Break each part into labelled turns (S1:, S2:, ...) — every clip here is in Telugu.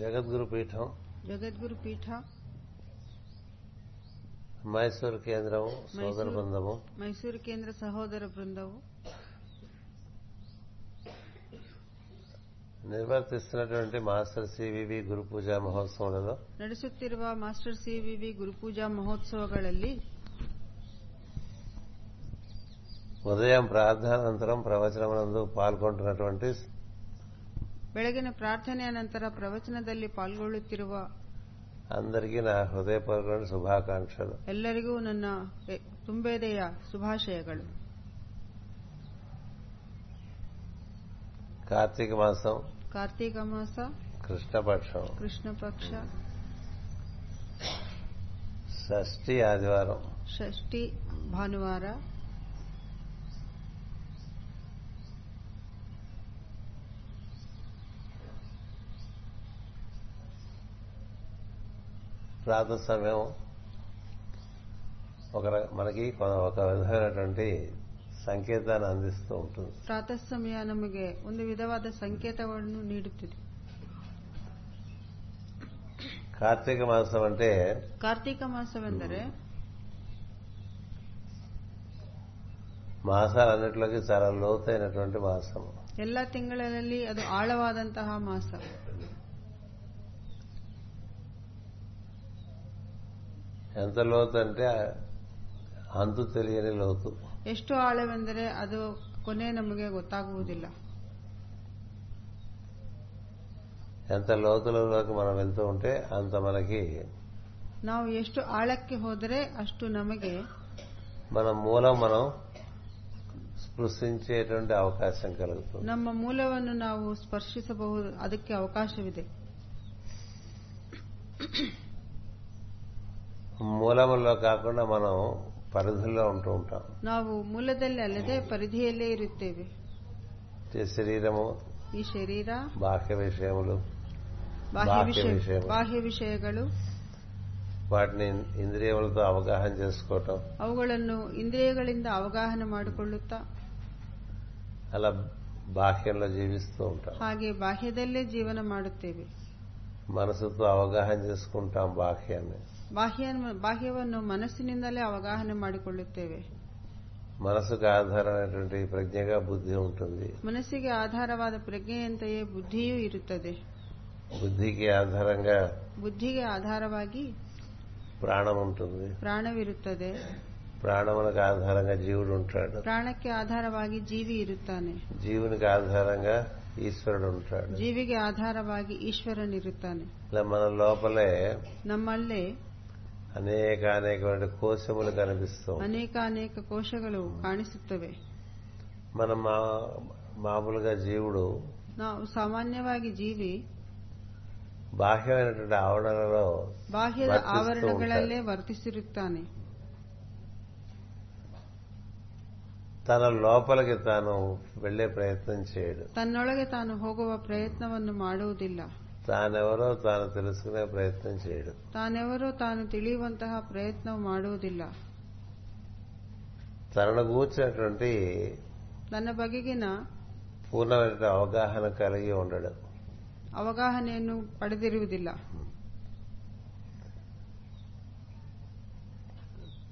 S1: జగద్గురు పీఠం
S2: జగద్గురు పీఠ
S1: మైసూరు కేంద్రం సోదర
S2: మైసూరు.
S1: బృందము
S2: మైసూరు కేంద్ర సహోదర బృందవు
S1: నిర్వర్తిస్తున్నటువంటి మాస్టర్ సివివి గురు పూజా మహోత్సవాలలో
S2: ನಡೆಸುತ್ತಿರುವ ಮಾಸ್ಟರ್ ಸಿವಿವಿ ಗುರುಪೂಜಾ ಮಹೋತ್ಸವಗಳಲ್ಲಿ
S1: ఉదయం ప్రార్థనానంతరం ప్రవచనమునందు పాల్గొంటున్నటువంటి
S2: ಬೆಳಗಿನ ಪ್ರಾರ್ಥನೆಯ ನಂತರ ಪ್ರವಚನದಲ್ಲಿ ಪಾಲ್ಗೊಳ್ಳುತ್ತಿರುವ
S1: అందరికీ నా హృదయపూర్వక శుభాకాంక్షలు
S2: ಎಲ್ಲರಿಗೂ ನನ್ನ ಎ- ತುಂಬೆದೆಯ ಶುಭಾಶಯಗಳು
S1: కార్తీక మాసం
S2: ಕಾರ್ತೀಕ ಮಾಸ
S1: కృష్ణపక్షం
S2: ಕೃಷ್ಣ ಪಕ್ಷ
S1: షష్ఠి ఆదివారం
S2: ಷಷ್ಠಿ ಭಾನುವಾರ
S1: ప్రాత సమయం ఒక ర- మనకి కొ- ఒక విధమైనటువంటి సంకేతాన్ని అందిస్తూ ఉంటుంది
S2: ಪ್ರಾತಃ ಸಮಯ ನಮಗೆ ಒಂದು ವಿಧವಾದ ಸಂಕೇತವನ್ನು ನೀಡುತ್ತಿದೆ
S1: కార్తీక మాసం అంటే
S2: ಕಾರ್ತೀಕ ಮಾಸವೆಂದರೆ
S1: మాసాలన్నిటిలోకి చాలా లోతైనటువంటి మాసం
S2: ಎಲ್ಲ ತಿಂಗಳಲ್ಲಿ ಅದು ಆಳವಾದಂತಹ ಮಾಸ
S1: ఎంత లోతు అంటే అంతు తెలియని లోతు
S2: ಎಷ್ಟು ಆಳವೆಂದರೆ ಅದು ಕೊನೆ ನಮಗೆ ಗೊತ್ತಾಗುವುದಿಲ್ಲ
S1: ఎంత లోతులలోకి మనం వెళ్తూ ఉంటే అంత మనకి
S2: ನಾವು ಎಷ್ಟು ಆಳಕ್ಕೆ ಹೋದರೆ ಅಷ್ಟು ನಮಗೆ
S1: మన మూలం మనం స్పృశించేటువంటి అవకాశం కలుగుతుంది
S2: ನಮ್ಮ ಮೂಲವನ್ನು ನಾವು ಸ್ಪರ್ಶಿಸಬಹುದು ಅದಕ್ಕೆ ಅವಕಾಶವಿದೆ
S1: మూలంలో కాకుండా మనం పరిధుల్లో ఉంటూ ఉంటాం
S2: ನಾವು ಮೂಲದಲ್ಲಿ ಅಲ್ಲದೆ ಪರಿಧಿಯಲ್ಲೇ ಇರುತ್ತೇವೆ
S1: ఈ శరీరము
S2: ಈ ಶರೀರ
S1: బాహ్య ವಿషయములు
S2: ಬಾಹ್ಯ
S1: ಬಾಹ್ಯ
S2: ವಿಷಯ
S1: ವಿಷಯಗಳು.
S2: ಬಾಹ್ಯ ವಿಷಯಗಳು
S1: వాటిని ఇంద్రియములతో అవగాహన చేసుకోవటం
S2: ಅವುಗಳನ್ನು ಇಂದ್ರಿಯಗಳಿಂದ ಅವಗಾಹನ ಮಾಡಿಕೊಳ್ಳುತ್ತಾ
S1: అలా బాహ్యంలో జీవిస్తూ ఉంటాం
S2: ಹಾಗೆ ಬಾಹ್ಯದಲ್ಲೇ ಜೀವನ ಮಾಡುತ್ತೇವೆ
S1: మనసుతో అవగాహన చేసుకుంటాం బాహ్యాన్ని
S2: ಬಾಹ್ಯ ಬಾಹ್ಯವನ್ನು ಮನಸ್ಸಿನಿಂದಲೇ ಅವಗಾಹನ ಮಾಡಿಕೊಳ್ಳುತ್ತೇವೆ
S1: మనసుకు ఆధారమైనటువంటి ప్రజ్ఞగా బుద్ధి ఉంటుంది
S2: ಮನಸ್ಸಿಗೆ ಆಧಾರವಾದ ಪ್ರಜ್ಞೆಯಂತೆಯೇ ಬುದ್ಧಿಯೂ ಇರುತ್ತದೆ
S1: బుద్ధికి ఆధారంగా
S2: ಬುದ್ಧಿಗೆ ಆಧಾರವಾಗಿ
S1: ప్రాణం ఉంటుంది
S2: ಪ್ರಾಣವಿರುತ್ತದೆ
S1: ప్రాణములకు ఆధారంగా జీవుడు ఉంటాడు
S2: ಪ್ರಾಣಕ್ಕೆ ಆಧಾರವಾಗಿ ಜೀವಿ ಇರುತ್ತಾನೆ
S1: జీవునికి ఆధారంగా ఈశ్వరుడు ఉంటాడు
S2: ಜೀವಿಗೆ ಆಧಾರವಾಗಿ ಈಶ್ವರನಿರುತ್ತಾನೆ
S1: ఇలా మన లోపలే
S2: ನಮ್ಮಲ್ಲೇ
S1: అనేక అనేకమైన కోశములు కనిపిస్తూ ఉంటాయి.
S2: ಅನೇಕ ಅನೇಕ ಕೋಶಗಳು ಕಾಣಿಸುತ್ತವೆ
S1: మన మా- మామూలుగా జీవుడు
S2: ನಾವು ಸಾಮಾನ್ಯವಾಗಿ ಜೀವಿ
S1: బాహ్యమైనటువంటి ఆవరణలో
S2: ಬಾಹ್ಯದ
S1: ವರ್ತಿಸ್ತಾ
S2: ಆವರಣಗಳಲ್ಲೇ ವರ್ತಿಸಿರುತ್ತಾನೆ
S1: తన లోపలికి తాను వెళ్లే ప్రయత్నం చేయడు
S2: ತನ್ನೊಳಗೆ ತಾನು ಹೋಗುವ ಪ್ರಯತ್ನವನ್ನು ಮಾಡುವುದಿಲ್ಲ
S1: తానెవరో తాను తెలుసుకునే ప్రయత్నం చేయడు
S2: ತಾನೆವರೂ ತಾನು ತಿಳಿಯುವಂತಹ ಪ್ರಯತ್ನ ಮಾಡುವುದಿಲ್ಲ
S1: తనను కూర్చున్నటువంటి
S2: ತನ್ನ ಬಗೆಗಿನ
S1: పూర్ణమైన అవగాహన కలిగి ఉండడు
S2: ಅವಗಾಹನೆಯನ್ನು ಪಡೆದಿರುವುದಿಲ್ಲ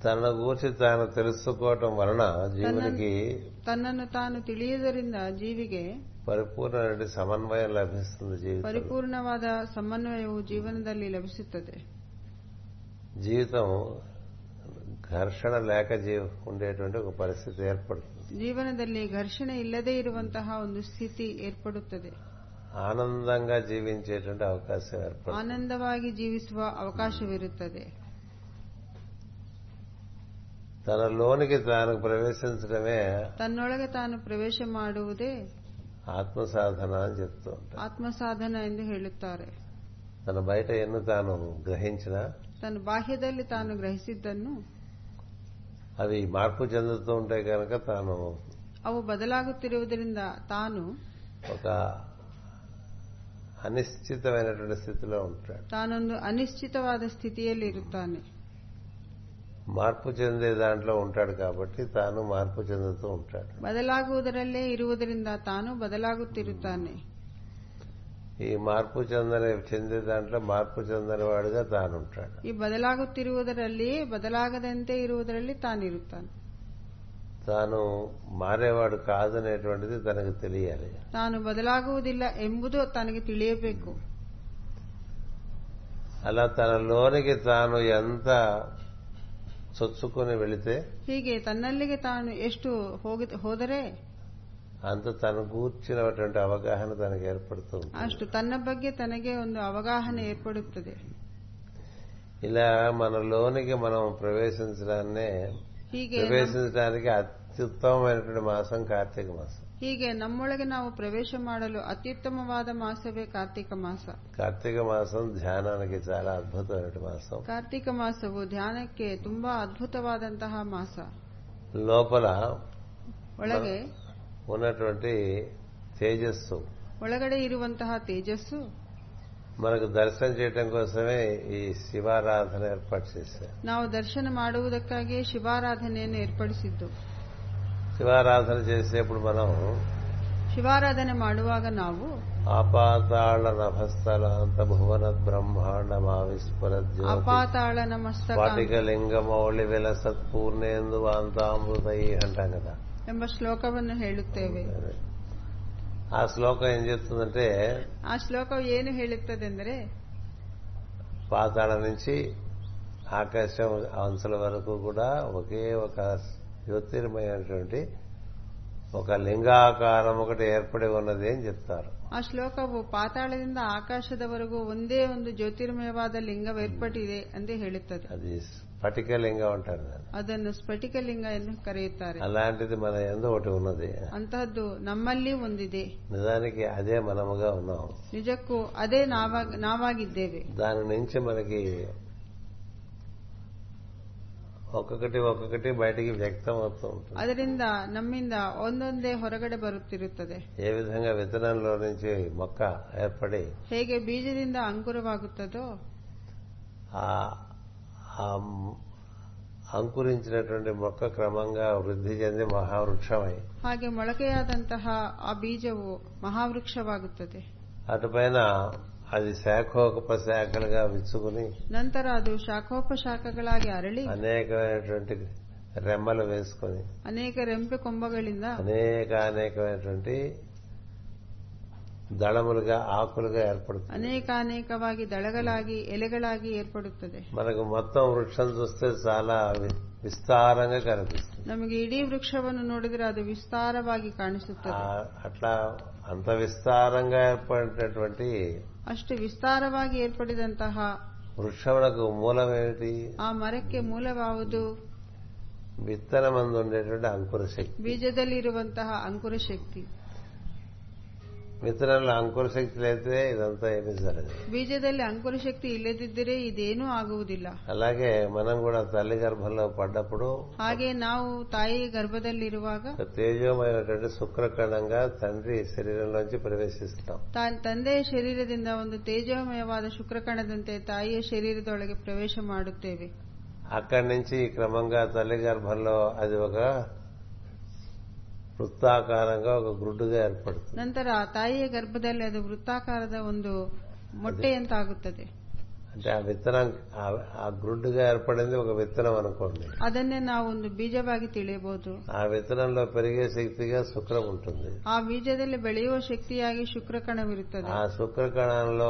S1: తనను గూర్చి తాను తెలుసుకోవటం వలన జీవునికి
S2: ತನ್ನನ್ನು ತಾನು ತಿಳಿಯುವುದರಿಂದ ಜೀವಿಗೆ
S1: పరిపూర్ణ సమన్వయం లభిస్తుంది జీవితం
S2: ಪರಿಪೂರ್ಣವಾದ ಸಮನ್ವಯವು ಜೀವನದಲ್ಲಿ ಲಭಿಸುತ್ತದೆ
S1: జీవితం ఘర్షణ లేక జీవ ఉండేటువంటి ఒక పరిస్థితి ఏర్పడుతుంది
S2: ಜೀವನದಲ್ಲಿ ಘರ್ಷಣೆ ಇಲ್ಲದೇ ಇರುವಂತಹ ಒಂದು ಸ್ಥಿತಿ ಏರ್ಪಡುತ್ತದೆ
S1: ఆనందంగా జీవించేటువంటి అవకాశం ఏర్పడుతుంది
S2: ಆನಂದವಾಗಿ ಜೀವಿಸುವ ಅವಕಾಶವಿರುತ್ತದೆ
S1: తన లోనికి తాను ప్రవేశించడమే
S2: ತನ್ನೊಳಗೆ ತಾನು ಪ್ರವೇಶ ಮಾಡುವುದೇ
S1: ఆత్మ సాధన అని చెప్తూ ఉంటారు
S2: ಆತ್ಮಸಾಧನ ಎಂದು ಹೇಳುತ್ತಾರೆ
S1: తన బయట ఎన్ను తాను గ్రహించిన
S2: ತನ್ನ ಬಾಹ್ಯದಲ್ಲಿ ತಾನು ಗ್ರಹಿಸಿದ್ದನ್ನು
S1: అవి మార్పు చెందుతూ ఉంటే కనుక తాను
S2: ಅವು ಬದಲಾಗುತ್ತಿರುವುದರಿಂದ ತಾನು
S1: ఒక అనిశ్చితమైనటువంటి స్థితిలో ఉంటాడు
S2: ತಾನೊಂದು ಅನಿಶ್ಚಿತವಾದ ಸ್ಥಿತಿಯಲ್ಲಿ ಇರುತ್ತಾನೆ
S1: మార్పు చెందే దాంట్లో ఉంటాడు కాబట్టి తాను మార్పు చెందుతూ ఉంటాడు
S2: ಬದಲಾಗುವುದರಲ್ಲೇ ಇರುವುದರಿಂದ ತಾನು ಬದಲಾಗುತ್ತಿರುತ್ತಾನೆ
S1: ఈ మార్పు చెందని చెందే దాంట్లో మార్పు చెందని వాడుగా తానుంటాడు
S2: ಈ ಬದಲಾಗುತ್ತಿರುವುದರಲ್ಲಿ ಬದಲಾಗದಂತೆ ಇರುವುದರಲ್ಲಿ ತಾನಿರುತ್ತಾನೆ
S1: తాను మారేవాడు కాదనేటువంటిది తనకు తెలియాలి
S2: ತಾನು ಬದಲಾಗುವುದಿಲ್ಲ ಎಂಬುದು ತನಗೆ ತಿಳಿಯಬೇಕು
S1: అలా తన లోనికి తాను ఎంత చొచ్చుకుని వెళితే
S2: ಹೀಗೆ ತನ್ನಲ್ಲಿಗೆ ತಾನು ಎಷ್ಟು ಹೋಗಿ- ಹೋದರೆ
S1: అంత తన కూర్చున్నటువంటి అవగాహన తనకు ఏర్పడుతుంది
S2: ಅಷ್ಟು ತನ್ನ ಬಗ್ಗೆ ತನಗೆ ಒಂದು ಅವಗಾಹನೆ ಏರ್ಪಡುತ್ತದೆ
S1: ఇలా మన లోనికి మనం ప్రవేశించడాన్నే
S2: ಹೀಗೆ ನಮ್-
S1: ప్రవేశించడానికి అత్యుత్తమమైనటువంటి మాసం కార్తీక మాసం
S2: ಹೀಗೆ ನಮ್ಮೊಳಗೆ ನಾವು ಪ್ರವೇಶ ಮಾಡಲು ಅತ್ಯುತ್ತಮವಾದ ಮಾಸವೇ ಕಾರ್ತಿಕ ಮಾಸ
S1: కార్తీక మాసం ధ్యానానికి చాలా అద్భుతమైన మాసం
S2: ಕಾರ್ತಿಕ ಮಾಸವು ಧ್ಯಾನಕ್ಕೆ ತುಂಬಾ ಅದ್ಭುತವಾದಂತಹ ಮಾಸ
S1: లోపల
S2: ಒಳಗೆ
S1: ఉన్నటువంటి తేజస్సు
S2: ಒಳಗಡೆ ಇರುವಂತಹ ತೇಜಸ್ಸು
S1: మనకు దర్శనం చేయడం కోసమే ఈ శివారాధన ఏర్పాటు చేశారు
S2: ನಾವು ದರ್ಶನ ಮಾಡುವುದಕ್ಕಾಗಿಯೇ ಶಿವಾರಾಧನೆಯನ್ನು ಏರ್ಪಡಿಸಿದ್ದು
S1: శివారాధన చేసేప్పుడు మనం
S2: ಶಿವಾರಾಧನೆ ಮಾಡುವಾಗ ನಾವು
S1: ఆపాతాళ నభస్థల అంత భువన బ్రహ్మాండ మావిస్ఫుర
S2: ಅಪಾತಾಳ ನಮಸ್ತಕ
S1: స్ఫటికలింగమౌళి విలసత్ పూర్ణేందు వాంతామృతయి అంటాం కదా
S2: ಎಂಬ ಶ್ಲೋಕವನ್ನು ಹೇಳುತ್ತೇವೆ
S1: ఆ శ్లోకం ఏం చెప్తుందంటే
S2: ಆ ಶ್ಲೋಕವು ಏನು ಹೇಳುತ್ತದೆಂದರೆ
S1: పాతాళ నుంచి ఆకాశం అంచుల వరకు కూడా ఒకే ఒక జ్యోతిర్మయమైనటువంటి ఒక లింగాకారం ఒకటి ఏర్పడి ఉన్నది అని చెప్తారు
S2: ಆ ಶ್ಲೋಕವು ಪಾತಾಳದಿಂದ ಆಕಾಶದವರೆಗೂ ಒಂದೇ ಒಂದು ಜ್ಯೋತಿರ್ಮಯವಾದ ಲಿಂಗವೇರ್ಪಟ್ಟಿದೆ ಎಂದು ಹೇಳುತ್ತದೆ
S1: అది స్ఫటిక లింగం అంటారు దాన్ని
S2: ಅದನ್ನು ಸ್ಫಟಿಕ ಲಿಂಗ ಎಂದು ಕರೆಯುತ್ತಾರೆ
S1: అలాంటిది మన ఎందు ఒకటి ఉన్నది
S2: ಅಂತಹದ್ದು ನಮ್ಮಲ್ಲಿ ಒಂದಿದೆ
S1: నిజానికి అదే మనముగా ఉన్నాం
S2: ನಿಜಕ್ಕೂ ಅದೇ ನಾವಾಗ- ನಾವಾಗಿದ್ದೇವೆ
S1: దాని నుంచి మనకి ఒక్కొక్కటి ఒక్కొక్కటి బయటికి వ్యక్తం అవుతూ ఉంటుంది
S2: ಅದರಿಂದ ನಮ್ಮಿಂದ ಒಂದೊಂದೇ ಹೊರಗಡೆ ಬರುತ್ತಿರುತ್ತದೆ
S1: ఏ విధంగా విత్తనంలో నుంచి మొక్క ఏర్పడి
S2: ಹೇಗೆ ಬೀಜದಿಂದ ಅಂಕುರವಾಗುತ್ತದೋ
S1: ఆ ఆ మ్- అంకురించినటువంటి మొక్క క్రమంగా వృద్ధి చెంది మహావృక్షమై
S2: ಹಾಗೆ ಮೊಳಕೆಯಾದಂತಹ ಆ ಬೀಜವು ಮಹಾವೃಕ್ಷವಾಗುತ್ತದೆ
S1: అటుపైన అది శాఖోపశాఖలుగా విచ్చుకుని
S2: ನಂತರ ಅದು ಶಾಖೋಪಶಾಖಗಳಾಗಿ ಅರಳಿ
S1: అనేకమైనటువంటి రెమ్మలు వేసుకుని
S2: ಅನೇಕ ರೆಂಪೆ ಕೊಂಬಗಳಿಂದ
S1: అనేక అనేకమైనటువంటి దళములుగా ఆకులుగా ఏర్పడుతుంది
S2: ಅನೇಕ ಅನೇಕವಾಗಿ ದಳಗಳಾಗಿ ಎಲೆಗಳಾಗಿ ಏರ್ಪಡುತ್ತದೆ
S1: మనకు మొత్తం వృక్షం చూస్తే చాలా వి- విస్తారంగా కనిపిస్తుంది
S2: ನಮಗೆ ಇಡೀ ವೃಕ್ಷವನ್ನು ನೋಡಿದರೆ ಅದು ವಿಸ್ತಾರವಾಗಿ
S1: ఆ
S2: ಕಾಣಿಸುತ್ತದೆ
S1: అట్లా అంత విస్తారంగా ఏర్పడినటువంటి
S2: ಅಷ್ಟು ವಿಸ್ತಾರವಾಗಿ ಏರ್ಪಡಿದಂತಹ
S1: వృక్షములకు మూలమేమిటి
S2: ಆ ಮರಕ್ಕೆ ಮೂಲವಾವುದು
S1: విత్తనమందు ఉండేటువంటి అంకుర శక్తి
S2: ಬೀಜದಲ್ಲಿರುವಂತಹ ಅಂಕುರ ಶಕ್ತಿ
S1: విత్తనంలో అంకుర శక్తి లేతే ఇదంతా ఏమీ జరగదు
S2: ಬೀಜದಲ್ಲಿ ಅಂಕುರ ಶಕ್ತಿ ಇಲ್ಲದಿದ್ದರೆ ಇದೇನೂ ಆಗುವುದಿಲ್ಲ
S1: అలాగే మనం కూడా తల్లి గర్భంలో పడ్డప్పుడు
S2: ಹಾಗೆ ನಾವು ತಾಯಿ ಗರ್ಭದಲ್ಲಿರುವಾಗ
S1: ఒక తేజోమయమైనటువంటి శుక్రకణంగా తండ్రి శరీరంలోంచి ప్రవేశిస్తాం
S2: ತಾ- ತಂದೆಯ ಶರೀರದಿಂದ ಒಂದು ತೇಜೋಮಯವಾದ ಶುಕ್ರಕಣದಂತೆ ತಾಯಿಯ ಶರೀರದೊಳಗೆ ಪ್ರವೇಶ ಮಾಡುತ್ತೇವೆ
S1: అక్కడి నుంచి క్రమంగా తల్లి గర్భంలో అది ఒక వృత్తాకారంగా ఒక గ్రుడ్డుగా ఏర్పడుతుంది
S2: ನಂತರ ತಾಯಿಯ ಗರ್ಭದಲ್ಲಿ ಅದು ವೃತ್ತಾಕಾರದ ಒಂದು ಮೊಟ್ಟೆಯಂತಾಗುತ್ತದೆ
S1: అంటే ఆ విత్తనం ఆ- ఆ గ్రుడ్డుగా ఏర్పడింది ఒక విత్తనం అనుకోండి
S2: ಅದನ್ನೇ ನಾವು ಒಂದು ಬೀಜವಾಗಿ ತಿಳಿಯಬಹುದು
S1: ఆ విత్తనంలో పెరిగే శక్తిగా శుక్రం ఉంటుంది
S2: ಆ ಬೀಜದಲ್ಲಿ ಬೆಳೆಯುವ ಶಕ್ತಿಯಾಗಿ ಶುಕ್ರಕಣವಿರುತ್ತದೆ
S1: ఆ శుక్రకణంలో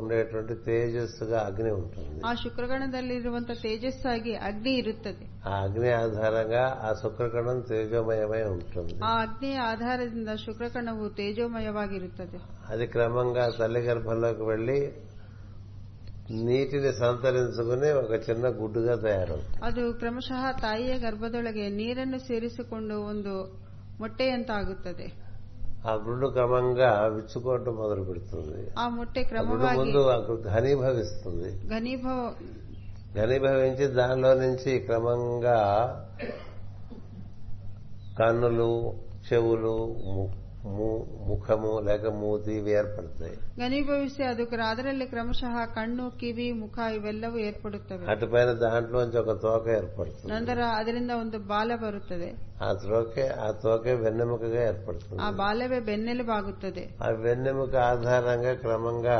S1: ఉండేటువంటి తేజస్సుగా అగ్ని ఉంటుంది
S2: ಆ ಶುಕ್ರಕಣದಲ್ಲಿರುವಂತಹ ತೇಜಸ್ಸಾಗಿ ಅಗ್ನಿ ಇರುತ್ತದೆ
S1: ఆ అగ్ని ఆధారంగా ఆ శుక్రకణం తేజోమయమై ఉంటుంది
S2: ಆ ಅಗ್ನಿಯ ಆಧಾರದಿಂದ ಶುಕ್ರಕಣವು ತೇಜೋಮಯವಾಗಿರುತ್ತದೆ
S1: అది క్రమంగా తల్లి గర్భంలోకి వెళ్లి నీటిని సంతరించుకుని ఒక చిన్న గుడ్డుగా తయారవుతుంది
S2: ಅದು ಕ್ರಮಶಃ ತಾಯಿಯ ಗರ್ಭದೊಳಗೆ ನೀರನ್ನು ಸೇರಿಸಿಕೊಂಡು ಒಂದು ಮೊಟ್ಟೆಯಂತಾಗುತ್ತದೆ
S1: ఆ గుడ్డు క్రమంగా విచ్చుకోవటం మొదలు పెడుతుంది
S2: ಆ ಮೊಟ್ಟೆ
S1: ఆ గుడ్డు
S2: ಕ್ರಮವಾಗಿ
S1: ముందు ఆ గుడ్డు ఘనీభవిస్తుంది
S2: ಘನೀಭವ
S1: ఘనీభవించి దానిలో నుంచి క్రమంగా కన్నులు చెవులు ము- ము- ముఖము లేక మూతి ఇవి ఏర్పడతాయి
S2: ಘನೀಭವಿಸಿ ಅದು ಕ್ರ- ಅದರಲ್ಲಿ ಕ್ರಮಶಃ ಕಣ್ಣು ಕಿವಿ ಮುಖ ಇವೆಲ್ಲವೂ ಏರ್ಪಡುತ್ತವೆ
S1: అటుపైన దాంట్లోంచి ఒక తోక ఏర్పడుతుంది
S2: ನಂತರ ಅದರಿಂದ ಒಂದು ಬಾಲ ಬರುತ್ತದೆ
S1: ఆ త్రోకే ఆ తోకే వెన్నెముకగా ఏర్పడుతుంది
S2: ಆ ಬಾಲವೇ ಬೆನ್ನೆಲುಬಾಗುತ್ತದೆ
S1: ఆ వెన్నెముక ఆధారంగా క్రమంగా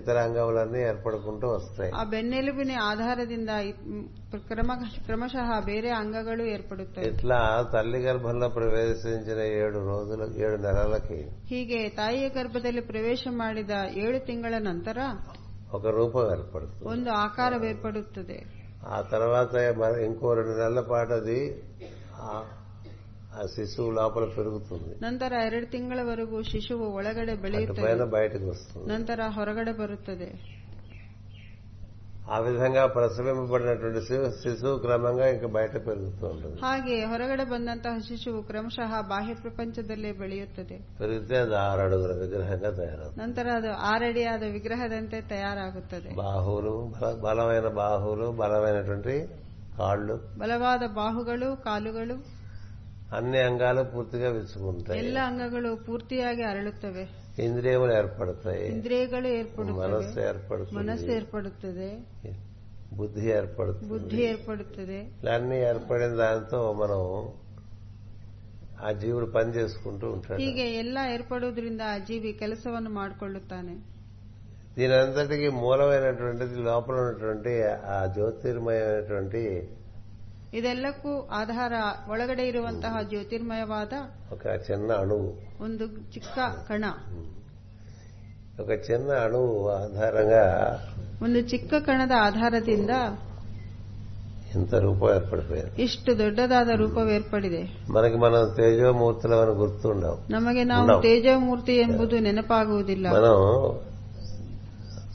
S1: ఇతర అంగములన్నీ ఏర్పడుకుంటూ వస్తాయి
S2: ಆ ಬೆನ್ನೆಲುಬಿನ ಆಧಾರದಿಂದ ಇ- ಮ್, ಕ್ರಮ ಕ್ರಮಶಃ ಬೇರೆ ಅಂಗಗಳು ಏರ್ಪಡುತ್ತವೆ
S1: ఇట్లా తల్లి గర్భంలో ప్రవేశించిన ఏడు రోజులు ఏడు నెలలకి
S2: ಹೀಗೆ ತಾಯಿಯ ಗರ್ಭದಲ್ಲಿ ಪ್ರವೇಶ ಮಾಡಿದ ಏಳು ತಿಂಗಳ ನಂತರ
S1: ఒక రూపం ఏర్పడుతుంది
S2: ಒಂದು ಆಕಾರವೇರ್ಪಡುತ್ತದೆ
S1: ఆ తర్వాత మరి ఇంకో రెండు నెలల పాటు అది ఆ- ఆ శిశువు లోపల పెరుగుతుంది
S2: ನಂತರ ಎರಡು ತಿಂಗಳವರೆಗೂ ಶಿಶುವು ಒಳಗಡೆ
S1: అటు
S2: ಬೆಳೆಯುತ್ತದೆ
S1: పైన బయటకు వస్తుంది
S2: ನಂತರ ಹೊರಗಡೆ ಬರುತ್ತದೆ
S1: ఆ విధంగా ప్రసవింపబడినటువంటి శి- శిశువు క్రమంగా ఇంకా బయట పెరుగుతూ ఉంటుంది
S2: ಹಾಗೆ ಹೊರಗಡೆ ಬಂದಂತಹ ಶಿಶುವು ಕ್ರಮಶಃ ಬಾಹ್ಯ ಪ್ರಪಂಚದಲ್ಲೇ ಬೆಳೆಯುತ್ತದೆ
S1: పెరిగితే అది ఆరు అడుగుల విగ్రహంగా తయారవుతుంది
S2: ನಂತರ ಅದು ಆರಡಿಯಾದ ವಿಗ್ರಹದಂತೆ ತಯಾರಾಗುತ್ತದೆ
S1: బాహువులు బల- బలమైన బాహువులు బలమైనటువంటి కాళ్ళు
S2: ಬಲವಾದ ಬಾಹುಗಳು ಕಾಲುಗಳು
S1: అన్ని అంగాలు పూర్తిగా విచ్చుకుంటాయి
S2: ಎಲ್ಲ ಅಂಗಗಳು ಪೂರ್ತಿಯಾಗಿ ಅರಳುತ್ತವೆ
S1: ఇంద్రియములు ఏర్పడతాయి
S2: ಇಂದ್ರಿಯಗಳು ಏರ್ಪಡುತ್ತವೆ
S1: మనస్సు ఏర్పడుతుంది
S2: ಮನಸ್ಸು ಏರ್ಪಡುತ್ತದೆ
S1: బుద్ధి ఏర్పడుతుంది
S2: ಬುದ್ಧಿ ಏರ್ಪಡುತ್ತದೆ
S1: ఇలా అన్ని ఏర్పడిన దాంతో మనం ఆ జీవుడు పని చేసుకుంటూ ఉంటాడు
S2: ಹೀಗೆ ಎಲ್ಲ ಏರ್ಪಡುವುದರಿಂದ ಆ ಜೀವಿ ಕೆಲಸವನ್ನು ಮಾಡಿಕೊಳ್ಳುತ್ತಾನೆ
S1: దీనంతటికి మూలమైనటువంటిది లోపల ఉన్నటువంటి ఆ జ్యోతిర్మయమైనటువంటి
S2: ಇದೆಲ್ಲಕ್ಕೂ ಆಧಾರ ಒಳಗಡೆ ಇರುವಂತಹ ಜ್ಯೋತಿರ್ಮಯವಾದ
S1: ఒక చిన్న అణువు
S2: ಒಂದು ಚಿಕ್ಕ ಕಣ
S1: ఒక చిన్న అణువు ఆధారంగా
S2: ಒಂದು ಚಿಕ್ಕ ಕಣದ ಆಧಾರದಿಂದ
S1: ఇంత రూపం ఏర్పడిపోయింది
S2: ಇಷ್ಟು ದೊಡ್ಡದಾದ ರೂಪವೇರ್ಪಡಿದೆ
S1: మనకి మనం తేజోమూర్తులం అని గుర్తుండవు
S2: ನಮಗೆ ನಾವು
S1: ನಾವು.
S2: ತೇಜಮೂರ್ತಿ ಎಂಬುದು ನೆನಪಾಗುವುದಿಲ್ಲ
S1: మనం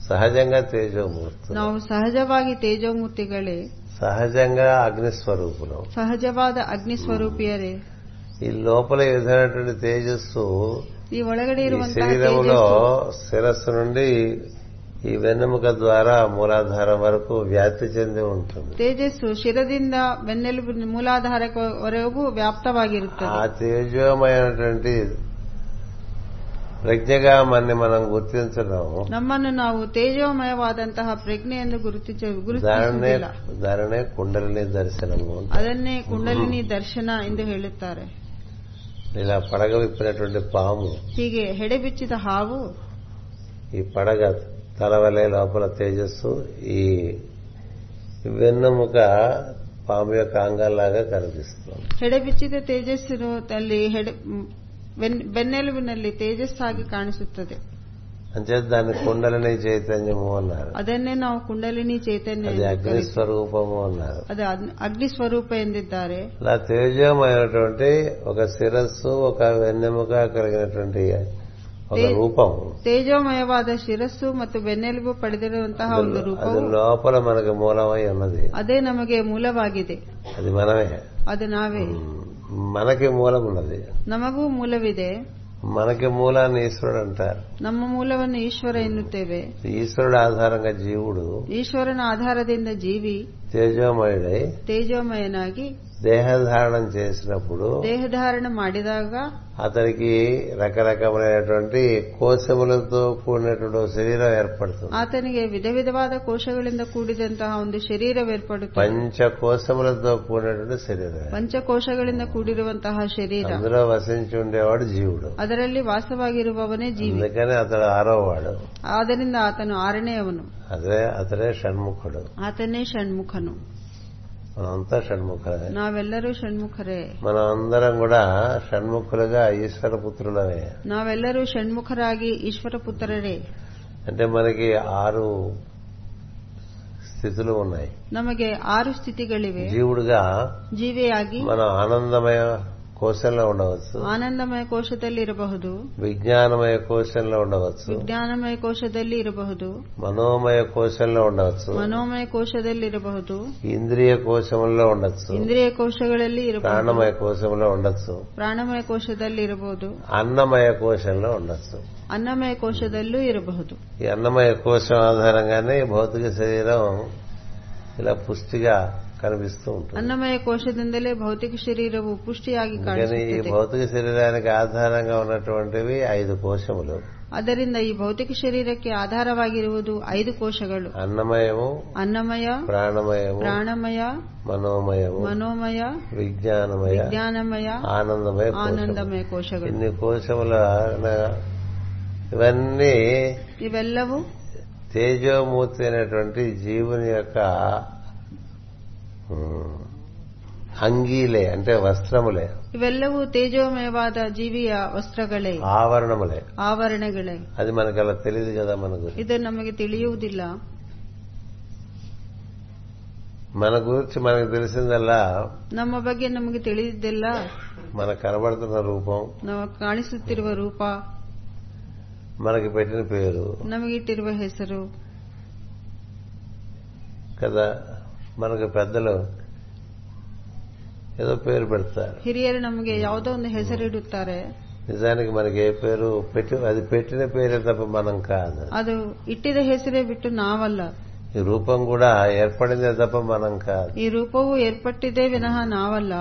S1: సహజంగా తేజోమూర్తులం
S2: ನಾವು ಸಹಜವಾಗಿ ತೇಜೋಮೂರ್ತಿಗಳೇ
S1: సహజంగా అగ్ని స్వరూపులం
S2: ಸಹಜವಾದ ಅಗ್ನಿ ಸ್ವರೂಪಿಯರೇ
S1: ఈ లోపల ఈ విధమైనటువంటి తేజస్సు
S2: ಈ ಒಳಗಡೆ
S1: ఈ
S2: ಇರುವಂತಹ
S1: శరీరంలో
S2: ತೇಜಸ್ಸು
S1: శిరస్సు నుండి ఈ వెన్నెముక ద్వారా మూలాధారం వరకు వ్యాప్తి చెంది ఉంటుంది
S2: ತೇಜಸ್ಸು ಶಿರದಿಂದ ಬೆನ್ನೆಲುಬು ಮೂಲಾಧಾರವರೆಗೂ
S1: ఆ
S2: ವ್ಯಾಪ್ತವಾಗಿರುತ್ತದೆ
S1: తేజోమయమైనటువంటి ప్రజ్ఞగా మన్ని మనం గుర్తించడం
S2: ನಮ್ಮನ್ನು ನಾವು ತೇಜೋಮಯವಾದಂತಹ ಪ್ರಜ್ಞೆಯನ್ನು ಗುರುತಿಸ
S1: దానినే
S2: ಗುರುತಿಸುವುದಿಲ್ಲ
S1: దానినే కుండలిని దర్శనము అంటారు.
S2: ಅದನ್ನೇ ಕುಂಡಲಿನಿ ದರ್ಶನ ಎಂದು ಹೇಳುತ್ತಾರೆ
S1: ఇలా పడగ విప్పినటువంటి పాము
S2: ಹೀಗೆ ಹೆಡೆಬಿಚ್ಚಿದ ಹಾವು
S1: ఈ పడగ తల వలె లోపల తేజస్సు ఈ వెన్నెముక పాము యొక్క అంగాల్లాగా కనిపిస్తుంది
S2: ಹೆಡೆಬಿಚ್ಚಿದ ತೇಜಸ್ಸಿನ ಅಲ್ಲಿ ಹೆಡೆ ಮ್, ಬೆನ್- ಬೆನ್ನೆಲುಬಿನಲ್ಲಿ ತೇಜಸ್ಸಾಗಿ ಕಾಣಿಸುತ್ತದೆ
S1: అంచేత దాన్ని కుండలిని చైతన్యము అన్నారు
S2: ಅದನ್ನೇ ನಾವು ಕುಂಡಲಿನಿ ಚೈತನ್ಯ
S1: అది
S2: ಎಂದು
S1: అగ్ని
S2: ಕರೆಯುತ್ತೇವೆ.
S1: స్వరూపము అన్నారు
S2: ಅದು ಅಗ್ನಿ- ಅಗ್ನಿ ಸ್ವರೂಪ ಎಂದಿದ್ದಾರೆ
S1: ఇలా తేజమైనటువంటి ఒక శిరస్సు ఒక వెన్నెముక కలిగినటువంటి ఒక
S2: తే-
S1: రూపం
S2: ತೇಜೋಮಯವಾದ ಶಿರಸ್సు ಮತ್ತು ಬೆನ್ನೆಲುಬು ಪಡೆದಿರುವಂತಹ ಒಂದು
S1: అది- అది
S2: ರೂಪವು
S1: లోపల మనకు మూలమై ఉన్నది
S2: ಅದೇ ನಮಗೆ ಮೂಲವಾಗಿದೆ
S1: అది మనమే
S2: ಅದು ನಾವೇ
S1: మనకి మూలం ఉన్నది
S2: ನಮಗೂ ಮೂಲವಿದೆ
S1: మనకి మూలాన్ని ఈశ్వరుడు అంటారు
S2: ನಮ್ಮ ಮೂಲವನ್ನು ಈಶ್ವರ ಎನ್ನುತ್ತೇವೆ
S1: ఈశ్వరుడు ఆధారంగా జీవుడు
S2: ಈಶ್ವರನ ಆಧಾರದಿಂದ ಜೀವಿ
S1: తేజోమయుడై
S2: ತೇಜೋಮಯನಾಗಿ
S1: దేహధారణం చేసినప్పుడు
S2: ದೇಹಧಾರಣ ಮಾಡಿದಾಗ
S1: అతనికి రకరకమైనటువంటి కోశములతో కూడినటువంటి ఒక శరీరం ఏర్పడుతుంది
S2: ಆತನಿಗೆ ವಿಧ ವಿಧವಾದ ಕೋಶಗಳಿಂದ ಕೂಡಿದಂತಹ ಒಂದು ಶರೀರವೇರ್ಪಡುತ್ತದೆ
S1: పంచకోశములతో కూడినటువంటి శరీరం
S2: ಪಂಚಕೋಶಗಳಿಂದ ಕೂಡಿರುವಂತಹ ಶರೀರ
S1: అందులో వసించి ఉండేవాడు జీవుడు
S2: ಅದರಲ್ಲಿ ವಾಸವಾಗಿರುವವನೇ ಜೀವಿ
S1: అందుకని అతడు ఆరోవాడు
S2: ಆದ್ದರಿಂದ ಆತನು ಆರನೆಯವನು
S1: అదే అతడే షణ్ముఖుడు
S2: ಆತನೇ ಷಣ್ಮುಖನು
S1: మనమంతా షణ్ముఖులే
S2: ನಾವೆಲ್ಲರೂ ಷಣ್ಮುಖರೇ
S1: మనం అందరం కూడా షణ్ముఖులుగా ఈశ్వర పుత్రులమే
S2: ನಾವೆಲ್ಲರೂ ಷಣ್ಮುಖರಾಗಿ ಈಶ್ವರ ಪುತ್ರರೇ
S1: అంటే మనకి ఆరు స్థితులు ఉన్నాయి
S2: ನಮಗೆ ಆರು ಸ್ಥಿತಿಗಳಿವೆ
S1: జీవుడుగా
S2: ಜೀವಿಯಾಗಿ
S1: మనం ఆనందమయ కోశంలో ఉండవచ్చు
S2: ಆನಂದಮಯ ಕೋಶದಲ್ಲಿ ಇರಬಹುದು
S1: విజ్ఞానమయ కోశంలో ఉండవచ్చు
S2: ವಿಜ್ಞಾನಮಯ ಕೋಶದಲ್ಲಿ ಇರಬಹುದು
S1: మనోమయ కోశంలో ఉండవచ్చు
S2: ಮನೋಮಯ ಕೋಶದಲ್ಲಿ ಇರಬಹುದು
S1: ఇంద్రియ కోశంలో ఉండొచ్చు
S2: ಇಂದ್ರಿಯ ಕೋಶಗಳಲ್ಲಿ ಇರಬಹುದು
S1: ప్రాణమయ కోశంలో ఉండొచ్చు
S2: ಪ್ರಾಣಮಯ ಕೋಶದಲ್ಲಿ ಇರಬಹುದು
S1: అన్నమయ కోశంలో ఉండొచ్చు
S2: ಅನ್ನಮಯ ಕೋಶದಲ್ಲೂ ಇರಬಹುದು
S1: ఈ అన్నమయ కోశం ఆధారంగానే ఈ భౌతిక శరీరం ఇలా పుష్టిగా కనిపిస్తూ ఉంటుంది
S2: ಅನ್ನಮಯ ಕೋಶದಿಂದಲೇ ಭೌತಿಕ ಶರೀರವು ಪುಷ್ಟಿಯಾಗಿ
S1: అందుకని ఈ
S2: ಕಾಣಿಸುತ್ತದೆ
S1: భౌతిక శరీరానికి ఆధారంగా ఉన్నటువంటివి ఐదు కోశములు
S2: ಅದರಿಂದ ಈ ಭೌತಿಕ ಶರೀರಕ್ಕೆ ಆಧಾರವಾಗಿರುವುದು ಐದು ಕೋಶಗಳು
S1: అన్నమయము
S2: ಅನ್ನಮಯ
S1: ప్రాణమయము
S2: ಪ್ರಾಣಮಯ
S1: మనోమయము
S2: ಮನೋಮಯ
S1: విజ్ఞానమయ
S2: ಜ್ಞಾನಮಯ
S1: ఆనందమయ కోశం.
S2: ಆನಂದಮಯ ಕೋಶಗಳು
S1: ఇన్ని కోశముల న- ఇవన్నీ
S2: ಇವೆಲ್ಲವೂ
S1: తేజోమూర్తి అయినటువంటి జీవుని యొక్క ఉమ్, అంగీలే అంటే వస్త్రములే
S2: ಇವೆಲ್ಲವೂ ತೇಜೋಮಯವಾದ ಜೀವಿಯ ವಸ್ತ್ರಗಳೇ
S1: ఆవరణములే
S2: ಆವರಣಗಳೇ
S1: అది మనకు అలా తెలియదు కదా మనకు
S2: ಇದು ನಮಗೆ ತಿಳಿಯುವುದಿಲ್ಲ
S1: మన గురించి మనకు తెలిసిందల్లా
S2: ನಮ್ಮ ಬಗ್ಗೆ ನಮಗೆ ತಿಳಿದಿದ್ದೆಲ್ಲ
S1: మనకు కనబడుతున్న రూపం
S2: ನಾವು ಕಾಣಿಸುತ್ತಿರುವ ರೂಪ
S1: మనకి పెట్టిన పేరు
S2: ನಮಗಿಟ್ಟಿರುವ ಹೆಸರು
S1: కదా మనకు పెద్దలు ఏదో పేరు పెడతారు
S2: ಹಿರಿಯರು ನಮಗೆ ಯಾವುದೋ ಒಂದು ಹೆಸರಿಡುತ್ತಾರೆ
S1: నిజానికి మనకి ఏ పేరు పెట్టి అది పెట్టిన పేరే తప్ప మనం కాదు
S2: ಅದು ಇಟ್ಟಿದ ಹೆಸರೇ ಬಿಟ್ಟು ನಾವಲ್ಲ
S1: ఈ రూపం కూడా ఏర్పడిందే తప్ప మనం కాదు
S2: ಈ ರೂಪವು ಏರ್ಪಟ್ಟಿದೆ ವಿನಃ ನಾವಲ್ಲ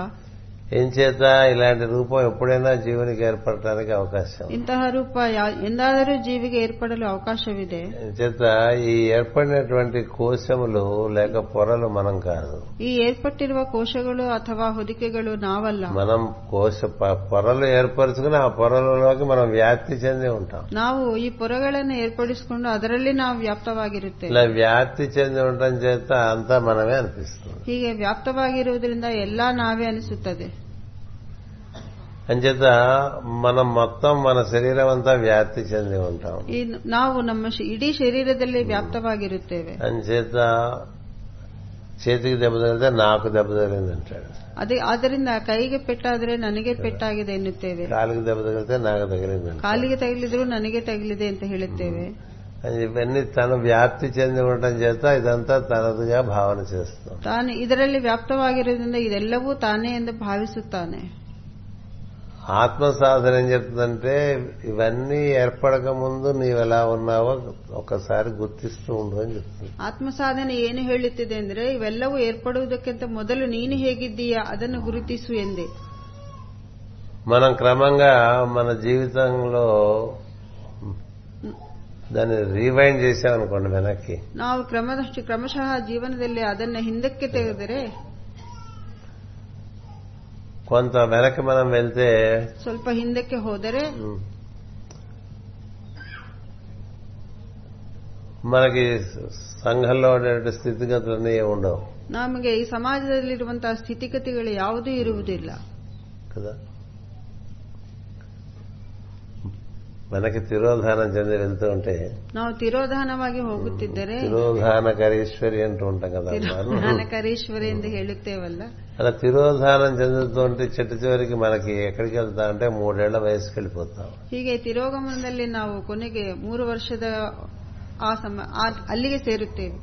S1: ఏం చేత ఇలాంటి రూపం ఎప్పుడైనా జీవునికి ఏర్పడటానికి అవకాశం
S2: ಇಂತಹ ರೂಪ ಯಾ- ಎಂದಾದರೂ ಜೀವಿಗೆ ಏರ್ಪಡಲು ಅವಕಾಶವಿದೆ
S1: చేత ఈ ఏర్పడినటువంటి కోశములు లేక పొరలు మనం కాదు
S2: ಈ ಏರ್ಪಟ್ಟಿರುವ ಕೋಶಗಳು ಅಥವಾ ಹೊದಿಕೆಗಳು ನಾವಲ್ಲ
S1: మనం కోశ ప- పొరలు ఏర్పరచుకుని ఆ పొరలలోకి మనం వ్యాప్తి చెంది ఉంటాం
S2: ನಾವು ಈ ಪೊರೆಗಳನ್ನು ಏರ್ಪಡಿಸಿಕೊಂಡು ಅದರಲ್ಲಿ ನಾವು ವ್ಯಾಪ್ತವಾಗಿರುತ್ತೇವೆ
S1: ఇలా వ్యాప్తి చెంది ఉండటం చేత అంతా మనమే అనిపిస్తుంది
S2: ಹೀಗೆ ವ್ಯಾಪ್ತವಾಗಿರುವುದರಿಂದ ಎಲ್ಲಾ ನಾವೇ ಅನಿಸುತ್ತದೆ
S1: అంచేత మనం మొత్తం మన శరీరం అంతా వ్యాప్తి చెంది ఉంటాం
S2: ಈ ನಾವು ನಮ್ಮ ಶ್- ಇಡೀ ಶರೀರದಲ್ಲಿ ವ್ಯಾಪ್ತವಾಗಿರುತ್ತೇವೆ
S1: అంచేత చేతికి దెబ్బ తగిలితే నాకు దెబ్బ తగిలింది అంటాడు
S2: ಅದೇ ಆದ್ದರಿಂದ ಕೈಗೆ ಪೆಟ್ಟಾದರೆ ನನಗೆ ಪೆಟ್ಟಾಗಿದೆ ಎನ್ನುತ್ತೇವೆ
S1: కాలుకి దెబ్బ తగిలితే నాకు తగిలింది అంటాడు.
S2: ಕಾಲಿಗೆ ತಗಲಿದ್ರು ನನಗೆ ತಗಲಿದೆ ಅಂತ ಹೇಳುತ್ತೇವೆ
S1: అని ఇవన్నీ తను వ్యాప్తి చెంది ఉండటం చేత ఇదంతా తనదిగా భావన చేస్తాం
S2: ತಾನು ಇದರಲ್ಲಿ ವ್ಯಾಪ್ತವಾಗಿರುವುದರಿಂದ ಇದೆಲ್ಲವೂ ತಾನೇ ಎಂದು ಭಾವಿಸುತ್ತಾನೆ
S1: ఆత్మ సాధన ఏం చెప్తుందంటే ఇవన్నీ ఏర్పడక ముందు నీవెలా ఉన్నావో ఒక్కసారి గుర్తిస్తూ ఉండు అని చెప్తుంది
S2: ಆತ್ಮ ಸಾಧನೆ ಏನು ಹೇಳುತ್ತಿದೆ ಅಂದ್ರೆ ಇವೆಲ್ಲವೂ ಏರ್ಪಡುವುದಕ್ಕಿಂತ ಮೊದಲು ನೀನು ಹೇಗಿದ್ದೀಯಾ ಅದನ್ನು ಗುರುತಿಸು ಎಂದೇ
S1: మనం క్రమంగా మన జీవితంలో దాన్ని రీవైండ్ చేసామనుకోండి వెనక్కి
S2: ನಾವು ಕ್ರಮದಷ್ಟು ಕ್ರಮಶಃ ಜೀವನದಲ್ಲಿ ಅದನ್ನು ಹಿಂದಕ್ಕೆ ತೆಗೆದರೆ
S1: కొంత వెనక్కి మనం వెళ్తే
S2: ಸ್ವಲ್ಪ ಹಿಂದಕ್ಕೆ ಹೋದರೆ
S1: ఉమ్, మనకి సంఘంలో ఉండేటువంటి స్థితిగతులన్నీ ఏమి ఉండవు
S2: ನಮಗೆ ಈ ಸಮಾಜದಲ್ಲಿರುವಂತಹ ಸ್ಥಿತಿಗತಿಗಳು ಯಾವುದೂ ಇರುವುದಿಲ್ಲ
S1: కదా మనకి తిరోధానం చెంది వెళ్తూ ఉంటే
S2: ನಾವು ತಿರೋಧಾನವಾಗಿ ಹೋಗುತ್ತಿದ್ದರೆ
S1: తిరోధానకరీశ్వరి అంటూ ఉంటాం కదా మనం.
S2: ತಿರೋಧಾನಕರೀಶ್ವರಿ ಎಂದು ಹೇಳುತ್ತೇವಲ್ಲ
S1: అలా తిరోధానం చెందుతూ ఉంటే చెట్టు చివరికి మనకి ఎక్కడికి వెళ్తా అంటే మూడేళ్ల వయసుకి వెళ్ళిపోతాం
S2: ಹೀಗೆ ತಿರೋಗಮನದಲ್ಲಿ ನಾವು ಕೊನೆಗೆ ಮೂರು ವರ್ಷದ ಆ ಸಮ ಆ- ಅಲ್ಲಿಗೆ ಸೇರುತ್ತೇವೆ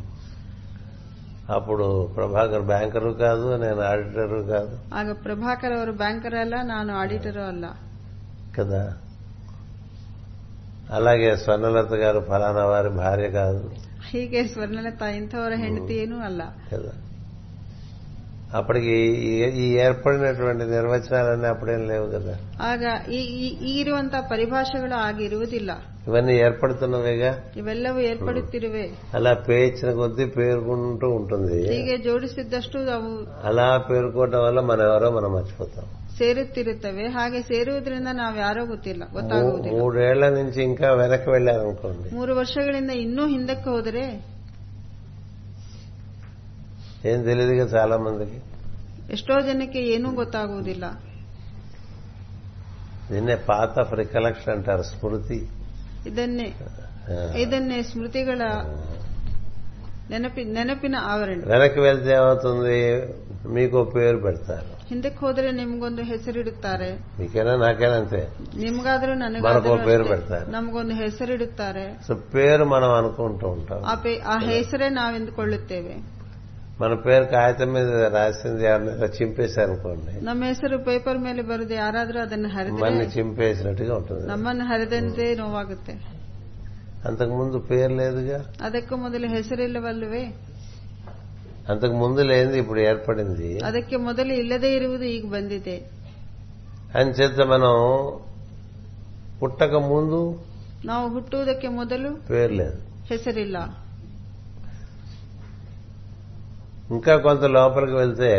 S1: అప్పుడు ప్రభాకర్ బ్యాంకరు కాదు నేను ఆడిటరు కాదు
S2: ಆಗ ಪ್ರಭಾಕರ್ ಅವರು ಬ್ಯಾಂಕರ್ ಅಲ್ಲ ನಾನು ಆಡಿಟರು ಅಲ್ಲ
S1: కదా అలాగే స్వర్ణలత గారు ఫలానా వారి భార్య కాదు
S2: ಹೀಗೆ ಸ್ವರ್ಣಲತಾ ಇಂಥವರ ಹೆಂಡತಿ ಏನೂ ಅಲ್ಲ
S1: కదా అప్పటికి ఈ- ఈ ఏర్పడినటువంటి నిర్వచనాలన్నీ అప్పుడేం లేవు కదా
S2: ಆಗ ಈ ಈ- ಈ ಇರುವಂತಹ ಪರಿಭಾಷೆಗಳು ಆಗಿರುವುದಿಲ್ಲ
S1: ఇవన్నీ ఏర్పడుతున్నవేగా
S2: ಇವೆಲ್ಲವೂ ಏರ್ಪಡುತ್ತಿರುವೆ
S1: అలా పేర్చిన కొద్దీ పేర్కొంటూ ఉంటుంది
S2: ಹೀಗೆ ಜೋಡಿಸಿದ್ದಷ್ಟು ಅವು
S1: అలా పేర్కోవటం వల్ల మనం ఎవరో మనం మర్చిపోతాం
S2: ಸೇರುತ್ತಿರುತ್ತವೆ ಹಾಗೆ ಸೇರುವುದರಿಂದ ನಾವ್ಯಾರೋ ಗೊತ್ತಿಲ್ಲ
S1: మూ-
S2: ಗೊತ್ತಾಗುವುದಿಲ್ಲ
S1: మూడేళ్ల నుంచి ఇంకా వెనక్కి వెళ్ళారనుకోండి
S2: ಮೂರು ವರ್ಷಗಳಿಂದ ಇನ್ನೂ ಹಿಂದಕ್ಕೆ ಹೋದರೆ
S1: ఏం తెలియదుగా చాలా మందికి
S2: ಎಷ್ಟೋ ಜನಕ್ಕೆ ಏನೂ ಗೊತ್ತಾಗುವುದಿಲ್ಲ
S1: దీన్నే పాత ఆఫ్ రికలెక్షన్ అంటారు స్మృతి
S2: ಇದನ್ನೇ
S1: ఆ.
S2: ಇದನ್ನೇ ಸ್ಮೃತಿಗಳ ನೆನಪಿ ನೆನಪಿನ ಆವರಣ
S1: వెనక్కి వెళ్తే ఏమవుతుంది మీకు పేరు పెడతారు
S2: ಹಿಂದಕ್ಕೆ ಹೋದರೆ ನಿಮ್ಗೊಂದು ಹೆಸರಿಡುತ್ತಾರೆ
S1: మీకైనా నాకైనా అంతే
S2: ನಿಮ್ಗಾದ್ರೂ
S1: ಮರಕ್ಕೊ
S2: ನನಗಾದ್ರೂ
S1: ಪೇರು
S2: ಅಷ್ಟೇ.
S1: ಬಿಡ್ತಾರೆ.
S2: ನಮಗೊಂದು ಹೆಸರಿಡುತ್ತಾರೆ
S1: సో పేరు మనం అనుకుంటూ ఉంటాం
S2: ಆ ಪೇ- ಆ ಹೆಸರೇ ನಾವೆಂದುಕೊಳ್ಳುತ್ತೇವೆ
S1: మన పేరు కాగితం మీద రాసింది ఎవరైనా చింపేశారనుకోండి
S2: ನಮ್ಮ ಹೆಸರು ಪೇಪರ್ ಮೇಲೆ ಬರೆದು ಯಾರಾದ್ರೂ ಅದನ್ನು ಹರಿದ್ರೆ
S1: మనల్ని చింపేసినట్టుగా ఉంటుంది
S2: ನಮ್ಮನ್ನು ಹರಿದಂತೆ ನೋವಾಗುತ್ತೆ
S1: అంతకు ముందు పేరు లేదుగా
S2: ಅದಕ್ಕೂ ಮೊದಲು ಹೆಸರಿಲ್ಲವಲ್ಲವೇ
S1: అంతకు ముందు లేనిది ఇప్పుడు ఏర్పడింది
S2: ಅದಕ್ಕೆ ಮೊದಲು ಇಲ್ಲದೇ ಇರುವುದು ಈಗ ಬಂದಿದೆ
S1: అని చేత మనం పుట్టక ముందు
S2: ನಾವು ಹುಟ್ಟುವುದಕ್ಕೆ ಮೊದಲು
S1: పేరు లేదు
S2: ಹೆಸರಿಲ್ಲ
S1: ఇంకా కొంత లోపలికి వెళ్తే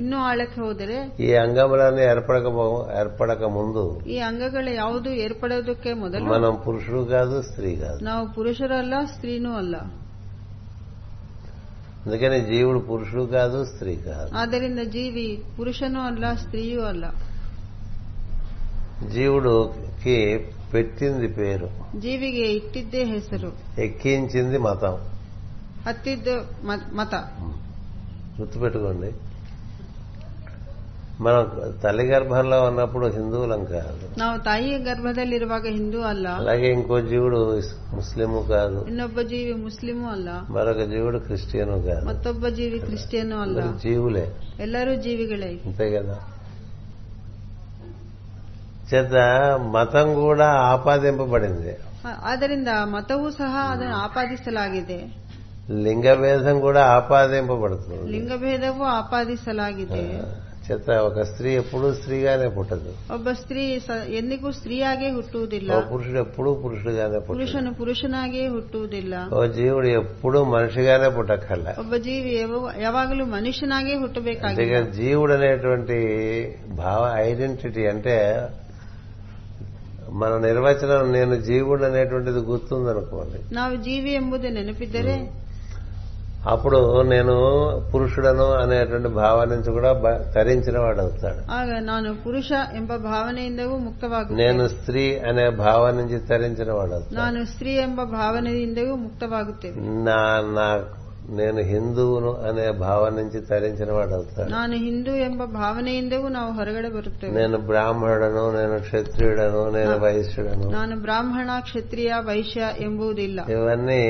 S2: ಇನ್ನೂ ಆಳಕ್ಕೆ ಹೋದರೆ
S1: ఈ అంగములన్నీ ఏర్పడక ఏర్పడక ముందు
S2: ಈ ಅಂಗಗಳು ಯಾವುದು ಏರ್ಪಡೋದಕ್ಕೆ ಮೊದಲು
S1: మనం పురుషుడు కాదు స్త్రీ కాదు
S2: ನಾವು ಪುರುಷರಲ್ಲ ಸ್ತ್ರೀನೂ ಅಲ್ಲ
S1: అందుకని జీవుడు పురుషుడు కాదు స్త్రీ కాదు
S2: ಆದ್ದರಿಂದ ಜೀವಿ ಪುರುಷನೂ ಅಲ್ಲ ಸ್ತ್ರೀಯೂ ಅಲ್ಲ
S1: జీవుడుకి పెట్టింది పేరు
S2: ಜೀವಿಗೆ ಇಟ್ಟಿದ್ದೇ ಹೆಸರು
S1: ఎక్కించింది మతం
S2: ಹತ್ತಿದ್ದ ಮ- ಮತ
S1: గుర్తుపెట్టుకోండి మనం తల్లి గర్భంలో ఉన్నప్పుడు హిందువులం కాదు
S2: ನಾವು ತಾಯಿಯ ಗರ್ಭದಲ್ಲಿರುವಾಗ ಹಿಂದೂ ಅಲ್ಲ
S1: అలాగే ఇంకో జీవుడు ఇస్- ముస్లిము కాదు
S2: ಇನ್ನೊಬ್ಬ ಜೀವಿ ಮುಸ್ಲಿಮೂ ಅಲ್ಲ
S1: మరొక జీవుడు క్రిస్టియను కాదు
S2: ಮತ್ತೊಬ್ಬ ಜೀವಿ ಕ್ರಿಶ್ಚಿಯನ್ನೂ ಅಲ್ಲ
S1: అందరూ జీవులే
S2: ಎಲ್ಲರೂ ಜೀವಿಗಳೇ
S1: అంతే కదా చేత మతం కూడా ఆపాదింపబడింది
S2: ಆ- ಆದ್ದರಿಂದ ಮತವೂ ಸಹ ಅದನ್ನು ಆಪಾದಿಸಲಾಗಿದೆ
S1: లింగభేదం కూడా ఆపాదింపబడుతుంది
S2: ಲಿಂಗಭೇದವೂ ಆಪಾದಿಸಲಾಗಿದೆ
S1: చేత ఒక స్త్రీ ఎప్పుడూ స్త్రీగానే పుట్టదు
S2: ಒಬ್ಬ ಸ್ತ್ರೀ ಸ- ಎಂದಿಗೂ ಸ್ತ್ರೀಯಾಗೇ ಹುಟ್ಟುವುದಿಲ್ಲ
S1: ఒక పురుషుడు ఎప్పుడూ పురుషుడుగానే పుట్టదు
S2: ಪುರುಷನು ಪುರುಷನಾಗೇ ಹುಟ್ಟುವುದಿಲ್ಲ
S1: ఓ జీవుడు ఎప్పుడూ మనిషిగానే పుట్టక్కర్లా
S2: ಒಬ್ಬ ಜೀವಿ ಯಾವ- ಯಾವಾಗಲೂ ಮನುಷ್ಯನಾಗೇ
S1: అందుకే
S2: ಹುಟ್ಟಬೇಕಾಗಿದೆ
S1: జీవుడు అనేటువంటి భావ ఐడెంటిటీ అంటే మన నిర్వచనం నేను జీవుడు అనేటువంటిది గుర్తుందనుకోండి
S2: ನಾವು ಜೀವಿ ಎಂಬುದು ನೆನಪಿದ್ದರೆ
S1: అప్పుడు నేను పురుషుడను అనేటువంటి ಭಾವ నుంచి కూడా బ- తరించిన వాడు అవుతాడు
S2: ಆಗ ನಾನು ಪುರುಷ ಎಂಬ ಭಾವನೆಯಿಂದಲೂ
S1: నేను
S2: ಮುಕ್ತವಾಗುತ್ತೇನೆ
S1: స్త్రీ అనే భావం నుంచి తరించిన వాడు అవుతాడు
S2: ನಾನು ಸ್ತ್ರೀ ಎಂಬ ಭಾವನೆಯಿಂದಲೂ ಮುಕ್ತವಾಗುತ್ತೇನೆ
S1: నా నా నేను హిందువును అనే భావం నుంచి తరించిన వాడు అవుతాడు
S2: ನಾನು ಹಿಂದೂ ಎಂಬ ಭಾವನೆಯಿಂದಲೂ ನಾವು ಹೊರಗಡೆ ಬರುತ್ತೇವೆ
S1: నేను బ్రాహ్మణుడను నేను క్షత్రియుడను నేను వైశ్యుడను
S2: ನಾನು ಬ್ರಾಹ್ಮಣ ಕ್ಷತ್ರಿಯ ವೈಶ್ಯ ಎಂಬುದಿಲ್ಲ
S1: ఇవన్నీ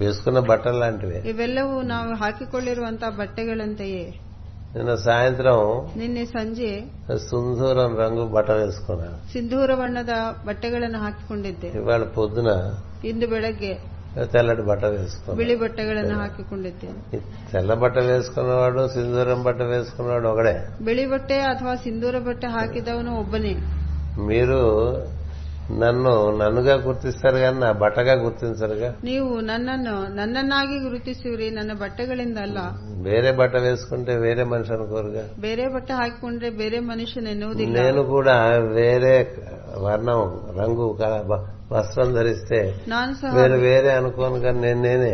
S1: వేసుకున్న బట్టలు లాంటివే
S2: ಇವೆಲ್ಲವೂ ನಾವು ಹಾಕಿಕೊಳ್ಳಿರುವಂತಹ ಬಟ್ಟೆಗಳಂತೆಯೇ
S1: నిన్న సాయంత్రం
S2: ನಿನ್ನೆ ಸಂಜೆ
S1: సుందూరం రంగు బట్ట వేసుకున్నాను
S2: ಸಿಂಧೂರ ಬಣ್ಣದ ಬಟ್ಟೆಗಳನ್ನು ಹಾಕಿಕೊಂಡಿದ್ದೆ
S1: ఇవాళ పొద్దున
S2: ಇಂದು ಬೆಳಗ್ಗೆ
S1: తెల్లటి బట్ట వేసుకున్నాను
S2: ಬಿಳಿ ಬಟ್ಟೆಗಳನ್ನು ಹಾಕಿಕೊಂಡಿದ್ದೇನೆ
S1: ఈ తెల్ల బట్ట వేసుకున్నవాడు సింధూరం బట్ట వేసుకున్నవాడు ఒకడే
S2: ಬಿಳಿ ಬಟ್ಟೆ ಅಥವಾ ಸಿಂಧೂರ ಬಟ್ಟೆ ಹಾಕಿದವನು ಒಬ್ಬನೇ
S1: మీరు నన్ను నన్నుగా గుర్తిస్తారు కానీ నా బట్టగా గుర్తించరుగా
S2: ನೀವು ನನ್ನನ್ನು ನನ್ನನ್ನಾಗಿ ಗುರುತಿಸುವಿರಿ ನನ್ನ ಬಟ್ಟೆಗಳಿಂದ ಅಲ್ಲ
S1: వేరే బట్ట వేసుకుంటే వేరే మనిషి అనుకోరుగా
S2: ಬೇರೆ ಬಟ್ಟೆ ಹಾಕಿಕೊಂಡ್ರೆ ಬೇರೆ ಮನುಷ್ಯನೆನ್ನುವುದಿಲ್ಲ
S1: నేను కూడా వేరే వర్ణం రంగు క- బ- వస్త్రం ధరిస్తే
S2: ನಾನು ಸಹ
S1: వేరు వేరే అనుకోను కానీ నేను నేనే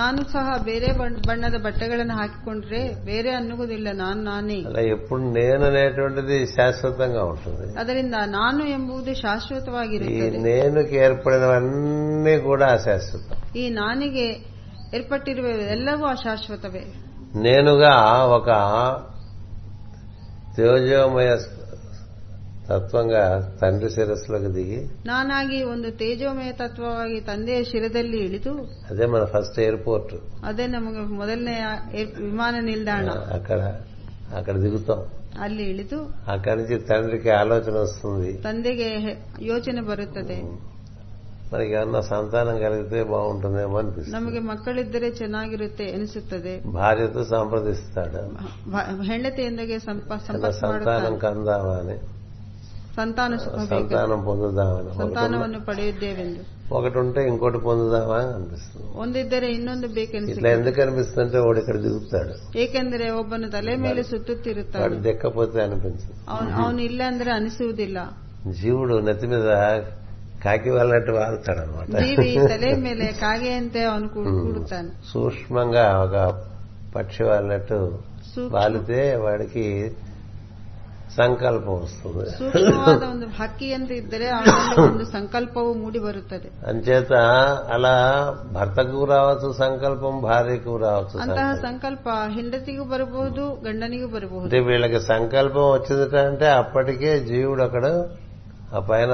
S2: ನಾನು ಸಹ ಬೇರೆ ಬಣ್ಣ- ಬಣ್ಣದ ಬಟ್ಟೆಗಳನ್ನು ಹಾಕಿಕೊಂಡ್ರೆ ಬೇರೆ ಅನ್ನುವುದಿಲ್ಲ ನಾನು ನಾನೇ
S1: అలా ఎప్పుడు నేను అనేటువంటిది శాశ్వతంగా ఉంటుంది
S2: ಅದರಿಂದ ನಾನು ಎಂಬುದು
S1: ఈ
S2: ಶಾಶ್ವತವಾಗಿರುತ್ತದೆ
S1: నేనుకి ఏర్పడినవన్నీ కూడా అశాశ్వతం
S2: ಈ ನಾನಿಗೆ ಏರ್ಪಟ್ಟಿರುವ ಎಲ್ಲವೂ ಅಶಾಶ್ವತವೇ
S1: నేనుగా ఒక తేజోమయ తత్వంగా తండ్రి శిరస్సులోకి దిగి
S2: ನಾನಾಗಿ ಒಂದು ತೇಜೋಮಯ ತತ್ವವಾಗಿ ತಂದೆಯ ಶಿರದಲ್ಲಿ ಇಳಿದು
S1: అదే మన ఫస్ట్ ఎయిర్పోర్ట్
S2: ಅದೇ ನಮಗೆ ಮೊದಲನೇ ಏರ್- ವಿಮಾನ ನಿಲ್ದಾಣ
S1: అక్కడ అక్కడ దిగుతాం
S2: ಅಲ್ಲಿ ಇಳಿದು
S1: అక్కడి నుంచి తండ్రికి ఆలోచన వస్తుంది
S2: ತಂದೆಗೆ ಹೆ- ಯೋಚನೆ ಬರುತ್ತದೆ
S1: మనకి ఏమన్నా సంతానం కలిగితే బాగుంటుందేమో అనిపిస్తుంది
S2: ನಮಗೆ ಮಕ್ಕಳಿದ್ದರೆ ಚೆನ್ನಾಗಿರುತ್ತೆ ಎನಿಸುತ್ತದೆ
S1: భార్యతో సంప్రదిస్తాడు
S2: ಭ- ಹೆಂಡತಿಯೊಂದಿಗೆ ಸಂಪ-
S1: ఇలా
S2: ಸಂಪರ್ಕ
S1: సంతానం
S2: ಮಾಡುತ್ತಾನೆ
S1: కందామా అని
S2: ಸಂತಾನ ಸುಖ ಬೇಕು
S1: సంతానం పొందుదామని ఒకటి
S2: ಸಂತಾನವನ್ನು ಪಡೆಯುತ್ತೇವೆಂದು
S1: ఉన్న- ఒకటి ఉంటే ఇంకోటి పొందుదామా అని అనిపిస్తుంది
S2: ಒಂದಿದ್ದರೆ ಇನ್ನೊಂದು
S1: ఇట్లా
S2: ಬೇಕೆನಿಸುತ್ತದೆ
S1: ఎందుకు అనిపిస్తుందంటే వాడు ఇక్కడ దిగుతాడు
S2: ಏಕೆಂದರೆ ಒಬ್ಬನು ತಲೆ ಮೇಲೆ ಸುತ್ತುತ್ತಿರುತ್ತಾನೆ
S1: వాడు దెక్కపోతే అనిపించదు
S2: ಅವನು ಅವನು ಇಲ್ಲ ಅಂದ್ರೆ ಅನಿಸುವುದಿಲ್ಲ
S1: జీవుడు నెత్తి మీద కాకి వాళ్ళట్టు వాళ్తాడు అనమాట
S2: ಜೀವಿ ತಲೆ ಮೇಲೆ ಕಾಗೆಯಂತೆ ಅವನು ಕೂ- ಕೂಡುತ್ತಾನೆ
S1: సూక్ష్మంగా ఒక పక్షి వాళ్ళట్టు
S2: ಸೂಕ್ಷ್ಮ-
S1: వాలితే వాడికి సంకల్పం వస్తుంది
S2: ಸೂಕ್ಷ್ಮವಾದ ಒಂದು ಹಕ್ಕಿಯಂತೆ ಇದ್ದರೆ ಅವನಲ್ಲಿ ಒಂದು ಸಂಕಲ್ಪವು ಮೂಡಿ ಬರುತ್ತದೆ
S1: అంచేత అలా భర్తకు రావచ్చు సంకల్పం భార్యకు రావచ్చు
S2: ಅಂತಹ
S1: సంకల్పం.
S2: ಸಂಕಲ್ಪ ಹೆಂಡತಿಗೂ ಬರಬಹುದು ಗಂಡನಿಗೂ ಬರಬಹುದು
S1: అంటే వీళ్ళకి సంకల్పం వచ్చిందట అంటే అప్పటికే జీవుడు అక్కడ ఆ పైన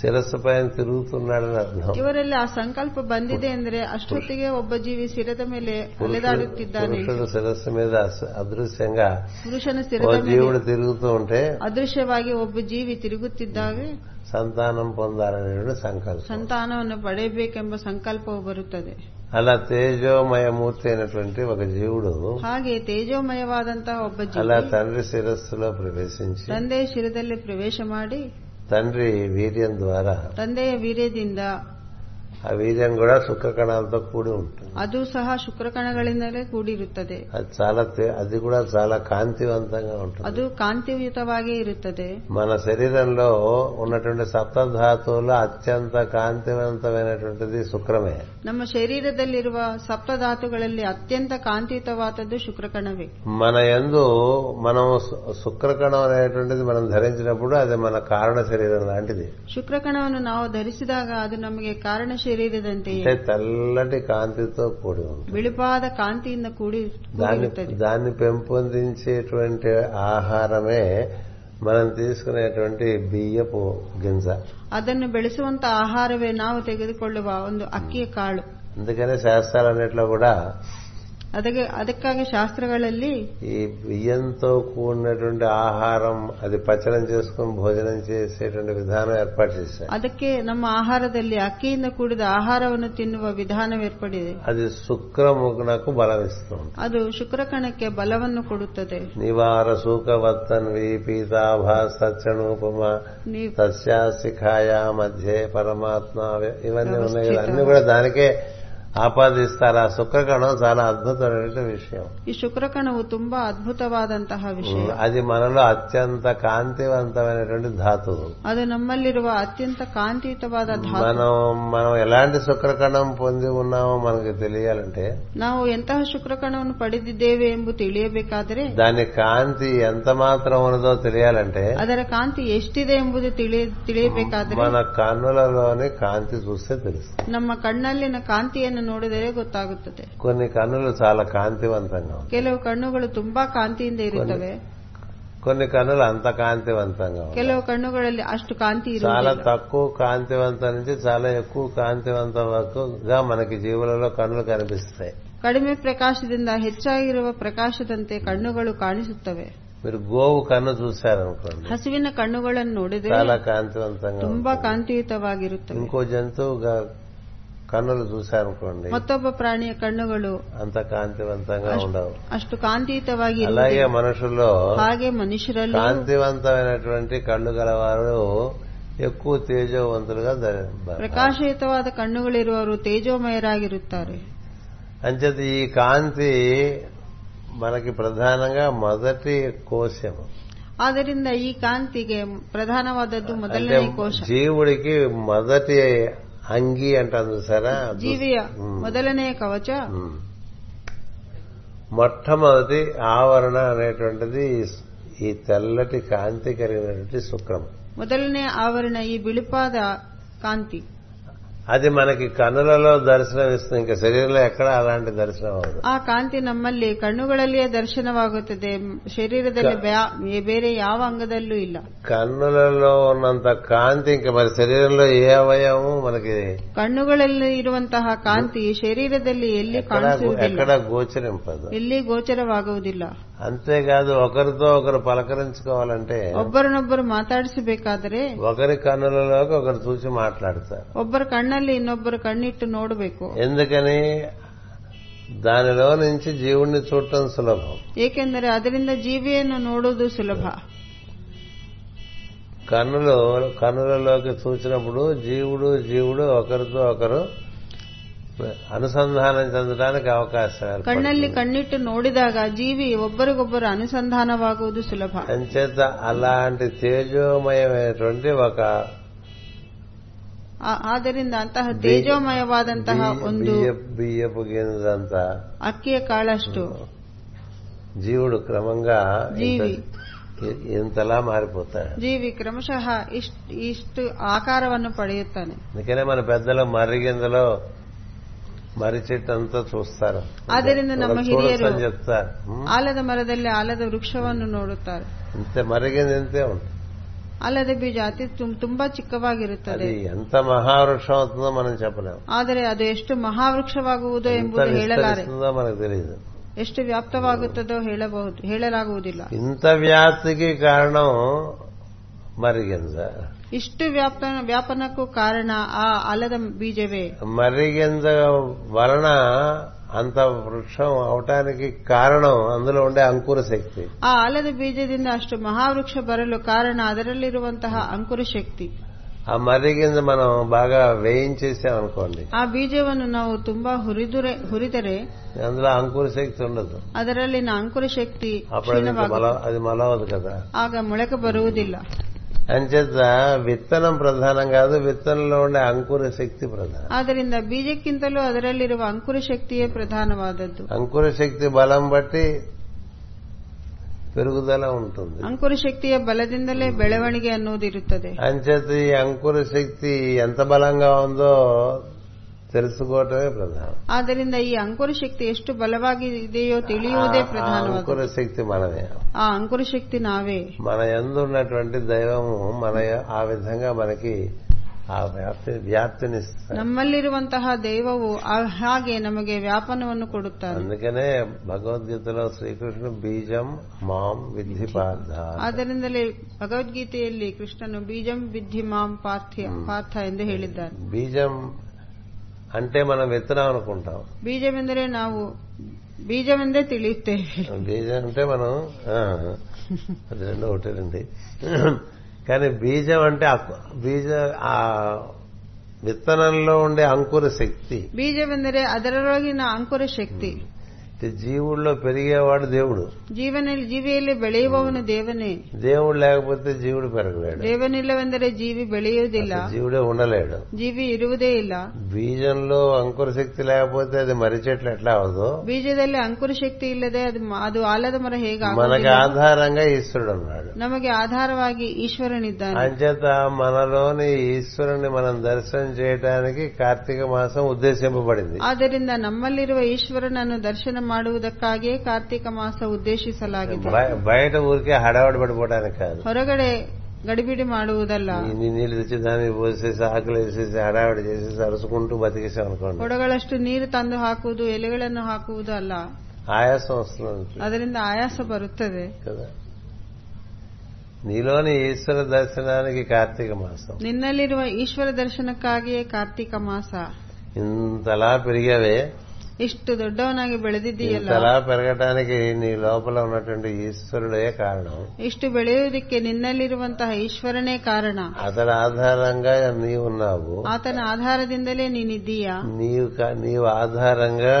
S1: శిరస్సు పైన తిరుగుతున్నాడని అర్థం
S2: ಇವರಲ್ಲಿ ಆ ಸಂಕల్ಪ ಬಂದಿದೆ ಎಂದರೆ ಅಷ್ಟೊತ್ತಿಗೆ ಒಬ್ಬ ಜೀವಿ ಸಿರದ ಮೇಲೆ
S1: పురుషుడు
S2: ಅಲೆದಾಡುತ್ತಿದ್ದಾನೆ
S1: పురుషుడు శిరస్సు మీద అస- అదృశ్యంగా
S2: ಪುರುಷನ
S1: ఓ
S2: ಸಿರದ ಮೇಲೆ
S1: జీవుడు తిరుగుతూ ఉంటే
S2: ಅದೃಶ್ಯವಾಗಿ ಒಬ್ಬ ಜೀವಿ ತಿರುಗುತ್ತಿದ್ದಾಗ
S1: సంతానం పొందాలనేటువంటి సంకల్పం
S2: ಸಂತಾನವನ್ನು ಪಡೆಯಬೇಕೆಂಬ ಸಂಕಲ್ಪವು ಬರುತ್ತದೆ
S1: అలా తేజోమయ మూర్తి అయినటువంటి ఒక జీవుడు
S2: ಹಾಗೆ ತೇಜೋಮಯವಾದಂತಹ ಒಬ್ಬ
S1: అలా
S2: ಜೀವಿ
S1: తండ్రి శిరస్సులో ప్రవేశించి
S2: ತಂದೆಯ ಶಿರದಲ್ಲಿ ಪ್ರವೇಶ ಮಾಡಿ
S1: తండ్రి వీర్యం ద్వారా
S2: ತಂದೆಯ ವೀರ್ಯದಿಂದ
S1: ఆ వీర్యం కూడా సుಖ కణాలతో కూడి ఉంటుంది
S2: ಅದು ಸಹ ಶುಕ್ರಕಣಗಳಿಂದಲೇ ಕೂಡಿರುತ್ತದೆ
S1: అది చాలా తే- అది కూడా చాలా ಕಾಂತಿವಂతంగా ఉంటుంది
S2: ಅದು ಕಾಂತಿಯುತವಾಗೇ ಇರುತ್ತದೆ
S1: మన శరీరంలో ఉన్నటువంటి సప్తధాతువులో అత్యంత కాంతివంతమైనటువంటిది శుక్రమే
S2: ನಮ್ಮ ಶರೀರದಲ್ಲಿರುವ ಸಪ್ತಧಾತುಗಳಲ್ಲಿ ಅತ್ಯಂತ ಕಾಂತಿಯುತವಾದದ್ದು ಶುಕ್ರಕಣವೇ
S1: మన యందు మనం సు- శుక్రకణం అనేటువంటిది మనం ధరించినప్పుడు అది మన కారణ శరీరం లాంటిది
S2: ಶುಕ್ರಕಣವನ್ನು ನಾವು ಧರಿಸಿದಾಗ ಅದು ನಮಗೆ ಕಾರಣ
S1: అంటే
S2: ಶರೀರದಂತೆಯೇ
S1: తెల్లటి కాంతితో కూడి ఉంది
S2: ಬಿಳುಪಾದ ಕಾಂತಿಯಿಂದ ಕೂಡಿ
S1: దాన్ని
S2: ಕೂಡಿರುತ್ತದೆ
S1: దాన్ని పెంపొందించేటువంటి ఆహారమే మనం తీసుకునేటువంటి బియ్యపు గింజ
S2: ಅದನ್ನು ಬೆಳೆಸುವಂತ ಆಹಾರವೇ ನಾವು ತೆಗೆದುಕೊಳ್ಳುವ ಒಂದು ಅಕ್ಕಿಯ ಕಾಳು
S1: అందుకనే శాస్త్రాలన్నిట్లో కూడా
S2: ಅದಕ್ಕೆ ಅದಕ್ಕಾಗಿ ಶಾಸ್ತ್ರಗಳಲ್ಲಿ
S1: ఈ బియ్యంతో కూడినటువంటి ఆహారం అది పచనం చేసుకుని భోజనం చేసేటువంటి విధానం ఏర్పాటు చేశారు
S2: ಅದಕ್ಕೆ ನಮ್ಮ ಆಹಾರದಲ್ಲಿ ಅಕ್ಕಿಯಿಂದ ಕೂಡಿದ ಆಹಾರವನ್ನು ತಿನ್ನುವ ವಿಧಾನ ಏರ್ಪಡಿದೆ
S1: అది శుక్రముఖునకు బలం ఇస్తుంది
S2: ಅದು ಶುಕ್ರಕಣಕ್ಕೆ ಬಲವನ್ನು ಕೊಡುತ್ತದೆ
S1: నివార సూకవత్తన్వి పీతాభా సత్యనూపమ
S2: ನೀವು
S1: తస్యా శిఖాయా మధ్యే పరమాత్మ ఇవ- ఇవన్నీ ఉన్నాయి కదా,
S2: వ్యవస్థిత.
S1: అన్ని కూడా దానికే ఆపాదిస్తారు ఆ శుక్రకణం చాలా అద్భుతమైన విషయం
S2: ಈ ಶುಕ್ರಕಣವು ತುಂಬಾ ಅದ್ಭುತವಾದಂತಹ ವಿಷಯ
S1: అది మనలో అత్యంత కాంతివంతమైనటువంటి ధాతువు
S2: ಅದು ನಮ್ಮಲ್ಲಿರುವ ಅತ್ಯಂತ ಕಾಂತಿಯುತವಾದ ಧಾತು
S1: మనం మనం ఎలాంటి శుక్రకణం పొంది ఉన్నామో మనకు తెలియాలంటే
S2: ನಾವು ಎಂತಹ ಶುಕ್ರಕಣವನ್ನು ಪಡೆದಿದ್ದೇವೆ ಎಂಬುದು ತಿಳಿಯಬೇಕಾದರೆ
S1: దాని కాంతి ఎంత మాత్రం ఉన్నదో తెలియాలంటే
S2: ಅದರ ಕಾಂತಿ ಎಷ್ಟಿದೆ ಎಂಬುದು ತಿಳಿ- ತಿಳಿಯಬೇಕಾದರೆ
S1: మన కన్నులలోని కాంతి చూస్తే తెలుస్తుంది
S2: ನಮ್ಮ ಕಣ್ಣಲ್ಲಿನ ಕಾಂತಿಯನ್ನು ನೋಡಿದರೆ ಗೊತ್ತಾಗುತ್ತದೆ
S1: కొన్ని కన్నులు చాలా కాంతివంతంగా ఉంటాయి
S2: ಕೆಲವು ಕಣ್ಣುಗಳು ತುಂಬಾ ಕಾಂತಿಯಿಂದ ಇರುತ್ತವೆ
S1: కొన్ని కన్నులు అంత కాంతివంతంగా ఉంటాయి
S2: ಕೆಲವು ಕಣ್ಣುಗಳಲ್ಲಿ ಅಷ್ಟು ಕಾಂತಿ
S1: చాలా
S2: ಇರುವುದಿಲ್ಲ
S1: తక్కువ కాంతివంతం నుంచి చాలా ఎక్కువ కాంతివంతం వరకుగా మనకి జీవులలో కన్నులు కనిపిస్తాయి
S2: ಕಡಿಮೆ ಪ್ರಕಾಶದಿಂದ ಹೆಚ್ಚಾಗಿರುವ ಪ್ರಕಾಶದಂತೆ ಕಣ್ಣುಗಳು ಕಾಣಿಸುತ್ತವೆ
S1: మీరు గోవు కన్ను చూశారనుకోండి
S2: ಹಸುವಿನ ಕಣ್ಣುಗಳನ್ನು ನೋಡಿದರೆ
S1: చాలా కాంతివంతంగా
S2: ತುಂಬಾ
S1: ఉంటుంది.
S2: ಕಾಂತಿಯುತವಾಗಿರುತ್ತವೆ
S1: ఇంకో జంతువు గ- కన్నులు చూశారనుకోండి
S2: ಮತ್ತೊಬ್ಬ ಪ್ರಾಣಿಯ ಕಣ್ಣುಗಳು
S1: అంత కాంతివంతంగా
S2: ಅಷ್ಟ್-
S1: ఉండవు
S2: ಅಷ್ಟು ಕಾಂತಿಯುತವಾಗಿ
S1: అలాగే
S2: ಇರುವುದಿಲ್ಲ.
S1: మనుషుల్లో
S2: ಹಾಗೆ ಮನುಷ್ಯರಲ್ಲೂ
S1: కాంతివంతమైనటువంటి కళ్ళు గలవారు ఎక్కువ తేజవంతులుగా ధరి- బ-
S2: ಪ್ರಕಾಶಯುತವಾದ ಕಣ್ಣುಗಳಿರುವವರು ತೇಜೋಮಯರಾಗಿರುತ್ತಾರೆ
S1: అంచేత ఈ కాంతి మనకి ప్రధానంగా మొదటి కోశము
S2: ಆದ್ದರಿಂದ ಈ ಕಾಂತಿಗೆ ಪ್ರಧಾನವಾದದ್ದು
S1: అంటే
S2: ಮೊದಲನೇ ಕೋಶ
S1: జీవుడికి మొదటి అంగి అంటాం చూసారా
S2: ಜೀವಿಯ
S1: ಹ್ಮ್.
S2: ಮೊದಲನೆಯ ಕವಚ
S1: ఉమ్. మొట్టమొదటి ఆవరణ అనేటువంటిది ఈ- ఈ తెల్లటి కాంతి కలిగినటువంటి శుక్రం
S2: ಮೊದಲನೇ ಆವರಣ ಈ ಬಿಳುಪಾದ ಕಾಂತಿ
S1: అది మనకి కన్నులలో దర్శనం ఇస్తుంది ఇంకా శరీరంలో ఎక్కడ అలాంటి దర్శనం అవ్వదు
S2: ಆ ಕಾಂತಿ ನಮ್ಮಲ್ಲಿ ಕಣ್ಣುಗಳಲ್ಲಿಯೇ ದರ್ಶನವಾಗುತ್ತದೆ ಶರೀರದಲ್ಲಿ ಬ್ಯಾ- ಬೇರೆ ಯಾವ ಅಂಗದಲ್ಲೂ ಇಲ್ಲ
S1: కన్నులలో ఉన్నంత కాంతి ఇంకా మరి శరీరంలో ఏ అవయవము మనకి
S2: ಕಣ್ಣುಗಳಲ್ಲಿ ಇರುವಂತಹ ಕಾಂತಿ ಶರೀರದಲ್ಲಿ ಎಲ್ಲಿ
S1: ఎక్కడ
S2: ಕಾಣಿಸುವುದಿಲ್ಲ
S1: ఎక్కడ గోచరింపదు
S2: ಎಲ್ಲಿ ಗೋಚರವಾಗುವುದಿಲ್ಲ
S1: అంతేకాదు ఒకరితో ఒకరు పలకరించుకోవాలంటే
S2: ಒಬ್ಬರನ್ನೊಬ್ಬರು ಮಾತಾಡಿಸಬೇಕಾದರೆ
S1: ఒకరి కన్నులలోకి ఒకరు చూసి మాట్లాడతారు
S2: ಒಬ್ಬರ ಕಣ್ಣಲ್ಲಿ ಇನ್ನೊಬ್ಬರು ಕಣ್ಣಿಟ್ಟು ನೋಡಬೇಕು
S1: ఎందుకని దానిలో నుంచి జీవుణ్ణి చూడటం సులభం
S2: ಏಕೆಂದರೆ ಅದರಿಂದ ಜೀವಿಯನ್ನು ನೋಡುವುದು ಸುಲಭ
S1: కన్నులు కన్నులలోకి చూసినప్పుడు జీవుడు జీవుడు ఒకరితో ఒకరు అనుసంధానం చెందడానికి అవకాశం
S2: ಕಣ್ಣಲ್ಲಿ
S1: ఏర్పడుతుంది.
S2: ಕಣ್ಣಿಟ್ಟು ನೋಡಿದಾಗ ಜೀವಿ ಒಬ್ಬರಿಗೊಬ್ಬರು ಅನುಸಂಧಾನವಾಗುವುದು ಸುಲಭ
S1: అంచేత అలాంటి తేజోమయమైనటువంటి ఒక
S2: ಆ- ಆದ್ದರಿಂದ ಅಂತಹ ತೇಜೋಮಯವಾದಂತಹ
S1: బియ్య-
S2: ಒಂದು
S1: బియ్య- బియ్యపు గింజంత
S2: ಅಕ್ಕಿಯ ಕಾಳಷ್ಟು
S1: జీవుడు క్రమంగా ఇంత-
S2: జీవి.
S1: ఇ- ఇంతలా మారిపోతాడు
S2: ಜೀವಿ ಕ್ರಮಶಃ ಇಷ್ಟ್- ಇಷ್ಟು ಆಕಾರವನ್ನು ಪಡೆಯುತ್ತಾನೆ
S1: అందుకనే మన పెద్దలు మర్రి గింజలో మర్రి చెట్టు అంతా చూస్తారు
S2: ಆದ್ದರಿಂದ ನಮ್ಮ
S1: ఒకరు చూడొచ్చు
S2: ಹಿರಿಯರು-
S1: అని చెప్తారు హ్మ్?
S2: ಆಲದ ಮರದಲ್ಲಿ ಆಲದ ವೃಕ್ಷವನ್ನು ನೋಡುತ್ತಾರೆ
S1: ఇంత మర్రి గింజ ఇంతే ఉంటుంది
S2: ಆಲದ ಬೀಜ ಅತಿ ತುಂ- ತುಂಬಾ
S1: అది
S2: ಚಿಕ್ಕವಾಗಿರುತ್ತದೆ
S1: ఎంత మహావృక్షం అవుతుందో మనం చెప్పలేము
S2: ಆದರೆ ಅದು ಎಷ್ಟು ಮಹಾವೃಕ್ಷವಾಗುವುದೋ
S1: ఎంత
S2: ಎಂಬುದು ಹೇಳಲಾರೆ
S1: విస్తరిస్తుందో మనకు తెలియదు
S2: ಎಷ್ಟು ವ್ಯಾಪ್ತವಾಗುತ್ತದೋ ಹೇಳಬಹುದು ಹೇಳಲಾಗುವುದಿಲ್ಲ
S1: ఇంత వ్యాప్తికి కారణం మర్రి గింజ
S2: ಇಷ್ಟು ವ್ಯಾಪ ವ್ಯಾಪನಕ್ಕೂ ಕಾರಣ ಆ ಆಲದ ಬೀಜವೇ
S1: మర్రి గింజ వలన అంత వృక్షం అవటానికి కారణం అందులో ఉండే ಅಂಕುರ ಶಕ್ತಿ
S2: ಆ ಆಲದ ಬೀಜದಿಂದ ಅಷ್ಟು ಮಹಾವೃಕ್ಷ ಬರಲು ಕಾರಣ ಅದರಲ್ಲಿರುವಂತಹ ಅಂಕುರ ಶಕ್ತಿ
S1: ಆ ಮರ್ರಿಗಿಂದ మనం బాగా వేయించేసాం అనుకోండి
S2: ಆ ಬೀಜವನ್ನು ನಾವು ತುಂಬಾ ಹುರಿದುರೆ ಹುರಿದರೆ
S1: అందులో అంకుర శక్తి ఉండదు
S2: ಅದರಲ್ಲಿನ ಅಂಕುರ ಶಕ್ತಿ
S1: అప్పుడు అది
S2: ಕ್ಷೀಣವಾಗುತ್ತದೆ.
S1: మొల అది మొలవదు కదా
S2: ಆಗ ಮೊಳಕೆ ಬರುವುದಿಲ್ಲ
S1: అంచేత విత్తనం ప్రధానం కాదు విత్తనంలో ఉండే అంకుర శక్తి ప్రధానం
S2: ಆದ್ದರಿಂದ ಬೀಜಕ್ಕಿಂತಲೂ ಅದರಲ್ಲಿರುವ ಅಂಕುರ ಶಕ್ತಿಯೇ ಪ್ರಧಾನವಾದದ್ದು
S1: అంకుర శక్తి బలం బట్టి పెరుగుదల ఉంటుంది
S2: ಅಂಕುರ ಶಕ್ತಿಯ ಬಲದಿಂದಲೇ ಬೆಳವಣಿಗೆ ಅನ್ನೋದಿರುತ್ತದೆ
S1: అంచేత ఈ అంకుర శక్తి ఎంత బలంగా ఉందో తెలుసుకోవటమే ప్రధానం
S2: ಆದ್ದರಿಂದ ಈ ಅಂಕುರ ಶಕ್ತಿ ಎಷ್ಟು ಬಲವಾಗಿದೆಯೋ ತಿಳಿಯುವುದೇ
S1: ఆ- ఆ
S2: ಪ್ರಧಾನವಾದದ್ದು
S1: అంకుర శక్తి మనమే
S2: ಆ ಅಂಕುರ ಶಕ್ತಿ ನಾವೇ
S1: మన ఎందు ఉన్నటువంటి దైవము మన య- ఆ విధంగా మనకి ఆ వ్యాప్తి వ్యాప్తినిస్తారు
S2: ನಮ್ಮಲ್ಲಿರುವಂತಹ ದೈವವು ಆ- ಹಾಗೆ ನಮಗೆ ವ್ಯಾಪನವನ್ನು ಕೊಡುತ್ತಾರೆ
S1: అందుకనే భగవద్గీతలో శ్రీకృష్ణుడు బీజం మాం విద్ధి పార్థ
S2: ಆದ್ದರಿಂದಲೇ ಭಗವದ್ಗೀತೆಯಲ್ಲಿ ಕೃಷ್ಣನು ಬೀಜಂ ವಿದ್ಧಿ ಮಾಂ ಪಾರ್ಥ್ಯ ಪಾರ್ಥ ಎಂದು ಹೇಳಿದ್ದಾನೆ
S1: బీజం అంటే మనం విత్తనం అనుకుంటాం
S2: ಬೀಜವೆಂದರೆ ನಾವು ಬೀಜವೆಂದೇ ತಿಳಿಯುತ್ತೇವೆ
S1: బీజం అంటే మనం ఆ, అది రెండు ఒకటేనండి కానీ బీజం అంటే అకు- బీజ ఆ విత్తనంలో ఉండే అంకుర శక్తి
S2: ಬೀಜವೆಂದರೆ ಅದರೊಳಗಿನ ಅಂಕುರ ಶಕ್ತಿ
S1: ఇది జీవుల్లో పెరిగేవాడు దేవుడు
S2: ಜೀವನಲ್ಲಿ ಜೀವಿಯಲ್ಲಿ ಬೆಳೆಯುವವನು ದೇವನೇ
S1: దేవుడు లేకపోతే జీవుడు పెరగలేడు
S2: ದೇವನಿಲ್ಲವೆಂದರೆ ಜೀವಿ ಬೆಳೆಯುವುದಿಲ್ಲ
S1: జీవుడే ఉండలేడు
S2: ಜೀವಿ ಇರುವುದೇ ಇಲ್ಲ
S1: బీజంలో అంకుర శక్తి లేకపోతే అది మర్రి చెట్లు ఎట్లా అవదో
S2: ಬೀಜದಲ್ಲಿ ಅಂಕುರ ಶಕ್ತಿ ಇಲ್ಲದೆ ಅದು ಮ- ಅದು ಆಲದ ಮರ
S1: మనకి
S2: ಹೇಗಾಗುವುದಿಲ್ಲ
S1: ఆధారంగా ఈశ్వరుడు ఉన్నాడు
S2: ನಮಗೆ ಆಧಾರವಾಗಿ ಈಶ್ವರನಿದ್ದಾನೆ
S1: అంచేత మనలోని ఈశ్వరుని మనం దర్శనం చేయడానికి కార్తీక మాసం ఉద్దేశింపబడింది
S2: ಆದ್ದರಿಂದ ನಮ್ಮಲ್ಲಿರುವ ಈಶ್ವರನನ್ನು ದರ್ಶನ ಮಾಡುವುದಕ್ಕಾಗಿಯೇ ಕಾರ್ತಿಕ ಮಾಸ ಉದ್ದೇಶಿಸಲಾಗಿದೆ
S1: బయ- బయట ఊరికే హడావడి పడిపోవడానికి కాదు
S2: ಹೊರಗಡೆ ಗಡಿಬಿಡಿ ಮಾಡುವುದಲ್ಲ
S1: ఇన్ని నీళ్లు తెచ్చి దాన్ని పోసేసి ఆకులు వేసేసి హడావడి చేసేసి అరుచుకుంటూ బతికేసాం అనుకోండి
S2: ಕೊಡಗಳಷ್ಟು ನೀರು ತಂದು ಹಾಕುವುದು ಎಲೆಗಳನ್ನು ಹಾಕುವುದು ಅಲ್ಲ
S1: ఆయాసం వస్తుంది
S2: ಅದರಿಂದ ಆಯಾಸ ಬರುತ್ತದೆ
S1: కదా నీలోని ఈశ్వర దర్శనానికి కార్తీక మాసం
S2: ನಿನ್ನಲ್ಲಿರುವ ಈಶ್ವರ ದರ್ಶನಕ್ಕಾಗಿಯೇ ಕಾರ್ತಿಕ ಮಾಸ
S1: ఇంతలా పెరిగావే
S2: ಇಷ್ಟು ದೊಡ್ಡವನಾಗಿ ಬೆಳೆದಿದ್ದೀಯಲ್ಲ
S1: ఇంతలా పెరగటానికి నీ లోపల ఉన్నటువంటి ఈశ్వరుడే కారణం
S2: ಇಷ್ಟು ಬೆಳೆಯುವುದಕ್ಕೆ ನಿನ್ನಲ್ಲಿರುವಂತಹ ಈಶ್ವರನೇ ಕಾರಣ
S1: అతడి ఆధారంగా నీవున్నావు
S2: ಆತನ ಆಧಾರದಿಂದಲೇ ನೀನಿದ್ದೀಯಾ
S1: నీవు కా- నీవు ఆధారంగా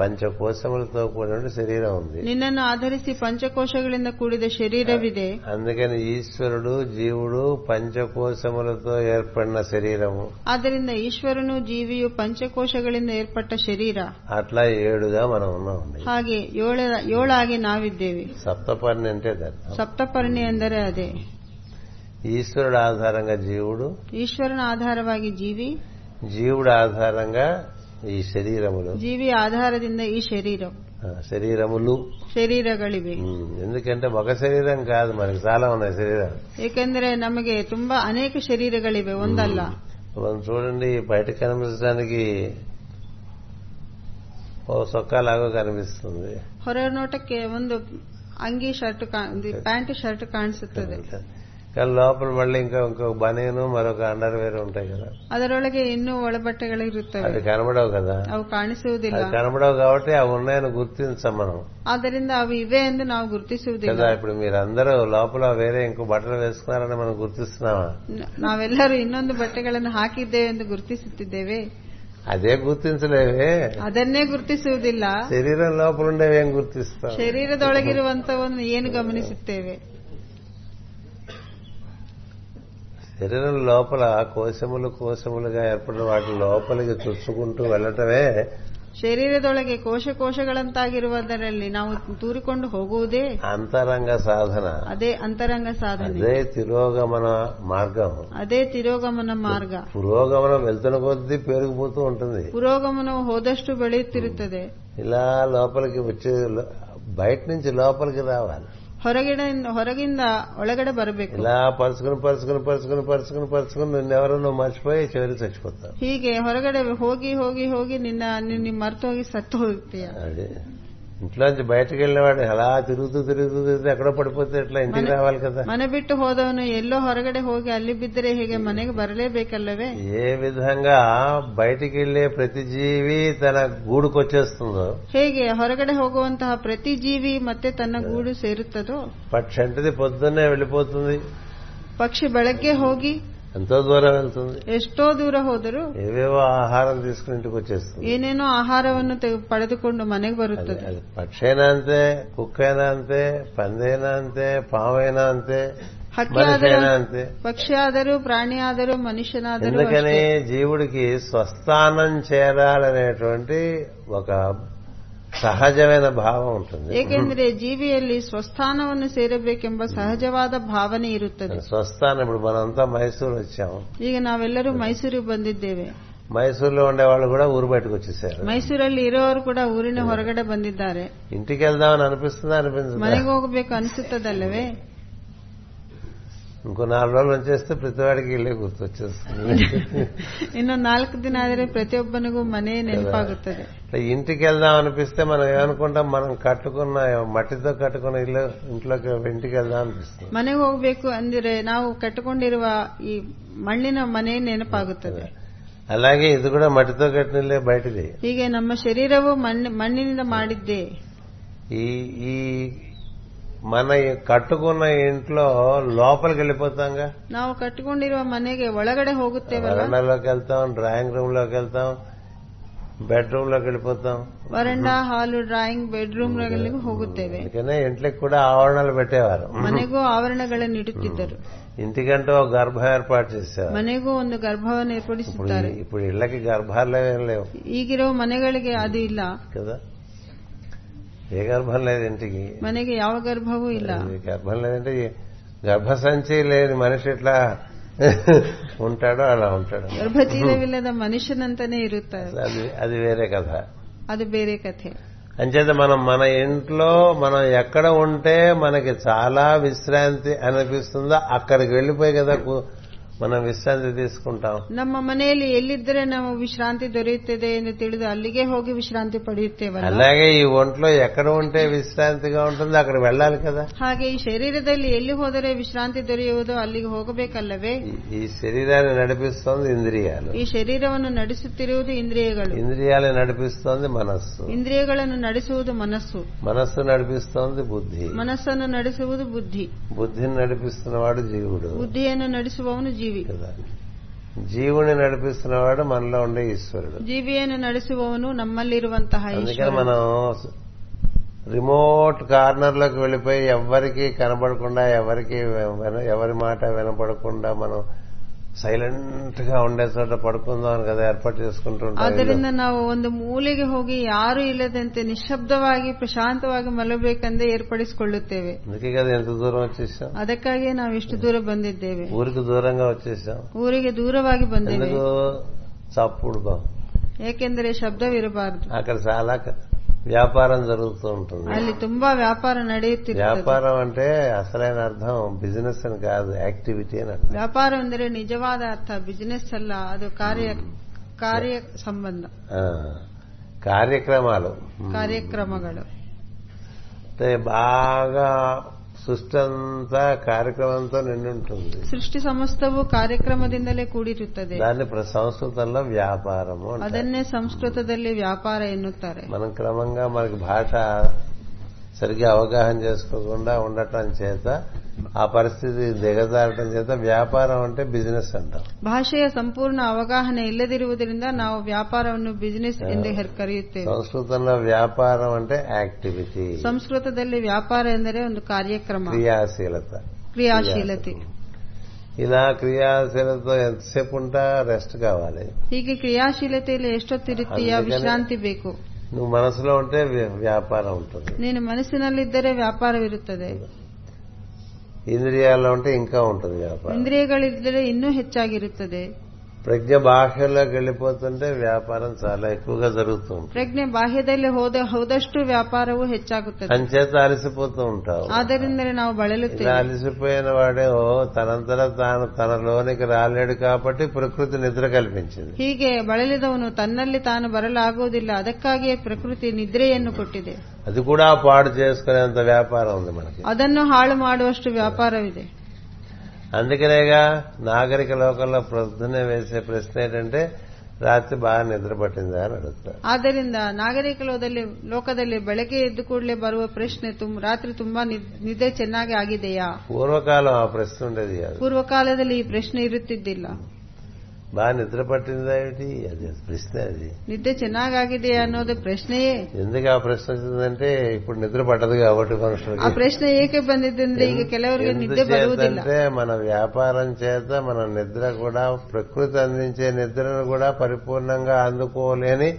S1: పంచకోశములతో కూడిన శరీరం ఉంది
S2: ನಿನ್ನನ್ನು ಆಧರಿಸಿ ಪಂಚಕೋಶಗಳಿಂದ ಕೂಡಿದ ಶರೀರವಿದೆ
S1: అందుకని ఈశ్వరుడు జీవుడు పంచకోశములతో ఏర్పడిన శరీరము
S2: ಆದ್ದರಿಂದ ಈಶ್ವರನು ಜೀವಿಯು ಪಂಚಕೋಶಗಳಿಂದ ಏರ್ಪಟ್ಟ ಶರೀರ
S1: అట్లా ఏడుగా మనం ఉన్నామండి
S2: ಹಾಗೆ ಏಳ- ಏಳಾಗಿ ನಾವಿದ್ದೇವೆ
S1: సప్తపర్ణి అంటే దాన్ని
S2: ಸಪ್ತಪರ್ಣಿ ಎಂದರೆ ಅದೇ
S1: ఈశ్వరుడు ఆధారంగా జీవుడు
S2: ಈಶ್ವರನ ಆಧಾರವಾಗಿ ಜೀವಿ
S1: జీవుడు ఆధారంగా ఈ శరీరములు
S2: ಜೀವಿ ಆಧಾರದಿಂದ ಈ ಶರೀರ
S1: ఆ, శరీరములు
S2: ಶರೀರಗಳಿವೆ
S1: ఉమ్, ఎందుకంటే ఒక శరీరం కాదు మనకి చాలా ఉన్నాయి శరీరాలు
S2: ಏಕೆಂದರೆ ನಮಗೆ ತುಂಬಾ ಅನೇಕ ಶರೀರಗಳಿವೆ ಒಂದಲ್ಲ
S1: మనం చూడండి బయట కనిపించడానికి ఓ సొక్కలాగా కనిపిస్తుంది
S2: ಹೊರ ನೋಟಕ್ಕೆ ಒಂದು ಅಂಗಿ ಶರ್ಟ್ ಕಾ- ಇದು ಪ್ಯಾಂಟ್ ಶರ್ಟ್ ಕಾಣಿಸುತ್ತದೆ
S1: కానీ లోపల మళ్ళీ ఇంకా ఇంకొక బనీను మరొక అండర్ వేర్ ఉంటాయి కదా
S2: ಅದರೊಳಗೆ ಇನ್ನೂ ಒಳಬಟ್ಟೆಗಳಿರುತ್ತವೆ
S1: అవి కనబడవు కదా
S2: ಅವು
S1: అవి
S2: ಕಾಣಿಸುವುದಿಲ್ಲ
S1: కనబడవు కాబట్టి అవి ఉన్నాయని గుర్తించాం మనం
S2: ಆದ್ದರಿಂದ ಅವು ಇವೆ ಎಂದು ನಾವು ಗುರುತಿಸುವುದಿಲ್ಲ
S1: కదా ఇప్పుడు మీరందరూ లోపల వేరే ఇంకో బట్టలు వేసుకున్నారని మనం గుర్తిస్తున్నామా
S2: ನ- ನಾವೆಲ್ಲರೂ ಇನ್ನೊಂದು ಬಟ್ಟೆಗಳನ್ನು ಹಾಕಿದ್ದೇವೆ ಎಂದು ಗುರುತಿಸುತ್ತಿದ್ದೇವೆ
S1: అదే గుర్తించలేవే
S2: ಅದನ್ನೇ ಗುರುತಿಸುವುದಿಲ್ಲ
S1: శరీరం లోపల ఉండేవి ఏం గుర్తిస్తాం
S2: ಶರೀರದೊಳಗಿರುವಂತವನ್ನು ಏನು ಗಮನಿಸುತ್ತೇವೆ
S1: శరీరం లోపల కోశములు కోశములుగా ఏర్పడిన వాటి లోపలికి చుచ్చుకుంటూ వెళ్ళటమే
S2: ಶರೀರದೊಳಗೆ ಕೋಶ ಕೋಶಗಳಂತಾಗಿರುವುದರಲ್ಲಿ ನಾವು ತೂರಿಕೊಂಡು ಹೋಗುವುದೇ
S1: అంతరంగ సాధన
S2: ಅದೇ ಅಂತರಂಗ ಸಾಧನೆ
S1: అదే తిరోగమన మార్గం
S2: ಅದೇ ತಿರೋಗಮನ ಮಾರ್ಗ
S1: పురోగమనం వెళ్తున్న కొద్దీ పెరిగిపోతూ ఉంటుంది
S2: ಪುರೋಗಮನವು ಹೋದಷ್ಟು ಬೆಳೆಯುತ್ತಿರುತ್ತದೆ
S1: ఇలా లోపలికి వచ్చే బయట నుంచి లోపలికి రావాలి
S2: ಹೊರಗಿಡ ಹೊರಗಿಂದ ಒಳಗಡೆ ಬರಬೇಕು
S1: ఇలా పరుచుకుని పరుచుకుని పరుచుకుని పరుచుకుని పరుచుకుని నిన్నెవరో నువ్వు మర్చిపోయి చివరి చచ్చిపోతావు
S2: ಹೀಗೆ ಹೊರಗಡೆ ಹೋಗಿ ಹೋಗಿ ಹೋಗಿ ನಿನ್ನ ನಿನ್ನ ಮರ್ತೋಗಿ ಸತ್ತು ಹೋಗ್ತೀಯ
S1: అది ఇంట్లోంచి బయటకు వెళ్ళేవాడు అలా తిరుగుతూ తిరుగుతూ తిరుగుతూ ఎక్కడో పడిపోతే ఎట్లా ఇంటికి
S2: ಮನೆ-
S1: రావాలి కదా
S2: ಮನೆ ಬಿಟ್ಟು ಹೋದವನು ಎಲ್ಲೋ ಹೊರಗಡೆ ಹೋಗಿ ಅಲ್ಲಿ ಬಿದ್ದರೆ ಹೇಗೆ ಮನೆಗೆ ಬರಲೇಬೇಕಲ್ಲವೇ
S1: ఏ విధంగా బయటికి వెళ్లే ప్రతి జీవి తన గూడుకొచ్చేస్తుందో
S2: ಹೇಗೆ ಹೊರಗಡೆ ಹೋಗುವಂತಹ ಪ್ರತಿ ಜೀವಿ ಮತ್ತೆ ತನ್ನ ಗೂಡು ಸೇರುತ್ತದೋ
S1: పక్షి అంటది పొద్దున్నే వెళ్ళిపోతుంది
S2: ಪಕ್ಷಿ ಬೆಳಗ್ಗೆ ಹೋಗಿ
S1: ఎంతో దూరం వెళ్తుంది
S2: ಎಷ್ಟೋ ದೂರ ಹೋದರೂ
S1: ఏవేవో ఆహారం తీసుకుని ఇంటికి వచ్చేస్తుంది
S2: ಏನೇನೋ ಆಹಾರವನ್ನು ತೆಗೆ- ಪಡೆದುಕೊಂಡು ಮನೆಗೆ
S1: అది
S2: ಬರುತ್ತದೆ
S1: అది పక్షి అయినా అంతే కుక్క అయినా అంతే పందైనా అంతే పామైనా అంతే
S2: ಹಕ್ಕಿ
S1: మనిషి
S2: ಆದರೂ
S1: అయినా అంతే
S2: ಪಕ್ಷಿ ಆದರೂ ಪ್ರಾಣಿ ಆದರೂ ಮನುಷ್ಯನಾದರೂ
S1: ఎందుకని
S2: ಅಷ್ಟೇ.
S1: జీవుడికి స్వస్థానం చేరాలనేటువంటి ఒక సహజమైన భావం ఉంటుంది
S2: ಏಕೆಂದರೆ ಜೀವಿಯಲ್ಲಿ ಸ್ವಸ್ಥಾನವನ್ನು ಸೇರಬೇಕೆಂಬ ಸಹಜವಾದ ಭಾವನೆ ಇರುತ್ತದೆ
S1: స్వస్థానం ఇప్పుడు మనంతా మైసూరు వచ్చాము
S2: ಈಗ ನಾವೆಲ್ಲರೂ ಮೈಸೂರಿಗೆ ಬಂದಿದ್ದೇವೆ
S1: మైసూరులో ఉండేవాళ్ళు కూడా ఊరు బయటకు వచ్చేసారు
S2: ಮೈಸೂರಲ್ಲಿ ಇರೋರು ಕೂಡ ಊರಿನ ಹೊರಗಡೆ ಬಂದಿದ್ದಾರೆ
S1: ఇంటికి వెళ్దామని అనిపిస్తుందా అనిపించదా
S2: ಮನೆಗೆ ಹೋಗಬೇಕು ಅನಿಸುತ್ತದಲ್ಲವೇ
S1: ఇంకో నాలుగు రోజులు వచ్చేస్తే ప్రతివాడికి వెళ్ళే గుర్తొచ్చేస్తుంది
S2: ಇನ್ನು ನಾಲ್ಕು ದಿನ ಆದರೆ ಪ್ರತಿಯೊಬ್ಬನಿಗೂ ಮನೆ ನೆನಪಾಗುತ್ತದೆ
S1: ఇట్లా ఇంటికి వెళ్దాం అనిపిస్తే మనం ఏమనుకుంటాం మనం కట్టుకున్న మట్టితో కట్టుకున్న ఇల్లు ఇంట్లోకి ఇంటికి వెళ్దాం అనిపిస్తుంది
S2: ಮನೆಗೆ ಹೋಗಬೇಕು ಅಂದರೆ ನಾವು ಕಟ್ಟಿಕೊಂಡಿರುವ ಈ ಮಣ್ಣಿನ ಮನೆ ನೆನಪಾಗುತ್ತದೆ
S1: అలాగే ఇది కూడా మట్టితో కట్టిన ఇల్లే బయటిది
S2: ಹೀಗೆ ನಮ್ಮ ಶರೀರವು ಮಣ್ಣ್- ಮಣ್ಣಿನಿಂದ ಮಾಡಿದ್ದೇ
S1: ఈ ఈ మన ఈ కట్టుకున్న ఇంట్లో లోపలికి వెళ్ళిపోతాంగా
S2: ನಾವು ಕಟ್ಟಿಕೊಂಡಿರುವ ಮನೆಗೆ ಒಳಗಡೆ ಹೋಗುತ್ತೇವಲ್ಲ
S1: వరండాలోకి వెళ్తాం డ్రాయింగ్ రూమ్ లోకి వెళ్తాం బెడ్రూమ్ లోకి వెళ్ళిపోతాం
S2: ವರಂಡ ಹಾಲು ಡ್ರಾಯಿಂಗ್ ಬೆಡ್ರೂಮ್ ಗಳಿಗೆ ಹೋಗುತ್ತೇವೆ
S1: అందుకనే ఇంట్లోకి కూడా ఆవరణలు పెట్టేవారు
S2: ಮನೆಗೂ ಆವರಣಗಳನ್ನು ಇಡುತ್ತಿದ್ದರು
S1: ఇంటికంటే ఒక గర్భం ఏర్పాటు చేసేవారు
S2: ಮನೆಗೂ ಒಂದು ಗರ್ಭವನ್ನು
S1: ఇప్పుడు
S2: ಏರ್ಪಡಿಸುತ್ತಾರೆ
S1: ఇప్పుడు ఇళ్లకి గర్భాలు ఏం లేవు
S2: ಈಗಿರೋ ಮನೆಗಳಿಗೆ ಅದು ಇಲ್ಲ
S1: కదా ఏ గర్భం లేదు ఇంటికి
S2: ಮನೆಗೆ ಯಾವ ಗರ್ಭವೂ ಇಲ್ಲ
S1: ఈ గర్భం లేదంటే ఈ గర్భసంచి లేని మనిషి ఎట్లా ఉంటాడో అలా ఉంటాడు
S2: ಗರ್ಭಚೀಲವಿಲ್ಲದ మనుషునంతనే ಇರುತ್ತಾರೆ
S1: అది అది వేరే కథ
S2: ಅದು ಬೇರೆ ಕಥೆ
S1: అంచేత మనం మన ఇంట్లో మనం ఎక్కడ ఉంటే మనకి చాలా విశ్రాంతి అనిపిస్తుందో అక్కడికి వెళ్ళిపోయి కదా కు- మనం విశ్రాంతి తీసుకుంటాం
S2: ನಮ್ಮ ಮನೆಯಲ್ಲಿ ಎಲ್ಲಿದ್ದರೆ ನಾವು ವಿಶ್ರಾಂತಿ ದೊರೆಯುತ್ತದೆ ಎಂದು ತಿಳಿದು ಅಲ್ಲಿಗೆ ಹೋಗಿ ವಿಶ್ರಾಂತಿ ಪಡೆಯುತ್ತೇವಲ್ಲ
S1: అలాగే ఈ ఒంట్లో ఎక్కడ ఉంటే విశ్రాంతిగా ఉంటుందో అక్కడ వెళ్ళాలి కదా
S2: ಹಾಗೆ ಈ ಶರೀರದಲ್ಲಿ ಎಲ್ಲಿ ಹೋದರೆ ವಿಶ್ರಾಂತಿ ದೊರೆಯುವುದು ಅಲ್ಲಿಗೆ ಹೋಗಬೇಕಲ್ಲವೇ
S1: ఈ- ఈ శరీరాన్ని నడిపిస్తోంది ఇంద్రియాలు
S2: ಈ ಶರೀರವನ್ನು ನಡೆಸುತ್ತಿರುವುದು ಇಂದ್ರಿಯಗಳು
S1: ఇంద్రియాలు నడిపిస్తోంది మనస్సు
S2: ಇಂದ್ರಿಯಗಳನ್ನು ನಡೆಸುವುದು ಮನಸ್ಸು
S1: మనస్సు నడిపిస్తోంది బుద్ధి
S2: ಮನಸ್ಸನ್ನು ನಡೆಸುವುದು ಬುದ್ಧಿ
S1: బుద్ధిని నడిపిస్తున్నవాడు జీవుడు
S2: ಬುದ್ಧಿಯನ್ನು ನಡೆಸುವವನು ಜೀವಿ
S1: కదా జీవుని నడిపిస్తున్నవాడు మనలో ఉండే ఈశ్వరుడు
S2: ಜೀವಿಯನ್ನು ನಡೆಸುವವನು ನಮ್ಮಲ್ಲಿರುವಂತಹ
S1: అందుకని
S2: ಈಶ್ವರ
S1: మనం రిమోట్ కార్నర్ లోకి వెళ్ళిపోయి ఎవరికి కనబడకుండా ఎవరికి విన- ఎవరి మాట వినపడకుండా మనం సైలెంట్ గా ఉండే చోట పడుకుందాం అని కదా ఏర్పాటు చేసుకుంటుంటాం
S2: ಆದ್ದರಿಂದ ನಾವು ಒಂದು ಮೂಲೆಗೆ ಹೋಗಿ ಯಾರು ಇಲ್ಲದಂತೆ ನಿಶಬ್ದವಾಗಿ ಪ್ರಶಾಂತವಾಗಿ ಮಲಬೇಕೆಂದೇ ಏರ್ಪಡಿಸಿಕೊಳ್ಳುತ್ತೇವೆ
S1: అందుకే కదా ఎంత దూరం వచ్చేసాం
S2: ಅದಕ್ಕಾಗಿಯೇ ನಾವು ಇಷ್ಟು ದೂರ ಬಂದಿದ್ದೇವೆ
S1: ఊరికి దూరంగా వచ్చేసాం
S2: ಊರಿಗೆ ದೂರವಾಗಿ ಬಂದೇವೆ
S1: ఎందుకు చప్పుడుదాం
S2: ಏಕೆಂದರೆ ಶಬ್ದವಿರಬಾರದು
S1: అక్కడ చాలా క- వ్యాపారం జరుగుతూ ఉంటుంది
S2: ಅಲ್ಲಿ ತುಂಬಾ ವ್ಯಾಪಾರ ನಡೆಯುತ್ತಿರುತ್ತದೆ
S1: వ్యాపారం అంటే అసలైన అర్థం బిజినెస్ అని కాదు యాక్టివిటీ అని అర్థం
S2: ವ್ಯಾಪಾರ ಎಂದರೆ ನಿಜವಾದ ಅರ್ಥ ಬಿಸಿನೆಸ್ ಅಲ್ಲ ಅದು ಕಾರ್ಯ ಕಾರ್ಯ ಸಂಬಂಧ
S1: ఆ, కార్యక్రమాలు
S2: ಕಾರ್ಯಕ್ರಮಗಳು
S1: అంటే బాగా సృష్టి అంతా కార్యక్రమంతో నిండి ఉంటుంది
S2: ಸೃಷ್ಟಿ ಸಮಸ್ತವು ಕಾರ್ಯಕ್ರಮದಿಂದಲೇ ಕೂಡಿರುತ್ತದೆ
S1: దాన్ని ప్ర- సంస్కృతంలో వ్యాపారము అంటారు
S2: ಅದನ್ನೇ ಸಂಸ್ಕೃತದಲ್ಲಿ ವ್ಯಾಪಾರ ಎನ್ನುತ್ತಾರೆ
S1: మనం క్రమంగా మనకి భాష సరిగ్గా అవగాహన చేసుకోకుండా ఉండటం చేత ఆ పరిస్థితి దిగజారటం చేత వ్యాపారం అంటే బిజినెస్ అంటాం
S2: ಭಾಷೆಯ ಸಂಪೂರ್ಣ ಅವಗಾಹನೆ ಇಲ್ಲದಿರುವುದರಿಂದ ನಾವು ವ್ಯಾಪಾರವನ್ನು ಬಿಸಿನೆಸ್ ಎಂದು ಹೆರ್- ಕರೆಯುತ್ತೇವೆ
S1: సంస్కృతంలో వ్యాపారం అంటే యాక్టివిటీ
S2: ಸಂಸ್ಕೃತದಲ್ಲಿ ವ್ಯಾಪಾರ ಎಂದರೆ ಒಂದು ಕಾರ್ಯಕ್ರಮ
S1: క్రియాశీలత
S2: ಕ್ರಿಯಾಶೀಲತೆ
S1: ఇలా క్రియాశీలతో ఎంతసేపు ఉంటా రెస్ట్ కావాలి
S2: ಹೀಗೆ ಕ್ರಿಯಾಶೀಲತೆಯಲ್ಲಿ ಎಷ್ಟೊತ್ತಿರುತ್ತೀಯ
S1: ಅದಕ್ಕೆ
S2: ವಿಶ್ರಾಂತಿ ಬೇಕು
S1: నువ్వు మనసులో ఉంటే వ్య- వ్యాపారం ఉంటుంది
S2: ನೀನು ಮನಸ್ಸಿನಲ್ಲಿದ್ದರೆ ವ್ಯಾಪಾರವಿರುತ್ತದೆ
S1: ఇంద్రియాల్లో ఉంటే ఇంకా ఉంటుంది వ్యాపారం
S2: ಇಂದ್ರಿಯಗಳಿದ್ದರೆ ಇನ್ನೂ ಹೆಚ್ಚಾಗಿರುತ್ತದೆ
S1: ప్రజ్ఞ బాహ్యంలోకి వెళ్ళిపోతుంటే వ్యాపారం చాలా ఎక్కువగా జరుగుతూ ఉంటుంది
S2: ಪ್ರಜ್ಞೆ ಬಾಹ್ಯದಲ್ಲಿ ಹೋದ ಹೋದಷ್ಟು ವ್ಯಾಪಾರವು ಹೆಚ್ಚಾಗುತ್ತದೆ
S1: అంచేత అలసిపోతూ ఉంటావు
S2: ಆದ್ದರಿಂದಲೇ ನಾವು
S1: ఇలా
S2: ಬಳಲುತ್ತೇವೆ
S1: అలసిపోయిన వాడే ఓ తనంతట తాను తన లోనికి రాలేడు కాబట్టి ప్రకృతి నిద్ర కల్పించింది
S2: ಹೀಗೆ ಬಳಲಿದವನು ತನ್ನಲ್ಲಿ ತಾನು ಬರಲಾಗುವುದಿಲ್ಲ ಅದಕ್ಕಾಗಿಯೇ ಪ್ರಕೃತಿ ನಿದ್ರೆಯನ್ನು ಕೊಟ್ಟಿದೆ
S1: అది కూడా పాడు చేసుకునేంత వ్యాపారం ఉంది మనకి
S2: ಅದನ್ನು ಹಾಳು ಮಾಡುವಷ್ಟು ವ್ಯಾಪಾರವಿದೆ
S1: అందుకనేగా నాగరిక లోకంలో ప్రొద్దునే వేసే ప్రశ్న ఏంటంటే రాత్రి బాగా నిద్ర పట్టిందా అని అడుగుతారు
S2: ಆದ್ದರಿಂದ ನಾಗರಿಕ ಲೋದಲ್ಲಿ- ಲೋಕದಲ್ಲಿ ಬೆಳಗ್ಗೆ ಎದ್ದು ಕೂಡಲೇ ಬರುವ ಪ್ರಶ್ನೆ ತುಂ- ರಾತ್ರಿ ತುಂಬಾ ನಿದ್- ನಿದ್ದೆ ಚೆನ್ನಾಗಿ ಆಗಿದೆಯಾ
S1: పూర్వకాలం ఆ ప్రశ్న ఉండేది కాదు
S2: ಪೂರ್ವಕಾಲದಲ್ಲಿ ಈ ಪ್ರಶ್ನೆ ಇರುತ್ತಿದ್ದಿಲ್ಲ
S1: బాగా నిద్ర పట్టిందా ఏమిటి అది ప్రశ్న అది
S2: ನಿದ್ದೆ ಚೆನ್ನಾಗಾಗಿದೆಯಾ ಅನ್ನೋದು ಪ್ರಶ್ನೆಯೇ
S1: ఎందుకు ఆ ప్రశ్న వచ్చిందంటే ఇప్పుడు నిద్ర పట్టదు కాబట్టి
S2: ಆ
S1: మనుషులకి
S2: ಪ್ರಶ್ನೆ ಏಕೆ ಬಂದಿದ್ದಂದ್ರೆ ಈಗ ಕೆಲವರಿಗೆ ನಿದ್ದೆ ಬರುವುದಿಲ್ಲ
S1: ఎందుచేతంటే మన వ్యాపారం చేత మన నిద్ర కూడా ప్రకృతి అందించే నిద్రను కూడా పరిపూర్ణంగా అందుకోలేని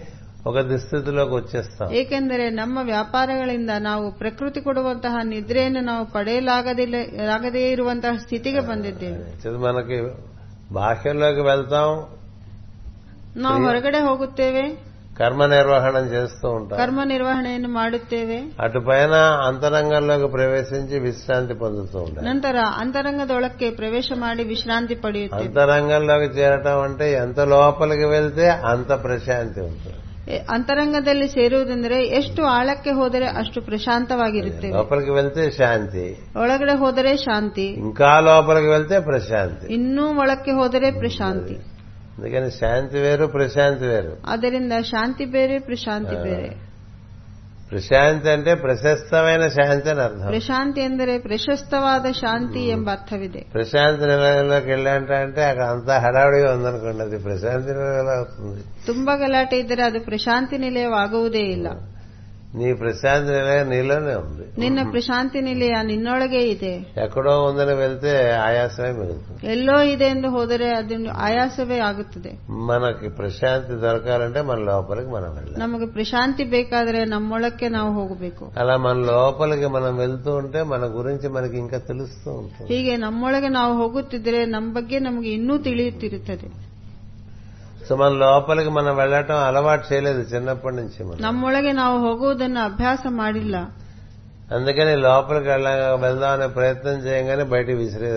S1: ఒక దుస్థితిలోకి వచ్చేస్తాం
S2: ಏಕೆಂದರೆ ನಮ್ಮ ವ್ಯಾಪಾರಗಳಿಂದ ನಾವು ಪ್ರಕೃತಿ ಕೊಡುವಂತಹ ನಿದ್ರೆಯನ್ನು ನಾವು ಪಡೆಯಲಾಗದಿಲ್ಲ ಆಗದೇ ಇರುವಂತಹ ಸ್ಥಿತಿಗೆ ಬಂದಿದ್ದೇವೆ
S1: చదువు మనకి బాహ్యంలోకి వెళ్తాం
S2: ನಾವು ಹೊರಗಡೆ ಹೋಗುತ್ತೇವೆ
S1: కర్మ నిర్వహణం చేస్తూ ఉంటాం
S2: ಕರ್ಮ ನಿರ್ವಹಣೆಯನ್ನು ಮಾಡುತ್ತೇವೆ
S1: అటు పైన అంతరంగంలోకి ప్రవేశించి విశ్రాంతి పొందుతూ ఉంటాం
S2: ನಂತರ ಅಂತರಂಗದೊಳಕ್ಕೆ ಪ್ರವೇಶ ಮಾಡಿ ವಿಶ್ರಾಂತಿ ಪಡೆಯುತ್ತೇವೆ
S1: అంతరంగంలోకి చేరటం అంటే ఎంత లోపలికి వెళ్తే ಅಂಥ ಪ್ರಶಾಂತಿ ఉంటుంది
S2: ಎ- ಅಂತರಂಗದಲ್ಲಿ ಸೇರುವುದೆಂದರೆ ಎಷ್ಟು ಆಳಕ್ಕೆ ಹೋದರೆ ಅಷ್ಟು ಪ್ರಶಾಂತವಾಗಿರುತ್ತೇವೆ
S1: లోపలికి వెళ్తే శాంతి
S2: ಒಳಗಡೆ ಹೋದರೆ ಶಾಂತಿ
S1: ఇంకా లోపలికి వెళ్తే ప్రశాంతి
S2: ಇನ್ನೂ ಒಳಕ್ಕೆ ಹೋದರೆ ಪ್ರಶಾಂತಿ
S1: అందుకని శాంతి వేరు ప్రశాంతి వేరు
S2: ಆದ್ದರಿಂದ ಶಾಂತಿ ಬೇರೆ ಪ್ರಶಾಂತಿ ಬೇರೆ
S1: ప్రశాంతి అంటే ప్రశస్తమైన శాంతి అని అర్థం
S2: ಪ್ರಶಾಂತಿ ಎಂದರೆ ಪ್ರಶಸ್ತವಾದ ಶಾಂತಿ ಎಂಬ ಅರ್ಥವಿದೆ
S1: ప్రశాంతి నిలయంలోకి వెళ్ళాంట అంటే అక్కడ అంతా హడావుడిగా ఉందనుకోండి అది ప్రశాంతి నిలయంలో అవుతుంది
S2: ತುಂಬಾ ಗಲಾಟೆ ಇದ್ದರೆ ಅದು ಪ್ರಶಾಂತಿ ನಿಲಯವಾಗುವುದೇ ಇಲ್ಲ
S1: నీ ప్రశాంతి నిలయం నీలోనే ఉంది
S2: ನಿನ್ನ ಪ್ರಶಾಂತಿ ನಿಲಯ ನಿನ್ನೊಳಗೆ ಇದೆ
S1: ఎక్కడో ఉందని వెళ్తే ఆయాసమే మిగులుతుంది
S2: ಎಲ್ಲೋ ಇದೆ ಎಂದು ಹೋದರೆ ಅದನ್ನು ಆಯಾಸವೇ ಆಗುತ್ತದೆ
S1: మనకి ప్రశాంతి దొరకాలంటే మన లోపలికి మనం వెళ్ళాలి
S2: ನಮಗೆ ಪ್ರಶಾಂತಿ ಬೇಕಾದರೆ ನಮ್ಮೊಳಕ್ಕೆ ನಾವು ಹೋಗಬೇಕು
S1: అలా మన లోపలికి మనం వెళ్తూ ఉంటే మన గురించి మనకి ఇంకా తెలుస్తూ ఉంటుంది
S2: ಹೀಗೆ ನಮ್ಮೊಳಗೆ ನಾವು ಹೋಗುತ್ತಿದ್ದರೆ ನಮ್ಮ ಬಗ್ಗೆ ನಮಗೆ ಇನ್ನೂ ತಿಳಿಯುತ್ತಿರುತ್ತದೆ
S1: సో మన లోపలికి మనం వెళ్ళటం అలవాటు చేయలేదు చిన్నప్పటి నుంచి మనం
S2: ನಮ್ಮೊಳಗೆ ನಾವು ಹೋಗುವುದನ್ನು ಅಭ್ಯಾಸ ಮಾಡಿಲ್ಲ
S1: అందుకని లోపలికి వెళ్ళ వెళ్దామనే ప్రయత్నం చేయగానే బయట విసిరే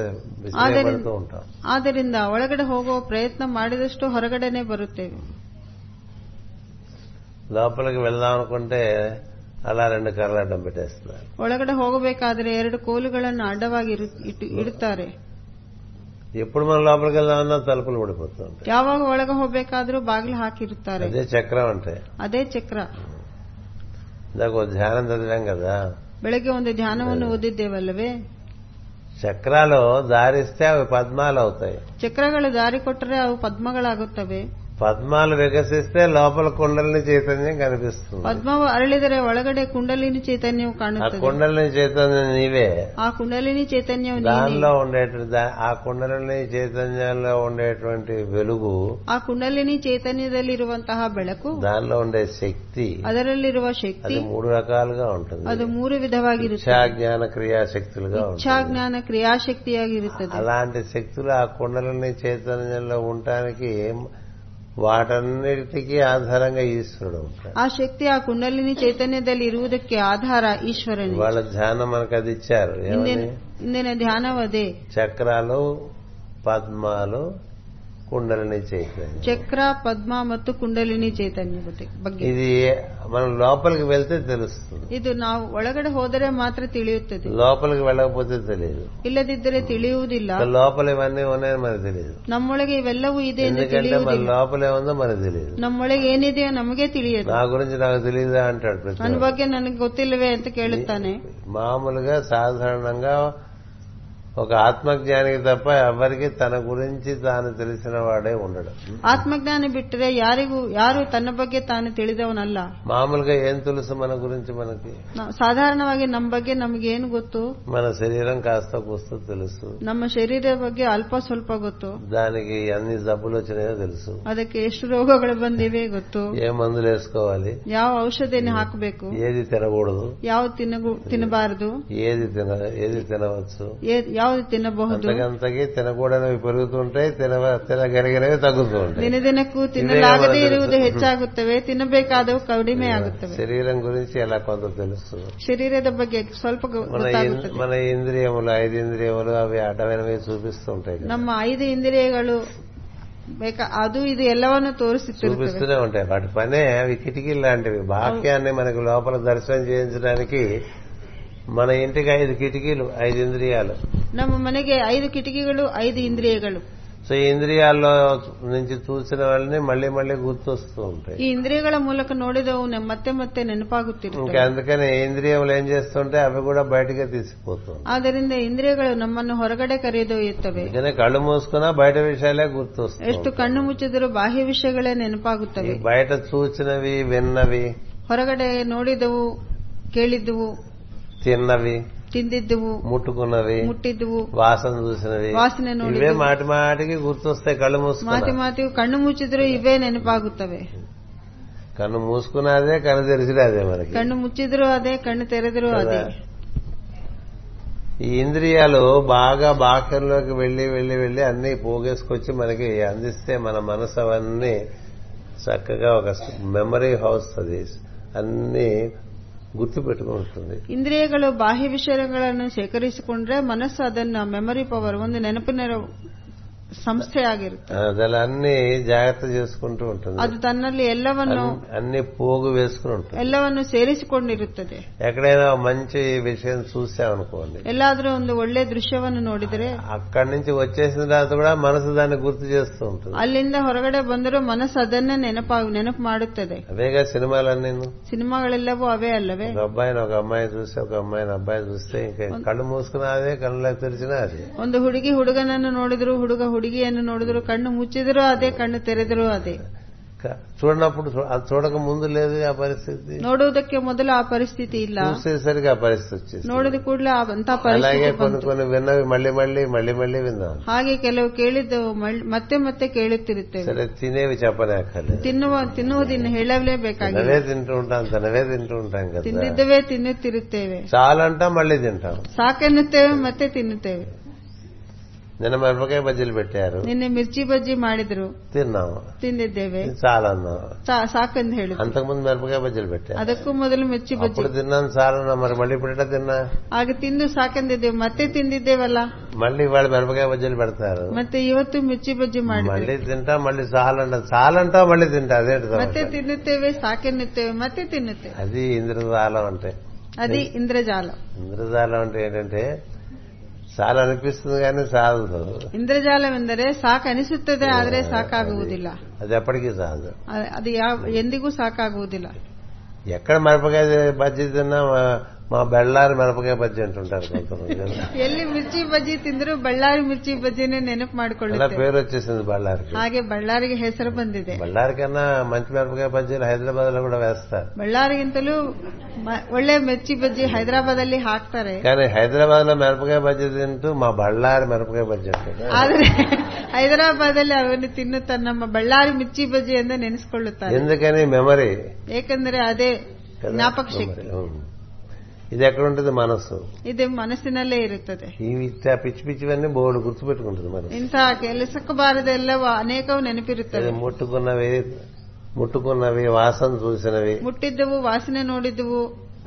S1: విసిరేపడుతూ ఉంటాం
S2: ಆದ್ದರಿಂದ ಒಳಗಡೆ ಹೋಗುವ ಪ್ರಯತ್ನ ಮಾಡಿದಷ್ಟು ಹೊರಗಡೆನೆ ಬರುತ್ತೇವೆ
S1: లోపలికి వెళ్దాం అనుకుంటే అలా రెండు కర్రలు అడ్డం పెట్టేస్తున్నారు
S2: ಒಳಗಡೆ ಹೋಗಬೇಕಾದರೆ ಎರಡು ಕೋಲುಗಳನ್ನು ಅಡ್ಡವಾಗಿ ಇರು- ಇಟ್ಟು- ಇಡುತ್ತಾರೆ
S1: ఎప్పుడు మనం లోపలికి వెళ్దామన్నా తలుపులు పడిపోతూ ఉంటాయి
S2: ಯಾವಾಗ ಒಳಗೆ ಹೋಗಬೇಕಾದ್ರೂ ಬಾಗಿಲು ಹಾಕಿರುತ್ತಾರೆ
S1: అదే చక్రం అంటే
S2: ಅದೇ ಚಕ್ರ
S1: ఇందాక ఓ ధ్యానం చదివాం కదా
S2: ಬೆಳಗ್ಗೆ ಒಂದು ಧ್ಯಾನವನ್ನು ಓದಿದ್ದೇವಲ್ಲವೇ
S1: చక్రాలు దారిస్తే అవి పద్మాలు అవుతాయి
S2: ಚಕ್ರಗಳು ದಾರಿ ಕೊಟ್ಟರೆ ಅವು ಪದ್ಮಗಳಾಗುತ್ತವೆ
S1: పద్మాలు వికసిస్తే లోపల కుండలని చైతన్యం కనిపిస్తుంది
S2: ಪದ್ಮವು ಅರಳಿದರೆ ಒಳಗಡೆ ಕುಂಡಲಿನಿ ಚೈತನ್ಯವು
S1: ఆ
S2: ಕಾಣುತ್ತದೆ
S1: కుండలని చైతన్యం నీవే
S2: ಆ ಕುಂಡಲಿನಿ ಚೈತನ್ಯವು ನೀನೇ
S1: దానిలో ఉండేటువంటి దా- ఆ కుండలని చైతన్యంలో ఉండేటువంటి వెలుగు
S2: ಆ ಕುಂಡಲಿನಿ ಚೈತನ್ಯದಲ್ಲಿರುವಂತಹ ಬೆಳಕು
S1: దానిలో ఉండే శక్తి
S2: ಅದರಲ್ಲಿರುವ ಶಕ್ತಿ
S1: అది మూడు రకాలుగా ఉంటుంది
S2: ಅದು ಮೂರು ವಿಧವಾಗಿರುತ್ತದೆ
S1: ఇచ్చా జ్ఞాన క్రియాశక్తులుగా ఉంటుంది
S2: ಇಚ್ಛಾಜ್ಞಾನ ಕ್ರಿಯಾಶಕ್ತಿಯಾಗಿರುತ್ತದೆ
S1: అలాంటి శక్తులు ఆ కుండలని చైతన్యంలో ఉండటానికి వాటన్నిటికీ ఆధారంగా ఈశ్వరుడు ఉంటాడు
S2: ಆ ಶಕ್ತಿ ಆ ಕುಂಡಲಿನಿ ಚೈತನ್ಯದಲ್ಲಿ ಇರುವುದಕ್ಕೆ ಆಧಾರ ಈಶ್ವರನೇ
S1: వాళ్ళ ధ్యానం మనకు అది ఇచ్చారు
S2: ಇಂದಿನ
S1: ఏమని
S2: ಇಂದಿನ ಧ್ಯಾನವದೇ
S1: చక్రాలు పద్మాలు కుండలని చైతన్యం
S2: ಚಕ್ರ ಪದ್ಮ ಮತ್ತು ಕುಂಡಲಿನಿ ಚೈತನ್ಯ ಬಗ್ಗೆ- ಬಗ್ಗೆ
S1: ఇది మనం లోపలికి వెళ్తే తెలుస్తుంది
S2: ಇದು ನಾವು ಒಳಗಡೆ ಹೋದರೆ ಮಾತ್ರ ತಿಳಿಯುತ್ತದೆ
S1: లోపలికి వెళ్ళకపోతే తెలియదు
S2: ಇಲ್ಲದಿದ್ದರೆ ತಿಳಿಯುವುದಿಲ್ಲ
S1: లోపల ఇవన్నీ ఉన్నాయని మనకు తెలియదు
S2: ನಮ್ಮೊಳಗೆ ಇವೆಲ್ಲವೂ ಇದೆ ಎಂದು
S1: ఎందుకంటే మన
S2: ತಿಳಿಯುವುದಿಲ್ಲ
S1: లోపలే ఉందో మనకు తెలియదు
S2: ನಮ್ಮೊಳಗೆ ಏನಿದೆಯೋ ನಮಗೆ ತಿಳಿಯದು
S1: నా గురించి నాకు తెలియదా అంటాడు ప్రతి
S2: ನನ್ನ
S1: ఒక్కడు.
S2: ಬಗ್ಗೆ ನನಗೆ ಗೊತ್ತಿಲ್ಲವೇ ಅಂತ ಕೇಳುತ್ತಾನೆ
S1: మామూలుగా సాధారణంగా ఒక ఆత్మజ్ఞానికి తప్ప ఎవరికి తన గురించి తాను తెలిసిన వాడే ఉండడు
S2: ಆತ್ಮಜ್ಞಾನಿ ಬಿಟ್ಟರೆ ಯಾರಿಗೂ ಯಾರು ತನ್ನ ಬಗ್ಗೆ ತಾನು ತಿಳಿದವನಲ್ಲ
S1: మామూలుగా ఏం తెలుసు మన గురించి మనకి
S2: ನ- ಸಾಧಾರಣವಾಗಿ ನಮ್ಮ ಬಗ್ಗೆ ನಮಗೇನು ಗೊತ್ತು
S1: మన శరీరం కాస్త కూస్త తెలుసు
S2: ನಮ್ಮ ಶರೀರದ ಬಗ್ಗೆ ಅಲ್ಪ ಸ್ವಲ್ಪ ಗೊತ್ತು
S1: దానికి అన్ని జబ్బులు వచ్చినాయో తెలుసు
S2: ಅದಕ್ಕೆ ಎಷ್ಟು ರೋಗಗಳು ಬಂದಿವೆ ಗೊತ್ತು
S1: ఏ మందులు వేసుకోవాలి
S2: ಯಾವ ಔಷಧಿಯನ್ನು ಹಾಕಬೇಕು
S1: ఏది తినకూడదు
S2: ಯಾವ ತಿನ್ನಗು- ತಿನ್ನಬಾರದು
S1: ఏది తిన ఏది తినవచ్చు
S2: ಏ- ಯಾವ ಯಾವುದು ತಿನ್ನಬಹುದು
S1: అంతకంతకి తినకూడనివి పెరుగుతుంటాయి తినవ తినగలిగినవి తగ్గుతూ ఉంటాయి
S2: ದಿನದಿನಕ್ಕೂ
S1: ಇದೇ
S2: ತಿನ್ನಲಾಗದೇ
S1: ಅವರ
S2: ಇರುವುದು
S1: ಕೆಲಸ.
S2: ಹೆಚ್ಚಾಗುತ್ತವೆ ತಿನ್ನಬೇಕಾದವು ಕಡಿಮೆ ಆಗುತ್ತವೆ
S1: శరీరం గురించి ఎలా కొంత తెలుస్తుంది
S2: ಶರೀರದ ಬಗ್ಗೆ ಸ್ವಲ್ಪ ಗೊ-
S1: మన ఇన్-
S2: ಗೊತ್ತಾಗುತ್ತದೆ
S1: మన ఇంద్రియములు ఐదు ఇంద్రియములు అవి అడ్డమైనవి చూపిస్తూ ఉంటాయి కదా.
S2: ನಮ್ಮ ಐದು ಇಂದ್ರಿಯಗಳು ಬೇಕಾ ಅದು ಇದು ಎಲ್ಲವನ್ನು ತೋರಿಸುತ್ತಿರುತ್ತವೆ
S1: చూపిస్తూనే ఉంటాయి వాటి పనే అవి కిటికీలు లాంటివి బాహ్యాన్ని మనకి లోపల దర్శనం చేయించడానికి మన ఇంటికి ఐదు కిటికీలు ఐదు ఇంద్రియాలు
S2: ನಮ್ಮ ಮನೆಗೆ ಐದು ಕಿಟಕಿಗಳು ಐದು ಇಂದ್ರಿಯಗಳು
S1: సో ఈ ఇంద్రియాల్లో నుంచి చూసిన వాళ్ళని మళ్లీ మళ్లీ గుర్తొస్తూ ఉంటాయి
S2: ಈ ಇಂದ್ರಿಯಗಳ ಮೂಲಕ ನೋಡಿದವು ನೆ- ಮತ್ತೆ ಮತ್ತೆ
S1: ఇంకా
S2: ನೆನಪಾಗುತ್ತಿರುತ್ತವೆ
S1: అందుకని ఇంద్రియములు ఏం చేస్తుంటే అవి కూడా బయటకే తీసుకుపోతూ ఉంటాయి
S2: ಆದ್ದರಿಂದ ಇಂದ್ರಿಯಗಳು ನಮ್ಮನ್ನು ಹೊರಗಡೆ ಕರೆದೊಯ್ಯುತ್ತವೆ
S1: అందుకనే కళ్ళు మూసుకున్నా బయట విషయాలే గుర్తొస్తాయి
S2: ಎಷ್ಟು ಕಣ್ಣು ಮುಚ್ಚಿದರೂ ಬಾಹ್ಯ ವಿಷಯಗಳೇ ನೆನಪಾಗುತ್ತವೆ
S1: ఈ బయట చూచినవి విన్నవి
S2: ಹೊರಗಡೆ ನೋಡಿದವು ಕೇಳಿದ್ದವು
S1: తిన్నవి
S2: ತಿಂದಿದ್ದವು
S1: ముట్టుకున్నవి
S2: ಮುಟ್ಟಿದ್ದವು
S1: వాసన చూసినవి
S2: వాసన నోడినవి.
S1: ఇవే మాటి మాటికి గుర్తొస్తాయి కళ్ళు
S2: ಮಾತಿ
S1: మూసుకున్నా
S2: ಮಾತಿಯು ಕಣ್ಣು ಮುಚ್ಚಿದ್ರೂ ಇವೇ ನೆನಪಾಗುತ್ತವೆ
S1: కన్ను మూసుకున్నదే కన్ను తెరిచినా అదే మనకి
S2: ಕಣ್ಣು ಮುಚ್ಚಿದ್ರೂ ಅದೇ ಕಣ್ಣು ತೆರೆದರೂ
S1: కదా?
S2: ಅದೇ
S1: ఈ ఇంద్రియాలు బాగా బాహ్యంలోకి వెళ్లి వెళ్లి వెళ్లి అన్ని పోగేసుకొచ్చి మనకి అందిస్తే మన మనసు అవన్నీ చక్కగా ఒక మెమరీ హౌస్ అది అన్ని గుర్తు పెట్టుకుంటుంది
S2: ಇಂದ್ರಿಯಗಳು ಬಾಹ್ಯ ವಿಷಯಗಳನ್ನು ಶೇಖರಿಸಿಕೊಂಡ್ರೆ ಮನಸ್ಸು ಅದನ್ನ ಮೆಮರಿ ಪವರ್ ಒಂದು ನೆನಪಿನ ಸಂಸ್ಥೆ ಆಗಿರುತ್ತೆ
S1: అలా అన్ని జాగ్రత్త చేసుకుంటూ ఉంటుంది
S2: ಅದು ತನ್ನಲ್ಲಿ ಎಲ್ಲವನ್ನು
S1: అన్- అన్ని పోగు వేసుకుని ఉంటుంది
S2: ಎಲ್ಲವನ್ನು ಸೇರಿಸಿಕೊಂಡಿರುತ್ತದೆ
S1: ఎక్కడైనా ఒక మంచి విషయం చూసామనుకోండి
S2: ಎಲ್ಲಾದ್ರೂ ಒಂದು ಒಳ್ಳೆ ದೃಶ್ಯವನ್ನು ನೋಡಿದರೆ
S1: అక్కడి నుంచి వచ్చేసిన తర్వాత కూడా మనసు దాన్ని గుర్తు చేస్తూ ఉంటుంది
S2: ಅಲ್ಲಿಂದ ಹೊರಗಡೆ ಬಂದರೂ ಮನಸ್ಸು ಅದನ್ನೇ ನೆನಪಾ ನೆನಪು ಮಾಡುತ್ತದೆ
S1: అదేగా సినిమాలన్నీ
S2: ಸಿನಿಮಾಗಳೆಲ್ಲವೂ ಅವೇ ಅಲ್ಲವೇ
S1: ఒక అబ్బాయిని ఒక అమ్మాయి చూసి ఒక అమ్మాయిని అబ్బాయి చూస్తే ఇంకా కళ్ళు మూసుకున్నా అదే కళ్ళకి తెరిచినా అదే
S2: ಒಂದು ಹುಡುಗಿ ಹುಡುಗನನ್ನು ನೋಡಿದ್ರು ಹುಡುಗ ಹುಡುಗಿಯನ್ನು ನೋಡಿದ್ರು ಕಣ್ಣು ಮುಚ್ಚಿದರೂ ಅದೇ ಕಣ್ಣು ತೆರೆದರೂ ಅದೇ
S1: క- చూడనప్పుడు చూ- అది చూడక ముందు లేదు ఆ పరిస్థితి
S2: ನೋಡುವುದಕ್ಕೆ ಮೊದಲು ಆ ಪರಿಸ್ಥಿತಿ ಇಲ್ಲ
S1: చూసేసరికి ఆ పరిస్థితి వచ్చేసి
S2: ನೋಡಿದ ಕೂಡಲೇ ಅಂತ
S1: అలాగే
S2: ಪರಿಸ್ಥಿತಿ
S1: కొన్ని
S2: ಬಂತು
S1: కొన్ని విన్నవి మళ్ళీ మళ్ళీ మళ్ళీ మళ్ళీ విన్నాం
S2: ಹಾಗೆ ಕೆಲವು ಕೇಳಿದ್ದವು ಮಳ್- ಮತ್ತೆ ಮತ್ತೆ ಕೇಳುತ್ತಿರುತ್ತೇವೆ
S1: సరే తినేవి చెప్పనక్కర్లేదు
S2: ತಿನ್ನುವ ತಿನ್ನುವುದಿನ್ನು ಹೇಳಲೇಬೇಕಾಗಿದೆ
S1: తినవే తింటూ ఉంటాం తినవే తింటూ ఉంటాం కదా
S2: ತಿಂದಿದ್ದವೇ ತಿನ್ನುತ್ತಿರುತ್ತೇವೆ
S1: చాలంటా మళ్ళీ తింటాం
S2: ಸಾಕೆನ್ನುತ್ತೇವೆ ಮತ್ತೆ ತಿನ್ನುತ್ತೇವೆ
S1: నిన్న మిరపకాయ బజ్జీలు పెట్టారు
S2: ನಿನ್ನೆ ಮಿರ್ಚಿ ಬಜ್ಜಿ ಮಾಡಿದ್ರು
S1: తిన్నాము
S2: ತಿಂದಿದ್ದೇವೆ
S1: ఇది చాలన్నాం
S2: ಸಾ- ಸಾಕೆಂದು ಹೇಳಿದ್ರು
S1: అంతకుముందు మిరపకాయ బజ్జీలు పెట్టారు
S2: ಅದಕ್ಕೂ ಮೊದಲು ಮಿರ್ಚಿ ಬಜ್ಜಿ
S1: అప్పుడు తిన్నాను చాలన్నా మరి మళ్ళీ ఇప్పుడు ఎట్లా తిన్నా
S2: ಆಗ ತಿಂದು ಸಾಕೆಂದಿದ್ದೇವೆ ಮತ್ತೆ ತಿಂದಿದ್ದೇವಲ್ಲ
S1: మళ్ళీ వాళ్ళు మిరపకాయ బజ్జీలు పెడతారు
S2: ಮತ್ತೆ ಇವತ್ತು ಮಿರ್ಚಿ ಬಜ್ಜಿ ಮಾಡಿದ್ರು
S1: మళ్ళీ తింటా మళ్ళీ చాలంట చాలంటా మళ్ళీ తింటా అదే
S2: ಮತ್ತೆ ತಿನ್ನುತ್ತೇವೆ ಸಾಕೆನ್ನುತ್ತೇವೆ ಮತ್ತೆ ತಿನ್ನುತ್ತೇವೆ
S1: అది ఇంద్రజాలం అంటే
S2: ಅದೇ ಇಂದ್ರಜಾಲ
S1: ఇంద్రజాలం అంటే ఏంటంటే చాలా అనిపిస్తుంది కానీ చాలదు
S2: ಇಂದ್ರಜಾಲವೆಂದರೆ ಸಾಕನಿಸುತ್ತದೆ ಆದರೆ ಸಾಕಾಗುವುದಿಲ್ಲ
S1: అది ఎప్పటికీ చాలదు
S2: ಅ- ಅದು ಯಾವ ಎಂದಿಗೂ ಸಾಕಾಗುವುದಿಲ್ಲ
S1: ఎక్కడ మిరపకాయ బజ్జీ తిన్నా మా- మా బెళ్ళారి మిరపకాయ బజ్జీ అంటుంటారు కొంతమంది
S2: ಎಲ್ಲಿ ಮಿರ್ಚಿ ಬಜ್ಜಿ ತಿಂದರೂ ಬಳ್ಳಾರಿ ಮಿರ್ಚಿ ಬಜ್ಜಿನೇ ನೆನಪು
S1: అలా
S2: ಮಾಡಿಕೊಳ್ಳುತ್ತೇವೆ
S1: పేరు వచ్చేసింది బళ్ళారికి
S2: ಹಾಗೆ ಬಳ್ಳಾರಿಗೆ ಹೆಸರು ಬಂದಿದೆ
S1: బళ్ళారి కన్నా మంచి మిరపకాయ బజ్జీలు హైదరాబాద్ లో కూడా వేస్తారు
S2: ಬಳ್ಳಾರಿಗಿಂತಲೂ ಮ- ಒಳ್ಳೆ ಮಿರ್ಚಿ ಬಜ್ಜಿ ಹೈದರಾಬಾದ್ ಅಲ್ಲಿ ಹಾಕ್ತಾರೆ
S1: కానీ హైదరాబాద్ లో మిరపకాయ బజ్జీ తింటూ మా బళ్ళారి మిరపకాయ బజ్జీ అంటారు.
S2: ಆದರೆ ಹೈದರಾಬಾದ್ ಅಲ್ಲಿ ಅವನ್ನು ತಿನ್ನುತ್ತ ನಮ್ಮ ಬಳ್ಳಾರಿ ಮಿರ್ಚಿ ಬಜ್ಜಿ ಎಂದು ನೆನೆಸಿಕೊಳ್ಳುತ್ತಾರೆ
S1: ఎందుకని మెమరీ
S2: ಏಕೆಂದರೆ ಅದೇ
S1: కదా?
S2: ಜ್ಞಾಪಕ ಶಕ್ತಿ
S1: మెమరీ. ఉం. ఇది ఎక్కడ ఉంటుంది మనస్సు
S2: ಇದು ಮನಸ್ಸಿನಲ್ಲೇ ಇರುತ್ತದೆ
S1: ఇవి ఇట్లా పిచ్చి పిచ్చివన్నీ బోర్డు గుర్తుపెట్టుకుంటుంది మనసు
S2: ಇಂತಹ ಕೆಲಸಕ್ಕೆ ಬಾರದೆಲ್ಲವೂ ಅನೇಕವು
S1: ఇది
S2: ನೆನಪಿರುತ್ತವೆ
S1: ముట్టుకున్నవి ముట్టుకున్నవి వాసన చూసినవి
S2: ಮುಟ್ಟಿದ್ದವು ವಾಸನೆ ನೋಡಿದ್ದವು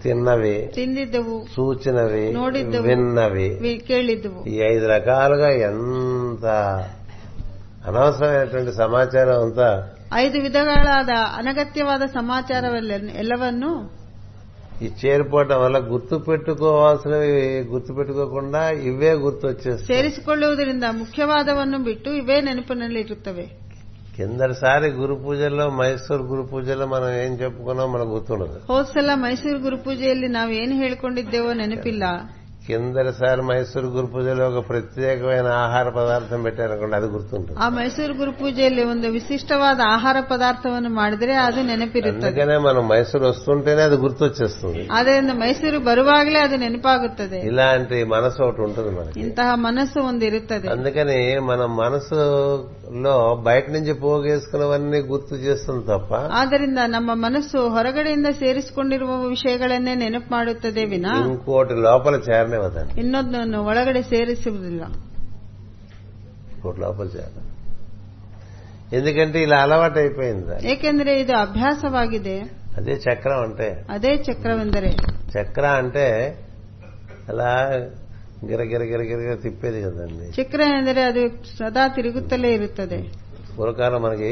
S1: తిన్నవి
S2: ತಿಂದಿದ್ದವು
S1: చూచినవి
S2: నోడిద్దవు.
S1: విన్నవి
S2: ವಿ- ಕೇಳಿದ್ದವು
S1: ఈ ఐదు రకాలుగా ఎంత అనవసరమైనటువంటి సమాచారం అంతా
S2: ಐದು ವಿಧಗಳಾದ ಅನಗತ್ಯವಾದ ಸಮಾಚಾರವೆಲ್ಲ ಎಲ್ಲವನ್ನು
S1: ఈ చేరిపోవటం వల్ల గుర్తు పెట్టుకోవాల్సినవి గుర్తు పెట్టుకోకుండా ఇవే గుర్తు వచ్చేస్తాయి
S2: ಸೇರಿಸಿಕೊಳ್ಳುವುದರಿಂದ ಮುಖ್ಯವಾದವನ್ನು ಬಿಟ್ಟು ಇವೇ ನೆನಪಿನಲ್ಲಿ ಇರುತ್ತವೆ
S1: కిందటిసారి గురు పూజల్లో మైసూర్ గురు పూజల్లో మనం ఏం చెప్పుకున్నాం మనకు గుర్తుండదు
S2: ಹೋದ್ ಸಲ ಮೈಸೂರು ಗುರುಪೂಜೆಯಲ್ಲಿ ನಾವು ಏನು ಹೇಳಿಕೊಂಡಿದ್ದೇವೋ ನೆನಪಿಲ್ಲ
S1: కిందటిసారి మైసూర్ గురు పూజలో ఒక ప్రత్యేకమైన ఆహార పదార్థం పెట్టారనుకోండి అది గుర్తుంటుంది
S2: ಆ ಮೈಸೂರು ಗುರುಪೂಜೆಯಲ್ಲಿ ಒಂದು ವಿಶಿಷ್ಟವಾದ ಆಹಾರ ಪದಾರ್ಥವನ್ನು ಮಾಡಿದರೆ ಅದು ನೆನಪಿರುತ್ತದೆ
S1: అందుకనే మనం మైసూర్ వస్తుంటేనే అది గుర్తొచ్చేస్తుంది
S2: ಆದ್ದರಿಂದ ಮೈಸೂರು ಬರುವಾಗಲೇ ಅದು ನೆನಪಾಗುತ್ತದೆ
S1: ఇలాంటి మనసు ఒకటి ఉంటుంది మనకి
S2: ಇಂತಹ ಮನಸ್ಸು ಒಂದಿರುತ್ತದೆ
S1: అందుకని మన మనసులో బయట నుంచి పోగేసుకున్నవన్నీ గుర్తు చేస్తుంది తప్ప
S2: ಆದ್ದರಿಂದ ನಮ್ಮ ಮನಸ್ಸು ಹೊರಗಡೆಯಿಂದ ಸೇರಿಸಿಕೊಂಡಿರುವ ವಿಷಯಗಳನ್ನೇ ನೆನಪು ಮಾಡುತ್ತದೆ ವಿನ
S1: ఇంకోటి లోపల చేర కారణమే వదండి
S2: ಇನ್ನೊಂದನ್ನು ಒಳಗಡೆ ಸೇರಿಸುವುದಿಲ್ಲ
S1: ఇప్పుడు లోపల చేయాలి ఎందుకంటే ఇలా ಅಲವಾಟು అయిపోయింది
S2: ಏಕೆಂದರೆ ಇದು ಅಭ್ಯಾಸವಾಗಿದೆ
S1: అదే చక్రం అంటే
S2: ಅದೇ ಚಕ್ರವೆಂದರೆ
S1: చక్ರ అంటే అలా గిర గిర గిర గిర గిర తిప్పేది కదండి
S2: ಚಕ್ರ ಎಂದರೆ ಅದು ಸದಾ ತಿರುಗುತ್ತಲೇ ಇರುತ್ತದೆ
S1: పూర్వకాలం మనకి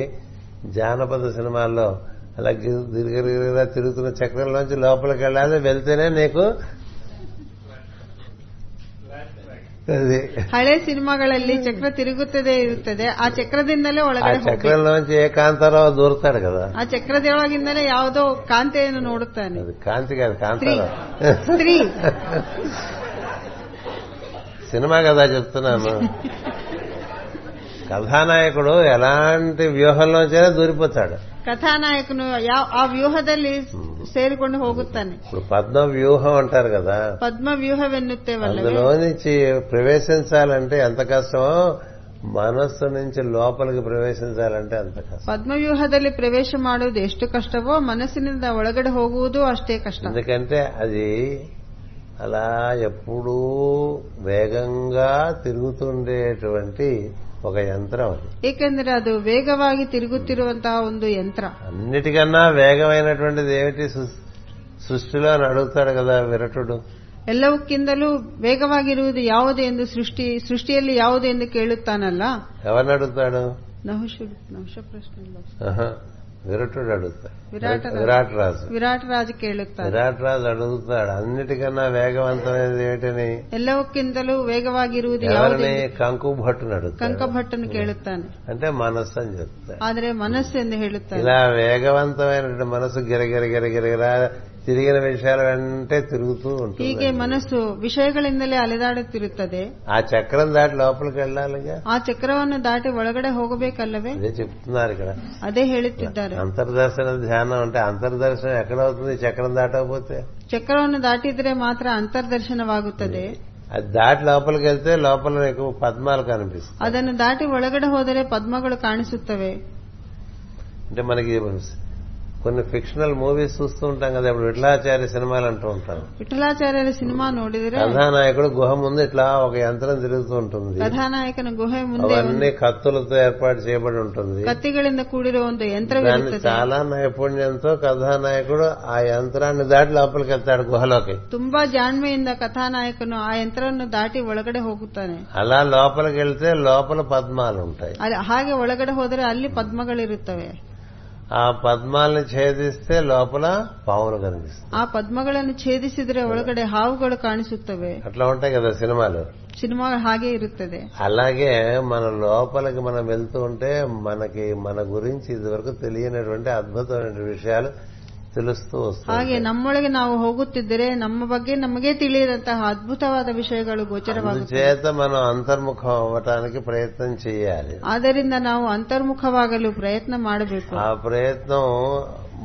S1: జానపద సినిమాల్లో అలా గిరు- గిర గిర గిరగిర తిరుగుతున్న చక్రంలోంచి లోపలికి వెళ్ళాలి వెళ్తేనే నీకు అది
S2: ಹಳೆ ಸಿನಿಮಾಗಳಲ್ಲಿ ಚಕ್ರ ತಿರುಗುತ್ತದೆ ಇರುತ್ತದೆ ಆ ಚಕ್ರದಿಂದಲೇ
S1: ఆ
S2: ಒಳಗಡೆ ಹೋಗ್ಬೇಕು.
S1: చక్రంలోంచి ఏ కాంతారావు దూరుతాడు కదా
S2: ಆ ಚಕ್ರದೊಳಗಿಂದಲೇ ಯಾವುದೋ ಕಾಂತೆಯನ್ನು ನೋಡುತ್ತಾನೆ
S1: అది కాంతి కాదు
S2: ಸ್ತ್ರೀ
S1: కాంతారావు
S2: ಸ್ತ್ರೀ
S1: సినిమా కదా చెప్తున్నాను కథానాయకుడు ఎలాంటి వ్యూహంలోంచైనా దూరిపోతాడు
S2: ಕಥಾನಾಯಕನು ಯಾವ ಆ ವ್ಯೂಹದಲ್ಲಿ ಸೇರಿಕೊಂಡು ಹೋಗುತ್ತಾನೆ
S1: ఇప్పుడు పద్మ వ్యూహం అంటారు కదా
S2: ಪದ್ಮ ವ್ಯೂಹವೆನ್ನುತ್ತೇವಲ್ಲವೇ
S1: అందులోంచి ప్రవేశించాలంటే ఎంత కష్టమో మనస్సు నుంచి లోపలికి ప్రవేశించాలంటే అంత కష్టం
S2: ಪದ್ಮವ್ಯೂಹದಲ್ಲಿ ಪ್ರವೇಶ ಮಾಡುವುದು ಎಷ್ಟು ಕಷ್ಟವೋ ಮನಸ್ಸಿನಿಂದ ಒಳಗಡೆ ಹೋಗುವುದು ಅಷ್ಟೇ ಕಷ್ಟ
S1: ఎందుకంటే అది అలా ఎప్పుడూ వేగంగా తిరుగుతుండేటువంటి ఒక యంత్రం అది
S2: ಏಕೆಂದರೆ ಅದು ವೇಗವಾಗಿ ತಿರುಗುತ್ತಿರುವಂತಹ ಒಂದು ಯಂತ್ರ
S1: అన్నిటికన్నా వేగమైనటువంటిది ఏమిటి సృ- సృష్టిలో అని అడుగుతాడు కదా విరటుడు
S2: ಎಲ್ಲವಕ್ಕಿಂತಲೂ ವೇಗವಾಗಿರುವುದು ಯಾವುದು ಎಂದು ಸೃಷ್ಟಿ ಸೃಷ್ಟಿಯಲ್ಲಿ ಯಾವುದು ಎಂದು ಕೇಳುತ್ತಾನಲ್ಲ
S1: ఎవరిని అడుగుతాడు
S2: ನಹುಶ ನಹುಶ ಪ್ರಶ್ನೆ ಇಲ್ಲ.
S1: ఆహా, విరటుడు అడుగుతాడు
S2: విరాట రాజు.
S1: విరాట్ రాజు
S2: ವಿರಾಟ್ ರಾಜ ಕೇಳುತ್ತಾನೆ
S1: విరాట్ రాజు అడుగుతాడు అన్నిటికన్నా వేగవంతమైనది ఏమిటని
S2: ಎಲ್ಲವಕ್ಕಿಂತಲೂ ವೇಗವಾಗಿರುವುದು ಯಾವುದು
S1: ఎవరిని
S2: ಎಂದು
S1: కంకు భట్టును అడుగుతాడు
S2: ಕಂಕಭಟ್ಟನು ಕೇಳುತ್ತಾನೆ
S1: అంటే మనస్సు అని చెప్తాడు
S2: ಆದರೆ ಮನಸ್ಸು ಎಂದು ಹೇಳುತ್ತಾನೆ
S1: ఇలా వేగవంతమైనటువంటి మనసు గిరగిర గిరగిరగిరా తిరిగిన విషయాల వెంటే తిరుగుతూ
S2: ಹೀಗೆ
S1: ఉంటుంది
S2: ಮನಸ್ಸು ವಿಷಯಗಳಿಂದಲೇ ಅಲೆದಾಡುತ್ತಿರುತ್ತದೆ
S1: ఆ చక్రం దాటి లోపలికి వెళ్ళాలిగా
S2: ಆ ಚಕ್ರವನ್ನು ದಾಟಿ ಒಳಗಡೆ ಹೋಗಬೇಕಲ್ಲವೇ
S1: అదే చెప్తున్నారు ఇక్కడ
S2: ಅದೇ ಹೇಳುತ್ತಿದ್ದಾರೆ
S1: అంతర్దర్శన ధ్యానం అంటే అంతర్దర్శనం ఎక్కడవుతుంది చక్రం దాటకపోతే
S2: ಚಕ್ರವನ್ನು ದಾಟಿದರೆ ಮಾತ್ರ ಅಂತರ್ದರ್ಶನವಾಗುತ್ತದೆ
S1: అది దాటి లోపలికి వెళ్తే లోపల నీకు పద్మాలు కనిపిస్తాయి
S2: ಅದನ್ನು ದಾಟಿ ಒಳಗಡೆ ಹೋದರೆ ಪದ್ಮಗಳು ಕಾಣಿಸುತ್ತವೆ
S1: అంటే మనకి కొన్ని ಫಿಕ್ಷನಲ್ మూవీస్ చూస్తూ ఉంటాం కదా ఇప్పుడు విఠలాచార్య సినిమాలు అంటూ ఉంటాం
S2: ವಿಠಲಾಚಾರ್ಯರ ಸಿನಿಮಾ ನೋಡಿದರೆ
S1: కథానాయకుడు గుహ ముందు ఇట్లా ఒక యంత్రం తిరుగుతూ ఉంటుంది
S2: ಕಥಾನಾಯಕನ ಗುಹೆ ಮುಂದೆ ಒಂದು
S1: అవన్నీ కత్తులతో ఏర్పాటు చేయబడి ఉంటుంది
S2: ಕತ್ತಿಗಳಿಂದ ಕೂಡಿರುವ ಒಂದು
S1: దాన్ని
S2: ಯಂತ್ರವಿರುತ್ತದೆ
S1: చాలా నైపుణ్యంతో కథానాయకుడు ఆ యంత్రాన్ని దాటి లోపలికి వెళ్తాడు గుహలోకి
S2: ತುಂಬಾ ಜಾಣ್ಮೆಯಿಂದ ಕಥಾನಾಯಕನು ಆ ಯಂತ್ರವನ್ನು ದಾಟಿ ಒಳಗಡೆ ಹೋಗುತ್ತಾನೆ
S1: అలా లోపలికి వెళ్తే లోపల పద్మాలు ఉంటాయి
S2: ಅಲ್ಲಿ- ಹಾಗೆ ಒಳಗಡೆ ಹೋದರೆ ಅಲ್ಲಿ ಪದ್ಮಗಳಿರುತ್ತವೆ
S1: ఆ పద్మాలను ఛేదిస్తే లోపల పాములు కనిపిస్తాయి
S2: ಆ ಪದ್ಮಗಳನ್ನು ಛೇದಿಸಿದರೆ ಒಳಗಡೆ ಹಾವುಗಳು ಕಾಣಿಸುತ್ತವೆ
S1: అట్లా ఉంటాయి కదా సినిమాలు
S2: ಸಿನಿಮಾ ಹಾಗೆ ಇರುತ್ತದೆ
S1: అలాగే మన లోపలికి మనం వెళ్తూ ఉంటే మనకి మన గురించి ఇదివరకు తెలియనటువంటి అద్భుతమైన విషయాలు తెలుస్తూ వస్తాయి
S2: ಹಾಗೆ ನಮ್ಮೊಳಗೆ ನಾವು ಹೋಗುತ್ತಿದ್ದರೆ ನಮ್ಮ ಬಗ್ಗೆ ನಮಗೆ ತಿಳಿಯದಂತಹ ಅದ್ಭುತವಾದ ವಿಷಯಗಳು ಗೋಚರವಾಗುತ್ತವೆ
S1: అందుచేత మనం అంతర్ముఖం అవ్వటానికి ప్రయత్నం చేయాలి
S2: ಆದ್ದರಿಂದ ನಾವು ಅಂತರ್ಮುಖವಾಗಲು ಪ್ರಯತ್ನ ಮಾಡಬೇಕು
S1: ఆ ప్రయత్నం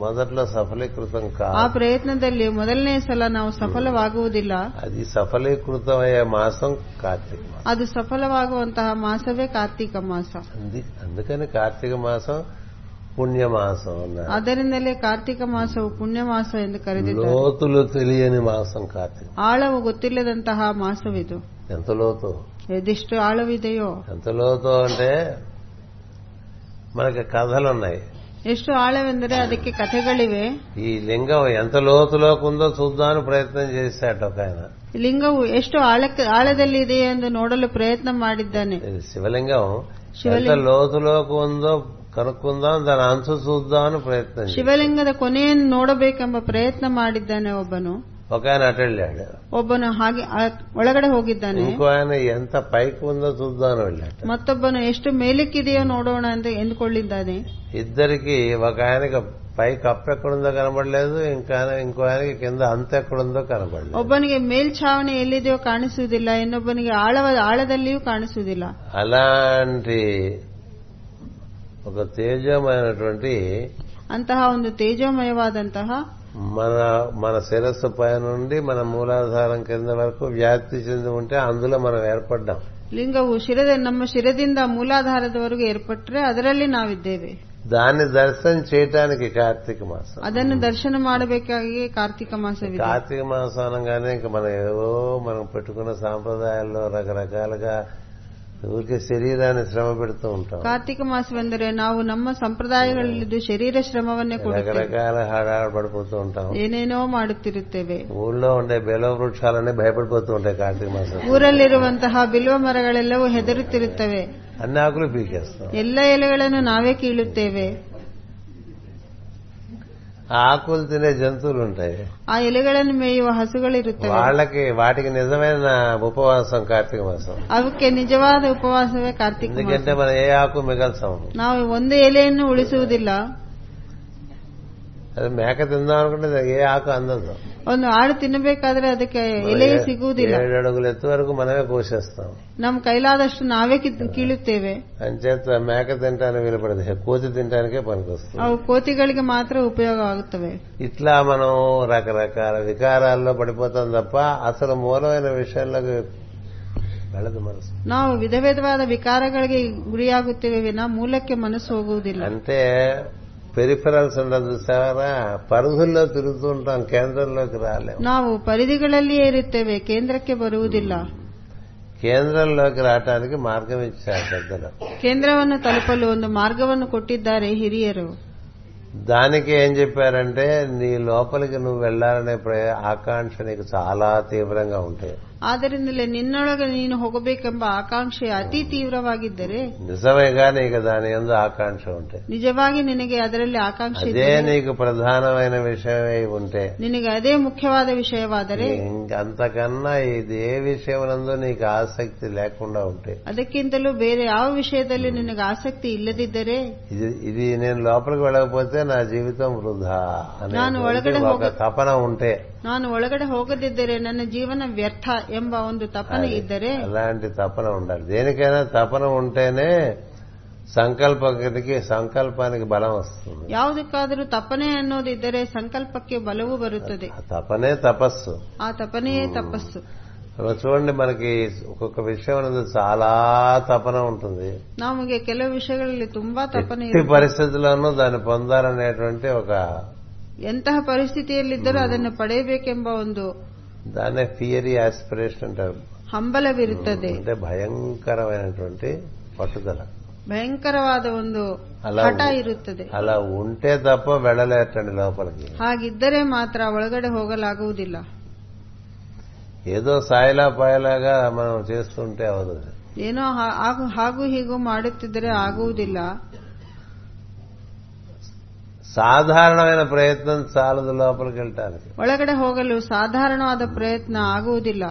S1: మొదట్లో సఫలీకృతం
S2: ಆ
S1: కాదు
S2: ಪ್ರಯತ್ನದಲ್ಲಿ ಮೊದಲನೇ ಸಲ ನಾವು ಸಫಲವಾಗುವುದಿಲ್ಲ
S1: అది సఫలీకృతం అయ్యే మాసం కార్తీక మాసం
S2: ಅದು ಸಫಲವಾಗುವಂತಹ ಮಾಸವೇ ಕಾರ್ತೀಕ ಮಾಸ
S1: అంది- అందుకని కార్తీక మాసం పుణ్యమాసం అన్నారు
S2: ಆದ್ದರಿಂದಲೇ ಕಾರ್ತೀಕ ಮಾಸವು ಪುಣ್ಯ ಮಾಸ ಎಂದು ಕರೆದಿದ್ದಾರೆ
S1: లోతులు తెలియని మాసం కార్తీక
S2: ಆಳವು ಗೊತ್ತಿಲ್ಲದಂತಹ ಮಾಸವಿದು
S1: ఎంత లోతు
S2: ಎದೆಷ್ಟು ಆಳವಿದೆಯೋ
S1: ఎంత లోతు అంటే మనకి కథలున్నాయి
S2: ಎಷ್ಟು ಆಳವೆಂದರೆ ಅದಕ್ಕೆ ಕಥೆಗಳಿವೆ
S1: ఈ లింగం ఎంత లోతులోకి ఉందో చూద్దామని ప్రయత్నం చేశాడు ఒక ఆయన
S2: ಲಿಂಗವು ಎಷ್ಟು ಆಳಕ್ಕೆ ಆಳದಲ್ಲಿ ಇದೆ ಎಂದು ನೋಡಲು ప్రయత్న ಮಾಡಿದ್ದಾನೆ
S1: ఇది శివలింగం ఎంత
S2: శివలింగం.
S1: లోతులోకి ఉందో కనుక్కుందాం దాని అంచు చూద్దామని ప్రయత్నం చేశాడు.
S2: ಶಿವಲಿಂಗದ ಕೊನೆಯನ್ನು ನೋಡಬೇಕೆಂಬ ಪ್ರಯತ್ನ ಮಾಡಿದ್ದಾನೆ ಒಬ್ಬನು
S1: ఒక ఆయన అటు వెళ్ళాడు
S2: ಒಬ್ಬನು ಹಾಗೆ ಆ- ಒಳಗಡೆ ಹೋಗಿದ್ದಾನೆ
S1: ఇంకో ఆయన ఎంత పైకి ఉందో చూద్దామని వెళ్ళాడు
S2: ಮತ್ತೊಬ್ಬನು ಎಷ್ಟು ಮೇಲಕ್ಕಿದೆಯೋ ನೋಡೋಣ ಅಂತ ಎಂದುಕೊಳ್ಳಿದ್ದಾನೆ
S1: ఇద్దరికి ఒక ఆయనకి పై కప్పు ఎక్కడుందో కనబడలేదు ఇంకా ఇంకో ఆయనకి కింద అంత ఎక్కడుందో కనబడలేదు
S2: ಒಬ್ಬನಿಗೆ ಮೇಲ್ಛಾವಣಿ ಎಲ್ಲಿದೆಯೋ ಕಾಣಿಸುವುದಿಲ್ಲ ಇನ್ನೊಬ್ಬನಿಗೆ ಆಳವಾದ ಆಳದಲ್ಲಿಯೂ ಕಾಣಿಸುವುದಿಲ್ಲ
S1: అలాంటి ఒక తేజమైనటువంటి
S2: ಅಂತಹ ಒಂದು ತೇಜೋಮಯವಾದಂತಹ
S1: మన మన శిరస్సు పై నుండి మన మూలాధారం కింద వరకు వ్యాప్తి చెంది ఉంటే అందులో మనం ఏర్పడ్డాం
S2: ಲಿಂಗವು ಶಿರದ ನಮ್ಮ ಶಿರದಿಂದ ಮೂಲಾಧಾರದವರೆಗೂ ಏರ್ಪಟ್ಟರೆ ಅದರಲ್ಲಿ ನಾವಿದ್ದೇವೆ
S1: దాన్ని దర్శనం చేయటానికి కార్తీక మాసం
S2: ಅದನ್ನು ದರ್ಶನ ಮಾಡಬೇಕಾಗಿ ಕಾರ್ತಿಕ ಮಾಸವಿದೆ
S1: కార్తీక మాసం అనగానే ఇంకా మనం ఏవో మనం పెట్టుకున్న సాంప్రదాయాల్లో రకరకాలుగా ఊరికే శరీరాన్ని శ్రమ పెడుతూ ఉంటాం
S2: ಕಾರ್ತಿಕ ಮಾಸವೆಂದರೆ ನಾವು ನಮ್ಮ ಸಂಪ್ರದಾಯಗಳಲ್ಲಿದ್ದು ಶರೀರ ಶ್ರಮವನ್ನೇ ಕೊಡುತ್ತೇವೆ
S1: రకరకాల హడావిడి పడిపోతూ ఉంటాం
S2: ಏನೇನೋ ಮಾಡುತ್ತಿರುತ್ತೇವೆ
S1: ఊళ్ళో ఉండే బెల వృక్షాలన్నీ భయపడిపోతూ ఉంటాయి కార్తీక మాసం
S2: ಊರಲ್ಲಿರುವಂತಹ ಬಿಲ್ವ ಮರಗಳೆಲ್ಲವೂ ಹೆದರುತ್ತಿರುತ್ತವೆ
S1: అన్ని ఆకులు పీకేస్తాం
S2: ಎಲ್ಲ ಎಲೆಗಳನ್ನು ನಾವೇ ಕೀಳುತ್ತೇವೆ
S1: ఆ ఆకులు తినే జంతువులు ఉంటాయి
S2: ಆ ಎಲೆಗಳನ್ನು ಮೇಯುವ ಹಸುಗಳಿರುತ್ತವೆ
S1: వాళ్ళకి వాటికి నిజమైన ఉపవాసం కార్తీక మాసం
S2: ಅವಕ್ಕೆ ನಿಜವಾದ ಉಪವಾಸವೇ ಕಾರ್ತಿಕ ಮಾಸ
S1: ఎందుకంటే మనం ఏ ఆకు మిగల్సాం
S2: ನಾವು ಒಂದು ಎಲೆಯನ್ನು ಉಳಿಸುವುದಿಲ್ಲ
S1: అది మేక తిందాం అనుకుంటే ఏ ఆకు అందదు
S2: ಒಂದು ಆಡು ತಿನ್ನಬೇಕಾದ್ರೆ ಅದಕ್ಕೆ ಎಲೆಯೇ ಸಿಗುವುದಿಲ್ಲ
S1: ఏడు అడుగులు ఎత్తు వరకు మనమే కోసేస్తాం
S2: ನಮ್ಮ ಕೈಲಾದಷ್ಟು ನಾವೇ ಕಿತ್- ಕೀಳುತ್ತೇವೆ
S1: అంచేత మేక తినటానికి వీలుపడదు కోతి తినటానికే పనికొస్తుంది
S2: ಅವು ಕೋತಿಗಳಿಗೆ ಮಾತ್ರ ಉಪಯೋಗವಾಗುತ್ತವೆ
S1: ఇట్లా మనం రకరకాల వికారాల్లో పడిపోతాం తప్ప అసలు మూలమైన విషయంలోకి వెళ్ళదు మనసు
S2: ನಾವು ವಿಧ ವಿಧವಾದ ವಿಕಾರಗಳಿಗೆ ಗುರಿಯಾಗುತ್ತೇವೆ ವಿನ ಮೂಲಕ್ಕೆ ಮನಸ್ಸು ಹೋಗುವುದಿಲ್ಲ
S1: అంటే పెరిఫరల్స్ ఉండదు చూసారా పరిధుల్లో తిరుగుతూ ఉంటాం కేంద్రంలోకి రాలేము
S2: ನಾವು ಪರಿಧಿಗಳಲ್ಲಿಯೇ ಇರುತ್ತೇವೆ ಕೇಂದ್ರಕ್ಕೆ ಬರುವುದಿಲ್ಲ
S1: కేంద్రంలోకి రావటానికి మార్గం ఇచ్చారు పెద్దలు
S2: ಕೇಂದ್ರವನ್ನು ತಲುಪಲು ಒಂದು ಮಾರ್ಗವನ್ನು ಕೊಟ್ಟಿದ್ದಾರೆ ಹಿರಿಯರು
S1: దానికి ఏం చెప్పారంటే నీ లోపలికి నువ్వు వెళ్లాలనే ప్ర- ఆకాంక్ష నీకు చాలా తీవ్రంగా ఉంటాయి
S2: ಆದ್ದರಿಂದಲೇ ನಿನ್ನೊಳಗೆ ನೀನು ಹೋಗಬೇಕೆಂಬ ಆಕಾಂಕ್ಷೆ ಅತಿ ತೀವ್ರವಾಗಿದ್ದರೆ
S1: నిజమేగా నీకు దాని ఎందు ఆకాంక్ష ఉంటాయి
S2: ನಿಜವಾಗಿ ನಿನಗೆ ಅದರಲ್ಲಿ ಆಕಾಂಕ್ಷೆ
S1: అదే
S2: ಇದ್ದರೆ,
S1: నీకు ప్రధానమైన విషయమై ఉంటే
S2: ನಿನಗೆ ಅದೇ ಮುಖ್ಯವಾದ ವಿಷಯವಾದರೆ
S1: ఇంక అంతకన్నా ఇది ఏ విషయమునందు నీకు ఆసక్తి లేకుండా ఉంటే
S2: ಅದಕ್ಕಿಂತಲೂ ಬೇರೆ ಯಾವ ವಿಷಯದಲ್ಲಿ ನಿನಗೆ ಆಸಕ್ತಿ ಇಲ್ಲದಿದ್ದರೆ
S1: ఇది ఇది నేను లోపలికి వెళ్ళకపోతే నా జీవితం వృధా
S2: నాను
S1: అనే
S2: ఒలగడ
S1: ఒక
S2: హోగ-
S1: తపన ఉంటే
S2: ನಾನು ಒಳಗಡೆ ಹೋಗದಿದ್ದರೆ ನನ್ನ ಜೀವನ ವ್ಯರ್ಥ ಎಂಬ ಒಂದು ತಪನೆ
S1: అది-
S2: ಇದ್ದರೆ
S1: అలాంటి తపన ఉండాలి దేనికైనా తపన ఉంటేనే సంకల్పకి సంకల్పానికి బలం వస్తుంది
S2: ಯಾವುದಕ್ಕಾದರೂ ತಪನೆ ಅನ್ನೋದಿದ್ದರೆ ಸಂಕಲ್ಪಕ್ಕೆ ಬಲವು ಬರುತ್ತದೆ
S1: ఆ తపనే తపస్సు
S2: ಆ ತಪನೆಯೇ ತಪಸ್ಸು
S1: అలా చూడండి మనకి ఒక్కొక్క విషయం అనేది చాలా తపన ఉంటుంది
S2: ನಮಗೆ ಕೆಲವು ವಿಷಯಗಳಲ್ಲಿ ತುಂಬಾ ತಪನೆ
S1: ఎట్టి
S2: ಇದೆ
S1: పరిస్థితుల్లోనూ దాన్ని పొందాలనేటువంటి ఒక
S2: ಎಂತಹ ಪರಿಸ್ಥಿತಿಯಲ್ಲಿದ್ದರೂ ಅದನ್ನು ಪಡೆಯಬೇಕೆಂಬ ಒಂದು
S1: దాన్నే ఫియరీ ఆస్పిరేషన్ అంటారు
S2: ಹಂಬಲವಿರುತ್ತದೆ
S1: అంటే భయంకరమైనటువంటి పట్టుదల
S2: ಭಯಂಕರವಾದ ಒಂದು
S1: ಅಲ್ಲ.
S2: ಹಠ ಇರುತ್ತದೆ
S1: అలా ఉంటే తప్ప వెళ్ళలేటండి లోపలికి
S2: ಹಾಗಿದ್ದರೆ ಮಾತ್ರ ಒಳಗಡೆ ಹೋಗಲಾಗುವುದಿಲ್ಲ
S1: ఏదో సాయిలా పాయలాగా మనం చేస్తుంటే అవదు
S2: ಏನೋ ಹಾ- ಹಾಗೂ- ಹಾಗೂ ಹೀಗೂ ಮಾಡುತ್ತಿದ್ದರೆ ಆಗುವುದಿಲ್ಲ
S1: సాధారణమైన ప్రయత్నం చాలదు లోపలికి వెళ్ళటానికి
S2: ಒಳಗಡೆ ಹೋಗಲು ಸಾಧಾರಣವಾದ ಪ್ರಯತ್ನ ಆಗುವುದಿಲ್ಲ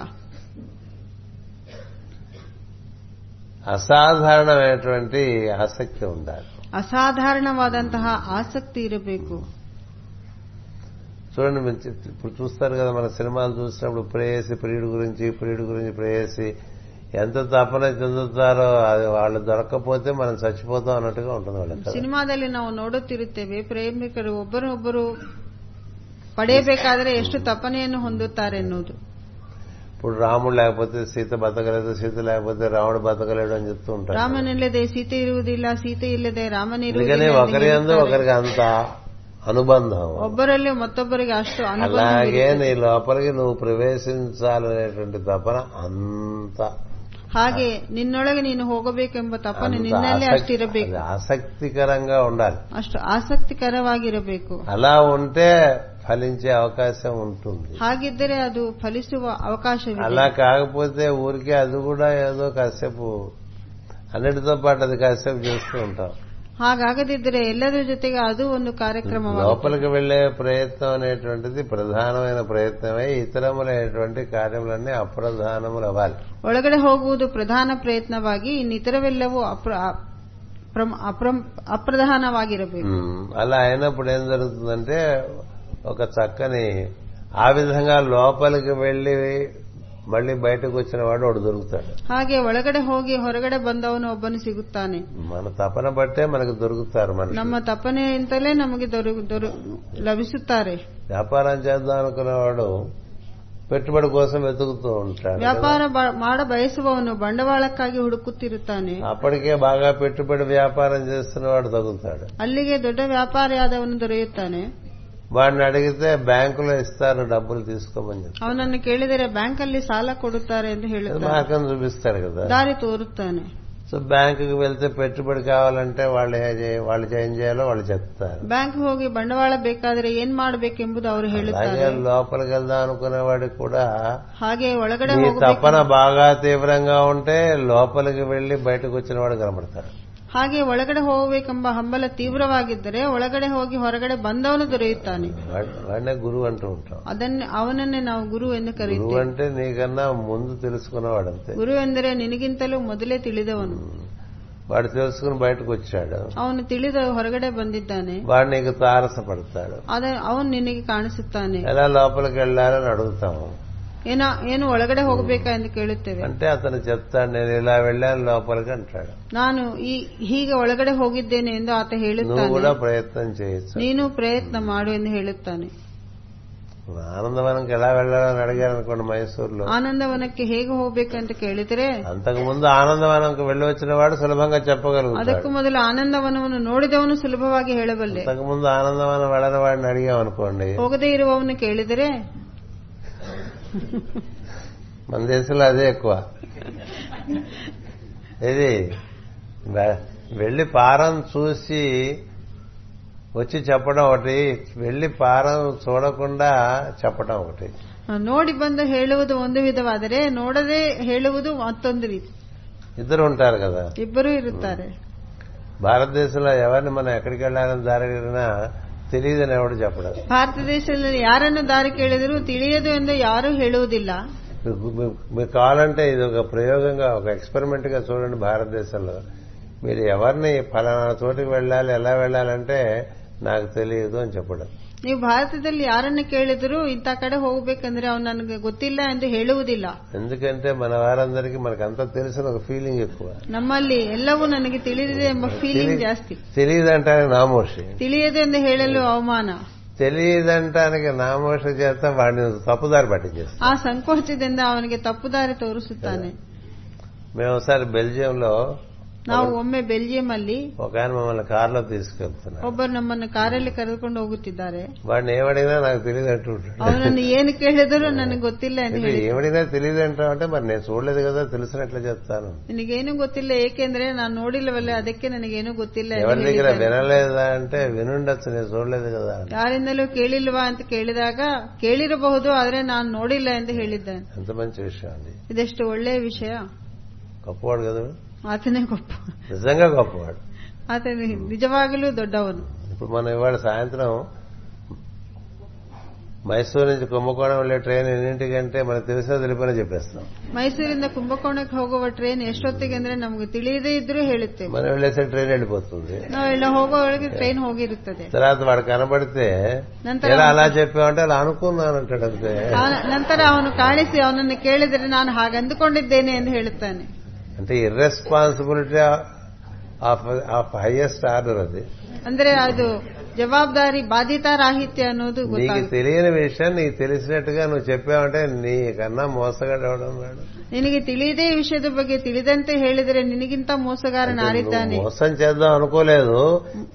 S1: అసాధారణమైనటువంటి ఆసక్తి ఉండాలి
S2: ಅಸಾಧಾರಣವಾದಂತಹ ಆಸಕ್ತಿ ಇರಬೇಕು
S1: చూడండి మీరు చెప్- ఇప్పుడు చూస్తారు కదా మన సినిమాలు చూసినప్పుడు ప్రేయసి ప్రియుడి గురించి ప్రియుడి గురించి ప్రేయసి ఎంత తపన చెందుతారో అది వాళ్ళు దొరకకపోతే మనం చచ్చిపోతాం అన్నట్టుగా ఉంటుంది వాళ్ళకి
S2: ಸಿನಿಮಾದಲ್ಲಿ ನಾವು ನೋಡುತ್ತಿರುತ್ತೇವೆ ಪ್ರೇಮಿಕರು ಒಬ್ಬರೊಬ್ಬರು ಪಡೆಯಬೇಕಾದರೆ ಎಷ್ಟು ತಪನೆಯನ್ನು ಹೊಂದುತ್ತಾರೆ ಎನ್ನುವುದು
S1: ఇప్పుడు రాముడు లేకపోతే సీత బతకలేదు సీత లేకపోతే రాముడు బతకలేడు అని చెప్తూ ఉంటారు
S2: ರಾಮನಿಲ್ಲದೆ ಸೀತೆ ಇರುವುದಿಲ್ಲ ಸೀತೆ ಇಲ್ಲದೆ ರಾಮನಿರುವುದಿಲ್ಲ
S1: అందుకని
S2: ಎಂದು
S1: ఒకరి అందు
S2: ಹೇಳುತ್ತಾರೆ.
S1: ఒకరికి అంత అనుబంధం
S2: ಒಬ್ಬರಲ್ಲಿ ಮತ್ತೊಬ್ಬರಿಗೆ ಅಷ್ಟು
S1: అలాగే
S2: ಅನುಭವ
S1: నీ లోపలికి నువ్వు ప్రవేశించాలనేటువంటి తపన అంత
S2: ಹಾಗೆ ನಿನ್ನೊಳಗೆ ನೀನು ಹೋಗಬೇಕೆಂಬ ತಪನೆ
S1: అంత
S2: ನಿನ್ನಲ್ಲೇ
S1: ఆసక్తి-
S2: ಅಷ್ಟಿರಬೇಕು
S1: అది ఆసక్తికరంగా ఉండాలి
S2: ಅಷ್ಟು ಆಸಕ್ತಿಕರವಾಗಿರಬೇಕು
S1: అలా ఉంటే ఫలించే అవకాశం ఉంటుంది
S2: ಹಾಗಿದ್ದರೆ ಅದು ಫಲಿಸುವ
S1: అలా
S2: ಅವಕಾಶವಿದೆ
S1: కాకపోతే ఊరికే అది కూడా ఏదో కాసేపు అన్నిటితో పాటు అది కాసేపు చేస్తూ ఉంటాం
S2: ಹಾಗಾಗದಿದ್ದರೆ ಎಲ್ಲರ ಜೊತೆಗೆ ಅದು ಒಂದು ಕಾರ್ಯಕ್ರಮವಾಗಿದೆ
S1: లోపలికి వెళ్లే ప్రయత్నం అనేటువంటిది ప్రధానమైన ప్రయత్నమై ఇతరములైనటువంటి కార్యములన్నీ అప్రధానములు అవ్వాలి
S2: ಒಳಗಡೆ ಹೋಗುವುದು ಪ್ರಧಾನ ಪ್ರಯತ್ನವಾಗಿ ಇನ್ನಿತರವೆಲ್ಲವೂ ಅಪ್ರ- ಅಪ್ರಮ್- ಅಪ್ರಮ್- ಅಪ್ರಧಾನವಾಗಿರಬೇಕು
S1: ఉమ్, Hmm. అలా అయినప్పుడు ఏం జరుగుతుందంటే ఒక చక్కని ఆ విధంగా లోపలికి వెళ్లి మళ్ళీ బయటకు వచ్చిన వాడు ఒకడు దొరుకుతాడు
S2: ಹಾಗೆ ಒಳಗಡೆ ಹೋಗಿ ಹೊರಗಡೆ ಬಂದವನು ಒಬ್ಬನು ಸಿಗುತ್ತಾನೆ
S1: మన తపన బట్టే మనకు దొరుకుతారు మనకి
S2: ನಮ್ಮ ತಪ್ಪನೆಯಿಂದಲೇ ನಮಗೆ ದೊರ- ದೊರ- ಲಭಿಸುತ್ತಾರೆ
S1: వ్యాపారం చేద్దాం అనుకునేవాడు పెట్టుబడి కోసం వెతుకుతూ ఉంటాడు కదా.
S2: ವ್ಯಾಪಾರ ಬ- ಮಾಡ ಬಯಸುವವನು ಬಂಡವಾಳಕ್ಕಾಗಿ ಹುಡುಕುತ್ತಿರುತ್ತಾನೆ
S1: అప్పటికే బాగా పెట్టుబడి వ్యాపారం చేస్తున్నవాడు తగులుతాడు
S2: ಅಲ್ಲಿಗೆ ದೊಡ್ಡ ವ್ಯಾಪಾರಿಯಾದವನು ದೊರೆಯುತ್ತಾನೆ
S1: వాడిని అడిగితే ಬ್యాంకులో ఇస్తారు డబ్బులు తీసుకోమని చెప్తారు
S2: ಅವನನ್ನು ಕೇಳಿದರೆ ಬ್ಯಾಂಕ್ ಅಲ್ಲಿ ಸಾಲ ಕೊಡುತ್ತಾರೆ ಎಂದು ಹೇಳುತ್ತಾನೆ
S1: మార్గం చూపిస్తాడు కదా
S2: ದಾರಿ ತೋರುತ್ತಾನೆ
S1: సో బ్యాంకుకి వెళ్తే పెట్టుబడి కావాలంటే వాళ్ళు ఏ చే- వాళ్ళు ఏం చేయాలో వాళ్ళు చెప్తారు
S2: ಬ್ಯಾಂಕ್ ಹೋಗಿ ಬಂಡವಾಳ ಬೇಕಾದರೆ ಏನ್ ಮಾಡಬೇಕೆಂಬುದು ಅವರು
S1: అలాగే
S2: ಹೇಳುತ್ತಾರೆ
S1: లోపలికి వెళ్దాం అనుకునేవాడికి కూడా
S2: ಹಾಗೆ ಒಳಗಡೆ
S1: నీ
S2: ಹೋಗಬೇಕು
S1: తపన బాగా తీవ్రంగా ఉంటే లోపలికి వెళ్లి బయటకు వచ్చిన వాడు కనబడతాడు
S2: ಹಾಗೆ ಒಳಗಡೆ ಹೋಗಬೇಕೆಂಬ ಹಂಬಲ ತೀವ್ರವಾಗಿದ್ದರೆ ಒಳಗಡೆ ಹೋಗಿ ಹೊರಗಡೆ ಬಂದವನು ದೊರೆಯುತ್ತಾನೆ
S1: వాడ్- వాడినే గురువు అంటూ ఉంటాం
S2: ಅದನ್ನ ಅವನನ್ನೇ ನಾವು ಗುರು ಎಂದು
S1: గురువు
S2: ಕರೆಯುತ್ತೇವೆ
S1: అంటే ನೀకన్నా ముందు తెలుసుకున్నవాడు అంతే
S2: ಗುರು ಎಂದರೆ ನಿನಗಿಂತಲೂ ಮೊದಲೇ ತಿಳಿದವನು
S1: వాడు తెలుసుకుని బయటకు వచ్చాడు
S2: ಅವನು ತಿಳಿದ ಹೊರಗಡೆ ಬಂದಿದ್ದಾನೆ
S1: వాడు నీకు తారసపడతాడు
S2: ಅದ ಅವನು ನಿನಗೆ ಕಾಣಿಸುತ್ತಾನೆ
S1: ఎలా లోపలికి వెళ్ళాలని అడుగుతాము
S2: ಏನ ಏನು ಒಳಗಡೆ ಹೋಗಬೇಕಾ ಎಂದು ಕೇಳುತ್ತೇವೆ
S1: అంటే అతను చెప్తాడు నేను ఇలా వెళ్ళాను లోపలికి అంటాడు
S2: ನಾನು ಈ ಹೀಗೆ ಒಳಗಡೆ ಹೋಗಿದ್ದೇನೆ ಎಂದು ಆತ
S1: నువ్వు కూడా
S2: ಹೇಳುತ್ತಾನೆ
S1: ప్రయత్నం చేయొచ్చు
S2: ನೀನು ಪ್ರಯತ್ನ ಮಾಡು ಎಂದು ಹೇಳುತ್ತಾನೆ
S1: ఇప్పుడు ఆనందవనంకి ఎలా వెళ్ళాలని అడిగారు అనుకోండి మైసూరులో
S2: ಆನಂದವನಕ್ಕೆ ಹೇಗೆ ಹೋಗ್ಬೇಕಂತ ಕೇಳಿದರೆ
S1: అంతకు ముందు ఆనందవనంకి వెళ్ళి వచ్చిన వాడు సులభంగా చెప్పగలుగుతాడు
S2: ಅದಕ್ಕೂ ಮೊದಲು ಆನಂದವನವನ್ನು ನೋಡಿದವನು ಸುಲಭವಾಗಿ ಹೇಳಬಲ್ಲೆ
S1: అంతకు ముందు ఆనందవనం వెళ్ళని వాడిని అడిగాం అనుకోండి
S2: ಹೋಗದೇ ಇರುವವನು ಕೇಳಿದರೆ
S1: మన దేశంలో అదే ఎక్కువ ఇది వె- వెళ్ళి పారం చూసి వచ్చి చెప్పడం ఒకటి వెళ్ళి పారం చూడకుండా చెప్పడం ఒకటి
S2: ನೋಡಿ ಬಂದು ಹೇಳುವುದು ಒಂದು ವಿಧವಾದರೆ ನೋಡದೆ ಹೇಳುವುದು ಮತ್ತೊಂದು ರೀತಿ
S1: ఇద్దరు ఉంటారు కదా
S2: ಇಬ್ಬರೂ ಇರುತ್ತಾರೆ
S1: భారతదేశంలో ఎవరిని మనం ఎక్కడికి వెళ్ళాలని దారినా తెలియదని ఎవడు చెప్పడం
S2: ಭಾರತ ದೇಶದಲ್ಲಿ ಯಾರನ್ನು ದಾರಿ ಕೇಳಿದರೂ ತಿಳಿಯದು ಎಂದು ಯಾರೂ ಹೇಳುವುದಿಲ್ಲ
S1: మీకు- మీకు- మీకు కావాలంటే ఇది ఒక ప్రయోగంగా ఒక ఎక్స్పెరిమెంట్ గా చూడండి భారతదేశంలో మీరు ఎవరిని ఫలానా చోటికి వెళ్ళాలి ఎలా వెళ్ళాలంటే నాకు తెలియదు అని చెప్పడం
S2: ನೀವು ಭಾರತದಲ್ಲಿ ಯಾರನ್ನು ಕೇಳಿದರೂ ಇಂಥ ಕಡೆ ಹೋಗಬೇಕಂದ್ರೆ ಅವನು ನನಗೆ ಗೊತ್ತಿಲ್ಲ ಎಂದು ಹೇಳುವುದಿಲ್ಲ
S1: ఎందుకంటే మన వారందరికీ మనకంతా తెలిసిన ఒక ఫీలింగ్ ఎక్కువ
S2: ನಮ್ಮಲ್ಲಿ ಎಲ್ಲವೂ ನನಗೆ ತಿಳಿದಿದೆ ಎಂಬ ಫೀಲಿಂಗ್ ಜಾಸ್ತಿ
S1: తెలియదంటానికి నామోషి
S2: ತಿಳಿಯದು ಎಂದು ಹೇಳಲು ಅವಮಾನ
S1: తెలియదంటానికి నామోషి చేత వాడిని తప్పుదారి పట్టించేస్తాం
S2: ಆ ಸಂಕೋಚದಿಂದ ಅವನಿಗೆ ತಪ್ಪುದಾರಿ ತೋರಿಸುತ್ತಾನೆ
S1: మేము ఒకసారి బెల్జియంలో
S2: ನಾವು ಒಮ್ಮೆ ಬೆಲ್ಜಿಯಂ ಅಲ್ಲಿ
S1: ఒక ఆయన మమ్మల్ని కారులో తీసుకెళ్తున్నాం
S2: ಒಬ್ಬರು ನಮ್ಮನ್ನು ಕಾರಲ್ಲಿ ಕರೆದುಕೊಂಡು ಹೋಗುತ್ತಿದ್ದಾರೆ
S1: వాడిని ఏమడిగినా నాకు తెలియదు అంటుంటాడు
S2: ಅವನನ್ನು ಏನು ಕೇಳಿದರೂ ನನಗೆ ಗೊತ್ತಿಲ್ಲ ಎಂದು
S1: ఇది
S2: ಹೇಳಿ
S1: ఏమడిగినా తెలియదు అంటావు అంటే మరి నేను చూడలేదు కదా తెలిసినట్లు చెప్తాను
S2: ನಿನಗೇನು ಗೊತ್ತಿಲ್ಲ ಏಕೆಂದ್ರೆ ನಾನು ನೋಡಿಲ್ಲವಲ್ಲ ಅದಕ್ಕೆ ನನಗೇನು ಗೊತ್ತಿಲ್ಲ ಎಂದು
S1: ఎవరి దగ్గర
S2: ಹೇಳಿದ್ದಾನೆ.
S1: వినలేదా అంటే వినుండొచ్చు నేను చూడలేదు కదా అని.
S2: ಯಾರಿಂದಲೂ ಕೇಳಿಲ್ವಾ ಅಂತ ಕೇಳಿದಾಗ ಕೇಳಿರಬಹುದು ಆದರೆ ನಾನು ನೋಡಿಲ್ಲ ಎಂದು ಹೇಳಿದ್ದಾನೆ
S1: ఎంత మంచి విషయం అండి
S2: ಇದೆಷ್ಟು ಒಳ್ಳೆಯ ವಿಷಯ
S1: గొప్పవాడు కదా
S2: ಆತನೇ ಗೊಪ್ಪ
S1: నిజంగా గొప్పవాడు
S2: ಆತ ನಿಜವಾಗಲೂ ದೊಡ್ಡವನು
S1: ఇప్పుడు మనం ఇవాళ సాయంత్రం మైసూరు నుంచి కుంభకోణం వెళ్లే ట్రైన్ ఎన్నింటికంటే మనకు తెలిసినా తెలిపినా చెప్పేస్తాం
S2: ಮೈಸೂರಿಂದ ಕುಂಭಕೋಣಕ್ಕೆ ಹೋಗುವ ಟ್ರೈನ್ ಎಷ್ಟೊತ್ತಿಗೆ ಅಂದ್ರೆ ನಮಗೆ ತಿಳಿಯದೇ ಇದ್ರೂ ಹೇಳುತ್ತೇವೆ
S1: మనం వెళ్ళేసరి ట్రైన్ వెళ్ళిపోతుంది
S2: ನಾವೆಲ್ಲ ಹೋಗೋವರೆಗೆ ಟ್ರೈನ್ ಹೋಗಿರುತ್ತದೆ
S1: తర్వాత వాడు కనబడితే
S2: ನಂತರ
S1: ఎలా అలా చెప్పామంటే అలా అనుకున్నాను అంటాడు అంతే
S2: ಅವನ- ನಂತರ ಅವನು ಕಾಣಿಸಿ ಅವನನ್ನು ಕೇಳಿದರೆ ನಾನು ಹಾಗೆ ಅಂದುಕೊಂಡಿದ್ದೇನೆ ಎಂದು ಹೇಳುತ್ತಾನೆ
S1: అంటే irresponsibility of of highest order అది
S2: ಅಂದ್ರೆ ಅದು ಜವಾಬ್ದಾರಿ ಬಾಧಿತಾರಾಹಿತ್ಯ ಅನ್ನೋದು
S1: నీకు
S2: ಗೊತ್ತಾಗುತ್ತೆ
S1: తెలియని విషయం నీకు తెలిసినట్టుగా నువ్వు చెప్పావంటే నీకన్నా మోసగాడు ఎవడన్నాడు
S2: ನಿನಗೆ ತಿಳಿಯದೇ ಈ ವಿಷಯದ ಬಗ್ಗೆ ತಿಳಿದಂತೆ ಹೇಳಿದರೆ ನಿನಗಿಂತ ಮೋಸಗಾರನಾರಿದ್ದಾನೆ
S1: మోసం చేద్దాం అనుకోలేదు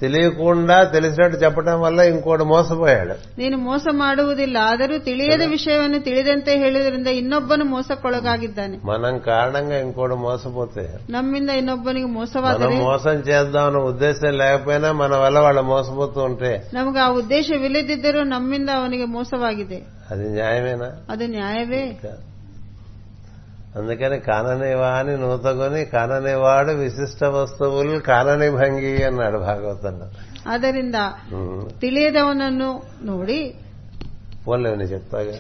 S1: తెలియకుండా తెలిసినట్టు చెప్పడం వల్ల ఇంకోటి మోసపోయాడు
S2: ನೀನು ಮೋಸ ಮಾಡುವುದಿಲ್ಲ ಆದರೂ ತಿಳಿಯದ ವಿಷಯವನ್ನು ತಿಳಿದಂತೆ ಹೇಳಿದ್ರಿಂದ ಇನ್ನೊಬ್ಬನು ಮೋಸಕ್ಕೊಳಗಾಗಿದ್ದಾನೆ
S1: మనం కారణంగా ఇంకోటి మోసపోతే
S2: ನಮ್ಮಿಂದ ಇನ್ನೊಬ್ಬನಿಗೆ
S1: మనం
S2: ಮೋಸವಾದರೆ
S1: మోసం చేద్దాం అన్న ఉద్దేశం లేకపోయినా మన వల్ల వాళ్ళు మోసపోతూ ఉంటే
S2: ನಮಗೆ ಆ ಉದ್ದೇಶವಿಲ್ಲದಿದ್ದರೂ ನಮ್ಮಿಂದ ಅವನಿಗೆ ಮೋಸವಾಗಿದೆ
S1: అది న్యాయమేనా
S2: ಅದು ನ್ಯಾಯವೇ
S1: కాదు. అందుకని కాననేవాని నూతకొని కాననేవాడు విశిష్ట వస్తువులు కానని భంగి అన్నాడు భాగవతంలో
S2: ಆದ್ದರಿಂದ
S1: ఉమ్.
S2: ತಿಳಿಯದವನನ್ನು ನೋಡಿ
S1: పోలేవని చెప్తాగా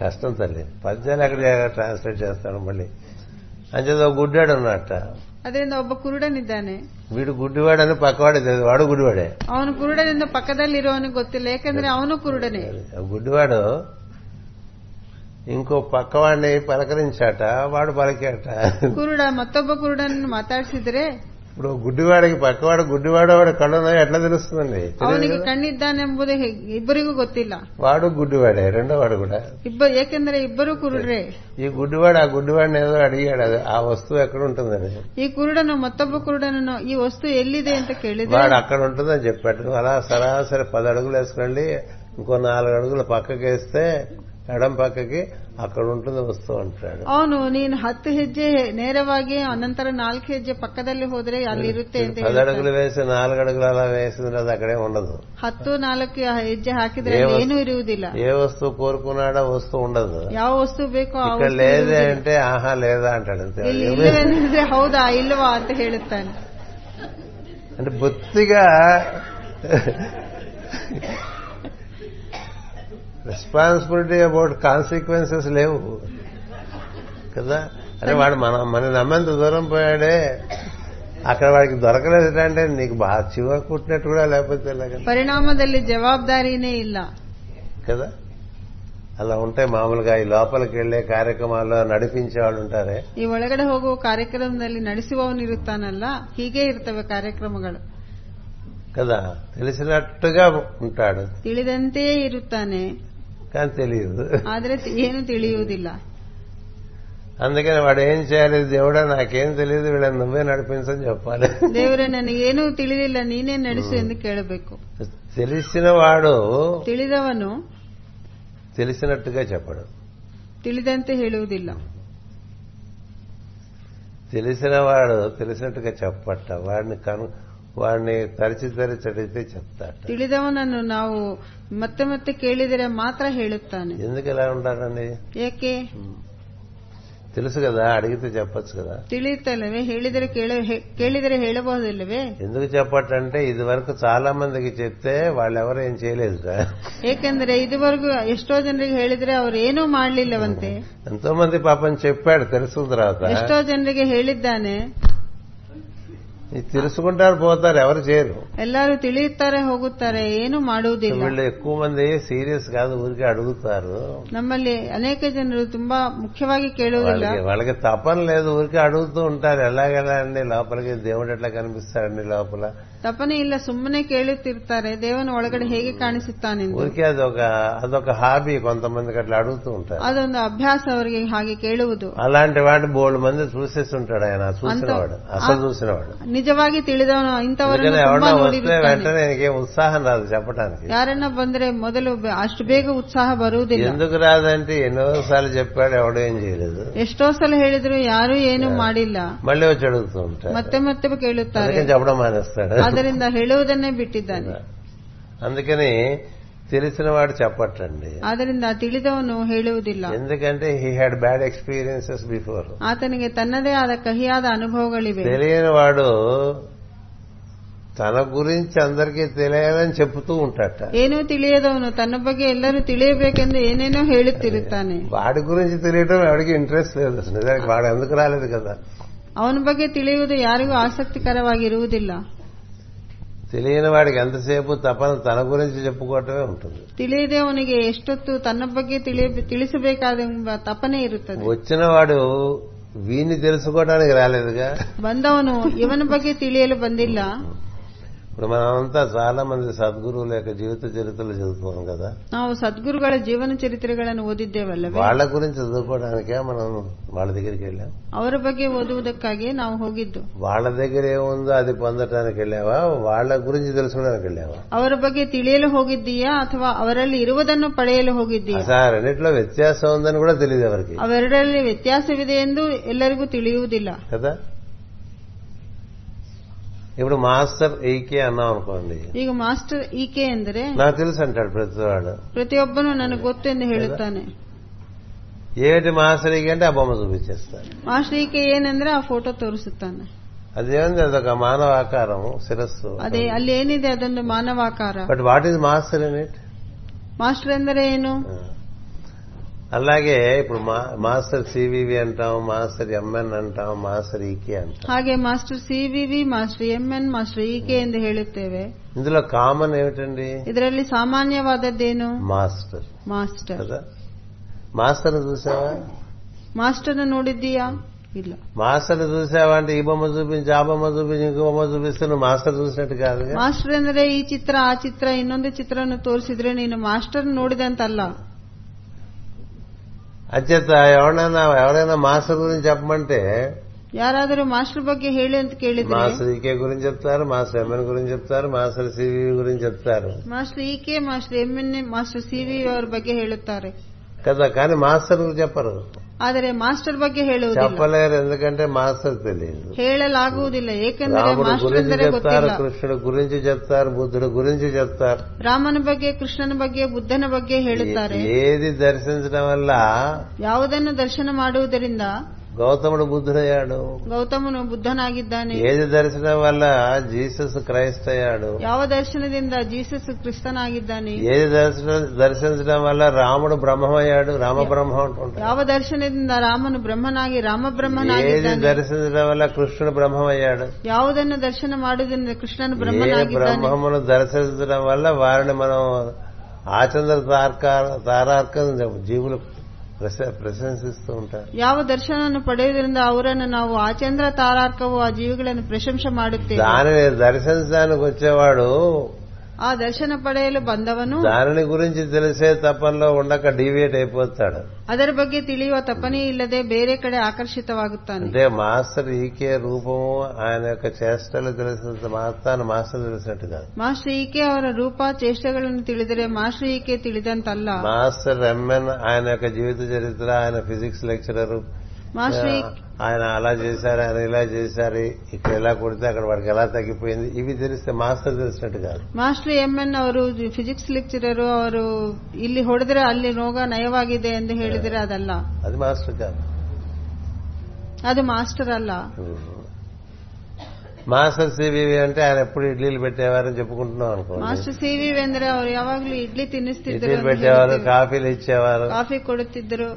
S1: కష్టం తల్లి పద్యాలు ఎక్కడ ట్రాన్స్లేట్ చేస్తాడు మళ్ళీ అంచేది ఒక గుడ్డాడు ఉన్నట్ట
S2: ಅದರಿಂದ ಒಬ್ಬ ಕುರುಡನಿದ್ದಾನೆ
S1: వీడు గుడ్డివాడని పక్కవాడే తెలియదు వాడు గుడ్డివాడే
S2: ಅವನು ಕುರುಡನಿಂದ ಪಕ್ಕದಲ್ಲಿರೋವನಿಗೆ ಗೊತ್ತಿಲ್ಲ ಯಾಕಂದ್ರೆ ಅವನು ಕುರುಡನೇ
S1: ఆ గుడ్డివాడు ఇంకో పక్కవాడిని పలకరించాట వాడు పలికాట
S2: ಕುರುಡ ಮತ್ತೊಬ್ಬ ಕುರುಡನನ್ನು ಮಾತಾಡಿಸಿದ್ರೆ
S1: ఇప్పుడు గుడ్డివాడికి పక్కవాడు గుడ్డివాడు వాడు కళ్ళు ఉన్నాయో ఎట్లా తెలుస్తుందండి
S2: ಅವನಿಗೆ
S1: తెలియదు కదా.
S2: ಕಣ್ಣಿದ್ದಾನೆಂಬುದೇ ಹೆ- ಇಬ್ಬರಿಗೂ ಗೊತ್ತಿಲ್ಲ
S1: వాడు గుడ్డివాడే రెండో వాడు కూడా
S2: ಇಬ್ಬ ಏಕೆಂದರೆ ಇಬ್ಬರು ಕುರುಡ್ರೆ
S1: ఈ గుడ్డివాడు ఆ గుడ్డివాడిని ఏదో అడిగాడు అది ఆ వస్తువు ఎక్కడ ఉంటుందని
S2: ಈ ಕುರುಡನು ಮತ್ತೊಬ್ಬ ಕುರುಡನನ್ನು ಈ ವಸ್ತು ಎಲ್ಲಿದೆ ಅಂತ ಕೇಳಿದ್ರೆ
S1: వాడు అక్కడ ఉంటుందని చెప్పాడు నువ్వు అలా సరాసరి పది అడుగులు వేసుకెళ్ళి ఇంకో నాలుగు అడుగులు పక్కకి వేస్తే ఎడం పక్కకి అక్కడ ఉంటుంది వస్తువు అంటాడు
S2: ಅವನು ನೀನು ಹತ್ತು ಹೆಜ್ಜೆ ನೇರವಾಗಿ ಅನಂತರ ನಾಲ್ಕು ಹೆಜ್ಜೆ ಪಕ್ಕದಲ್ಲಿ ಹೋದ್ರೆ ಅಲ್ಲಿರುತ್ತೆ ಅಂತ
S1: పది
S2: ಹೇಳ್ತಾರೆ.
S1: అడుగులు వేసి నాలుగు అడుగులు అలా వేసింది అది అక్కడే ఉండదు
S2: ಹತ್ತು ನಾಲ್ಕು ಹೆಜ್ಜೆ ಹಾಕಿದ್ರೆ
S1: ಏ
S2: ಅಲ್ಲಿ
S1: ವಸ್ತು-
S2: ಏನೂ ಇರುವುದಿಲ್ಲ
S1: ఏ వస్తువు కోరుకున్నాడో వస్తువు ఉండదు
S2: ಯಾವ ವಸ್ತು ಬೇಕೋ ಆ
S1: ఇక్కడ
S2: ವಸ್ತು
S1: లేదే
S2: ಇರುವುದಿಲ್ಲ.
S1: అంటే ఆహా లేదా అంటాడు అంతే
S2: ಇಲ್ಲಿ
S1: ఏమీ-
S2: ಇಲ್ಲವೆಂದ್ರೆ ಹೌದಾ ಇಲ್ವಾ ಅಂತ ಹೇಳುತ್ತಾನೆ
S1: అంటే బొత్తిగా రెస్పాన్సిబిలిటీ అబౌట్ కాన్సిక్వెన్సెస్ లేవు కదా అరే వాడు మన మన నమ్మేంత దూరం పోయాడే అక్కడ వాడికి దొరకలేదు అంటే నీకు బాగా చివ కుట్టినట్టు కూడా లేకపోతే ఎలాగ?
S2: ಪರಿಣಾಮದಲ್ಲಿ ಜವಾಬ್ದಾರಿನೇ ಇಲ್ಲ
S1: కదా అలా ఉంటే మామూలుగా ఈ లోపలికి వెళ్లే కార్యక్రమాల్లో నడిపించే వాళ్ళు ఉంటారే
S2: ಈ ಒಳಗಡೆ ಹೋಗುವ ಕಾರ್ಯಕ್ರಮದಲ್ಲಿ ನಡೆಸುವವನಿರುತ್ತಾನಲ್ಲ ಹೀಗೆ ಇರ್ತವೆ ಕಾರ್ಯಕ್ರಮಗಳು
S1: కదా తెలిసినట్టుగా ఉంటాడు
S2: ತಿಳಿದಂತೆಯೇ ಇರುತ್ತಾನೆ
S1: కానీ తెలియదు
S2: ಆದ್ರೆ ತಿ- ಏನು ತಿಳಿಯುವುದಿಲ್ಲ
S1: అందుకని వాడు ఏం చేయాలి దేవుడా నాకేం తెలియదు వీళ్ళని నువ్వే నడిపించని చెప్పాలి
S2: ದೇವರೇ ನನಗೇನೂ ತಿಳಿದಿಲ್ಲ ನೀನೇ ನಡೆಸು ಎಂದು ಕೇಳಬೇಕು
S1: తెలిసిన వాడు
S2: ತಿಳಿದವನು
S1: తెలిసినట్టుగా చెప్పడు
S2: ತಿಳಿದಂತೆ ಹೇಳುವುದಿಲ್ಲ
S1: తెలిసిన వాడు తెలిసినట్టుగా చెప్పట వాడిని కను వాడిని తరిచి తరిచి అడిగితే చెప్తాట
S2: ತಿಳಿದವನನ್ನು ನಾವು ಮತ್ತೆ ಮತ್ತೆ ಕೇಳಿದರೆ ಮಾತ್ರ ಹೇಳುತ್ತಾನೆ
S1: ఎందుకు ఇలా ఉంటాడండి
S2: ಏಕೆ
S1: తెలుసు కదా అడిగితే చెప్పొచ్చు కదా
S2: ತಿಳಿಯುತ್ತಲ್ಲವೇ ಹೇಳಿದರೆ ಕೇಳ- ಹೇ- ಕೇಳಿದರೆ ಹೇಳಬಹುದಿಲ್ಲವೇ
S1: ఎందుకు చెప్పటంటే ఇది వరకు చాలా మందికి చెప్తే వాళ్ళెవరూ ఏం చేయలేదురా
S2: ಏಕೆಂದರೆ ಇದುವರೆಗೂ ಎಷ್ಟೋ ಜನರಿಗೆ ಹೇಳಿದರೆ ಅವರು ಏನೂ ಮಾಡಲಿಲ್ಲವಂತೆ
S1: ఎంతో మంది పాపం చెప్పాడు తెలుసుకున్న తర్వాత
S2: ಎಷ್ಟೋ ಜನರಿಗೆ ಹೇಳಿದ್ದಾನೆ
S1: ఇది తెలుసుకుంటారు పోతారు ఎవరు చేయరు
S2: ಎಲ್ಲರೂ ತಿಳಿಯುತ್ತಾರೆ ಹೋಗುತ್ತಾರೆ ಏನು ಮಾಡುವುದಿಲ್ಲ
S1: వీళ్ళు ఎక్కువ మంది సీరియస్ కాదు ఊరికే అడుగుతారు
S2: ನಮ್ಮಲ್ಲಿ ಅನೇಕ ಜನರು ತುಂಬಾ ಮುಖ್ಯವಾಗಿ ಕೇಳುವುದಿಲ್ಲ
S1: వాళ్ళకి వాళ్ళకి తపన లేదు ఊరికే అడుగుతూ ఉంటారు ఎలాగెలా అండి లోపలికి దేవుడు ఎట్లా కనిపిస్తాడండి లోపల
S2: ತಪನೆ ಇಲ್ಲ ಸುಮ್ಮನೆ ಕೇಳುತ್ತಿರ್ತಾರೆ ದೇವನ ಒಳಗಡೆ ಹೇಗೆ ಕಾಣಿಸುತ್ತಾನೆಂದು
S1: ఊరికే అదొక అదొక హాబీ కొంతమందికి అట్లా అడుగుతూ ఉంటారు
S2: ಅದೊಂದು ಅಭ್ಯಾಸ ಅವರಿಗೆ ಹಾಗೆ ಕೇಳುವುದು
S1: అలాంటి వాడు బోల్డ్ మంది చూసేసి ఉంటాడు ఆయన చూసినవాడు
S2: అంత-
S1: అసలు
S2: ఆ-
S1: చూసినవాడు
S2: ನಿಜವಾಗಿ ತಿಳಿದವನು
S1: ఎందుకంటే
S2: ಇಂಥವರನ್ನು
S1: ఎవడో
S2: ತುಂಬಾ
S1: వస్తే
S2: ನೋಡಿರುತ್ತಾನೆ
S1: వెంటనే ఆయనకేం ಉತ್ಸಾహం రాదు చెప్పడానికి
S2: ಯಾರನ್ನ ಬಂದ್ರೆ ಮೊದಲು ಬ- ಅಷ್ಟು ಬೇಗ ಉತ್ಸಾಹ ಬರುವುದಿಲ್ಲ
S1: ఎందుకు రాదంటే ఎన్నో సార్లు చెప్పాడు ఎవడో ఏం చేయలేదు
S2: ಎಷ್ಟೋ ಸಲ ಹೇಳಿದ್ರು ಯಾರೂ ಏನು ಮಾಡಿಲ್ಲ
S1: మళ్ళీ వచ్చి అడుగుతూ ఉంటాడు
S2: ಮತ್ತೆ ಮತ್ತೆ ಕೇಳುತ್ತಾರೆ
S1: అందుకని చెప్పడం మానేస్తాడు
S2: ಅದರಿಂದ ಹೇಳುವುದನ್ನೇ ಬಿಟ್ಟಿದ್ದಾನೆ
S1: అందుకని తెలిసిన వాడు చెప్పట్టండి
S2: ಆದ್ದರಿಂದ ತಿಳಿದವನು ಹೇಳುವುದಿಲ್ಲ
S1: ఎందుకంటే he had bad experiences before
S2: ಆತನಿಗೆ ತನ್ನದೇ ಆದ ಕಹಿಯಾದ ಅನುಭವಗಳಿವೆ
S1: తెలియని వాడు తన గురించి అందరికీ తెలియాలని చెప్తూ ఉంటాట
S2: ಏನೂ ತಿಳಿಯದವನು ತನ್ನ ಬಗ್ಗೆ ಎಲ್ಲರೂ ತಿಳಿಯಬೇಕೆಂದು ಏನೇನೋ ಹೇಳುತ್ತಿರುತ್ತಾನೆ
S1: వాడి గురించి తెలియటం ఎవరికి ఇంట్రెస్ట్ లేదు అసలు నిజానికి వాడు ఎందుకు రాలేదు కదా
S2: ಅವನ ಬಗ್ಗೆ ತಿಳಿಯುವುದು ಯಾರಿಗೂ ಆಸಕ್ತಿಕರವಾಗಿರುವುದಿಲ್ಲ
S1: తెలియని వాడికి ఎంతసేపు తపన తన గురించి చెప్పుకోవటమే ఉంటుంది
S2: ತಿಳಿಯದೆ ಅವನಿಗೆ ಎಷ್ಟೊತ್ತು ತನ್ನ ಬಗ್ಗೆ ತಿಳಿಯ- ತಿಳಿಸಬೇಕಾದೆಂಬ ತಪನೆ ಇರುತ್ತದೆ
S1: వచ్చిన వాడు వీణ్ణి తెలుసుకోవడానికి రాలేదుగా
S2: ಬಂದವನು ಇವನ ಬಗ್ಗೆ ತಿಳಿಯಲು ಬಂದಿಲ್ಲ
S1: ఇప్పుడు మనమంతా చాలా మంది సద్గురువుల యొక్క జీవిత చరిత్రలు చదువుతాం కదా
S2: ನಾವು ಸದ್ಗುರುಗಳ ಜೀವನ ಚರಿತ್ರೆಗಳನ್ನು ಓದಿದ್ದೇವಲ್ಲವೇ
S1: వాళ్ళ గురించి చదువుకోవడానికే మనం వాళ్ళ దగ్గరికి వెళ్ళాం
S2: ಅವರ ಬಗ್ಗೆ ಓದುವುದಕ್ಕಾಗಿ ನಾವು ಹೋಗಿದ್ದು
S1: వాళ్ళ దగ్గర ఏముందో అది పొందటానికి వెళ్ళావా వాళ్ళ గురించి తెలుసుకోవడానికి వెళ్ళావా
S2: ಅವರ ಬಗ್ಗೆ ತಿಳಿಯಲು ಹೋಗಿದ್ದೀಯಾ ಅಥವಾ ಅವರಲ್ಲಿ ಇರುವುದನ್ನು ಪಡೆಯಲು ಹೋಗಿದ್ದೀಯಾ
S1: అసలు ఆ రెండిట్లో వ్యత్యాసం ఉందని కూడా తెలియదు ఎవరికి
S2: ಅವೆರಡರಲ್ಲಿ ವ್ಯತ್ಯಾಸವಿದೆ ಎಂದು ಎಲ್ಲರಿಗೂ ತಿಳಿಯುವುದಿಲ್ಲ
S1: కదా ఇప్పుడు మాస్టర్ ఈకే అన్నాం అనుకోండి
S2: ಈಗ ಮಾಸ್ಟರ್ ಈಕೆ ಎಂದರೆ
S1: నాకు తెలుసు అంటాడు ప్రతివాడు
S2: ಪ್ರತಿಯೊಬ್ಬನು ನನಗೆ ಗೊತ್ತು ಎಂದು ಹೇಳುತ್ತಾನೆ
S1: ఏమిటి మాస్టర్ ఈకే అంటే ఆ బొమ్మ చూపించేస్తాడు
S2: ಮಾಸ್ಟರ್ ಈಕೆ ಏನೆಂದ್ರೆ ಆ ಫೋಟೋ ತೋರಿಸುತ್ತಾನೆ
S1: అదేముంది అదొక మానవ ఆకారం శిరస్సు
S2: ಅದೇ ಅಲ್ಲಿ ಏನಿದೆ ಅದೊಂದು ಮಾನವಾಕಾರ
S1: but what is master in it
S2: master ಎಂದರೆ ಏನು
S1: అలాగే ఇప్పుడు మా- మాస్టర్ సివివి అంటాం మాస్టర్ ఎంఎన్ అంటాం మాస్టర్ ఈకే అంటాం
S2: ಹಾಗೆ master CVV master MN master EK ಎಂದು ಹೇಳುತ್ತೇವೆ
S1: ఇందులో కామన్ ఏమిటండి
S2: ಇದರಲ್ಲಿ ಸಾಮಾನ್ಯವಾದದ್ದೇನು
S1: మాస్టర్
S2: ಮಾಸ್ಟರ್
S1: కదా మాస్టర్ చూసావా
S2: ಮಾಸ್ಟರ್ ನೋಡಿದ್ದೀಯಾ ಇಲ್ಲ
S1: మాస్టర్ చూసావంటే ఈ బొమ్మ చూపించి ఆ బొమ్మ చూపించి ఇంకో బొమ్మ చూపిస్తే నువ్వు మాస్టర్ చూసినట్టు కాదు
S2: ಮಾಸ್ಟರ್ ಅಂದ್ರೆ ಈ ಚಿತ್ರ ಆ ಚಿತ್ರ ಇನ್ನೊಂದು ಚಿತ್ರವನ್ನು ತೋರಿಸಿದ್ರೆ ನೀನು ಮಾಸ್ಟರ್ ನೋಡಿದಂತಲ್ಲ
S1: అంచేత ఎవరైనా ఎవరైనా మాస్టర్ గురించి చెప్పమంటే
S2: ಯಾರಾದರೂ ಮಾಸ್ಟರ್ ಬಗ್ಗೆ ಹೇಳಿ ಅಂತ ಕೇಳಿದ್ರೆ
S1: మాస్టర్ ఈకే గురించి చెప్తారు మాస్టర్ ఎంఎన్ గురించి చెప్తారు మాస్టర్ సివి గురించి చెప్తారు
S2: master E K master M N A, master C V ಅವರ ಬಗ್ಗೆ ಹೇಳುತ್ತಾರೆ
S1: కదా కానీ మాస్టర్ గురించి చెప్పరు
S2: ಆದರೆ ಮಾಸ್ಟರ್ ಬಗ್ಗೆ ಹೇಳುವುದಿಲ್ಲ
S1: చెప్పలేరు ఎందుకంటే మాస్టర్ తెలియదు
S2: ಹೇಳಲಾಗುವುದಿಲ್ಲ ಏಕೆಂದರೆ
S1: రాముడు
S2: ಮಾಸ್ಟರ್
S1: గురించి
S2: ಅಂದರೆ
S1: చెప్తారు
S2: ಗೊತ್ತಿಲ್ಲ
S1: కృష్ణుడు గురించి చెప్తారు బుద్ధుడు గురించి చెప్తారు
S2: ರಾಮನ ಬಗ್ಗೆ ಕೃಷ್ಣನ ಬಗ್ಗೆ ಬುದ್ಧನ ಬಗ್ಗೆ ಹೇಳುತ್ತಾರೆ
S1: ఏది దర్శించడం వల్ల
S2: ಯಾವುದನ್ನು ದರ್ಶನ ಮಾಡುವುದರಿಂದ
S1: గౌతముడు బుద్ధుడయ్యాడు
S2: ಗೌತಮನು ಬುದ್ಧನಾಗಿದ್ದಾನೆ
S1: ఏది దర్శనం వల్ల జీసస్ క్రైస్ట్ అయ్యాడు
S2: ಯಾವ ದರ್ಶನದಿಂದ ಜೀಸಸ್ ಕ್ರಿಸ್ತನಾಗಿದ್ದಾನೆ
S1: ఏది దర్శనం దర్శించడం వల్ల రాముడు బ్రహ్మమయ్యాడు రామబ్రహ్మ అంటుంటాడు
S2: ಯಾವ ದರ್ಶನದಿಂದ ರಾಮನು ಬ್ರಹ್ಮನಾಗಿ
S1: ఏది
S2: ರಾಮಬ್ರಹ್ಮನಾಗಿದ್ದಾನೆ
S1: దర్శించడం వల్ల కృష్ణుడు బ్రహ్మమయ్యాడు
S2: ಯಾವುದನ್ನು ದರ್ಶನ ಮಾಡುವುದರಿಂದ ಕೃಷ್ಣನು
S1: ఏ
S2: ಬ್ರಹ್ಮನಾಗಿದ್ದಾನೆ
S1: బ్రహ్మమును దర్శించడం వల్ల వారిని మనం ఆచంద్ర తార్కార- తారార్కం జీవులు ప్రశ- ప్రశంసిస్తూ ఉంటారు
S2: ಯಾವ ದರ್ಶನವನ್ನು ಪಡೆಯುವುದರಿಂದ ಅವರನ್ನು ನಾವು ಆಚಂದ್ರ ತಾರಾರ್ಕವು ಆ ಜೀವಿಗಳನ್ನು ಪ್ರಶಂಸೆ ಮಾಡುತ್ತೇವೆ
S1: దానిని దర్శించడానికి వచ్చేవాడు
S2: ಆ ದರ್ಶನ ಪಡೆಯಲು ಬಂದವನು
S1: దానిని గురించి తెలిసే తపనలో ఉండక డీవియేట్ అయిపోతాడు
S2: ಅದರ ಬಗ್ಗೆ ತಿಳಿಯುವ ತಪನೆ ಇಲ್ಲದೆ ಬೇರೆ ಕಡೆ ಆಕರ್ಷಿತವಾಗುತ್ತಾನೆ
S1: అంటే మాస్టర్ ఈకే రూపము ఆయన యొక్క చేష్టలు తెలిసినంత మాత్రాన్ని మాస్టర్ తెలిసినట్టు కాదు
S2: ಮಾಸ್ಟರ್ ಈಕೆ ಅವರ ರೂಪ ಚೇಷ್ಟೆಗಳನ್ನು ತಿಳಿದರೆ ಮಾಸ್ಟರ್ ಈಕೆ ತಿಳಿದಂತಲ್ಲ
S1: మాస్టర్ ఎంఎన్ ఆయన యొక్క జీవిత చరిత్ర ఆయన ఫిజిక్స్ లెక్చరర్
S2: ಮಾಸ್ಟರ್ ಈ-
S1: ఆయన అలా చేశారు ఆయన ఇలా చేశారు ఇక్కడ ఎలా కొడితే అక్కడ వాడికి ఎలా తగ్గిపోయింది ఇవి తెలిస్తే మాస్టర్ తెలిసినట్టు కాదు
S2: ಮಾಸ್ಟರ್ ಎಂಎನ್ ಅವರು ಫಿಸಿಕ್ಸ್ ಲೆಕ್ಚರರ್ ಅವರು ಇಲ್ಲಿ ಹೊಡೆದ್ರೆ ಅಲ್ಲಿ ರೋಗ ನಯವಾಗಿದೆ ಎಂದು ಹೇಳಿದರೆ ಅದಲ್ಲ
S1: అది మాస్టర్ కాదు
S2: ಅದು ಮಾಸ್ಟರ್ ಅಲ್ಲ
S1: మాస్టర్ సివివి అంటే ఆయన ఎప్పుడు ఇడ్లీలు పెట్టేవారని చెప్పుకుంటున్నాం అనుకోండి
S2: ಮಾಸ್ಟರ್ ಸಿವಿ ಅಂದ್ರೆ ಅವರು ಯಾವಾಗ್ಲೂ ಇಡ್ಲಿ ತಿನ್ನಿಸ್ತಿದ್ರು
S1: ఇడ్లీలు
S2: ಅಂತ
S1: పెట్టేవారు
S2: ಹೇಳ್ತೀವಿ.
S1: కాఫీలు ఇచ్చేవారు
S2: ಕಾಫಿ ಕೊಡುತ್ತಿದ್ದರು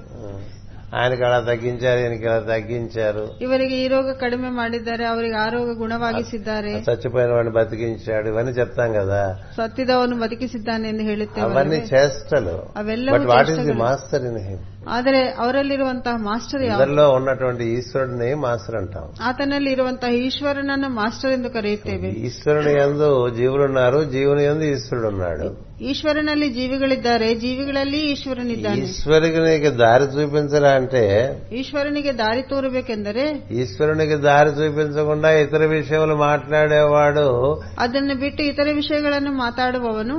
S1: ఆయనకి అలా తగ్గించారు ఈయనకి ఇలా తగ్గించారు
S2: ಇವರಿಗೆ ಈ ರೋಗ ಕಡಿಮೆ ಮಾಡಿದ್ದಾರೆ ಅವರಿಗೆ ಆ ರೋಗ ಗುಣವಾಗಿಸಿದ್ದಾರೆ
S1: చచ్చిపోయిన వాడిని బతికించాడు ఇవన్నీ చెప్తాం కదా
S2: ಸತ್ತಿದವನು ಬದುಕಿಸಿದ್ದಾನೆ ಎಂದು ಹೇಳುತ್ತೇವೆ
S1: అవన్నీ చేష్టలు
S2: అవెల్లవూ
S1: బట్ వాట్ ఈస్ ది
S2: చేష్టలు.
S1: మాస్టర్ ఇన్ హిమ్
S2: ಆದರೆ ಅವರಲ್ಲಿರುವಂತಹ ಮಾಸ್ಟರ್ ಯಾರು
S1: ఇద్దరిలో ఉన్నటువంటి ఈశ్వరుడిని మాస్టర్ అంటాం
S2: ಆತನಲ್ಲಿ ಇರುವಂತಹ ಈಶ್ವರನನ್ನ ಮಾಸ್ಟರ್ ಎಂದು ಕರೆಯುತ್ತೇವೆ
S1: ఈశ్వరుని యందు జీవులున్నారు జీవుని యందు ఈశ్వరుడు ఉన్నాడు
S2: ಈಶ್ವರನಲ್ಲಿ ಜೀವಿಗಳಿದ್ದಾರೆ ಜೀವಿಗಳಲ್ಲಿ ಈಶ್ವರನಿದ್ದಾನೆ
S1: ఈశ్వరునికి నీకు దారి చూపించరా అంటే
S2: ಈಶ್ವರನಿಗೆ ದಾರಿ ತೋರಬೇಕೆಂದರೆ
S1: ఈశ్వరునికి దారి చూపించకుండా ఇతర విషయములు మాట్లాడేవాడు
S2: ಅದನ್ನು ಬಿಟ್ಟು ಇತರ ವಿಷಯಗಳನ್ನು ಮಾತಾಡುವವನು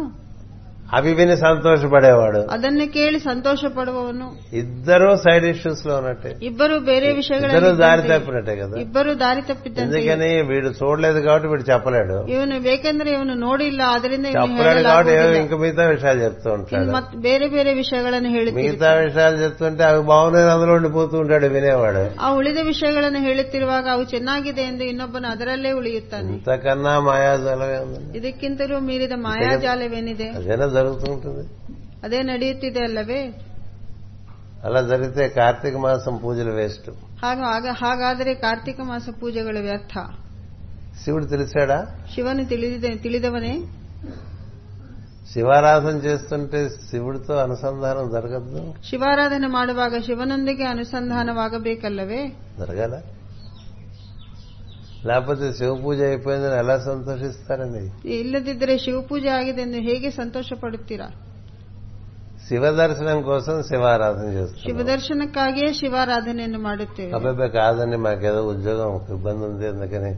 S1: అవి విని సంతోషపడేవాడు
S2: ಅದನ್ನು ಕೇಳಿ ಸಂತೋಷ ಪಡುವವನು
S1: ఇద్దరూ సైడ్ ఇష్యూస్ లో ఉన్నట్టే
S2: ಇಬ್ಬರು ಬೇರೆ
S1: ఇద్దరు ದಾರಿ
S2: ವಿಷಯಗಳನ್ನು
S1: తప్పినట్టే కదా
S2: ಇಬ್ಬರು ದಾರಿ ತಪ್ಪಿದ್ದಂತೆ
S1: ఎందుకని వీడు చూడలేదు కాబట్టి వీడు చెప్పలేడు
S2: ಇವನು ಬೇಕೆಂದ್ರೆ ಇವನು ನೋಡಿಲ್ಲ ಅದರಿಂದ ಇವನು
S1: చెప్పలేడు కాబట్టి ఏమో
S2: ಹೇಳಲಾಗುವುದಿಲ್ಲ.
S1: ఇంక మిగతా విషయాలు చెప్తూ
S2: ಇನ್ನು
S1: ఉంటాడు
S2: ಮತ್ತೆ ಬೇರೆ ಬೇರೆ ವಿಷಯಗಳನ್ನು ಹೇಳುತ್ತಿರುತ್ತಾನೆ
S1: మిగతా విషయాలు చెప్తుంటే అవి బాగున్నాయి అందులో ఉండిపోతూ ఉంటాడు వినేవాడు
S2: ಆ ಉಳಿದ ವಿಷಯಗಳನ್ನು ಹೇಳುತ್ತಿರುವಾಗ ಅವು ಚೆನ್ನಾಗಿದೆ ಎಂದು ಇನ್ನೊಬ್ಬನು ಅದರಲ್ಲೇ ಉಳಿಯುತ್ತಾನೆ
S1: ఇంతకన్నా మాయాజాలం ఏముంది?
S2: ಇದಕ್ಕಿಂತಲೂ ಮೀರಿದ ಮಾಯಾಜಾಲವೇನಿದೆ
S1: అదేనా జరుగుతూ ఉంటుంది
S2: ಅದೇ ನಡೆಯುತ್ತಿದೆ ಅಲ್ಲವೇ
S1: అలా జరిగితే కార్తీక మాసం పూజలు వేస్ట్
S2: ಹಾಗ ಆಗ- ಹಾಗಾದರೆ ಕಾರ್ತಿಕ ಮಾಸ ಪೂಜೆಗಳು ವ್ಯರ್ಥ
S1: శివుడు తెలిసాడా
S2: ಶಿವನು ತಿಳಿದಿದೆ- ತಿಳಿದವನೇ
S1: శివారాధన చేస్తుంటే శివుడితో అనుసంధానం జరగద్దు
S2: ಶಿವಾರಾಧನೆ ಮಾಡುವಾಗ ಶಿವನೊಂದಿಗೆ ಅನುಸಂಧಾನವಾಗಬೇಕಲ್ಲವೇ
S1: జరగాల లేకపోతే శివ పూజ అయిపోయిందని ఎలా సంతోషిస్తారండి
S2: ಇಲ್ಲದಿದ್ದರೆ ಶಿವಪೂಜೆ ಆಗಿದೆ ಎಂದು ಹೇಗೆ ಸಂತೋಷ ಪಡುತ್ತೀರಾ
S1: శివ దర్శనం కోసం శివారాధన చేస్తాం
S2: ಶಿವದರ್ಶನಕ್ಕಾಗಿಯೇ ಶಿವಾರಾಧನೆಯನ್ನು ಮಾಡುತ್ತೇವೆ
S1: అబ్బాయి కాదండి మాకేదో ಉದ್ಯೋగం ఇబ్బంది ఉంది అందుకని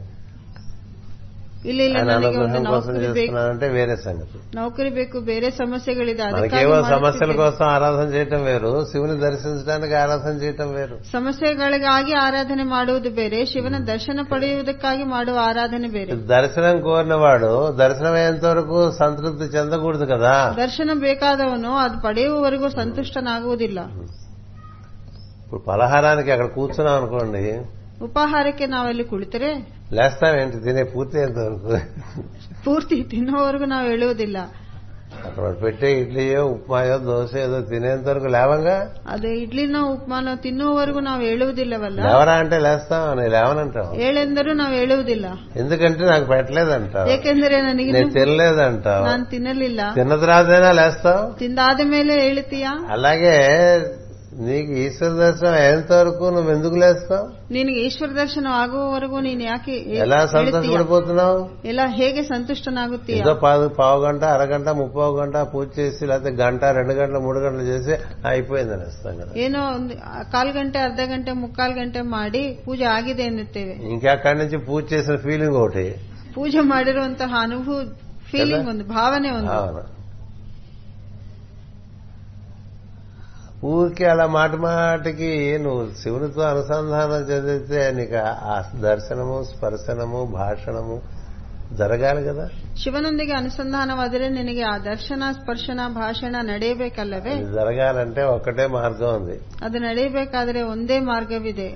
S2: ಇಲ್ಲ ಇಲ್ಲ
S1: ఆయన
S2: ನನಗೆ ಒಂದು
S1: అనుగ్రహం కోసం
S2: ನೌಕರಿ ಬೇಕು
S1: చేస్తున్నానంటే వేరే సంగతి
S2: ನೌಕರಿ ಬೇಕು ಬೇರೆ ಸಮಸ್ಯೆಗಳಿದೆ ಅದಕ್ಕಾಗಿ
S1: మనకేవో సమస్యల
S2: ಮಾಡುತ್ತಿದ್ದೇನೆ.
S1: కోసం ఆరాధన చేయటం వేరు శివుని దర్శించడానికి ఆరాధన చేయటం వేరు
S2: ಸಮಸ್ಯೆಗಳಿಗಾಗಿ ಆರಾಧನೆ ಮಾಡುವುದು ಬೇರೆ ಶಿವನ ದರ್ಶನ ಪಡೆಯುವುದಕ್ಕಾಗಿ ಮಾಡುವ ಆರಾಧನೆ ಬೇರೆ
S1: దర్శనం కోరినవాడు దర్శనం అయ్యేంత వరకు సంతృప్తి చెందకూడదు కదా
S2: ದರ್ಶನ ಬೇಕಾದವನು ಅದು ಪಡೆಯುವವರೆಗೂ ಸಂತುಷ್ಟನಾಗುವುದಿಲ್ಲ
S1: ఇప్పుడు పలహారానికి అక్కడ కూర్చున్నాం అనుకోండి
S2: ಉಪಾಹಾರಕ್ಕೆ ನಾವೆಲ್ಲಿ ಕುಳಿತರೆ
S1: లేస్తామేంటి తినే పూర్తి అయ్యేంత వరకు
S2: ಪೂರ್ತಿ ತಿನ್ನುವವರೆಗೂ ನಾವು ಹೇಳುವುದಿಲ್ಲ
S1: అక్కడ వాడు పెట్టే ఇడ్లీయో ఉప్మాయో దోశ ఏదో తినేంత వరకు లేవంగా
S2: ಅದು ಇಡ್ಲಿನ ಉಪ್ಮಾನ ತಿನ್ನುವವರೆಗೂ ನಾವು ಹೇಳುವುದಿಲ್ಲವಲ್ಲ
S1: లేవరా అంటే లేస్తాం అని లేవనంటావు
S2: ಹೇಳೆಂದರೂ ನಾವು ಹೇಳುವುದಿಲ್ಲ
S1: ఎందుకంటే నాకు పెట్టలేదంటావు
S2: ಏಕೆಂದರೆ ನನಗೆ
S1: నేను తినలేదంటావు
S2: ನಾನು ತಿನ್ನಲಿಲ್ಲ
S1: తిన్న తర్వాతైనా లేస్తావు
S2: ತಿಂದಾದ ಮೇಲೆ ಹೇಳುತ್ತೀಯಾ
S1: అలాగే నీకు ఈశ్వర దర్శనం అయ్యేంతవరకు నువ్వు ఎందుకు లేస్తావు
S2: ನಿನಗೆ ಈಶ್ವರ ದರ್ಶನ ಆಗುವವರೆಗೂ ನೀನು ಯಾಕೆ ಏ-
S1: ఎలా
S2: ಹೇಳ್ತೀಯ?
S1: సంతోషపడిపోతున్నావు
S2: ಎಲ್ಲ ಹೇಗೆ ಸಂತುಷ್ಟನಾಗುತ್ತೀಯ
S1: ఏదో పావు పావు గంట అరగంట ముప్పావు గంట పూజ చేసి లేకపోతే గంట రెండు గంటలు మూడు గంటలు చేసి అయిపోయింది అనేస్తాం కదా
S2: ಏನೋ ಒಂದು ಕಾಲ್ ಗಂಟೆ ಅರ್ಧ ಗಂಟೆ ಮುಕ್ಕಾಲ್ ಗಂಟೆ ಮಾಡಿ ಪೂಜೆ ಆಗಿದೆ ಎನ್ನುತ್ತೇವೆ
S1: ఇంకా అక్కడి నుంచి పూజ చేసిన ఫీలింగ్ ఒకటి
S2: ಪೂಜೆ ಮಾಡಿರುವಂತಹ ಅನುಭವ ಫೀಲಿಂಗ್ ಒಂದು ಭಾವನೆ ಒಂದು
S1: అవును ఊరికి అలా మాట మాటికి నువ్వు శివునితో అనుసంధానం చెందితే నీకు ఆ- ఆ దర్శనము స్పర్శనము భాషణము జరగాలి కదా
S2: ಶಿವನೊಂದಿಗೆ ಅನುಸಂಧಾನವಾದರೆ ನಿನಗೆ ಆ ದರ್ಶನ ಸ್ಪರ್ಶನ ಭಾಷಣ ನಡೆಯಬೇಕಲ್ಲವೇ
S1: ఇది జరగాలంటే ఒక్కటే మార్గం ఉంది
S2: ಅದು ನಡೆಯಬೇಕಾದರೆ ಒಂದೇ ಮಾರ್ಗವಿದೆ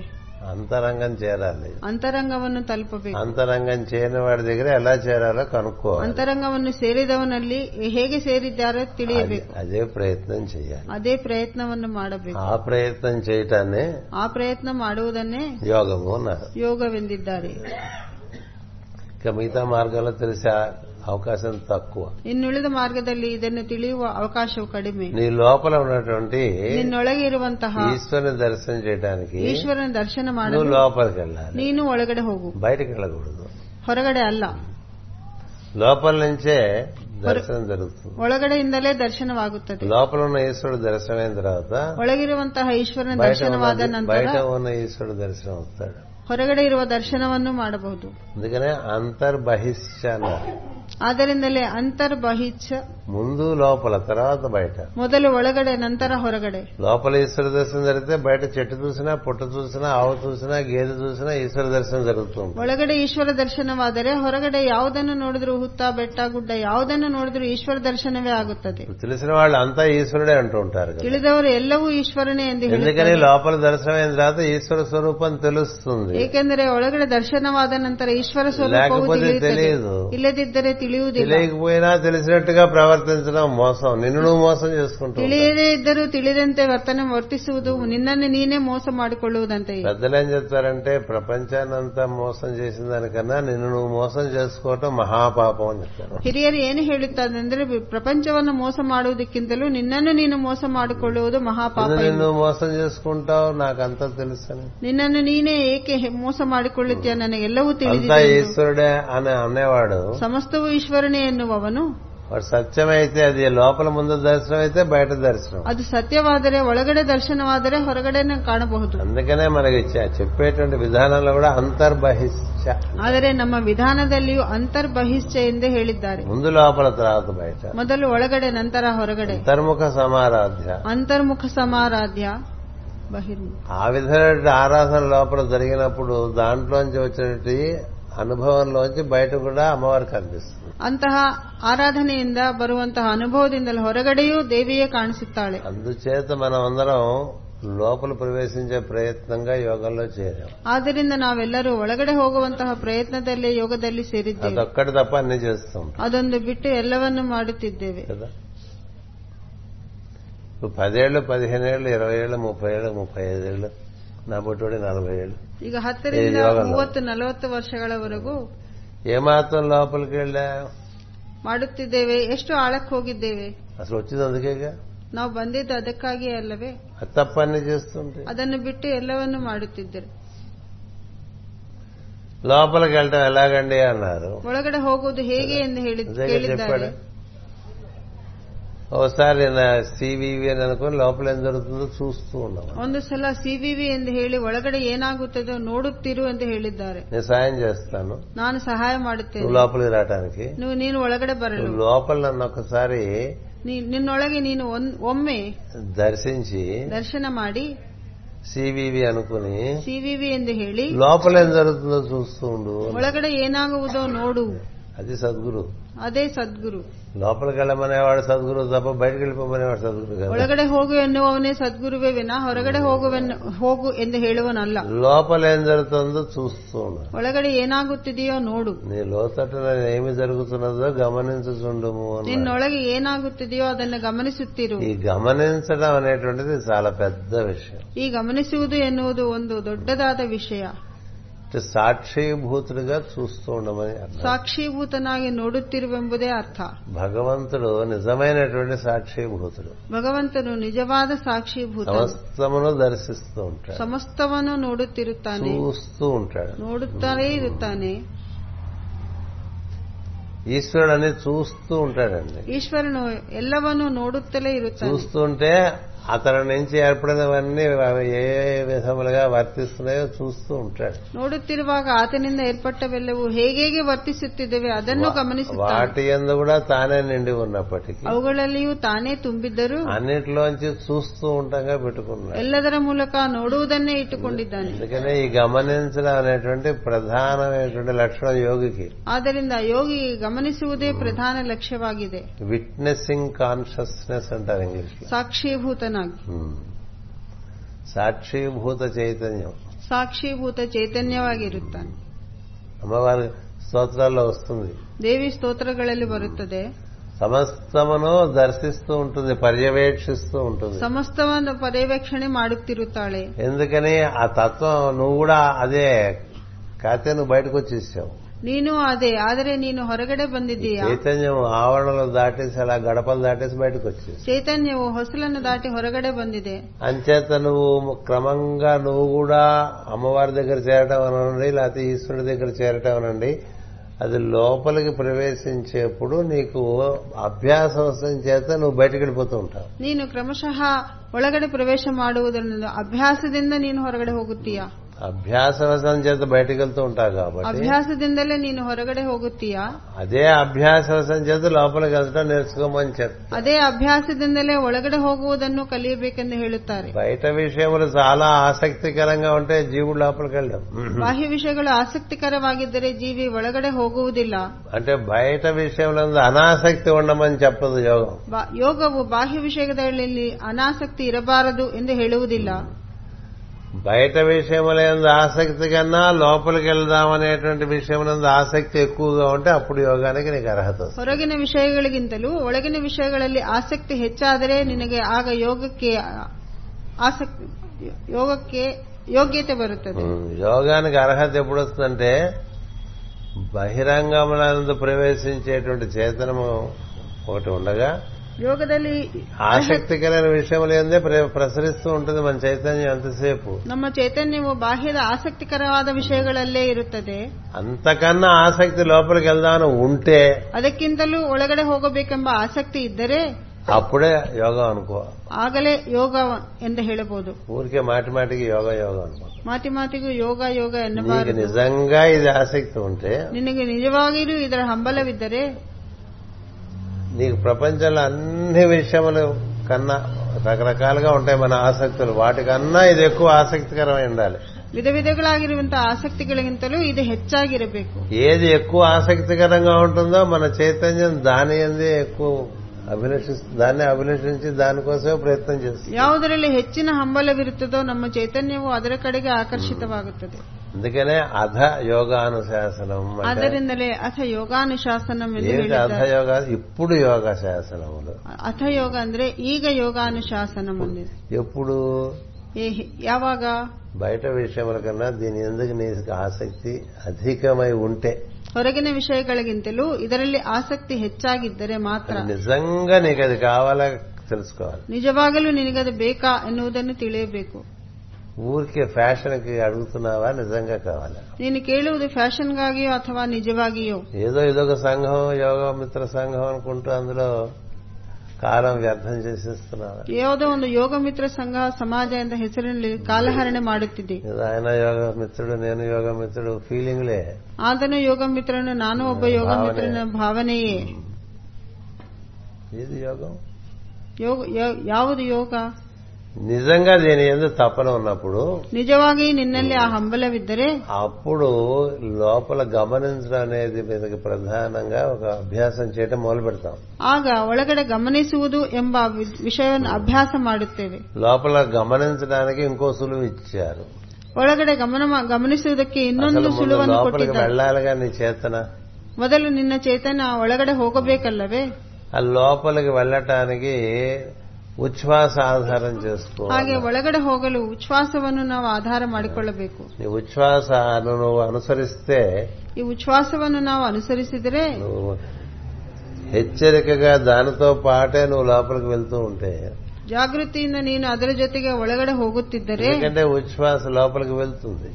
S1: అంతరంగం చేరాలి
S2: ಅಂತರಂಗವನ್ನು ತಲುಪಬೇಕು
S1: అంతరంగం చేయని వాడి దగ్గర ఎలా చేరాలో కనుక్కోవాలి
S2: ಅಂತರಂಗವನ್ನು ಸೇರಿದವನಲ್ಲಿ ಹೇಗೆ ಸೇರಿದ್ದಾರೋ ತಿಳಿಯಬೇಕು
S1: అది- అదే ప్రయత్నం చేయాలి
S2: ಅದೇ ಪ್ರಯತ್ನವನ್ನು ಮಾಡಬೇಕು
S1: ఆ ప్రయత్నం చేయటాన్ని
S2: ಆ ಪ್ರಯತ್ನ ಮಾಡುವುದನ್ನೇ
S1: యోగము అన్నారు
S2: ಯೋಗವೆಂದಿದ್ದಾರೆ
S1: ఇక మిగతా మార్గాల్లో తెలిసే అవకాశం తక్కువ
S2: ಇನ್ನುಳಿದ ಮಾರ್ಗದಲ್ಲಿ ಇದನ್ನು ತಿಳಿಯುವ ಅವಕಾಶವು ಕಡಿಮೆ
S1: నీ లోపల ఉన్నటువంటి
S2: ನಿನ್ನೊಳಗೆ ಇರುವಂತಹ
S1: ఈశ్వరుని దర్శనం చేయడానికి
S2: ಈಶ್ವರನ ದರ್ಶನ
S1: నువ్వు
S2: ಮಾಡಲು
S1: లోపలికి వెళ్ళాలి
S2: ನೀನು ಒಳಗಡೆ ಹೋಗು
S1: బయటకు వెళ్ళకూడదు
S2: ಹೊರಗಡೆ ಅಲ್ಲ
S1: లోపల నుంచే దర్శనం జరుగుతుంది
S2: ಒಳಗಡೆಯಿಂದಲೇ ದರ್ಶನವಾಗುತ್ತದೆ
S1: లోపల ఉన్న ఈశ్వరుడు దర్శనమైన తర్వాత
S2: ಒಳಗಿರುವಂತಹ ಈಶ್ವರನ
S1: బయట
S2: ದರ್ಶನವಾದ
S1: ఉన్న-
S2: ನಂತರ
S1: బయట ఉన్న ఈశ్వరుడు దర్శనం అవుతాడు
S2: ಹೊರಗಡೆ ಇರುವ ದರ್ಶನವನ್ನು ಮಾಡಬಹುದು
S1: అందుకనే అంతర్బహిష్య అన్నారు
S2: ಆದ್ದರಿಂದಲೇ ಅಂತರ್ಬಹಿಚ್ಚ
S1: ముందు లోపల తర్వాత బయట
S2: ಮೊದಲು ಒಳಗಡೆ ನಂತರ ಹೊರಗಡೆ
S1: లోపల ఈశ్వర దర్శనం జరిగితే బయట చెట్టు చూసినా పుట్ట చూసినా ఆవు చూసినా గేదె చూసినా ఈశ్వర దర్శనం జరుగుతుంది
S2: ಒಳಗಡೆ ಈಶ್ವರ ದರ್ಶನವಾದರೆ ಹೊರಗಡೆ ಯಾವುದನ್ನು ನೋಡಿದ್ರೂ ಹುತ್ತ ಬೆಟ್ಟ ಗುಡ್ಡ ಯಾವುದನ್ನು ನೋಡಿದ್ರೂ ಈಶ್ವರ ದರ್ಶನವೇ ಆಗುತ್ತದೆ
S1: తెలిసిన వాళ్ళు అంతా ఈశ్వరుడే అంటూ ఉంటారు కదా
S2: ತಿಳಿದವರು ಎಲ್ಲವೂ ಈಶ್ವರನೇ ಎಂದು
S1: ఎందుకని
S2: ಹೇಳುತ್ತಾರೆ
S1: లోపల దర్శనమైన తర్వాత ఈశ్వర స్వరూపం తెలుస్తుంది
S2: ಏಕೆಂದರೆ ಒಳಗಡೆ ದರ್ಶನವಾದ ನಂತರ ಈಶ್ವರ ಸ್ವರೂಪವು
S1: లేకపోతే
S2: ತಿಳಿಯುತ್ತದೆ
S1: తెలియదు
S2: ಇಲ್ಲದಿದ್ದರೆ ತಿಳಿಯುವುದಿಲ್ಲ
S1: తెలియకపోయినా తెలిసినట్టుగా ప్రవర్తించడం మోసం నిన్ను నువ్వు మోసం చేసుకుంటూ ఉంటావు.
S2: ತಿಳಿಯದೇ ಇದ್ದರೂ ತಿಳಿದಂತೆ ವರ್ತನೆ ವರ್ತಿಸುವುದು ನಿನ್ನನ್ನು ನೀನೇ ಮೋಸ ಮಾಡಿಕೊಳ್ಳುವುದಂತೆ
S1: పెద్దలు ఏం చెప్తారంటే ప్రపంచాన్నంతా మోసం చేసిన దానికన్నా నిన్ను నువ్వు మోసం చేసుకోవటం మహాపాపం అని చెప్తారు
S2: ಹಿರಿಯರು ಏನು ಹೇಳುತ್ತಾರೆ ಅಂದ್ರೆ ಪ್ರಪಂಚವನ್ನು ಮೋಸ ಮಾಡುವುದಕ್ಕಿಂತಲೂ ನಿನ್ನನ್ನು ನೀನು ಮೋಸ ಮಾಡಿಕೊಳ್ಳುವುದು ಮಹಾಪಾಪ
S1: నిన్ను
S2: ಎಂದು.
S1: నిన్ను మోసం చేసుకుంటావు నాకంతా తెలుసని
S2: ನಿನ್ನನ್ನು ನೀನೇ ಏಕೆ ಹೆ- ಮೋಸ ಮಾಡಿಕೊಳ್ಳುತ್ತೀಯ ನನಗೆಲ್ಲವೂ
S1: అంతా
S2: ತಿಳಿದಿದೆ ಎಂದು.
S1: ఈశ్వరుడే అని అనేవాడు
S2: ಸಮಸ್ತವೂ ಈಶ್ವರನೇ ಎನ್ನುವವನು
S1: వాడు సత్యమైతే అది లోపల ముందు దర్శనం అయితే బయట దర్శనం
S2: ಅದು ಸತ್ಯವಾದರೆ ಒಳಗಡೆ ದರ್ಶನವಾದರೆ ಹೊರಗಡೆ ಕಾಣಬಹುದು
S1: అందుకనే మనకి చె- చెప్పేటువంటి విధానంలో కూడా అంతర్బహిష్ట
S2: ಆದರೆ ನಮ್ಮ ವಿಧಾನದಲ್ಲಿಯೂ ಅಂತರ್ಬಹಿಶ್ಚ ಎಂದೇ ಹೇಳಿದ್ದಾರೆ
S1: ముందు లోపల తర్వాత బయట
S2: ಮೊದಲು ಒಳಗಡೆ ನಂತರ ಹೊರಗಡೆ
S1: అంతర్ముఖ సమారాధ్య
S2: ಅಂತರ್ಮುಖ ಸಮಾರಾಧ್ಯ ಬಹಿರ್ಮುಖ
S1: ఆ విధమైన ఆరాధన లోపల జరిగినప్పుడు దాంట్లోంచి వచ్చినటువంటి అనుభవంలోంచి బయట కూడా అమ్మవారు కనిపిస్తుంది
S2: ಅಂತಹ ಆರಾಧನೆಯಿಂದ ಬರುವಂತಹ ಅನುಭವದಿಂದಲೇ ಹೊರಗಡೆಯೂ ದೇವಿಯೇ ಕಾಣಿಸುತ್ತಾಳೆ
S1: అందుచేత మనం అందరం లోపల ప్రవేశించే ప్రయత్నంగా యోగంలో చేరాం
S2: ಆದ್ದರಿಂದ ನಾವೆಲ್ಲರೂ ಒಳಗಡೆ ಹೋಗುವಂತಹ ಪ್ರಯತ್ನದಲ್ಲೇ ಯೋಗದಲ್ಲಿ ಸೇರಿದ್ದೇವೆ
S1: అదొక్కటి తప్ప అన్ని చేస్తాం
S2: ಅದೊಂದು ಬಿಟ್ಟು ಎಲ್ಲವನ್ನು ಮಾಡುತ್ತಿದ್ದೇವೆ
S1: కదా ఇప్పుడు పదేళ్ళు పదిహేనేళ్ళు ఇరవై ఏళ్ళు ముప్పై ఏళ్ళు ముప్పై ఐదేళ్ళు నా పుట్టుబడి నలభై ఏళ్ళు
S2: ಈಗ ಹತ್ತರಿಂದ
S1: ಏ, ಯೋಗ ಅಲ್ಲ.
S2: ಮೂವತ್ತು ನಲವತ್ತು ವರ್ಷಗಳವರೆಗೂ
S1: ఏమాత్రం లోపలికి వెళ్ళా
S2: ಮಾಡುತ್ತಿದ್ದೇವೆ ಎಷ್ಟು ಆಳಕ್ಕೆ ಹೋಗಿದ್ದೇವೆ
S1: అసలు వచ్చింది అందుకేగా
S2: ನಾವು ಬಂದಿದ್ದು ಅದಕ್ಕಾಗಿಯೇ ಅಲ್ಲವೇ
S1: అది తప్ప అన్ని చేస్తుంటే
S2: ಅದನ್ನು ಬಿಟ್ಟು ಎಲ್ಲವನ್ನು ಮಾಡುತ್ತಿದ್ದರು
S1: లోపలికి వెళ్ళటం ఎలాగండి అన్నారు
S2: ಒಳಗಡೆ ಹೋಗುವುದು ಹೇಗೆ ಎಂದು ಹೇಳಿದ್-
S1: అదే కదా
S2: ಕೇಳಿದ್ದಾರೆ
S1: చెప్పాడు ఒకసారి నా సివివి అని అనుకుని లోపల ఏం జరుగుతుందో చూస్తూ ఉన్నాను
S2: ಒಂದು ಸಲ ಸಿವಿವಿ ಎಂದು ಹೇಳಿ ಒಳಗಡೆ ಏನಾಗುತ್ತದೋ ನೋಡುತ್ತಿರು ಎಂದು ಹೇಳಿದ್ದಾರೆ
S1: నేను సాయం చేస్తాను
S2: ನಾನು ಸಹಾಯ
S1: నువ్వు
S2: ಮಾಡುತ್ತೇನೆ
S1: లోపలికి రావడానికి
S2: ನೀವು ನೀನು ಒಳಗಡೆ ಬರಲು
S1: నువ్వు లోపల నన్ను ఒకసారి
S2: ನೀ- ನಿನ್ನೊಳಗೆ ನೀನು ಒಂದ್- ಒಮ್ಮೆ
S1: దర్శించి
S2: ದರ್ಶನ ಮಾಡಿ
S1: సివివి అనుకుని
S2: ಸಿವಿವಿ ಎಂದು ಹೇಳಿ
S1: లోపల ఏం జరుగుతుందో చూస్తూ ఉండు
S2: ಒಳಗಡೆ ಏನಾಗುವುದೋ ನೋಡು
S1: అది సద్గురు
S2: ಅದೇ సద్గుರು
S1: లోపలికి వెళ్ళమనేవాడు సద్గురు తప్ప బయటకు వెళ్ళిపోమనేవాడు సద్గురు కదా
S2: ಒಳಗಡೆ ಹೋಗು ಎನ್ನುವವನೇ ಸದ್ಗುರುವೇ ವಿನ ಹೊರಗಡೆ ಹೋಗುವೆನ್- ಹೋಗು ಎಂದು ಹೇಳುವನಲ್ಲ
S1: లోపల ఏం జరుగుతుందో చూస్తూ ఉన్నాను
S2: ಒಳಗಡೆ ಏನಾಗುತ್ತಿದೆಯೋ ನೋಡು
S1: నీ లోతట్టున ఏమి జరుగుతున్నదో గమనించుచుండుము అన్నాడు.
S2: ನಿನ್ನೊಳಗೆ ಏನಾಗುತ್ತಿದೆಯೋ ಅದನ್ನು ಗಮನಿಸುತ್ತಿರು
S1: ఈ గమనించడం అనేటువంటిది చాలా పెద్ద విషయం
S2: ಈ ಗಮನಿಸುವುದು ಎನ್ನುವುದು ಒಂದು ದೊಡ್ಡದಾದ ವಿಷಯ
S1: అంటే సాక్షీభూతుడిగా చూస్తూ ఉండమని అర్థం
S2: ಸಾಕ್ಷೀಭೂತನಾಗಿ ನೋಡುತ್ತಿರುವೆಂಬುದೇ ಅರ್ಥ
S1: భగవంతుడు నిజమైనటువంటి సాక్షీభూతుడు
S2: ಭಗವಂತನು ನಿಜವಾದ ಸಾಕ್ಷೀಭೂತ
S1: సమస్తమును దర్శిస్తూ ఉంటాడు
S2: ಸಮಸ್ತವನ್ನು ನೋಡುತ್ತಿರುತ್ತಾನೆ
S1: చూస్తూ ఉంటాడు
S2: ನೋಡುತ್ತಲೇ ಇರುತ್ತಾನೆ
S1: ఈశ్వరుడు అనేది చూస్తూ ఉంటాడండి
S2: ಈಶ್ವರನು ಎಲ್ಲವನ್ನೂ ನೋಡುತ್ತಲೇ ಇರುತ್ತಾನೆ
S1: చూస్తూ ఉంటే అతని నుంచి ఏర్పడినవన్నీ అవి ఏ ఏ విధములుగా వర్తిస్తున్నాయో చూస్తూ ఉంటాడు
S2: ನೋಡುತ್ತಿರುವಾಗ ಆತನಿಂದ ಏರ್ಪಟ್ಟವೆಲ್ಲವೂ ಹೇಗೆ ವರ್ತಿಸುತ್ತಿದ್ದೇವೆ ಅದನ್ನು ಗಮನಿಸುತ್ತಾನೆ
S1: వాటి ఎందు కూడా తానే నిండి ఉన్నప్పటికీ
S2: ಅವುಗಳಲ್ಲಿಯೂ ತಾನೇ ತುಂಬಿದ್ದರೂ
S1: అన్నిట్లోంచి చూస్తూ ఉంటాగా పెట్టుకున్నాడు
S2: ಎಲ್ಲದರ ಮೂಲಕ ನೋಡುವುದನ್ನೇ ಇಟ್ಟುಕೊಂಡಿದ್ದಾನೆ
S1: అందుకనే ఈ గమనించడం అనేటువంటి ప్రధానమైనటువంటి లక్షణం యోగికి
S2: ಆದ್ದರಿಂದ ಯೋಗಿ ಗಮನಿಸುವುದೇ ಪ್ರಧಾನ ಲಕ್ಷ್ಯವಾಗಿದೆ
S1: విట్నెసింగ్ కాన్షియస్నెస్ అంటారు ఇంగ్లీష్ లో
S2: ಸಾಕ್ಷೀಭೂತನಾಗಿ
S1: Hmm. సాక్షీభూత చైతన్యం
S2: ಸಾಕ್ಷೀಭೂತ ಚೈತನ್ಯವಾಗಿರುತ್ತಾನೆ
S1: అమ్మవారి స్తోత్రాల్లో వస్తుంది
S2: ದೇವಿ ಸ್ತೋತ್ರಗಳಲ್ಲಿ ಬರುತ್ತದೆ
S1: సమస్తమును దర్శిస్తూ ఉంటుంది పర్యవేక్షిస్తూ ఉంటుంది
S2: ಸಮಸ್ತವನ್ನು ಪರ್ಯವೇಕ್ಷಣೆ ಮಾಡುತ್ತಿರುತ್ತಾಳೆ
S1: ఎందుకని ఆ తత్వం నువ్వు కూడా అదే కాతే నువ్వు బయటకు వచ్చేసావు
S2: ನೀನು ಅದೇ ಆದರೆ ನೀನು ಹೊರಗಡೆ ಬಂದಿದ್ದೀಯ
S1: చైతన్యం ఆవరణలు దాటేసి అలా గడపలు దాటేసి బయటకు వచ్చేసి
S2: ಚೈತನ್ಯವು ಹೊಸಲನ್ನು ದಾಟಿ ಹೊರಗಡೆ ಬಂದಿದೆ
S1: అంచేత నువ్వు క్రమంగా నువ్వు కూడా అమ్మవారి దగ్గర చేరటం అనండి లేకపోతే ఈశ్వరుడి దగ్గర చేరటం అనండి అది లోపలికి ప్రవేశించేప్పుడు నీకు అభ్యాసం వస్తున్న చేత నువ్వు బయటకు వెళ్ళిపోతూ ఉంటావు
S2: ನೀನು ಕ್ರಮಶಃ ಒಳಗಡೆ ಪ್ರವೇಶ ಮಾಡುವುದರಿಂದ ಅಭ್ಯಾಸದಿಂದ ನೀನು ಹೊರಗಡೆ ಹೋಗುತ್ತೀಯ
S1: అభ్యాసం వస్తున్న చేత బయటకు వెళ్తూ ఉంటావు కాబట్టి
S2: ಅಭ್ಯಾಸದಿಂದಲೇ ನೀನು ಹೊರಗಡೆ ಹೋಗುತ್ತೀಯ
S1: అదే అభ్యాసం చేత లోపలికి వెళ్ళటం నేర్చుకోమని చెప్తా
S2: ಅದೇ ಅಭ್ಯಾಸದಿಂದಲೇ ಒಳಗಡೆ ಹೋಗುವುದನ್ನು ಕಲಿಯಬೇಕೆಂದು ಹೇಳುತ್ತಾರೆ
S1: బయట విషయములు చాలా ఆసక్తికరంగా ఉంటే జీవుడు లోపలికి వెళ్ళడం
S2: ಬಾಹ್ಯ ವಿಷಯಗಳು ಆಸಕ್ತಿಕರವಾಗಿದ್ದರೆ ಜೀವಿ ಒಳಗಡೆ ಹೋಗುವುದಿಲ್ಲ
S1: అంటే బయట విషయంలో అనాసక్తి ఉండమని చెప్పదు యోగం
S2: ಬಾ- ಯೋಗವು ಬಾಹ್ಯ ವಿಷಯಗಳಲ್ಲಿ ಅನಾಸಕ್ತಿ ಇರಬಾರದು ಎಂದು ಹೇಳುವುದಿಲ್ಲ
S1: బయట విషయములందు ఆసక్తి కన్నా లోపలికి వెళ్దామనేటువంటి విషయములందు ఆసక్తి ఎక్కువగా ఉంటే అప్పుడు యోగానికి నీకు అర్హత వస్తుంది.
S2: ಹೊರಗಿನ ವಿಷಯಗಳಿಗಿಂತಲೂ ಒಳಗಿನ ವಿಷಯಗಳಲ್ಲಿ ಆಸಕ್ತಿ ಹೆಚ್ಚಾದರೆ ನಿನಗೆ ಆಗ ಯೋಗಕ್ಕೆ ಆ- ಆಸಕ್ತಿ ಯೋಗಕ್ಕೆ ಯೋಗ್ಯತೆ ಬರುತ್ತದೆ
S1: ఉమ్, యోగానికి అర్హత ఎప్పుడు వస్తుందంటే బహిరంగములందు ప్రవేశించేటువంటి చేతనము ఒకటి ఉండగా
S2: ಯೋಗದಲ್ಲಿ
S1: ఆసక్తికరమైన విషయములందే ప్ర- ప్రసరిస్తూ ఉంటుంది మన చైతన్యం ఎంతసేపు
S2: ನಮ್ಮ ಚೈತನ್ಯವು ಬಾಹ್ಯದ ಆಸಕ್ತಿಕರವಾದ ವಿಷಯಗಳಲ್ಲೇ ಇರುತ್ತದೆ
S1: అంతకన్నా ఆసక్తి లోపలికి వెళ్దామని ఉంటే
S2: ಅದಕ್ಕಿಂತಲೂ ಒಳಗಡೆ ಹೋಗಬೇಕೆಂಬ ಆಸಕ್ತಿ ಇದ್ದರೆ
S1: అప్పుడే యోగం అనుకో
S2: ಆಗಲೇ ಯೋಗ ಎಂದು ಹೇಳಬಹುದು
S1: ఊరికే మాటి మాటికి యోగ యోగ అనుకో
S2: ಮಾತಿ ಮಾತಿಗೂ ಯೋಗ ಯೋಗ
S1: నీకు
S2: ಎನ್ನಬಾರದು
S1: నిజంగా ఇది ఆసక్తి ఉంటే
S2: ನಿನಗೆ ನಿಜವಾಗಿಯೂ ಇದರ ಹಂಬಲವಿದ್ದರೆ
S1: నీకు ప్రపంచంలో అన్ని విషయములు కన్నా రకరకాలుగా ఉంటాయి మన ఆసక్తులు వాటికన్నా ఇది ఎక్కువ ఆసక్తికరమై ఉండాలి
S2: ವಿಧ ವಿಧಗಳಾಗಿರುವಂತಹ ಆಸಕ್ತಿಗಳಿಗಿಂತಲೂ ಇದು ಹೆಚ್ಚಾಗಿರಬೇಕು
S1: ఏది ఎక్కువ ఆసక్తికరంగా ఉంటుందో మన చైతన్యం దాని అందే ఎక్కువ అభిలషిస్తు దాన్ని అభిలషించి దానికోసమే ప్రయత్నం చేస్తుంది
S2: ಯಾವುದರಲ್ಲಿ ಹೆಚ್ಚಿನ ಹಂಬಲವಿರುತ್ತದೋ ನಮ್ಮ ಚೈತನ್ಯವು ಅದರ ಕಡೆಗೆ ಆಕರ್ಷಿತವಾಗುತ್ತದೆ
S1: అందుకనే అధ యోగానుశాసనం అంటే
S2: ಆದ್ದರಿಂದಲೇ ಅಥ ಯೋಗಾನುಶಾಸನಂ ಎಂದು
S1: ఏంటి అధ
S2: ಹೇಳಿದ್ದಾರೆ
S1: యోగా ఇప్పుడు యోగ శాసనములు
S2: ಅಥ ಯೋಗ ಅಂದ್ರೆ ಈಗ ಯೋಗಾನುಶಾಸನಂ ಅಂದಿದೆ
S1: ఎప్పుడు
S2: ಏ- ಯಾವಾಗ
S1: బయట విషయముల కన్నా దీని ఎందుకు నీకు ఆసక్తి అధికమై ఉంటే
S2: ಹೊರಗಿನ ವಿಷಯಗಳಿಗಿಂತಲೂ ಇದರಲ್ಲಿ ಆಸಕ್ತಿ ಹೆಚ್ಚಾಗಿದ್ದರೆ ಮಾತ್ರ
S1: అది నిజంగా నీకు అది కావాలా తెలుసుకోవాలి
S2: ನಿಜವಾಗಲೂ ನಿನಗದು ಬೇಕಾ ಎನ್ನುವುದನ್ನು ತಿಳಿಯಬೇಕು
S1: ఊరికే ఫ్యాషన్ కి అడుగుతున్నావా నిజంగా కావాలా
S2: ನೀನು ಕೇಳುವುದು ಫ್ಯಾಷನ್ಗಾಗಿಯೋ ಅಥವಾ ನಿಜವಾಗಿಯೋ
S1: ఏదో ఇదొక సంఘం యోగా మిత్ర సంఘం అనుకుంటూ అందులో కాలం వ్యర్థం చేసేస్తున్నావా
S2: ಯಾವುದೋ ಒಂದು ಯೋಗ ಮಿತ್ರ ಸಂಘ ಸಮಾಜ ಎಂದ ಹೆಸರಿನಲ್ಲಿ ಕಾಲಹರಣೆ ಮಾಡುತ್ತಿದೆ
S1: ఏదో ఆయన యోగ మిత్రుడు నేను యోగ మిత్రుడు ఫీలింగ్లే
S2: ಆತನು ಯೋಗ ಮಿತ್ರನು ನಾನು ಒಬ್ಬ ಯೋಗ ಮಿತ್ರನ ಭಾವನೆಯೇ
S1: ఏది యోగం
S2: ಯೋಗ ಯೋ- ಯಾವುದು ಯೋಗ
S1: నిజంగా దీని ఎందు తపన ఉన్నప్పుడు
S2: ನಿಜವಾಗಿ ನಿನ್ನಲ್ಲಿ ಆ ಹಂಬಲವಿದ್ದರೆ
S1: అప్పుడు లోపల గమనించడం అనేది మీదకి ప్రధానంగా ఒక అభ్యాసం చేయటం మొదలు పెడతాం
S2: ಆಗ ಒಳಗಡೆ ಗಮನಿಸುವುದು ಎಂಬ ವಿ- ವಿಷಯವನ್ನು ಅಭ್ಯಾಸ ಮಾಡುತ್ತೇವೆ
S1: లోపల గమనించడానికి ఇంకో సులువు ఇచ్చారు
S2: ಒಳಗಡೆ ಗಮನ ಮಾ- ಗಮನಿಸುವುದಕ್ಕೆ
S1: అసలు
S2: ಇನ್ನೊಂದು
S1: ముందు
S2: ಸುಳುವನ್ನು
S1: లోపలికి
S2: ಕೊಟ್ಟಿದ್ದಾರೆ
S1: వెళ్ళాలిగా నీ చేతన
S2: ಮೊದಲು ನಿನ್ನ ಚೇತನ ಒಳಗಡೆ ಹೋಗಬೇಕಲ್ಲವೇ
S1: ఆ లోపలికి వెళ్ళటానికి ఉచ్ఛ్వాస ఆధారం చేసుకో
S2: ಹಾಗೆ ಒಳಗಡೆ ಹೋಗಲು ಉಚ್ಛ್ವಾಸವನ್ನು ನಾವು ಆಧಾರ ಮಾಡಿಕೊಳ್ಳಬೇಕು
S1: నీ ఉచ్ఛ్వాస నువ్వు అనుసరిస్తే
S2: ಈ ಉಚ್ಛ್ವಾಸವನ್ನು ನಾವು ಅನುಸರಿಸಿದರೆ
S1: నువ్వు హెచ్చరికగా దానితో పాటే నువ్వు లోపలికి వెళ్తూ ఉంటే
S2: ಜಾಗೃತಿಯಿಂದ ನೀನು ಅದರ ಜೊತೆಗೆ ಒಳಗಡೆ ಹೋಗುತ್ತಿದ್ದರೆ
S1: ఎందుకంటే ఉచ్ఛ్వాస లోపలికి వెళ్తుంది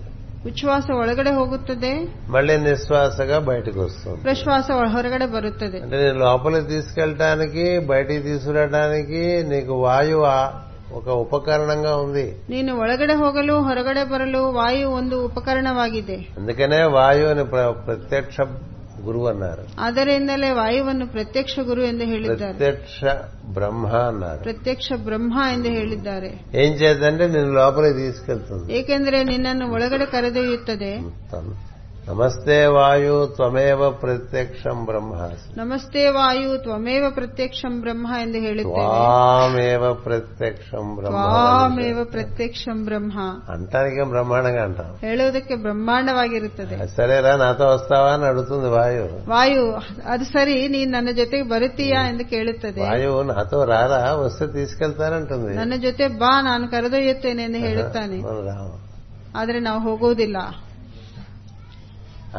S2: ಉಚ್ಛ್ವಾಸ ಒಳಗಡೆ ಹೋಗುತ್ತದೆ
S1: మళ్ళీ నిశ్వాసగా బయటకు వస్తుంది
S2: ಪ್ರಶ್ವಾಸ ಹೊರಗಡೆ ಬರುತ್ತದೆ
S1: అంటే నేను లోపలికి తీసుకెళ్ళటానికి బయటికి తీసుకురావడానికి నీకు వాయువు ఆ- ఒక ఉపకరణంగా ఉంది
S2: ನೀನು ಒಳಗಡೆ ಹೋಗಲು ಹೊರಗಡೆ ಬರಲು ವಾಯು ಒಂದು ಉಪಕರಣವಾಗಿದೆ
S1: అందుకనే ವಾಯು అని ప్ర- ప్రత్యక్ష గురువు అన్నారు
S2: ಆದ್ದರಿಂದಲೇ ವಾಯುವನ್ನು ಪ್ರತ್ಯಕ್ಷ ಗುರು ಎಂದು ಹೇಳಿದ್ದಾರೆ
S1: ప్రత్యక్ష బ్రహ్మ అన్నారు
S2: ಪ್ರತ್ಯಕ್ಷ ಬ್ರಹ್ಮ ಎಂದು ಹೇಳಿದ್ದಾರೆ
S1: ఏం చేద్దంటే నేను లోపలికి తీసుకెళ్తుంది
S2: ಏಕೆಂದರೆ ನಿನ್ನನ್ನು ಒಳಗಡೆ ಕರೆದೊಯ್ಯುತ್ತದೆ
S1: తను. నమస్తే వాయు త్వమేవ ప్రత్యక్షం బ్రహ్మాసి
S2: ನಮಸ್ತೆ ವಾಯು ತ್ವಮೇವ ಪ್ರತ್ಯಕ್ಷಂ ಬ್ರಹ್ಮ ಎಂದು ಹೇಳುತ್ತೇವೆ
S1: త్వామేవ ప్రత్యక్షం బ్రహ్మ
S2: ತ್ವಾಮೇವ ಪ್ರತ್ಯಕ್ಷಂ ಬ್ರಹ್ಮ
S1: అంటానికేం బ్రహ్మాండంగా అంటాం
S2: ಹೇಳುವುದಕ್ಕೆ ಬ್ರಹ್ಮಾಂಡವಾಗಿರುತ್ತದೆ
S1: సరేరా నాతో వస్తావా అని అడుగుతుంది వాయు
S2: ವಾಯು ಅದು ಸರಿ ನೀನ್ ನನ್ನ ಜೊತೆಗೆ ಬರುತ್ತೀಯಾ ಎಂದು ಕೇಳುತ್ತದೆ
S1: వాయువు నాతో రారా వస్తే తీసుకెళ్తానంటుంది
S2: ನನ್ನ ಜೊತೆ ಬಾ ನಾನು ಕರೆದೊಯ್ಯುತ್ತೇನೆ ಎಂದು ಹೇಳುತ್ತಾನೆ
S1: మనం రాము
S2: ಆದ್ರೆ ನಾವು ಹೋಗುವುದಿಲ್ಲ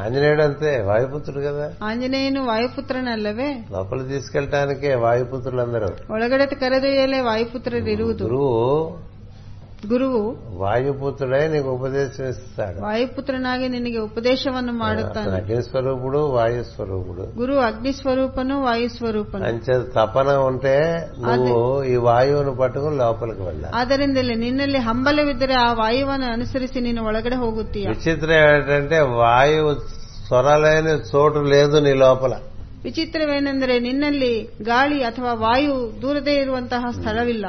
S1: ఆంజనేయుడు అంతే వాయుపుత్రుడు కదా
S2: ಆಂಜನೇಯನು ವಾಯುಪುತ್ರನಲ್ಲವೇ
S1: లోపలి తీసుకెళ్ళటానికే వాయుపుత్రులు అందరూ
S2: ಒಳಗಡೆ ಕರೆದೊಯ್ಯಲೇ ವಾಯುಪುತ್ರರಿರುವುದು
S1: గురువు
S2: ಗುರುವು
S1: వాయుపుత్రుడే నీకు ఉపదేశం ఇస్తాడు
S2: ವಾಯುಪುತ್ರನಾಗಿ ನಿನಗೆ ఉపదేశವನ್ನು
S1: అతను
S2: ಮಾಡುತ್ತಾನೆ
S1: అగ్నిస్వరూపుడు వాయుస్వరూపుడు
S2: ಗುರು ಅಗ್ನಿ ಸ್ವರೂಪನು ವಾಯು ಸ್ವರೂಪನು
S1: అంచేత తపన ఉంటే నువ్వు ఈ వాయువును పట్టుకుని లోపలికి వెళ్ళాలి
S2: ಆದ್ದರಿಂದಲೇ ನಿನ್ನಲ್ಲಿ ಹಂಬಲವಿದ್ದರೆ ಆ ವಾಯುವನ್ನು ಅನುಸರಿಸಿ ನೀನು ಒಳಗಡೆ ಹೋಗುತ್ತೀಯ
S1: విచిత్రం ఏంటంటే వాయువు స్వరలేని చోటు లేదు నీ లోపల
S2: ವಿಚಿತ್ರವೇನೆಂದರೆ ನಿನ್ನಲ್ಲಿ ಗಾಳಿ ಅಥವಾ ವಾಯು ದೂರದೇ ಇರುವಂತಹ ಸ್ಥಳವಿಲ್ಲ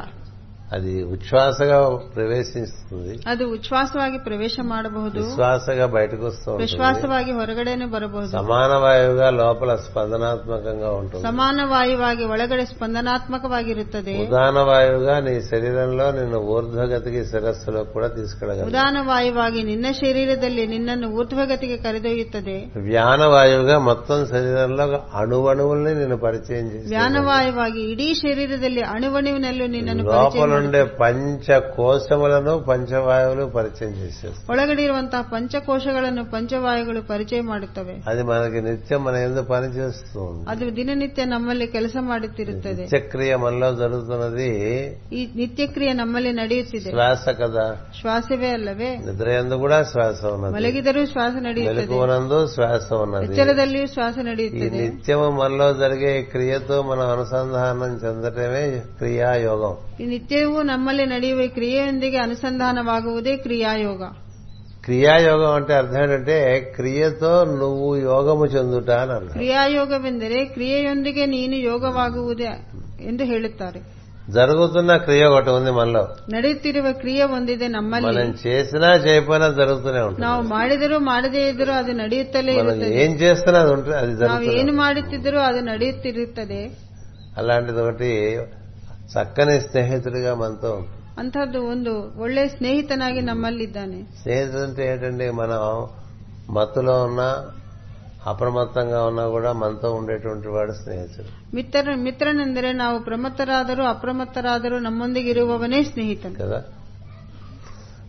S1: అది ఉచ్ఛ్వాసగా ప్రవేశిస్తుంది
S2: ಅದು ಉಚ್ಛ್ವಾಸವಾಗಿ ಪ್ರವೇಶ ಮಾಡಬಹುದು
S1: విశ్వాసగా బయటకు వస్తూ ఉంటుంది
S2: ವಿಶ್ವಾಸವಾಗಿ ಹೊರಗಡೆನೆ ಬರಬಹುದು
S1: సమాన వాయువుగా లోపల స్పందనాత్మకంగా ఉంటుంది
S2: ಸಮಾನ ವಾಯುವಾಗಿ ಒಳಗಡೆ ಸ್ಪಂದನಾತ್ಮಕವಾಗಿರುತ್ತದೆ
S1: ఉదాన వాయువుగా నీ శరీరంలో నిన్ను ఊర్ధ్వగతికి శిరస్సులో కూడా తీసుకెళ్ళగలదు
S2: ಉದಾನ ವಾಯುವಾಗಿ ನಿನ್ನ ಶರೀರದಲ್ಲಿ ನಿನ್ನನ್ನು ಊರ್ಧ್ವಗತಿಗೆ ಕರೆದೊಯ್ಯುತ್ತದೆ
S1: వ్యాన వాయువుగా మొత్తం శరీరంలో అణువణువుల్ని నేను పరిచయం చేసి
S2: ವ್ಯಾನವಾಯವಾಗಿ ಇಡೀ ಶರೀರದಲ್ಲಿ ಅಣುವಣುವಿನಲ್ಲೂ ನಿನ್ನನ್ನು ಪರಿಚಯ
S1: లోపలుండే పంచ కోశములను పంచవాయువులు పరిచయం చేసేస్తుంది
S2: ಒಳಗಡೆ ಇರುವಂತಹ ಪಂಚಕೋಶಗಳನ್ನು ಪಂಚವಾಯುಗಳು ಪರಿಚಯ ಮಾಡುತ್ತವೆ
S1: అది మనకి నిత్యం మన ఎందుకు పనిచేస్తుంది
S2: ಅದು ದಿನನಿತ್ಯ ನಮ್ಮಲ್ಲಿ ಕೆಲಸ ಮಾಡುತ್ತಿರುತ್ತದೆ
S1: నిత్యక్రియ మనలో జరుగుతున్నది
S2: ಈ ನಿತ್ಯಕ್ರಿಯೆ ನಮ್ಮಲ್ಲಿ ನಡೆಯುತ್ತಿದೆ
S1: శ్వాస కదా
S2: ಶ್ವಾಸವೇ ಅಲ್ಲವೇ
S1: నిద్ర ఎందు కూడా శ్వాస ఉన్నది
S2: ಮಲಗಿದರೂ ಶ್ವಾಸ ನಡೆಯುತ್ತದೆ
S1: మెలకువనందు శ్వాస ఉన్నది
S2: ಎಚ್ಚರದಲ್ಲಿಯೂ ಶ್ವಾಸ
S1: ఈ
S2: ನಡೆಯುತ್ತದೆ
S1: నిత్యము మనలో జరిగే ఈ క్రియతో మనం అనుసంధానం చెందటమే క్రియాయోగం
S2: ಈ ನಿತ್ಯವೂ ನಮ್ಮಲ್ಲಿ ನಡೆಯುವ ಈ ಕ್ರಿಯೆಯೊಂದಿಗೆ ಅನುಸಂಧಾನವಾಗುವುದೇ ಕ್ರಿಯಾಯೋಗ
S1: క్రియాయోగం అంటే అర్థం ఏంటంటే క్రియతో నువ్వు యోగము చెందుట అని అర్థం
S2: ಕ್ರಿಯಾಯೋಗವೆಂದರೆ ಕ್ರಿಯೆಯೊಂದಿಗೆ ನೀನು ಯೋಗವಾಗುವುದೇ ಎಂದು ಹೇಳುತ್ತಾರೆ
S1: జరుగుతున్న క్రియ ఒకటి ఉంది మనలో
S2: ನಡೆಯುತ್ತಿರುವ ಕ್ರಿಯೆ ಒಂದಿದೆ ನಮ್ಮಲ್ಲಿ
S1: మనం చేసినా చేయకపోయినా జరుగుతూనే ఉంటుంది
S2: ನಾವು ಮಾಡಿದರೂ ಮಾಡದೇ ಇದ್ದರೂ ಅದು ನಡೆಯುತ್ತಲೇ
S1: మనం
S2: ಇರುತ್ತದೆ
S1: ఏం చేస్తున్నా అది ఉంటుంది అది
S2: ನಾವು
S1: జరుగుతుంది
S2: ಏನು ಮಾಡುತ್ತಿದ್ದರೂ ಅದು ನಡೆಯುತ್ತಿರುತ್ತದೆ
S1: అలాంటిది ఒకటి చక్కని స్నేహితుడిగా మనతో ఉంటుంది.
S2: ಅಂತಹದ್ದು ಒಂದು ಒಳ್ಳೆ ಸ್ನೇಹಿತನಾಗಿ ನಮ್ಮಲ್ಲಿದ್ದಾನೆ
S1: స్నేహితుడు అంటే ఏంటంటే మనం మత్తులో ఉన్నా అప్రమత్తంగా ఉన్నా కూడా మనతో ఉండేటువంటి వాడు స్నేహితుడు
S2: ಮಿತ್ರ ಮಿತ್ರನೆಂದರೆ ನಾವು ಪ್ರಮತ್ತರಾದರೂ ಅಪ್ರಮತ್ತರಾದರೂ ನಮ್ಮೊಂದಿಗೆ ಇರುವವನೇ ಸ್ನೇಹಿತನು
S1: కదా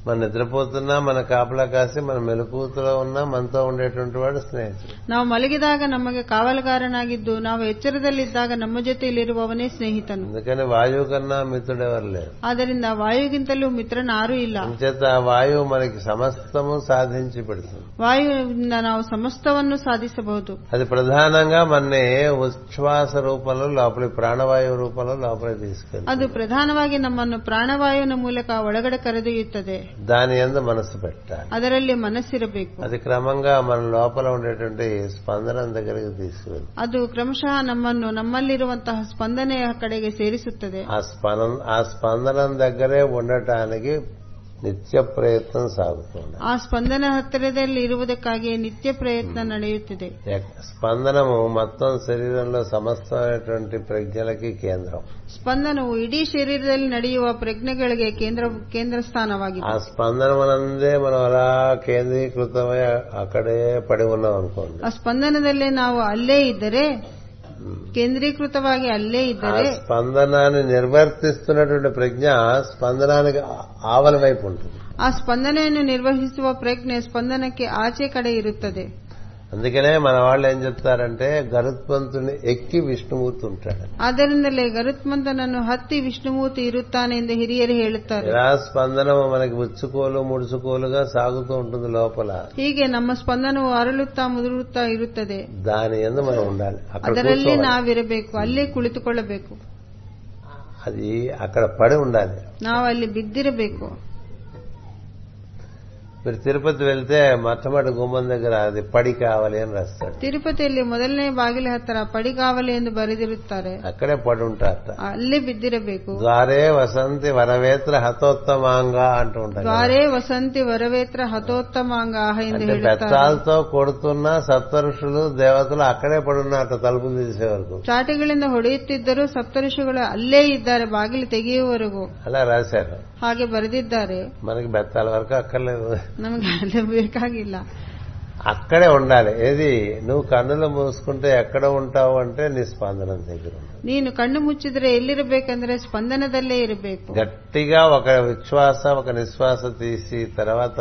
S1: మనం నిద్రపోతున్నా మన కాపలా కాసి మన మెలకువతో ఉన్నా మనతో ఉండేటువంటి వాడు స్నేహితుడు
S2: ನಾವು ಮಲಗಿದಾಗ ನಮಗೆ ಕಾವಲುಗಾರನಾಗಿದ್ದು ನಾವು ಎಚ್ಚರದಲ್ಲಿದ್ದಾಗ ನಮ್ಮ ಜೊತೆಯಲ್ಲಿರುವವನೇ ಸ್ನೇಹಿತನು
S1: అందుకని వాయువు కన్నా మిత్రుడెవరు లేరు
S2: ಆದ್ದರಿಂದ ವಾಯುಗಿಂತಲೂ ಮಿತ್ರನಾರೂ ಇಲ್ಲ
S1: అంచేత ఆ వాయువు మనకి సమస్తము సాధించి పెడుతుంది
S2: ವಾಯುವಿನಿಂದ ನಾವು ಸಮಸ್ತವನ್ನು ಸಾಧಿಸಬಹುದು
S1: అది ప్రధానంగా మనని ఉచ్ఛ్వాస రూపంలో లోపలి ప్రాణవాయువు రూపంలో లోపలికి తీసుకెళ్తుంది
S2: ಅದು ಪ್ರಧಾನವಾಗಿ ನಮ್ಮನ್ನು ಪ್ರಾಣವಾಯುವಿನ ಮೂಲಕ ಒಳಗಡೆ ಕರೆದೊಯ್ಯುತ್ತದೆ
S1: దాని ఎందు మనసు పెట్టాలి
S2: ಅದರಲ್ಲಿ ಮನಸ್ಸಿರಬೇಕು
S1: అది క్రమంగా మన లోపల ఉండేటువంటి స్పందన దగ్గరికి తీసుకెళ్తుంది
S2: ಅದು ಕ್ರಮಶಃ ನಮ್ಮನ್ನು ನಮ್ಮಲ್ಲಿರುವಂತಹ ಸ್ಪಂದನೆಯ ಕಡೆಗೆ ಸೇರಿಸುತ್ತದೆ
S1: ఆ స్పందన ఆ స్పందనం దగ్గరే ఉండటానికి నిత్య ప్రయత్నం సాగుతుంది
S2: ಆ ಸ್ಪಂದನ ಹತ್ತಿರದಲ್ಲಿ ಇರುವುದಕ್ಕಾಗಿ ನಿತ್ಯ ಪ್ರಯತ್ನ ನಡೆಯುತ್ತಿದೆ
S1: ఎక్- స్పందనము మొత్తం శరీరంలో సమస్తమైనటువంటి ప్రజ్ఞలకి కేంద్రం
S2: ಸ್ಪಂದನವು ಇಡೀ ಶರೀರದಲ್ಲಿ ನಡೆಯುವ ಪ್ರಜ್ಞೆಗಳಿಗೆ ಕೇಂದ್ರ ಕೇಂದ್ರ ಸ್ಥಾನವಾಗಿದೆ
S1: ఆ స్పందనమనందే మనం అలా కేంద్రీకృతమై అక్కడే పడి ఉన్నాం అనుకోండి
S2: ಆ ಸ್ಪಂದನದಲ್ಲೇ ನಾವು ಅಲ್ಲೇ ಇದ್ದರೆ కేంద్రీకృతವಾಗಿ అల్లే
S1: ఆ
S2: ఇద్దరే
S1: స్పందనాన్ని నిర్వర్తిస్తున్నటువంటి ప్రజ్ఞ స్పందనానికి ఆవల వైపు ఉంటుంది
S2: ಆ ಸ್ಪಂದನೆಯನ್ನು ನಿರ್ವಹಿಸುವ ಪ್ರಜ್ಞೆ ಸ್ಪಂದನಕ್ಕೆ ಆಚೆ ಕಡೆ ಇರುತ್ತದೆ
S1: అందుకనే మన వాళ్ళు ఏం చెప్తారంటే గరుత్మంతుని ఎక్కి విష్ణుమూర్తి ఉంటాడు
S2: ಆದ್ದರಿಂದಲೇ ಗರುತ್ಮಂತನನ್ನು ಹತ್ತಿ ವಿಷ್ಣುಮೂರ್ತಿ ಇರುತ್ತಾನೆ ಎಂದು ಹಿರಿಯರು ಹೇಳುತ್ತಾರೆ
S1: ఇలా స్పందనము మనకి ఉచ్చుకోలు ముడుచుకోలుగా సాగుతూ ఉంటుంది లోపల
S2: ಹೀಗೆ ನಮ್ಮ ಸ್ಪಂದನವು ಅರಳುತ್ತಾ ಮುದುರುತ್ತಾ ಇರುತ್ತದೆ
S1: దాని ఎందు మనం ఉండాలి అక్కడ
S2: ಅದರಲ್ಲಿ
S1: కూర్చోవాలి
S2: ನಾವಿರಬೇಕು ಅಲ್ಲೇ ಕುಳಿತುಕೊಳ್ಳಬೇಕು
S1: అది అక్కడ పడి ఉండాలి
S2: ನಾವು ಅಲ್ಲಿ ಬಿದ್ದಿರಬೇಕು
S1: మీరు తిరుపతి వెళ్తే మొట్టమొదటి గుమ్మం దగ్గర అది పడి కావాలి అని రాస్తాడు
S2: ತಿರುಪತಿಯಲ್ಲಿ ಮೊದಲನೇ ಬಾಗಿಲ ಹತ್ತಿರ ಪಡಿಗಾವಲೆ ಎಂದು ಬರೆದಿರುತ್ತಾರೆ
S1: అక్కడే పడి ఉంటారట
S2: ಅಲ್ಲೇ ಬಿದ್ದಿರಬೇಕು
S1: ద్వారే వసంతి వరవేత్ర హతోత్తమాంగా అంటూ ఉంటాడు
S2: ದ್ವಾರೇ ವಸಂತಿ ವರವೇತ್ರ ಹತೋತ್ತಮಾಂಗಾಹ ಎಂದು
S1: అంటే
S2: ಹೇಳುತ್ತಾರೆ
S1: పెత్తాలతో కొడుతున్న సత్వరుషులు దేవతలు అక్కడే పడున్నట్టు తలుపులు తీసే వరకు
S2: ಚಾಟಿಗಳಿಂದ ಹೊಡೆಯುತ್ತಿದ್ದರೂ ಸಪ್ತಋಷಿಗಳು ಅಲ್ಲೇ ಇದ್ದಾರೆ ಬಾಗಿಲು ತೆಗೆಯುವವರೆಗೂ
S1: అలా రాశారు
S2: ಹಾಗೆ ಬರೆದಿದ್ದಾರೆ
S1: మనకి బెత్తాల వరకు అక్కర్లేదు
S2: ನಮಗೆ ಅಲ್ಲೇ ಬೇಕಾಗಿಲ್ಲ
S1: అక్కడే ఉండాలి ఏది నువ్వు కన్నులు మూసుకుంటే ఎక్కడ ఉంటావు అంటే నీ స్పందనం దగ్గర ఉండు.
S2: ನೀನು ಕಣ್ಣು ಮುಚ್ಚಿದ್ರೆ ಎಲ್ಲಿರಬೇಕಂದ್ರೆ ಸ್ಪಂದನದಲ್ಲೇ ಇರಬೇಕು
S1: గట్టిగా ఒక విశ్వాస ఒక నిశ్వాస తీసి తర్వాత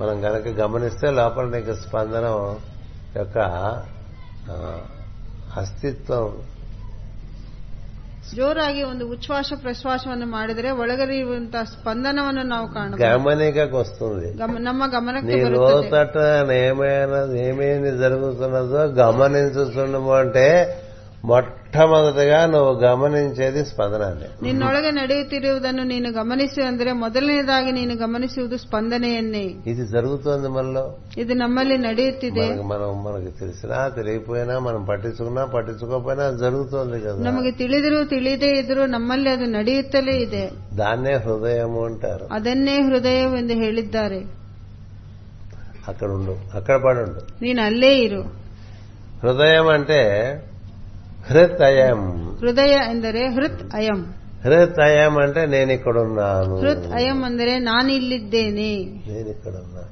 S1: మనం గనక గమనిస్తే లోపల నీకు స్పందన యొక్క ఆ, అస్తిత్వం
S2: ಜೋರಾಗಿ ಒಂದು ಉಚ್ಛ್ವಾಸ ಪ್ರಶ್ವಾಸವನ್ನು ಮಾಡಿದರೆ ಒಳಗರಿಯುವಂತಹ ಸ್ಪಂದನವನ್ನು ನಾವು ಕಾಣಬಹುದು
S1: గమనికకు వస్తుంది
S2: ಗಮ- ನಮ್ಮ
S1: నీ
S2: ಗಮನಕ್ಕೆ ಬರುತ್ತದೆ
S1: లోతట ఏమైనా ఏమేమి జరుగుతున్నదో గమనించుతుండము అంటే మొట్టమొదటిగా నువ్వు గమనించేది స్పందనాన్ని
S2: ನಿನ್ನೊಳಗೆ ನಡೆಯುತ್ತಿರುವುದನ್ನು ನೀನು ಗಮನಿಸು ಅಂದರೆ ಮೊದಲನೇದಾಗಿ ನೀನು ಗಮನಿಸುವುದು ಸ್ಪಂದನೆಯನ್ನೇ
S1: ఇది జరుగుతోంది మనలో
S2: ಇದು ನಮ್ಮಲ್ಲಿ ನಡೆಯುತ್ತಿದೆ
S1: మనకు మనం మనకు తెలిసినా తెలియకపోయినా మనం పట్టించుకున్నా పట్టించుకోకపోయినా అది జరుగుతోంది కదా
S2: ನಮಗೆ ತಿಳಿದರೂ ತಿಳಿದೇ ಇದ್ರೂ ನಮ್ಮಲ್ಲಿ ಅದು ನಡೆಯುತ್ತಲೇ ಇದೆ
S1: దాన్నే హృదయము అంటారు
S2: ಅದನ್ನೇ ಹೃದಯವೆಂದು ಹೇಳಿದ್ದಾರೆ
S1: అక్కడ ఉండు అక్కడ పడుండు
S2: ನೀನು ಅಲ್ಲೇ ಇರು
S1: హృదయం అంటే హృతయం
S2: ಹೃದಯ ಎಂದರೆ ಹೃತ್ ಅಯಂ
S1: హృతయం అంటే నేను ఇక్కడ ఉన్నాను
S2: ಹೃತ್ ಅಯಂ ಅಂದರೆ ನಾನಿಲ್ಲಿದ್ದೇನೆ
S1: నేను ఇక్కడ ఉన్నా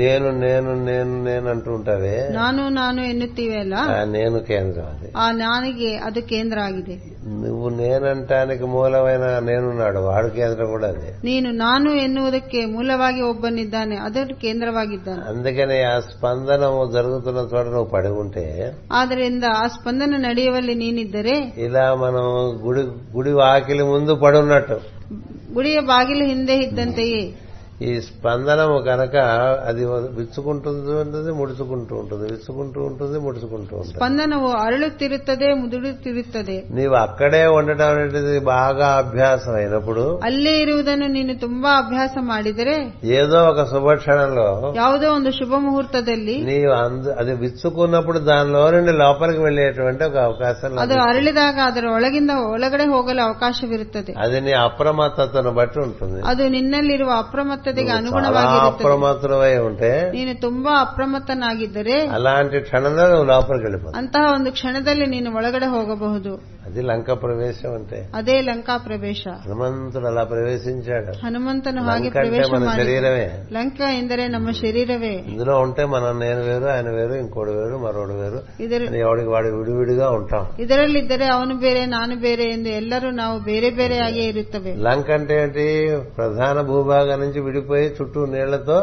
S1: నేను నేను నేను నేను అంటూ ఉంటావే
S2: ನಾನು ನಾನು ಎನ್ನುತ್ತೀವಲ್ಲ
S1: ఆ నేను కేంద్రం అది
S2: ಆ ನಾನಿಗೆ ಅದು ಕೇಂದ್ರ ಆಗಿದೆ
S1: నువ్వు నేనంటానికి మూలమైన నేనున్నాడు వాడు కేంద్రం కూడా అది
S2: ನೀನು ನಾನು ಎನ್ನುವುದಕ್ಕೆ ಮೂಲವಾಗಿ ಒಬ್ಬನಿದ್ದಾನೆ ಅದು ಕೇಂದ್ರವಾಗಿದ್ದಾನೆ
S1: అందుకని ఆ స్పందనము జరుగుతున్న చోట నువ్వు పడి ఉంటే
S2: ಆದ್ದರಿಂದ ಆ ಸ್ಪಂದನ ನಡೆಯುವಲ್ಲಿ ನೀನಿದ್ದರೆ
S1: ఇలా మనం గుడి గుడి వాకిలి ముందు పడున్నట్టు
S2: ಗುಡಿಯ ಬಾಗಿಲು ಹಿಂದೆ ಇದ್ದಂತೆಯೇ
S1: ఈ స్పందనము కనుక అది విచ్చుకుంటుంది ఉంటుంది ముడుచుకుంటూ ఉంటుంది విచ్చుకుంటూ ఉంటుంది ముడుచుకుంటూ ఉంటుంది
S2: ಸ್ಪಂದನವು ಅರಳುತ್ತಿರುತ್ತದೆ ಮುದುಡುತ್ತಿರುತ್ತದೆ
S1: నీవు అక్కడే ఉండటం అనేది బాగా అభ్యాసం అయినప్పుడు
S2: ಅಲ್ಲೇ ಇರುವುದನ್ನು ನೀನು ತುಂಬಾ ಅಭ್ಯಾಸ ಮಾಡಿದರೆ
S1: ఏదో ఒక శుభక్షణంలో
S2: ಯಾವುದೋ ಒಂದು ಶುಭ ಮುಹೂರ್ತದಲ್ಲಿ
S1: నీవు అందు అది విచ్చుకున్నప్పుడు దానిలో నుండి లోపలికి వెళ్ళేటువంటి ఒక అవకాశం
S2: ಅದು
S1: లభిస్తుంది.
S2: ಅರಳಿದಾಗ ಅದರ ಒಳಗಿಂದ ಒಳಗಡೆ ಹೋಗಲು ಅವಕಾಶವಿರುತ್ತದೆ
S1: అది నీ అప్రమత్తతను బట్టి ఉంటుంది
S2: ಅದು ನಿನ್ನಲ್ಲಿರುವ ಅಪ್ರಮತ್ತತೆಗೆ
S1: నువ్వు చాలా
S2: ಅನುಗುಣವಾಗಿರುತ್ತದೆ
S1: అప్రమత్తమై ఉంటే
S2: ನೀನು ತುಂಬಾ ಅಪ್ರಮತ್ತನಾಗಿದ್ದರೆ
S1: అలాంటి క్షణంలో నువ్వు లోపలికి వెళ్ళిపోతావు
S2: ಅಂತಹ ಒಂದು ಕ್ಷಣದಲ್ಲಿ ನೀನು ಒಳಗಡೆ ಹೋಗಬಹುದು
S1: అది లంక ప్రవేశం అంటే
S2: ಅದೇ ಲಂಕಾ ಪ್ರವೇಶ
S1: హనుమంతుడు అలా ప్రవేశించాడు
S2: ಹನುಮಂತನು ಹಾಗೆ
S1: లంక అంటే
S2: ಪ್ರವೇಶ
S1: మన
S2: ಮಾಡಿದ
S1: శరీరమే
S2: ಲಂಕಾ ಎಂದರೆ ನಮ್ಮ ಶರೀರವೇ
S1: ఇందులో ఉంటే మనం నేను వేరు ఆయన వేరు ఇంకోటి వేరు మరోడు వేరు
S2: ಇದರ
S1: అని ఎవడికి వాడు విడివిడిగా ఉంటాం
S2: ಇದರಲ್ಲಿದ್ದರೆ ಅವನು ಬೇರೆ ನಾನು ಬೇರೆ ಎಂದು ಎಲ್ಲರೂ ನಾವು ಬೇರೆ ಬೇರೆಯಾಗೇ ಇರುತ್ತವೆ
S1: లంక అంటే ఏంటి ప్రధాన భూభాగం నుంచి విడిపోయి చుట్టూ నీళ్లతో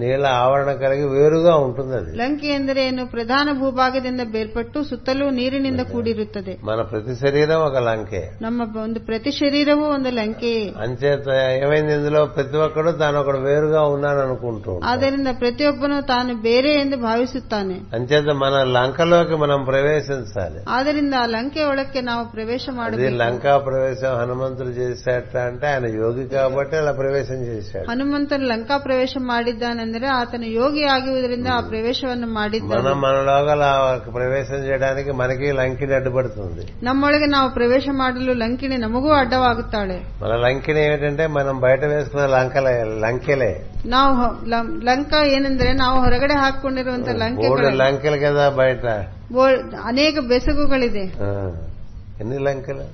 S1: నీళ్ల ఆవరణ కలిగి వేరుగా ఉంటుంది అది
S2: ಲಂಕೆ ಎಂದರೆ ಏನು ಪ್ರಧಾನ ಭೂಭಾಗದಿಂದ ಬೇರ್ಪಟ್ಟು ಸುತ್ತಲೂ ನೀರಿನಿಂದ ಕೂಡಿರುತ್ತದೆ
S1: మన ప్రతి శరీరం ఒక లంకే
S2: ನಮ್ಮ ಒಂದು ಪ್ರತಿ ಶರೀರವೂ ಒಂದು ಲಂಕೆಯೇ
S1: అంచేత ఏమైంది ఇందులో ప్రతి ఒక్కడు తాను ఒకడు వేరుగా ఉన్నాను అనుకుంటూ ఉంటాడు.
S2: ಆದ್ದರಿಂದ ಪ್ರತಿಯೊಬ್ಬನು ತಾನು ಬೇರೆ ಎಂದು ಭಾವಿಸುತ್ತಾನೆ
S1: అంచేత మన లంకలోకి మనం ప్రవేశించాలి
S2: ಆದ್ದರಿಂದ ಆ ಲಂಕೆ ಒಳಕ್ಕೆ ನಾವು ಪ್ರವೇಶ
S1: అది
S2: ಮಾಡಬೇಕು
S1: లంకా ప్రవేశం హనుమంతుడు చేసేట అంటే ఆయన యోగి కాబట్టి అలా ప్రవేశం చేశాడు
S2: ಹನುಮಂತನು ಲಂಕಾ ಪ್ರವೇಶ ಮಾಡಿದ್ದಾನೆಂದರೆ ಆತನು ಯೋಗಿ ಆಗಿರುವುದರಿಂದ ಆ ಪ್ರವೇಶವನ್ನು ಮಾಡಿದ್ದಾನೆ
S1: మనం మనలోగా అలా ప్రవేశం చేయడానికి మనకి లంకిని అడ్డుపడుతుంది
S2: ನಮ್ಮೊಳಗೆ ನಾವು ಪ್ರವೇಶ ಮಾಡಲು ಲಂಕಿಣಿ ನಮಗೂ ಅಡ್ಡವಾಗುತ್ತಾಳೆ
S1: మన లంకిని ఏమిటంటే మనం బయట వేసుకున్న లంకలే లంకెలే
S2: ನಾವು ಹೊ- ಲಂ- ಲಂಕಾ ಏನೆಂದರೆ ನಾವು ಹೊರಗಡೆ ಹಾಕೊಂಡಿರುವಂತಹ ಲಂಕೆ
S1: మూడు లంకెలు కదా బయట
S2: ಅನೇಕ ಬೆಸಗುಗಳಿದೆ
S1: ఆ. ఎన్ని లంకెలు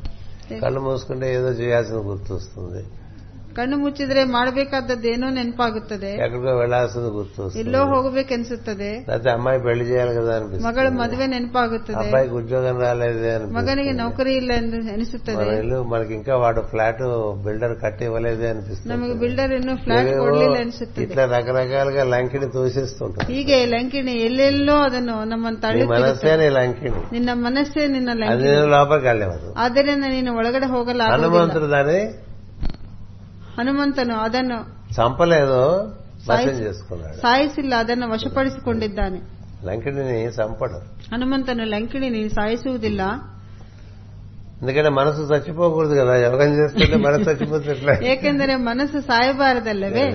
S1: కళ్ళు మూసుకుంటే ఏదో చేయాల్సిన గుర్తొస్తుంది
S2: ಕಣ್ಣು ಮುಚ್ಚಿದ್ರೆ ಮಾಡಬೇಕಾದದ್ದೇನೋ ನೆನಪಾಗುತ್ತದೆ
S1: ఎక్కడికో వెళ్ళాల్సింది గుర్తు
S2: ಎಲ್ಲೋ
S1: వస్తుంది
S2: ಹೋಗಬೇಕೆನ್ಸುತ್ತದೆ
S1: లేకపోతే అమ్మాయి పెళ్లి చేయాలి కదా
S2: ಮಗಳ
S1: అనిపిస్తుంది
S2: ಮದುವೆ ನೆನಪಾಗುತ್ತದೆ
S1: అబ్బాయికి ఉద్యోగం రాలేదే
S2: ಮಗನಿಗೆ
S1: అనిపిస్తుంది
S2: ನೌಕರಿ ಇಲ್ಲ ಎಂದು ಎನಿಸುತ್ತದೆ
S1: మన ఇల్లు మనకి ఇంకా వాడు ఫ్లాట్ బిల్డర్ కట్టి ఇవ్వలేదే
S2: ನಮಗೆ
S1: అనిపిస్తుంది
S2: ಬಿಲ್ಡರ್ ಇನ್ನು ಫ್ಲಾಟ್
S1: ఏవేవో
S2: ಕೊಡ್ಲಿಲ್ಲ ಅನಿಸುತ್ತದೆ
S1: ఇట్లా రకరకాలుగా లంకిని తోసేస్తుంటాం
S2: ಹೀಗೆ ಲಂಕಿಣಿ ಎಲ್ಲೆಲ್ಲೋ ಅದನ್ನು ನಮ್ಮನ್ನು
S1: నీ
S2: ತಳ್ಳುತ್ತಿರುತ್ತದೆ
S1: మనసే నీ లంకిని
S2: ನಿನ್ನ ಮನಸ್ಸೇ ನಿನ್ನ
S1: అది
S2: ಲಂಕಿಣಿ
S1: నేను లోపలికి వెళ్ళేవారు
S2: ಆದ್ದರಿಂದ ನೀನು ಒಳಗಡೆ ಹೋಗಲಾಗುವುದಿಲ್ಲ
S1: హనుమంతుడు దాన్ని
S2: ಹನುಮಂತನು ಅದನ್ನು
S1: చంపలేదు
S2: సాయి-
S1: వశం చేసుకున్నాడు
S2: ಸಾಯಿಸಿಲ್ಲ ಅದನ್ನು ವಶಪಡಿಸಿಕೊಂಡಿದ್ದಾನೆ
S1: లంకిణిని చంపడు
S2: ಹನುಮಂತನು ಲಂಕಿಣಿ ನೀನು ಸಾಯಿಸುವುದಿಲ್ಲ
S1: ఎందుకంటే మనసు చచ్చిపోకూడదు కదా యోగం చేస్తుంటే మనసు చచ్చిపోతే ఎట్లా?
S2: ಏಕೆಂದರೆ ಮನಸ್సు ಸಾಯಬಾರದಲ್ಲವೇ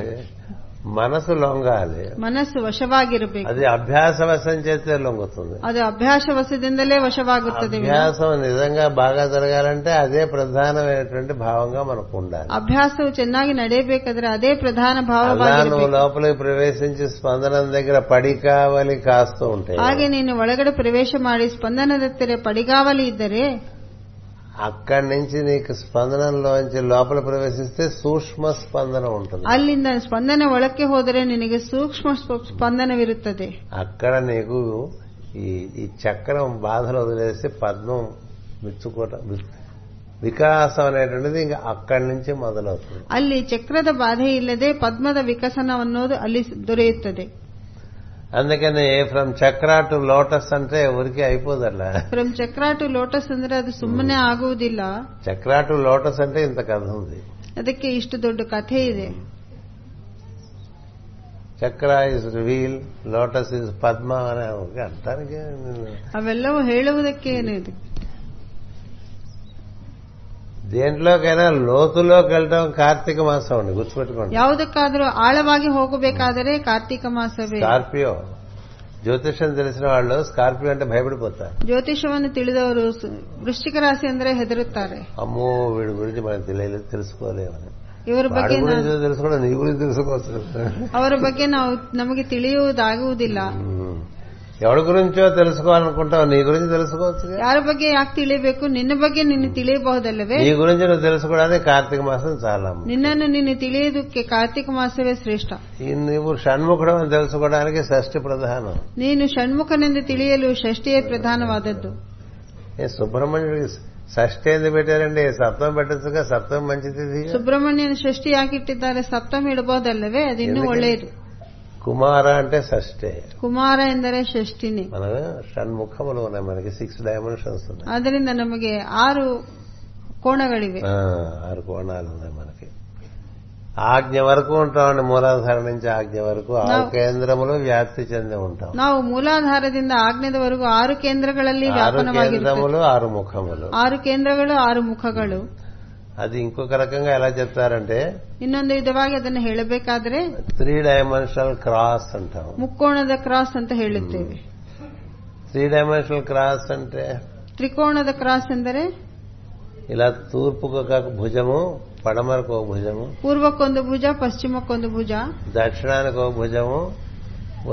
S1: మనసు లొంగాలి
S2: ಮನಸ್ಸು ವಶವಾಗಿರಬೇಕು
S1: అది అభ్యాసవశం చేస్తే లొంగుతుంది
S2: ಅದು ಅಭ್ಯಾಸ ವಶದಿಂದಲೇ ವಶವಾಗುತ್ತದೆ ವಿನಃ
S1: అభ్యాసం నిజంగా బాగా జరగాలంటే అదే ప్రధానమైనటువంటి భావంగా మనకు ఉండాలి
S2: ಅಭ್ಯಾಸವು ಚೆನ್ನಾಗಿ ನಡೆಯಬೇಕಾದ್ರೆ ಅದೇ ಪ್ರಧಾನ
S1: అలా నువ్వు
S2: ಭಾವವಾಗಿರಬೇಕು
S1: లోపలికి ప్రవేశించి స్పందనం దగ్గర పడి కావాలి కాస్తూ
S2: ಹಾಗೆ
S1: ఉంటాయి
S2: ನೀನು ಒಳಗಡೆ ಪ್ರವೇಶ ಮಾಡಿ ಸ್ಪಂದನದತ್ತರೆ ಪಡಿಗಾವಲಿ ಇದ್ದರೆ
S1: అక్కడి నుంచి నీకు స్పందనంలోంచి లోపల ప్రవేశిస్తే సూక్ష్మ ಸ್ಪಂದన ఉంటుంది
S2: ಅಲ್ಲಿಂದ ಸ್ಪಂದನ ಒಳಕ್ಕೆ ಹೋದರೆ ನಿನಗೆ ಸೂಕ್ಷ್ಮ ಸ್ಪ- ಸ್ಪಂದನವಿರುತ್ತದೆ
S1: అక్కడ నీకు ఈ ఈ చక్రం బాధలు వదిలేసి పద్మం విచ్చుకోవటం వి- వికాసం అనేటువంటిది ఇంకా అక్కడి నుంచి మొదలవుతుంది
S2: ಅಲ್ಲಿ ಚಕ್ರದ ಬಾಧೆ ಇಲ್ಲದೆ ಪದ್ಮದ ವಿಕಸನವನ್ನೋದು ಅಲ್ಲಿ ಸ- ದೊರೆಯುತ್ತದೆ
S1: అందుకని ఫ్రమ్ చక్ర టు లోటస్ అంటే ఊరికి అయిపోదు అట్లా
S2: ಫ್ರಮ್ ಚಕ್ರ ಟು ಲೋಟಸ್ ಅಂದ್ರೆ ಅದು ಸುಮ್ಮನೆ ಆಗುವುದಿಲ್ಲ
S1: చక్ర టు లోటస్ అంటే ఇంత కథ ఉంది
S2: ಅದಕ್ಕೆ ಇಷ್ಟು ದೊಡ್ಡ ಕಥೆ ಇದೆ
S1: chakra is wheel lotus is padma అనే ఒక అంటానికి నేను-
S2: ಅವೆಲ್ಲವೂ ಹೇಳುವುದಕ್ಕೆ ಏನಿದೆ
S1: దేంట్లోకైనా లోతులోకి వెళ్ళటం కార్తీక మాసం అండి గుర్తుపెట్టుకోండి
S2: ಯಾವುದಕ್ಕಾದರೂ ಆಳವಾಗಿ ಹೋಗಬೇಕಾದರೆ ಕಾರ್ತಿಕ ಮಾಸವೇ
S1: స్కార్పియో జ్యోతిషం తెలిసిన వాళ్ళు స్కార్పియో అంటే భయపడిపోతారు
S2: ಜ್ಯೋತಿಷವನ್ನು ತಿಳಿದವರು ಸು- ವೃಶ್ಚಿಕ ರಾಶಿ ಅಂದ್ರೆ ಹೆದರುತ್ತಾರೆ
S1: అమ్మో వీడి గురించి మనకు తెలియలేదు తెలుసుకోలేమని
S2: ಇವರ
S1: వాడి
S2: ಬಗ್ಗೆ ನಾ-
S1: గురించి తెలుసుకోవడం నీ గురించి తెలుసుకోవచ్చు
S2: ಅವರ ಬಗ್ಗೆ ನಾವು ನಮಗೆ ತಿಳಿಯುವುದಾಗುವುದಿಲ್ಲ
S1: ఉమ్. Hmm. ఎవడి గురించో తెలుసుకోవాలనుకుంటావు నీ గురించి తెలుసుకోవచ్చు
S2: ಯಾರ ಬಗ್ಗೆ ಯಾಕೆ ತಿಳಿಯಬೇಕು ನಿನ್ನ ಬಗ್ಗೆ ನೀನು ತಿಳಿಯಬಹುದಲ್ಲವೇ
S1: నీ గురించి నువ్వు తెలుసుకోవడానికి కార్తీక మాసం చాలా అమ్మ.
S2: ನಿನ್ನನ್ನು ನೀನು ತಿಳಿಯುವುದಕ್ಕೆ ಕಾರ್ತಿಕ ಮಾಸವೇ ಶ್ರೇಷ್ಠ
S1: ఈ నువ్వు షణ్ముఖుడు అని తెలుసుకోవడానికి షష్ఠి ప్రధానం
S2: ನೀನು ಷಣ್ಮುಖನೆಂದು ತಿಳಿಯಲು ಷಷ್ಠಿಯೇ ಪ್ರಧಾನವಾದದ್ದು
S1: ఏ సుబ్రహ్మణ్యుడికి షష్ఠి ఎందుకు పెట్టారండి సప్తం పెట్టచ్చుగా సప్తం మంచిది ఇది.
S2: ಸುಬ್ರಹ್ಮಣ್ಯನ ಷಷ್ಠಿ ಯಾಕಿಟ್ಟಿದ್ದಾರೆ ಸಪ್ತಮ ಇಡಬಹುದಲ್ಲವೇ ಅದಿನ್ನೂ
S1: ಎಲ್ಲಿಗೆ?
S2: ಒಳ್ಳೆಯದು
S1: కుమార అంటే షష్ఠే
S2: ಕುಮಾರ ಎಂದರೆ ಷಷ್ಠಿನೇ
S1: మనం షణ్ముఖములు ఉన్నాయి మనకి సిక్స్ డైమెన్షన్స్ ఉన్నాయి
S2: ಆದ್ದರಿಂದ ನಮಗೆ ಆರು ಕೋಣಗಳಿವೆ
S1: ఆ, ఆరు కోణాలు ఉన్నాయి మనకి ఆజ్ఞ వరకు ఉంటామండి మూలాధార నుంచి ఆజ్ఞ వరకు ఆ
S2: నా-
S1: కేంద్రములో వ్యాప్తి చెంది ఉంటాం
S2: ನಾವು ಮೂಲಾಧಾರದಿಂದ ಆಗ್ನೇದವರೆಗೂ ಆರು ಕೇಂದ್ರಗಳಲ್ಲಿ
S1: ఆరు
S2: ವ್ಯಾಪನವಾಗಿರುತ್ತವೆ
S1: కేంద్రములు ఆరు ముఖములు
S2: ಆರು ಕೇಂದ್ರಗಳು ಆರು ಮುಖಗಳು
S1: అది ఇంకొక రకంగా ఎలా చెప్తారంటే
S2: ಇನ್ನೊಂದು ವಿಧವಾಗಿ ಅದನ್ನು ಹೇಳಬೇಕಾದ್ರೆ
S1: త్రీ డైమెన్షనల్ క్రాస్ అంటాం
S2: ಮುಕ್ಕೋಣದ ಕ್ರಾಸ್ ಅಂತ ಹೇಳುತ್ತೇವೆ
S1: త్రీ డైమెన్షనల్ క్రాస్ అంటే
S2: ತ್ರಿಕೋಣದ ಕ್ರಾಸ್ ಎಂದರೆ
S1: ఇలా తూర్పుకు ఒక భుజము పడమరకు ఒక భుజము
S2: ಪೂರ್ವಕ್ಕೊಂದು ಭುಜ ಪಶ್ಚಿಮಕ್ಕೊಂದು ಭುಜ
S1: దక్షిణానికి ఒక భుజము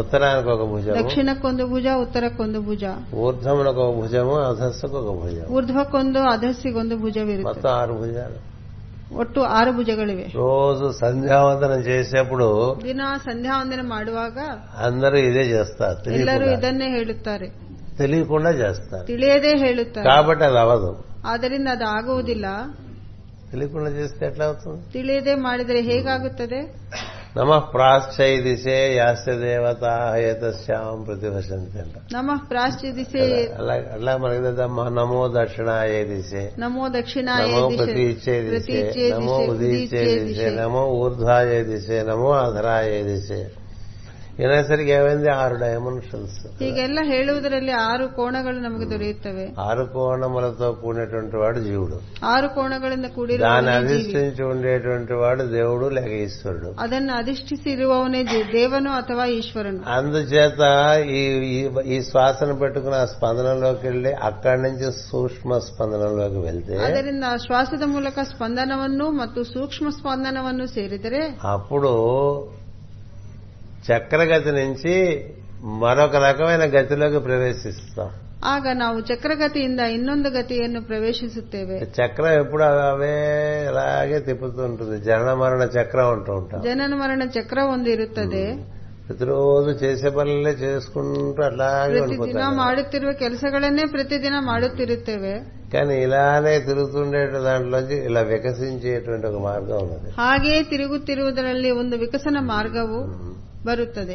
S1: ఉత్తరానికి ఒక భుజము
S2: ದಕ್ಷಿಣಕ್ಕೊಂದು ಭುಜ ಉತ್ತರಕ್ಕೊಂದು ಭುಜ
S1: ఊర్ధమునకు ఒక భుజము అధస్సుకు ఒక భుజము
S2: ಊರ್ಧ್ವಕ್ಕೊಂದು ಅಧಸ್ಸಿಗೊಂದು ಭುಜವಿರುತ್ತೆ
S1: మొత్తం ఆరు భుజాలు
S2: ಒಟ್ಟು ಆರು ಭುಜಗಳಿವೆ
S1: రోజు సంధ్యావందనం చేసేప్పుడు
S2: ದಿನ ಸಂಧ್ಯಾ ವಂದನೆ ಮಾಡುವಾಗ
S1: అందరೂ ఇదే చేస్తారు
S2: ಎಲ್ಲರೂ
S1: తెలియకుండా.
S2: ಇದನ್ನೇ ಹೇಳುತ್ತಾರೆ
S1: తెలియకుండా చేస్తారు
S2: ತಿಳಿಯದೇ ಹೇಳುತ್ತಾರೆ
S1: కాబట్టి అది అవదు
S2: ಆದ್ದರಿಂದ ಅದು ಆಗುವುದಿಲ್ಲ
S1: తెలియకుండా చేస్తే ఎట్లా అవుతుంది
S2: ತಿಳಿಯದೆ ಮಾಡಿದರೆ ಹೇಗಾಗುತ್ತದೆ
S1: నమ ప్రాశ్చై దిశే యాస్య దేవత హేతశ్యాం ప్రతిభషంతి అంట
S2: ನಮ್ಮ ಪ್ರಾಶ್ಚಿ ದಿಸೆ
S1: అలా అలా మనకి తెలుదమ్మా, నమో దక్షిణాయ దిశే
S2: ನಮೋ ದಕ್ಷಿಣ
S1: నమో ప్రతీచ్యే దిశే నమో ఉదీచ్యే దిశే నమో ఊర్ధ్వాయ దిశే నమో అధరాయ దిశే వినేసరికి ఏమైంది ఆరు డైమెన్షన్స్
S2: ಹೀಗೆಲ್ಲ ಹೇಳುವುದರಲ್ಲಿ ಆರು ಕೋಣಗಳು ನಮಗೆ ದೊರೆಯುತ್ತವೆ
S1: ఆరు కోణములతో కూడినటువంటి వాడు జీవుడు
S2: ಆರು ಕೋಣಗಳಿಂದ ಕೂಡಿರುವ
S1: దాన్ని
S2: ಅವನೇ ಜೀವಿ.
S1: అధిష్ఠించి ఉండేటువంటి వాడు దేవుడు లేక ఈశ్వరుడు
S2: ಅದನ್ನು ಅಧಿಷ್ಠಿಸಿರುವವನೇ ಜೀ- ದೇವನು ಅಥವಾ ಈಶ್ವರನು
S1: అందుచేత ఈ ఈ- ఈ శ్వాసను పెట్టుకుని ఆ స్పందనలోకి వెళ్ళి అక్కడి నుంచి సూక్ష్మ స్పందనలోకి వెళ్తే
S2: ಆದ್ದರಿಂದ ಶ್ವಾಸದ ಮೂಲಕ ಸ್ಪಂದನವನ್ನು ಮತ್ತು ಸೂಕ್ಷ್ಮ ಸ್ಪಂದನವನ್ನು ಸೇರಿದರೆ
S1: అప్పుడు చక్రగతి నుంచి మరొక రకమైన గతిలోకి ప్రవేశిస్తాం
S2: ಆಗ ನಾವು ಚಕ್ರಗತಿಯಿಂದ ಇನ್ನೊಂದು ಗತಿಯನ್ನು ಪ್ರವೇಶಿಸುತ್ತೇವೆ
S1: చక్రం ఎప్పుడు అవే అలాగే తిప్పుతుంటుంది జనన మరణ చక్రం అంటూ ఉంటాం
S2: ಜನನ ಮರಣ ಚಕ್ರ ಒಂದಿರುತ್ತದೆ
S1: ప్రతిరోజు చేసే పనులే చేసుకుంటూ అలాగే
S2: ಪ್ರತಿದಿನ
S1: ఉండిపోతాం
S2: ಮಾಡುತ್ತಿರುವ ಕೆಲಸಗಳನ್ನೇ ಪ್ರತಿದಿನ ಮಾಡುತ್ತಿರುತ್ತೇವೆ
S1: కానీ ఇలానే తిరుగుతుండే దాంట్లోంచి ఇలా వికసించేటువంటి ఒక మార్గం ఉన్నది
S2: ಹಾಗೆಯೇ ತಿರುಗುತ್ತಿರುವುದರಲ್ಲಿ ಒಂದು ವಿಕಸನ ಮಾರ್ಗವು ಬರುತ್ತದೆ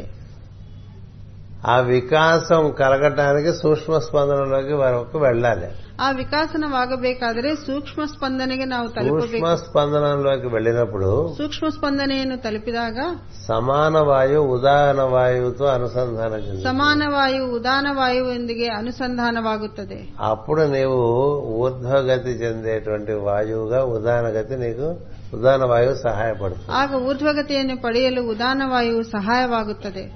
S1: ఆ వికాసం కలగటానికి సూక్ష్మ స్పందనలోకి వరకు వెళ్ళాలి
S2: ಆ ವಿಕಾಸನವಾಗಬೇಕಾದರೆ ಸೂಕ್ಷ್ಮ ಸ್ಪಂದನೆಗೆ ನಾವು
S1: సూక్ష్మ
S2: ತಲುಪಬೇಕು
S1: స్పందనలోకి వెళ్ళినప్పుడు
S2: ಸೂಕ್ಷ್ಮ ಸ್ಪಂದನೆಯನ್ನು ತಲುಪಿದಾಗ
S1: సమాన వాయువు ఉదాహరణ వాయువుతో అనుసంధానం చెంది
S2: ಸಮಾನ ವಾಯು ಉದಾನ ವಾಯುವಿನೊಂದಿಗೆ ಅನುಸಂಧಾನವಾಗುತ್ತದೆ
S1: అప్పుడు నీవు ఊర్ధ్వగతి చెందేటువంటి వాయువుగా ఉదాహరణ గతి నీకు ఉదాహరణ వాయువు సహాయపడుతుంది
S2: ಆಗ ಊರ್ಧ್ವಗತಿಯನ್ನು ಪಡೆಯಲು ಉದಾನ ವಾಯುವು ಸಹಾಯವಾಗುತ್ತದೆ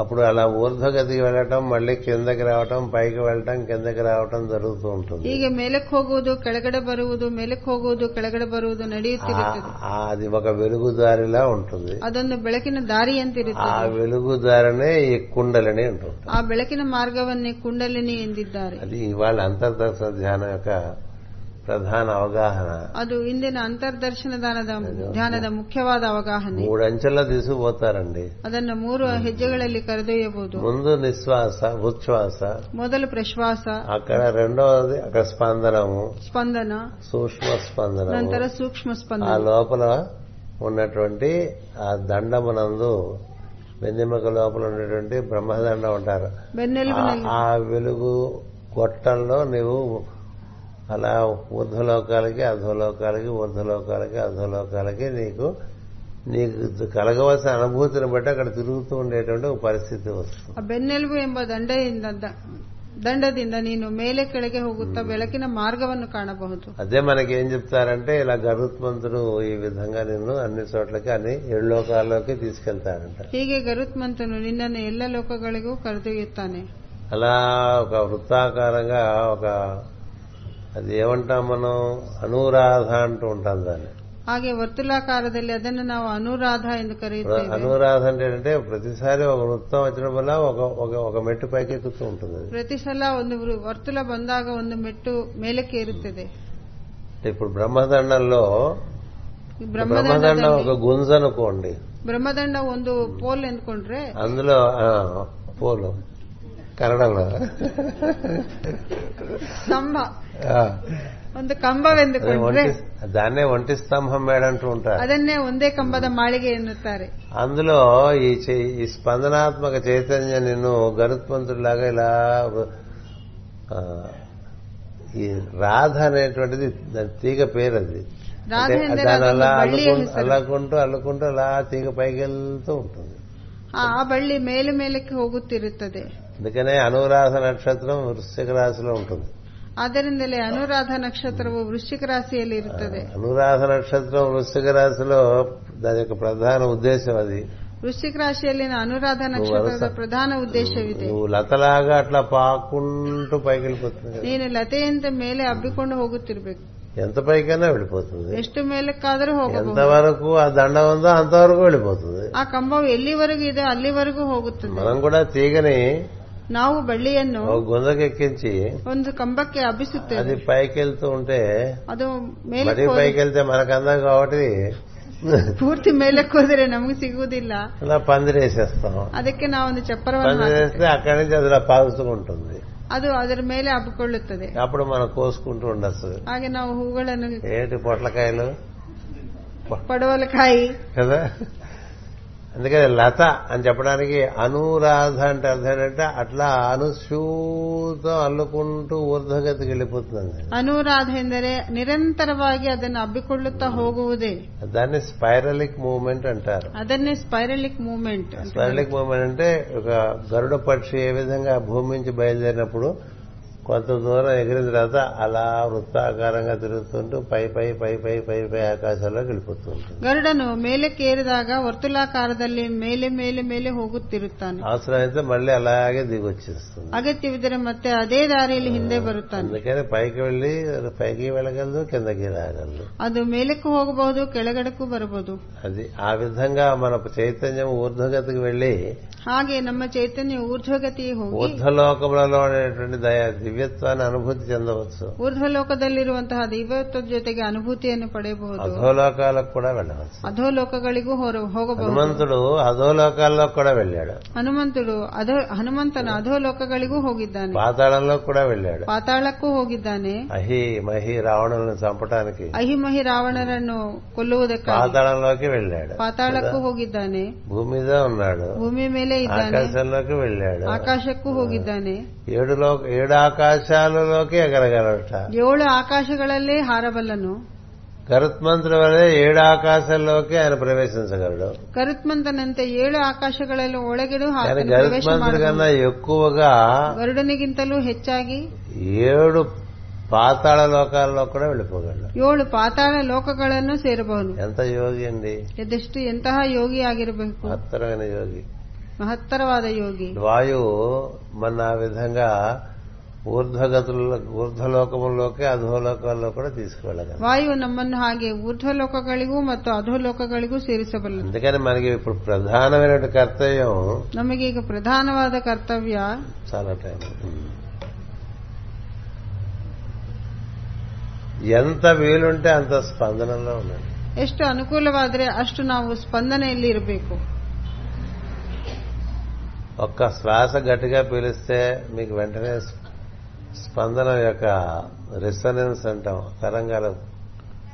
S1: అప్పుడు అలా ఊర్ధ్వగతికి వెళ్ళటం మళ్ళీ కిందకి రావటం పైకి వెళ్ళటం కిందకి రావటం జరుగుతూ ఉంటుంది
S2: ಹೀಗೆ ಮೇಲಕ್ಕೆ ಹೋಗುವುದು ಕೆಳಗಡೆ ಬರುವುದು ಮೇಲಕ್ಕೆ ಹೋಗುವುದು ಕೆಳಗಡೆ ಬರುವುದು ನಡೆಯುತ್ತಿರುತ್ತದೆ
S1: ఆ- ఆ- అది ఒక వెలుగుదారిలా ఉంటుంది
S2: ಅದೊಂದು ಬೆಳಕಿನ
S1: ఆ
S2: ದಾರಿಯಂತಿರುತ್ತದೆ
S1: వెలుగుదారనే ఈ కుండలని ఉంటుంది
S2: ಆ ಬೆಳಕಿನ ಮಾರ್ಗವನ್ನೇ ಕುಂಡಲಿನಿ ಎಂದಿದ್ದಾರೆ
S1: అది ఇవాళ అంతర్దర్శన ధ్యానం యొక్క ప్రధాన అవగాహన
S2: ಅದು ಇಂದಿನ ಅಂತರ್ದರ್ಶನ ದಾನದ ಧ್ಯಾನದ ಮುಖ್ಯವಾದ ಅವಗಾಹನೆ
S1: మూడంచెల్లో తీసుకుపోతారండి
S2: ಅದನ್ನು ಮೂರು ಹೆಜ್ಜೆಗಳಲ್ಲಿ ಕರೆದೊಯ್ಯಬಹುದು
S1: ముందు నిశ్వాస ఉచ్ఛ్వాస
S2: ಮೊದಲು ಪ್ರಶ್ವಾಸ
S1: అక్కడ రెండవది అక్కడ స్పందనము
S2: ಸ್ಪಂದನ
S1: సూక్ష్మ
S2: ನಂತರ
S1: స్పందనము
S2: ಸೂಕ್ಷ್ಮ
S1: ఆ
S2: ಸ್ಪಂದನ
S1: లోపల ఉన్నటువంటి ఆ దండమునందు వెన్నెముక లోపల ఉన్నటువంటి బ్రహ్మదండం ఉంటారు
S2: ಬೆನ್ನೆಲುಬಿನಲ್ಲಿ
S1: ఆ వెలుగు గొట్టంలో నీవు అలా ఊర్ధ్వలోకాలకి అధోలోకాలకి ఊర్ధ్వలోకాలకి అధోలోకాలకి నీకు నీకు కలగవలసిన అనుభూతిని బట్టి అక్కడ తిరుగుతూ ఉండేటువంటి ఒక పరిస్థితి వస్తుంది
S2: ಆ ಬೆನ್ನೆಲುಬು ಎಂಬ ದಂಡದಿಂದ ದ- ದಂಡದಿಂದ ನೀನು ಮೇಲೆ ಕೆಳಗೆ ಹೋಗುತ್ತಾ ಬೆಳಕಿನ ಮಾರ್ಗವನ್ನು ಕಾಣಬಹುದು
S1: అదే మనకి ఏం చెప్తారంటే ఇలా గరుత్మంతుడు ఈ విధంగా నిన్ను అన్ని చోట్లకి అన్ని ఏడు లోకాల్లోకి తీసుకెళ్తాడంట
S2: ಹೀಗೆ ಗರುತ್ಮಂತನು ನಿನ್ನನ್ನು ಎಲ್ಲ ಲೋಕಗಳಿಗೂ ಕರೆದೊಯ್ಯುತ್ತಾನೆ
S1: అలా ఒక వృత్తాకారంగా ఒక అది ఏమంటాం మనం అనురాధ అంటూ ఉంటాం దాన్ని
S2: ಹಾಗೆ ವರ್ತುಲಾಕಾರದಲ್ಲಿ ಅದನ್ನು ನಾವು ಅನುರಾಧ ಎಂದು ಕರೆಯುತ್ತೇವೆ
S1: అనురాధ అంటే ఏంటంటే ప్రతిసారి ఒక వృత్తం వచ్చిన వల్ల ఒక ఒక ఒక మెట్టు పైకి ఎక్కుతూ ఉంటుంది అది.
S2: ಪ್ರತಿ ಸಲ ಒಂದು ವೃ- ವರ್ತುಲ ಬಂದಾಗ ಒಂದು ಮೆಟ್ಟು ಮೇಲಕ್ಕೆ ಏರುತ್ತದೆ
S1: అంటే ఇప్పుడు బ్రహ్మదండంలో
S2: ಈ
S1: బ్రహ్మదండం
S2: ಬ್ರಹ್ಮದಂಡದಲ್ಲಿ
S1: ఒక గుంజ అనుకోండి
S2: ಬ್ರಹ್ಮದಂಡ ಒಂದು ಪೋಲ್ ಎಂದ್ಕೊಂಡ್ರೆ
S1: అందులో ఆ, పోలు కన్నడంలో
S2: ಸ್ತಂಭ
S1: ఆ,
S2: ಒಂದು
S1: అది
S2: ಕಂಬವೆಂದುಕೊಂಡ್ರೆ
S1: ఒంటి దాన్నే ఒంటి స్తంభం మేడ అంటూ ఉంటారు
S2: ಅದನ್ನೇ ಒಂದೇ ಕಂಬದ ಮಾಳಿಗೆ ಎನ್ನುತ್ತಾರೆ
S1: అందులో ఈ చే- ఈ స్పందనాత్మక చైతన్యం నిన్ను గరుత్మంతుడిలాగా ఇలా ఆ, ఈ రాధ అనేటువంటిది దాని తీగ పేరు అది
S2: ರಾಧೆ
S1: అంటే
S2: ಎಂದರೆ
S1: దాని
S2: ಅದೊಂದು
S1: అలా
S2: ಬಳ್ಳಿಯ
S1: అల్లుకుం-
S2: ಹೆಸರು
S1: అల్లుకుంటూ ಅల్లుకుంటూ అలా తీగ పైకి వెళ్తూ ఉంటుంది
S2: ಆ ಆ ಬಳ್ಳಿ ಮೇಲೆ ಮೇಲಕ್ಕೆ ಹೋಗುತ್ತಿರುತ್ತದೆ
S1: అందుకనే అనురాధ నక్షత్రం వృశ్చిక రాశిలో ఉంటుంది
S2: ಆದ್ದರಿಂದಲೇ ಅನುರಾಧ ನಕ್ಷತ್ರವು ವೃಶ್ಚಿಕ ರಾಶಿಯಲ್ಲಿ ಇರುತ್ತದೆ
S1: అనురాధ నక్షత్రం వృశ్చిక రాశిలో దాని యొక్క ప్రధాన ఉద్దేశం అది
S2: ವೃಶ್ಚಿಕ ರಾಶಿಯಲ್ಲಿನ ಅನುರಾಧ ನಕ್ಷತ್ರದ ಪ್ರಧಾನ ಉದ್ದೇಶವಿದೆ
S1: నువ్వు లతలాగా అట్లా పాకుంటూ పైకి వెళ్ళిపోతుంది కదా.
S2: ನೀನು ಲತೆಯಂತೆ ಮೇಲೆ ಹಬ್ಬಿಕೊಂಡು ಹೋಗುತ್ತಿರಬೇಕು
S1: ఎంత ಪೈకైనా వెళ్ళిపోతుంది
S2: ಎಷ್ಟು ಮೇಲಕ್ಕಾದರೂ ಹೋಗಬಹುದು
S1: ఎంతవరకు ఆ దండం ఉందో అంతవరకు వెళ్ళిపోతుంది
S2: ಆ ಕಂಬವು ಎಲ್ಲಿವರೆಗೂ ಇದೆ ಅಲ್ಲಿವರೆಗೂ ಹೋಗುತ್ತದೆ
S1: మనం కూడా తీగని
S2: ನಾವು ಬಳ್ಳಿಯನ್ನು
S1: ఒక గుంజకెక్కించి
S2: ಒಂದು ಕಂಬಕ್ಕೆ ಹಬ್ಬಿಸುತ್ತೇವೆ
S1: అది ಪైకి వెళ్తూ ఉంటే
S2: ಅದು
S1: మరీ
S2: ಮೇಲಕ್ಕೆ ಹೋದ-
S1: పైకి వెళ్తే మనకు అందం కాబట్టి
S2: ಪೂರ್ತಿ ಮೇಲಕ್ಕೆ ಹೋದರೆ ನಮಗೆ ಸಿಗುವುದಿಲ್ಲ
S1: ఇలా పందిరేసేస్తాం
S2: ಅದಕ್ಕೆ ನಾವೊಂದು ಚಪ್ಪರವನ್ನು ಹಾಕಿ-
S1: పందిరేస్తే అక్కడి నుంచి అది ఇలా పాకుతూ ఉంటుంది
S2: ಅದು ಅದರ ಮೇಲೆ ಹಬ್ಬಿಕೊಳ್ಳುತ್ತದೆ
S1: అప్పుడు మనం కోసుకుంటూ ఉండొచ్చు
S2: ಹಾಗೆ ನಾವು ಹೂಗಳನ್ನು
S1: ఏంటి పొట్లకాయలు
S2: ಪಡವಲಕಾಯಿ
S1: కదా అందుకని లత అని చెప్పడానికి అనురాధ అంటే అర్థం ఏంటంటే అట్లా అనుస్యూతం అల్లుకుంటూ ఊర్ధ్వగతికి వెళ్ళిపోతుందండి
S2: ಅನುರಾಧ ಎಂದರೆ ನಿರಂತರವಾಗಿ ಅದನ್ನು ಹಬ್ಬಿಕೊಳ್ಳುತ್ತಾ ಹೋಗುವುದೇ
S1: దాన్ని స్పైరలిక్ మూవ్మెంట్ ಅಂటారు
S2: ಅದನ್ನೇ ಸ್ಪೈರಲಿಕ್ ಮೂವ್ಮೆಂಟ್
S1: స్పైరలిక్ మూవ్మెంట్ అంటే ఒక గరుడ పక్షి ఏ విధంగా భూమి నుంచి బయలుదేరినప్పుడు కొంత దూరం ఎగిరిన తర్వాత అలా వృత్తాకారంగా తిరుగుతుంటూ పై పై పై పై పై పై ఆకాశంలోకి వెళ్ళిపోతుంటుంది
S2: ಗರುಡನು ಮೇಲಕ್ಕೆ ಏರಿದಾಗ ವರ್ತುಲಾಕಾರದಲ್ಲಿ ಮೇಲೆ ಮೇಲೆ ಮೇಲೆ ಹೋಗುತ್ತಿರುತ್ತಾನೆ
S1: అవసరమైతే మళ్ళీ అలాగే దిగొచ్చేస్తుంది
S2: ಅಗತ್ಯವಿದ್ದರೆ ಮತ್ತೆ ಅದೇ ದಾರಿಯಲ್ಲಿ ಹಿಂದೆ ಬರುತ್ತಾನೆ
S1: అందుకని పైకి వెళ్ళి పైకి వెళ్ళగలదు కిందకి రాగలదు
S2: ಅದು ಮೇಲಕ್ಕೂ ಹೋಗಬಹುದು ಕೆಳಗಡಕ್ಕೂ ಬರಬಹುದು
S1: అది ఆ విధంగా మన చైతన్యం ఊర్ధ్వగతికి వెళ్ళి
S2: ಹಾಗೆ ನಮ್ಮ ಚೈತನ್ಯ ಊರ್ಧ್ವಗತಿ ಹೋಗಿ
S1: ఊర్ధ్వలోకములలో ఉండేటువంటి దయ దివ్య ದಿವ್ಯತ್ವಾన్ని ಅನುಭೂತಿ ಚೆಂದవచ్చు
S2: ಊರ್ಧ್ವಲೋಕದಲ್ಲಿರುವಂತಹ ದೈವತ್ವದ ಜೊತೆಗೆ ಅನುಭೂತಿಯನ್ನು ಪಡೆಯಬಹುದು
S1: ಅಧೋಲೋಕಾలకు ಕೂಡ వెళ్ళవచ్చు
S2: ಅಧೋಲೋಕಗಳಿಗೂ ಹೊರ- ಹೋಗಬಹುದು
S1: హనుమంతుడు అధోలోకాల్లో కూడా వెళ్ళాడు
S2: ಹನುಮಂತುಡು ಅಧೋ ಹನುಮಂತನ ಅಧೋಲೋಕಗಳಿಗೂ ಹೋಗಿದ್ದಾನೆ
S1: పాతాళంలో కూడా వెళ్ళాడు
S2: ಪಾತಾಳಕ್ಕೂ ಹೋಗಿದ್ದಾನೆ
S1: అహి మహి రావణులను చంపటానికి
S2: ಅಹಿಮಹಿ ರಾವಣರನ್ನು ಕೊಲ್ಲುವುದಕ್ಕಾಗಿ
S1: పాతాళంలోకి వెళ్ళాడు
S2: ಪಾತಾಳಕ್ಕೂ ಹೋಗಿದ್ದಾನೆ
S1: భూమి మీద ఉన్నాడు
S2: ಭೂಮಿ ಮೇಲೆ ಇದ್ದಾನೆ
S1: ఆకాశంలోకి వెళ్ళాడు
S2: ಆಕಾಶಕ್ಕೂ ಹೋಗಿದ್ದಾನೆ
S1: ఏడు లోక ఏడు ఆకాశాలలోకి ఎగరగలట
S2: ಏಳು ಆಕಾಶಗಳಲ್ಲೇ ಹಾರಬಲ್ಲನು
S1: గరుత్మంతుడి వలె ఏడు ఆకాశంలోకి ఆయన ప్రవేశించగలడు
S2: ಕರುತ್ಮಂತನಂತೆ ಏಳು ಆಕಾಶಗಳಲ್ಲಿ ಒಳಗೆಡು
S1: కానీ
S2: ಆತನು ಪ್ರವೇಶ
S1: గరుత్మంతుడి
S2: ಮಾಡಬಲ್ಲನು.
S1: కన్నా ఎక్కువగా
S2: ಗರುಡನಿಗಿಂತಲೂ ಹೆಚ್ಚಾಗಿ
S1: ఏడు పాతాళ లోకాల్లో కూడా వెళ్ళిపోగలడు
S2: ಏಳು ಪಾತಾಳ ಲೋಕಗಳನ್ನು ಸೇರಬಹುದು
S1: ఎంత యోగి అండి
S2: ಎದೆಷ್ಟು ಎಂತಹ ಯೋಗಿ ಆಗಿರಬೇಕು
S1: మహత్తరమైన యోగి
S2: ಮಹತ್ತರವಾದ ಯೋಗಿ
S1: వాయువు మన ఆ విధంగా ఊర్ధ్వగతుల ఊర్ధ్వలోకములోకి అధోలోకాల్లో కూడా తీసుకువెళ్ళగలం
S2: ವಾಯು ನಮ್ಮನ್ನು ಹಾಗೆ ಊರ್ಧ್ವ ಲೋಕಗಳಿಗೂ ಮತ್ತು ಅಧೋಲೋಕಗಳಿಗೂ ಸೇರಿಸಬಲ್ಲನು
S1: అందుకని మనకి ఇప్పుడు ప్రధానమైన కర్తవ్యం
S2: ನಮಗೆ ಈಗ ಪ್ರಧಾನವಾದ ಕರ್ತವ್ಯ
S1: చాలా టైం ఎంత వీలుంటే అంత స్పందనలో ఉండండి
S2: ಎಷ್ಟು ಅನುಕೂಲವಾದರೆ ಅಷ್ಟು ನಾವು ಸ್ಪಂದನೆಯಲ್ಲಿ ಇರಬೇಕು
S1: ఒక్క శ్వాస గట్టిగా పీలిస్తే మీకు వెంటనే స్పందన యొక్క రిసనెన్స్ అంటాం తరంగాల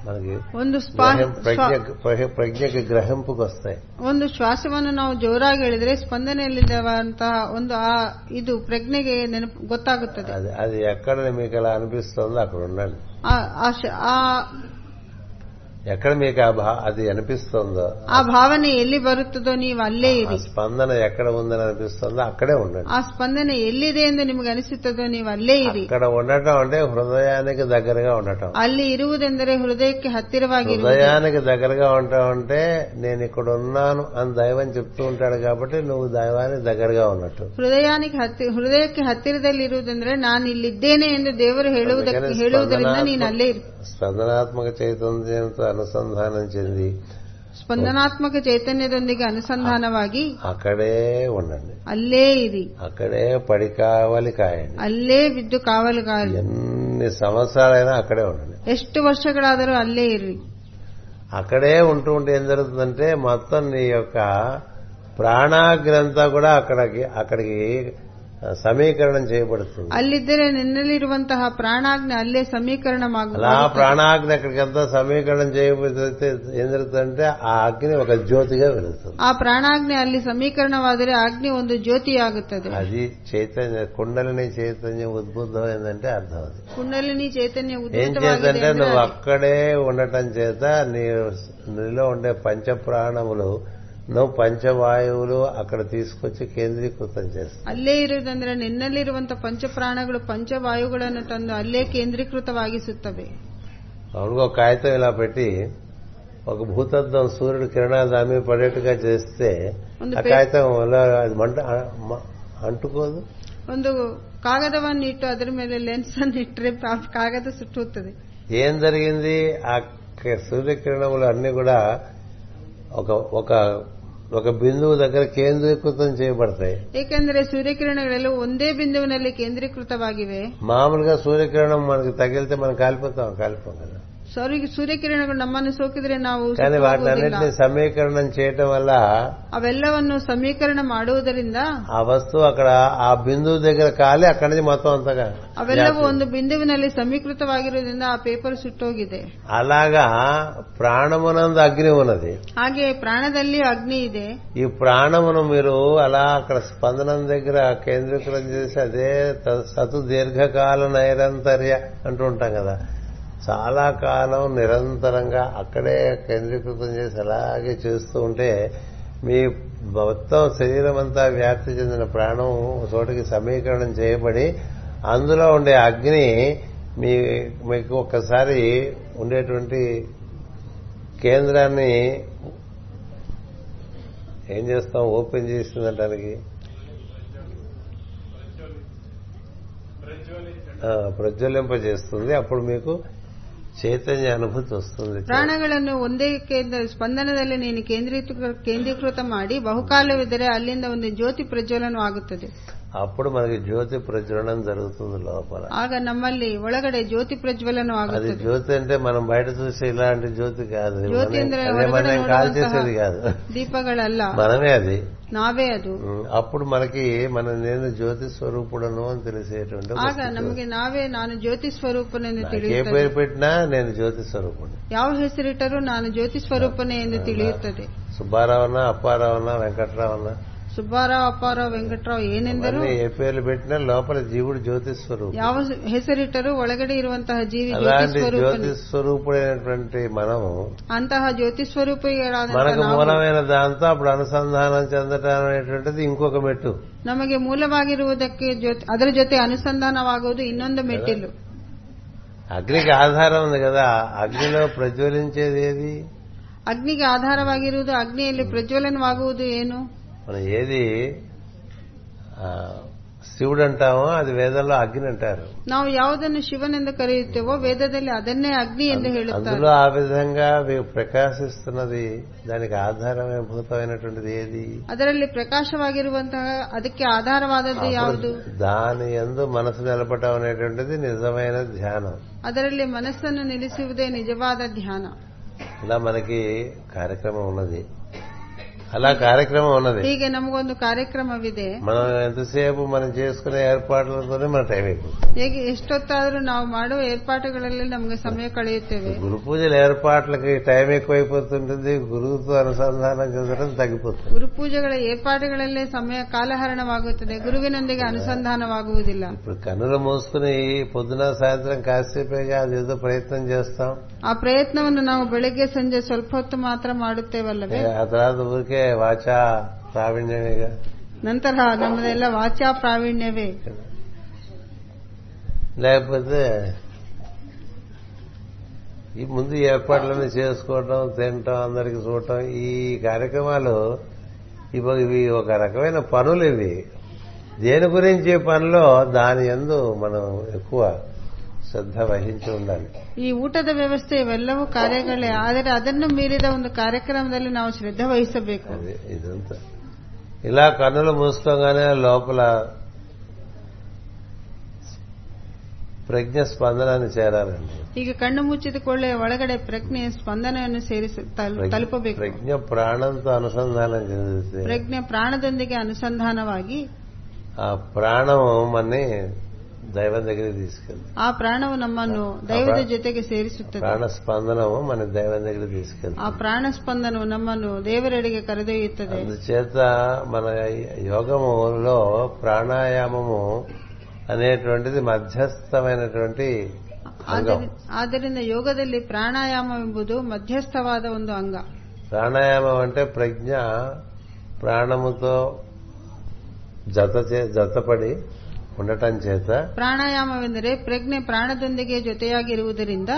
S1: మనకి
S2: ಒಂದು ಸ್ಪಾ-
S1: గ్రహిం-
S2: ಸ್ವಾ-
S1: ప్రజ్ఞ- ప్రజ్ఞ- ప్రజ్ఞకి గ్రహింపుకు వస్తాయి
S2: ಒಂದು ಶ್ವಾಸವನ್ನು ನಾವು ಜೋರಾಗಿ ಎಳೆದ್ರೆ ಸ್ಪಂದನೆಯಲ್ಲಿದ್ದವಂತಹ ಒಂದು ಆ ಇದು ಪ್ರಜ್ಞೆಗೆ ನೆನಪು ಗೊತ್ತಾಗುತ್ತದೆ
S1: అది అది ఎక్కడ మీకు అలా అనిపిస్తుందో అక్కడ ఉండండి
S2: ಆ- ಆ ಶ- ಆ-
S1: ఎక్కడ మీకు ఆ భా- అది అనిపిస్తుందో
S2: ಆ ಭಾವನೆ ಎಲ್ಲಿ ಬರುತ್ತದೋ ನೀವು ಅಲ್ಲೇ
S1: ఆ
S2: ಇರಿ
S1: స్పందన ఎక్కడ ఉందని అనిపిస్తుందో అక్కడే ఉండండి
S2: ಆ ಸ್ಪಂದನೆ ಎಲ್ಲಿದೆ ಎಂದು ನಿಮಗೆ ಅನಿಸುತ್ತದೋ ನೀವು ಅಲ್ಲೇ ಇರಿ
S1: అక్కడ ఉండటం అంటే హృదయానికి దగ్గరగా ఉండటం
S2: ಅಲ್ಲಿ ಇರುವುದೆಂದರೆ ಹೃದಯಕ್ಕೆ ಹತ್ತಿರವಾಗಿರುವುದು
S1: హృదయానికి దగ్గరగా ఉంటావు అంటే నేను ఇక్కడ ఉన్నాను అని దైవం చెప్తూ ఉంటాడు కాబట్టి నువ్వు దైవానికి దగ్గరగా ఉన్నట్టు
S2: ಹೃದಯಾನಿಗೆ ಹತ್ತಿ ಹೃದಯಕ್ಕೆ ಹತ್ತಿರದಲ್ಲಿ ಇರುವುದೆಂದರೆ ನಾನು ಇಲ್ಲಿದ್ದೇನೆ ಎಂದು ದೇವರು ಹೇಳುವುದಕ್ಕೆ
S1: ಅದಕ್ಕೆ
S2: ಹೇಳುವುದರಿಂದ
S1: ಸ್ಪಂದನಾತ್ಮಕ-
S2: ನೀನು ಅಲ್ಲೇ ಇರಿ
S1: స్పందనాత్మక చైతన్యంతో అనుసంధానం చెంది
S2: ಸ್ಪಂದನಾತ್ಮಕ ಚೈತನ್ಯದೊಂದಿಗೆ ಅನುಸಂಧಾನವಾಗಿ
S1: అక్కడే ఉండండి
S2: ಅಲ್ಲೇ ಇರಿ
S1: అక్కడే పడి కావాలి కాయండి
S2: ಅಲ್ಲೇ ಬಿದ್ದು ಕಾವಲುಗಾರಿ
S1: ఎన్ని సంవత్సరాలైనా అక్కడే ఉండండి
S2: ಎಷ್ಟು ವರ್ಷಗಳಾದರೂ ಅಲ್ಲೇ ಇರಿ
S1: అక్కడే ఉంటూ ఉంటే ఏం జరుగుతుందంటే మొత్తం నీ యొక్క ప్రాణాగ్రంథ కూడా అక్కడికి అక్కడికి సమీకరణం చేయబడుతుంది
S2: ಅಲ್ಲಿದ್ದರೆ ನಿನ್ನಲ್ಲಿರುವಂತಹ ಪ್ರಾಣಾಜ್ಞೆ ಅಲ್ಲೇ ಸಮೀಕರಣವಾಗುವುದು
S1: అలా ప్రాణాగ్ని అక్కడికంతా సమీకరణం చేయబడితే ఏం జరుగుతుందంటే ఆ అగ్ని ఒక జ్యోతిగా వెలుగుతుంది
S2: ಆ ಪ್ರಾಣಾಜ್ಞೆ ಅಲ್ಲಿ ಸಮೀಕರಣವಾದರೆ ಅಗ್ನಿ ಒಂದು ಜ್ಯೋತಿಯಾಗುತ್ತದೆ
S1: అది ಚೈತನ್ಯ కుండలిని చైతన్యం ఉద్బుద్ధమైందంటే ಅర్థం అది
S2: ಕುಂಡಲಿನಿ ಚೈತನ್ಯ
S1: ఏం
S2: ಉದ್ಭುತವಾಗಿದೆ
S1: చేద్దంటే
S2: ಅಂದ್ರೆ
S1: నువ్వు అక్కడే ఉండటం చేత నీ నీలో ఉండే పంచప్రాణములు నువ్వు పంచవాయువులు అక్కడ తీసుకొచ్చి కేంద్రీకృతం చేస్తావు
S2: ಅಲ್ಲೇ ಇರುವುದಂದ್ರೆ ನಿನ್ನಲ್ಲಿರುವಂತಹ ಪಂಚಪ್ರಾಣಗಳು ಪಂಚವಾಯುಗಳನ್ನು ತಂದು ಅಲ್ಲೇ ಕೇಂದ್ರೀಕೃತವಾಗಿಸುತ್ತವೆ
S1: మామూలుగా ఒక కాగితం ఇలా పెట్టి ఒక భూతత్వం సూర్యుడు కిరణాలు దాని మీద పడేట్టుగా చేస్తే
S2: ಒಂದು
S1: ఆ
S2: పే-
S1: కాగితం అలా అది మంట అ- మ- అంటుకోదు
S2: ಒಂದು ಕಾಗದವನ್ನು ಇಟ್ಟು ಅದರ ಮೇಲೆ ಲೆನ್ಸ್ ಅನ್ನು ಇಟ್ಟರೆ ಪಾ- ಕಾಗದ ಸುಟ್ಟುತ್ತದೆ
S1: ఏం జరిగింది ఆ క- సూర్యకిరణములు అన్ని కూడా ఒక ఒక ఒక బిందువు దగ్గర కేంద్రీకృతం చేయబడతాయి
S2: ಏಕೆಂದರೆ ಸೂರ್ಯಕಿರಣಗಳೆಲ್ಲ ಒಂದೇ ಬಿಂದುವಿನಲ್ಲಿ ಕೇಂದ್ರೀಕೃತವಾಗಿವೆ
S1: మామూలుగా సూర్యకిరణం మనకి తగిలితే మనం కాలిపోతాం కాలిపోం కదా
S2: ಸೂರ್ಯ- ಸೂರ್ಯಕಿರಣಗಳು ನಮ್ಮನ್ನು ಸೋಕಿದರೆ ನಾವು
S1: కానీ వాటిని
S2: ಸುಖವಾಗುವುದಿಲ್ಲ.
S1: అన్నింటినీ సమీకరణం చేయటం వల్ల
S2: ಅವೆಲ್ಲವನ್ನು ಸಮೀಕರಣ ಮಾಡುವುದರಿಂದ
S1: ఆ వస్తువు అక్కడ ఆ బిందువు దగ్గర కాలి అక్కడి నుంచి మొత్తం అంతగా
S2: ಅವೆಲ್ಲವೂ ಒಂದು ಬಿಂದುವಿನಲ್ಲಿ ಸಮೀಕೃತವಾಗಿರುವುದರಿಂದ ಆ ಪೇಪರ್ ಸುಟ್ಟೋಗಿದೆ
S1: అలాగా ప్రాణమునందు అగ్ని ఉన్నది
S2: ಹಾಗೆ ಪ್ರಾಣದಲ್ಲಿ ಅಗ್ನಿ ಇದೆ
S1: ఈ ప్రాణమును మీరు అలా అక్కడ స్పందనం దగ్గర కేంద్రీకృతం చేసి అదే త- సతు దీర్ఘకాల నైరంతర్య అంటూ ఉంటాం కదా చాలా కాలం నిరంతరంగా అక్కడే కేంద్రీకృతం చేసి అలాగే చేస్తూ ఉంటే మీ మొత్తం శరీరం అంతా వ్యాప్తి చెందిన ప్రాణం ఒక చోటికి సమీకరణం చేయబడి అందులో ఉండే అగ్ని మీ మీకు ఒక్కసారి ఉండేటువంటి కేంద్రాన్ని ఏం చేస్తాం ఓపెన్ చేసిందంటానికి ప్రజ్వలింపజేస్తుంది అప్పుడు మీకు చైతన్య అనుభూతి వస్తుంది
S2: ಪ್ರಾಣಗಳನ್ನು ಒಂದೇ ಕೇಂದ್ರ ಸ್ಪಂದನದಲ್ಲಿ ನೀನು ಕೇಂದ್ರೀಕೃತ ಕೇಂದ್ರೀಕೃತ ಮಾಡಿ ಬಹುಕಾಲವಿದ್ದರೆ ಅಲ್ಲಿಂದ ಒಂದು ಜ್ಯೋತಿ ಪ್ರಜ್ವಲನವಾಗುತ್ತದೆ
S1: అప్పుడు మనకి జ్యోతి ప్రజ్వలనం జరుగుతుంది లోపల
S2: ಆಗ ನಮ್ಮಲ್ಲಿ ಒಳಗಡೆ ಜ್ಯೋತಿ ಪ್ರಜ್ವಲನೂ
S1: అది
S2: ಆಗುತ್ತದೆ
S1: జ్యోతి అంటే మనం బయట చూసే ఇలాంటి జ్యోతి కాదు
S2: జ్యోతి
S1: మనం-
S2: అంటే
S1: అదే
S2: ఒడగడ
S1: మనం కాల్
S2: ఒడగంತಹ-
S1: చేసేది కాదు
S2: ದೀಪಗಳಲ್ಲ
S1: మనమే అది
S2: ನಾವೇ ಅದು
S1: ఉమ్, అప్పుడు మనకి మన నేను జ్యోతి స్వరూపుడను అని తెలిసేటువంటి ఒక
S2: ಆಗ
S1: స్థితి
S2: నಮಗೆ నావే ನಾನು ಜ್ಯೋತಿ ಸ್ವರೂಪನೆಂದು
S1: నాకు ఏ
S2: ತಿಳಿಯುತ್ತದೆ
S1: పేరు పెట్టినా నేను జ్యోతి స్వరూపుడు
S2: ಯಾವ ಹೆಸರಿಟ್ಟರೂ ನಾನು ಜ್ಯೋತಿ ಸ್ವರೂಪನೇ ಎಂದು ತಿಳಿಯುತ್ತದೆ
S1: సుబ్బారావునా అప్పారావునా వెంకట్రావునా
S2: ಸುಬ್ಬಾರಾವ್ ಅಪ್ಪಾರಾವ್ ವೆಂಕಟರಾವ್ ಏನೆಂದರೂ
S1: అన్ని ఏ పేర్లు పెట్టినా లోపల జీవుడు జ్యోతి స్వరూపుడు
S2: ಯಾವ ಹೆಸರಿಟ್ಟರೂ ಒಳಗಡೆ ಇರುವಂತಹ ಜೀವಿ ಜ್ಯೋತಿ
S1: అలాంటి జ్యోతి
S2: ಸ್ವರೂಪನೇ
S1: స్వరూపుడైనటువంటి మనము
S2: ಅಂತಹ ಜ್ಯೋತಿ ಸ್ವರೂಪಿಗಳಾದಂತಹ
S1: మనకు
S2: ನಾವು
S1: మూలమైన దాంతో అప్పుడు అనుసంధానం చెందటం అనేటువంటిది ఇంకొక మెట్టు
S2: ನಮಗೆ ಮೂಲವಾಗಿರುವುದಕ್ಕೆ ಜ್ಯೋತಿ- ಅದರ ಜೊತೆ ಅನುಸಂಧಾನವಾಗುವುದು ಇನ್ನೊಂದು ಮೆಟ್ಟಿಲು
S1: అగ్నికి ఆధారం ఉంది కదా అగ్నిలో ప్రజ్వలించేది ఏది
S2: ಅಗ್ನಿಗೆ ಆಧಾರವಾಗಿರುವುದು ಅಗ್ನಿಯಲ್ಲಿ ಪ್ರಜ್ವಲನವಾಗುವುದು ಏನು
S1: మనం ఏది ఆ, శివుడు అంటామో అది వేదంలో అగ్ని అంటారు
S2: ನಾವು ಯಾವುದನ್ನು ಶಿವನೆಂದು ಕರೆಯುತ್ತೇವೋ ವೇದದಲ್ಲಿ ಅದನ್ನೇ ಅಗ್ನಿ ಎಂದು
S1: అందులో
S2: ಹೇಳುತ್ತಾರೆ
S1: ఆ విధంగా వి- ప్రకాశిస్తున్నది దానికి ఆధారమైభూతమైనటువంటిది ఏది
S2: ಅದರಲ್ಲಿ ಪ್ರಕಾಶವಾಗಿರುವಂತಹ ಅದಕ್ಕೆ ಆಧಾರವಾದದ್ದು ಯಾವುದು
S1: అప్పుడు దాని ఎందు మనసు నిలపటం అనేటువంటిది నిజమైన ధ్యానం
S2: ಅದರಲ್ಲಿ ಮನಸ್ಸನ್ನು ನಿಲ್ಲಿಸುವುದೇ ನಿಜವಾದ ಧ್ಯಾನ
S1: ఇలా మనకి కార్యక్రమం ఉన్నది అలా కార్యక్రమం ఉన్నది
S2: ಹೀಗೆ ನಮಗೊಂದು ಕಾರ್ಯಕ್ರಮವಿದೆ
S1: మనం ఎంతసేపు మనం చేసుకునే ఏర్పాట్లతోనే మన టైం అయిపోతుంది
S2: ಹೇಗೆ ಎಷ್ಟೊತ್ತಾದರೂ ನಾವು ಮಾಡುವ ಏರ್ಪಾಟುಗಳಲ್ಲಿ ನಮಗೆ ಸಮಯ ಕಳೆಯುತ್ತೇವೆ
S1: గురు పూజల ఏర్పాట్లకి టైం ఎక్కువైపోతుంటుంది గురువుతో అనుసంధానం చెందడం తగ్గిపోతుంది
S2: ಗುರುಪೂಜೆಗಳ ಏರ್ಪಾಡುಗಳಲ್ಲೇ ಸಮಯ ಕಾಲಹರಣವಾಗುತ್ತದೆ ಗುರುವಿನೊಂದಿಗೆ ಅನುಸಂಧಾನವಾಗುವುದಿಲ್ಲ
S1: ఇప్పుడు కన్నులు మూసుకుని పొద్దున సాయంత్రం కాసేపేగా అదేదో ప్రయత్నం చేస్తాం
S2: ಆ ಪ್ರಯತ್ನವನ್ನು ನಾವು ಬೆಳಗ್ಗೆ ಸಂಜೆ ಸ್ವಲ್ಪ ಹೊತ್ತು ಮಾತ್ರ ಮಾಡುತ್ತೇವಲ್ಲವೇ
S1: ఆ తర్వాత ఊరికే వాచా ప్రావీణ్యమేగా
S2: ನಂತರ ನಮ್ಮದೆಲ್ಲ ವಾಚಾ ಪ್ರಾವೀಣ್ಯವೇ
S1: లేకపోతే ఈ ముందు ఏర్పాట్లన్నీ చేసుకోవటం తినటం అందరికి చూడటం ఈ కార్యక్రమాలు ఇవి ఇవి ఒక రకమైన పనులు ఇవి దేని గురించి ఈ పనిలో దాని ఎందు మనం ఎక్కువ శ్రద్ధ వహించి ఉండాలి
S2: ಈ ಊಟದ ವ್ಯವಸ್ಥೆ ಇವೆಲ್ಲವೂ ಕಾರ್ಯಗಳೇ ಆದರೆ ಅದನ್ನು ಮೀರಿದ ಒಂದು ಕಾರ್ಯಕ್ರಮದಲ್ಲಿ ನಾವು ಶ್ರದ್ಧೆ ವಹಿಸಬೇಕು
S1: అది ఇదంతా ఇలా కన్నులు మూసుకోగానే లోపల ప్రజ్ఞ స్పందనాన్ని చేరాలండి
S2: ಈಗ ಕಣ್ಣು ಮುಚ್ಚಿದುಕೊಳ್ಳೆ ಒಳಗಡೆ ಪ್ರಜ್ಞೆ ಸ್ಪಂದನೆಯನ್ನು ಸೇರಿಸ ತಲ್-
S1: ప్రజ్ఞ-
S2: ತಲುಪಬೇಕು
S1: ప్రజ్ఞ ప్రాణంతో అనుసంధానం చెందితే
S2: ಪ್ರಜ್ಞೆ ಪ್ರಾಣದೊಂದಿಗೆ ಅನುಸಂಧಾನವಾಗಿ
S1: ఆ ప్రాణం మన్ని దైవం దగ్గరికి తీసుకెళ్తుంది
S2: ಆ ಪ್ರಾಣವು ನಮ್ಮನ್ನು
S1: ಆ
S2: ದೈವದ
S1: ಪ್ರಾ-
S2: ಜೊತೆಗೆ ಸೇರಿಸುತ್ತದೆ
S1: ప్రాణ స్పందనము మన దైవం దగ్గరికి
S2: ಆ
S1: తీసుకెళ్తుంది
S2: ಪ್ರಾಣ ಸ್ಪಂದನವು ನಮ್ಮನ್ನು ದೇವರೆಡೆಗೆ ಕರೆದೊಯ್ಯುತ್ತದೆ
S1: అందుచేత మన యోగములో ప్రాణాయామము అనేటువంటిది మధ్యస్థమైనటువంటి అంగం
S2: ಆದರಿ- ಆದ್ದರಿಂದ ಯೋಗದಲ್ಲಿ ಪ್ರಾಣಾಯಾಮ ಎಂಬುದು ಮಧ್ಯಸ್ಥವಾದ ಒಂದು ಅಂಗ
S1: ప్రాణాయామం అంటే ప్రజ్ఞ ప్రాణముతో జత చే- జతపడి ఉండటం చేత
S2: ಪ್ರಾಣಾಯಾಮವೆಂದರೆ ಪ್ರಜ್ಞೆ ಪ್ರಾಣದೊಂದಿಗೆ ಜೊತೆಯಾಗಿರುವುದರಿಂದ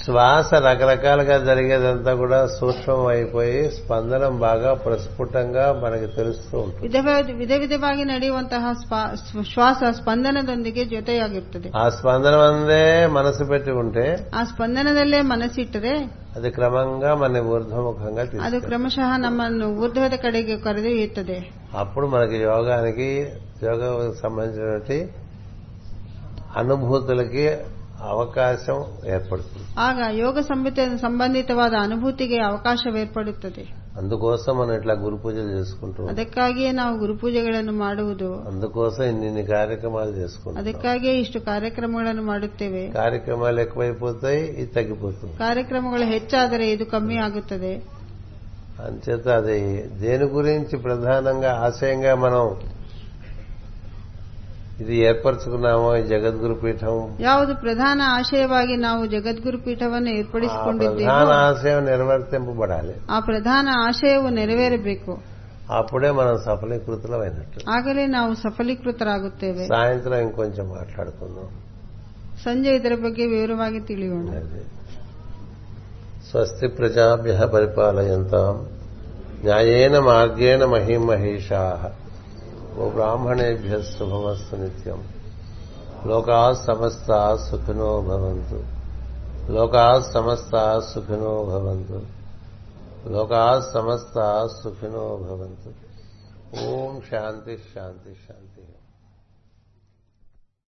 S1: శ్వాస రకరకాలుగా జరిగేదంతా కూడా సూక్ష్మం అయిపోయి స్పందనం బాగా ప్రస్ఫుటంగా మనకి తెలుస్తూ ఉంటుంది
S2: ವಿಧ ವಿಧ ವಿಧವಾಗಿ ನಡೆಯುವಂತಹ ಸ್ಪ- ಸ್ವ- ಶ್ವಾಸ ಸ್ಪಂದನದೊಂದಿಗೆ ಜೊತೆಯಾಗಿರುತ್ತದೆ
S1: ఆ స్పందనం అందే మనసు పెట్టి ఉంటే
S2: ಆ ಸ್ಪಂದನದಲ್ಲೇ ಮನಸ್ಸಿಟ್ಟರೆ
S1: అది క్రమంగా మన ఊర్ధ్వముఖంగా
S2: ಅದು
S1: తీసుకు
S2: ಕ್ರಮಶಃ ನಮ್ಮನ್ನು ಊರ್ಧ್ವದ ಕಡೆಗೆ ಕರೆದೊಯ್ಯುತ್ತದೆ
S1: అప్పుడు మనకి యోగానికి యోగకు సంబంధించినటువంటి అనుభూతులకి అవకాశం ఏర్పడుతుంది
S2: ಆಗ ಯೋಗ ಸಂಬಂಧಿತ ಸಂಬಂಧಿತವಾದ ಅನುಭೂತಿಗೆ ಅವಕಾಶವೇರ್ಪಡುತ್ತದೆ
S1: అందుకోసం మనం ఇట్లా గురు పూజలు చేసుకుంటూ ఉంటాం.
S2: ಅದಕ್ಕಾಗಿಯೇ ನಾವು ಗುರುಪೂಜೆಗಳನ್ನು ಮಾಡುವುದು
S1: అందుకోసం ఇన్ని ఇన్ని కార్యక్రమాలు చేసుకుంటాం
S2: ಅದಕ್ಕಾಗಿಯೇ ಇಷ್ಟು ಕಾರ್ಯಕ್ರಮಗಳನ್ನು ಮಾಡುತ್ತೇವೆ
S1: కార్యక్రమాలు ఎక్కువైపోతాయి ఇది తగ్గిపోతుంది
S2: ಕಾರ್ಯಕ್ರಮಗಳು ಹೆಚ್ಚಾದರೆ ಇದು ಕಮ್ಮಿ ಆಗುತ್ತದೆ
S1: అంచేత అది దేని గురించి ప్రధానంగా ఆశయంగా మనం ఇది ఏర్పరచుకున్నామో ఈ జగద్గురు పీఠం
S2: ಯಾವುದು ಪ್ರಧಾನ ಆಶಯವಾಗಿ ನಾವು ಜಗದ್ಗುರು ಪೀಠವನ್ನು
S1: ఆ ప్రధాన
S2: ಏರ್ಪಡಿಸಿಕೊಂಡಿದ್ದೇವೆ
S1: ఆశయం నిర్వర్తింపబడాలి
S2: ಆ ಪ್ರಧಾನ ಆಶಯವು ನೆರವೇರಬೇಕು
S1: అప్పుడే మనం సఫలీకృతులమైనట్టు
S2: ಆಗಲೇ ನಾವು ಸಫಲೀಕೃತರಾಗುತ್ತೇವೆ
S1: సాయంత్రం ఇంకొంచెం మాట్లాడుకుందాం
S2: ಸಂಜೆ ಇದರ ಬಗ್ಗೆ ವಿವರವಾಗಿ ತಿಳಿಯೋಣ
S1: అది. స్వస్తి ప్రజాభ్య పరిపాలయంతాం న్యాయేన మార్గేణ మహిమహేషా ఓ బ్రాహ్మణేభ్య శుభమస్తు నిత్యం లోకా సమస్త సుఖినో భవంతు లోకా సమస్త సుఖినో భవంతు లోకా సమస్త సుఖినో భవంతు ఓం శాంతి శాంతి శాంతి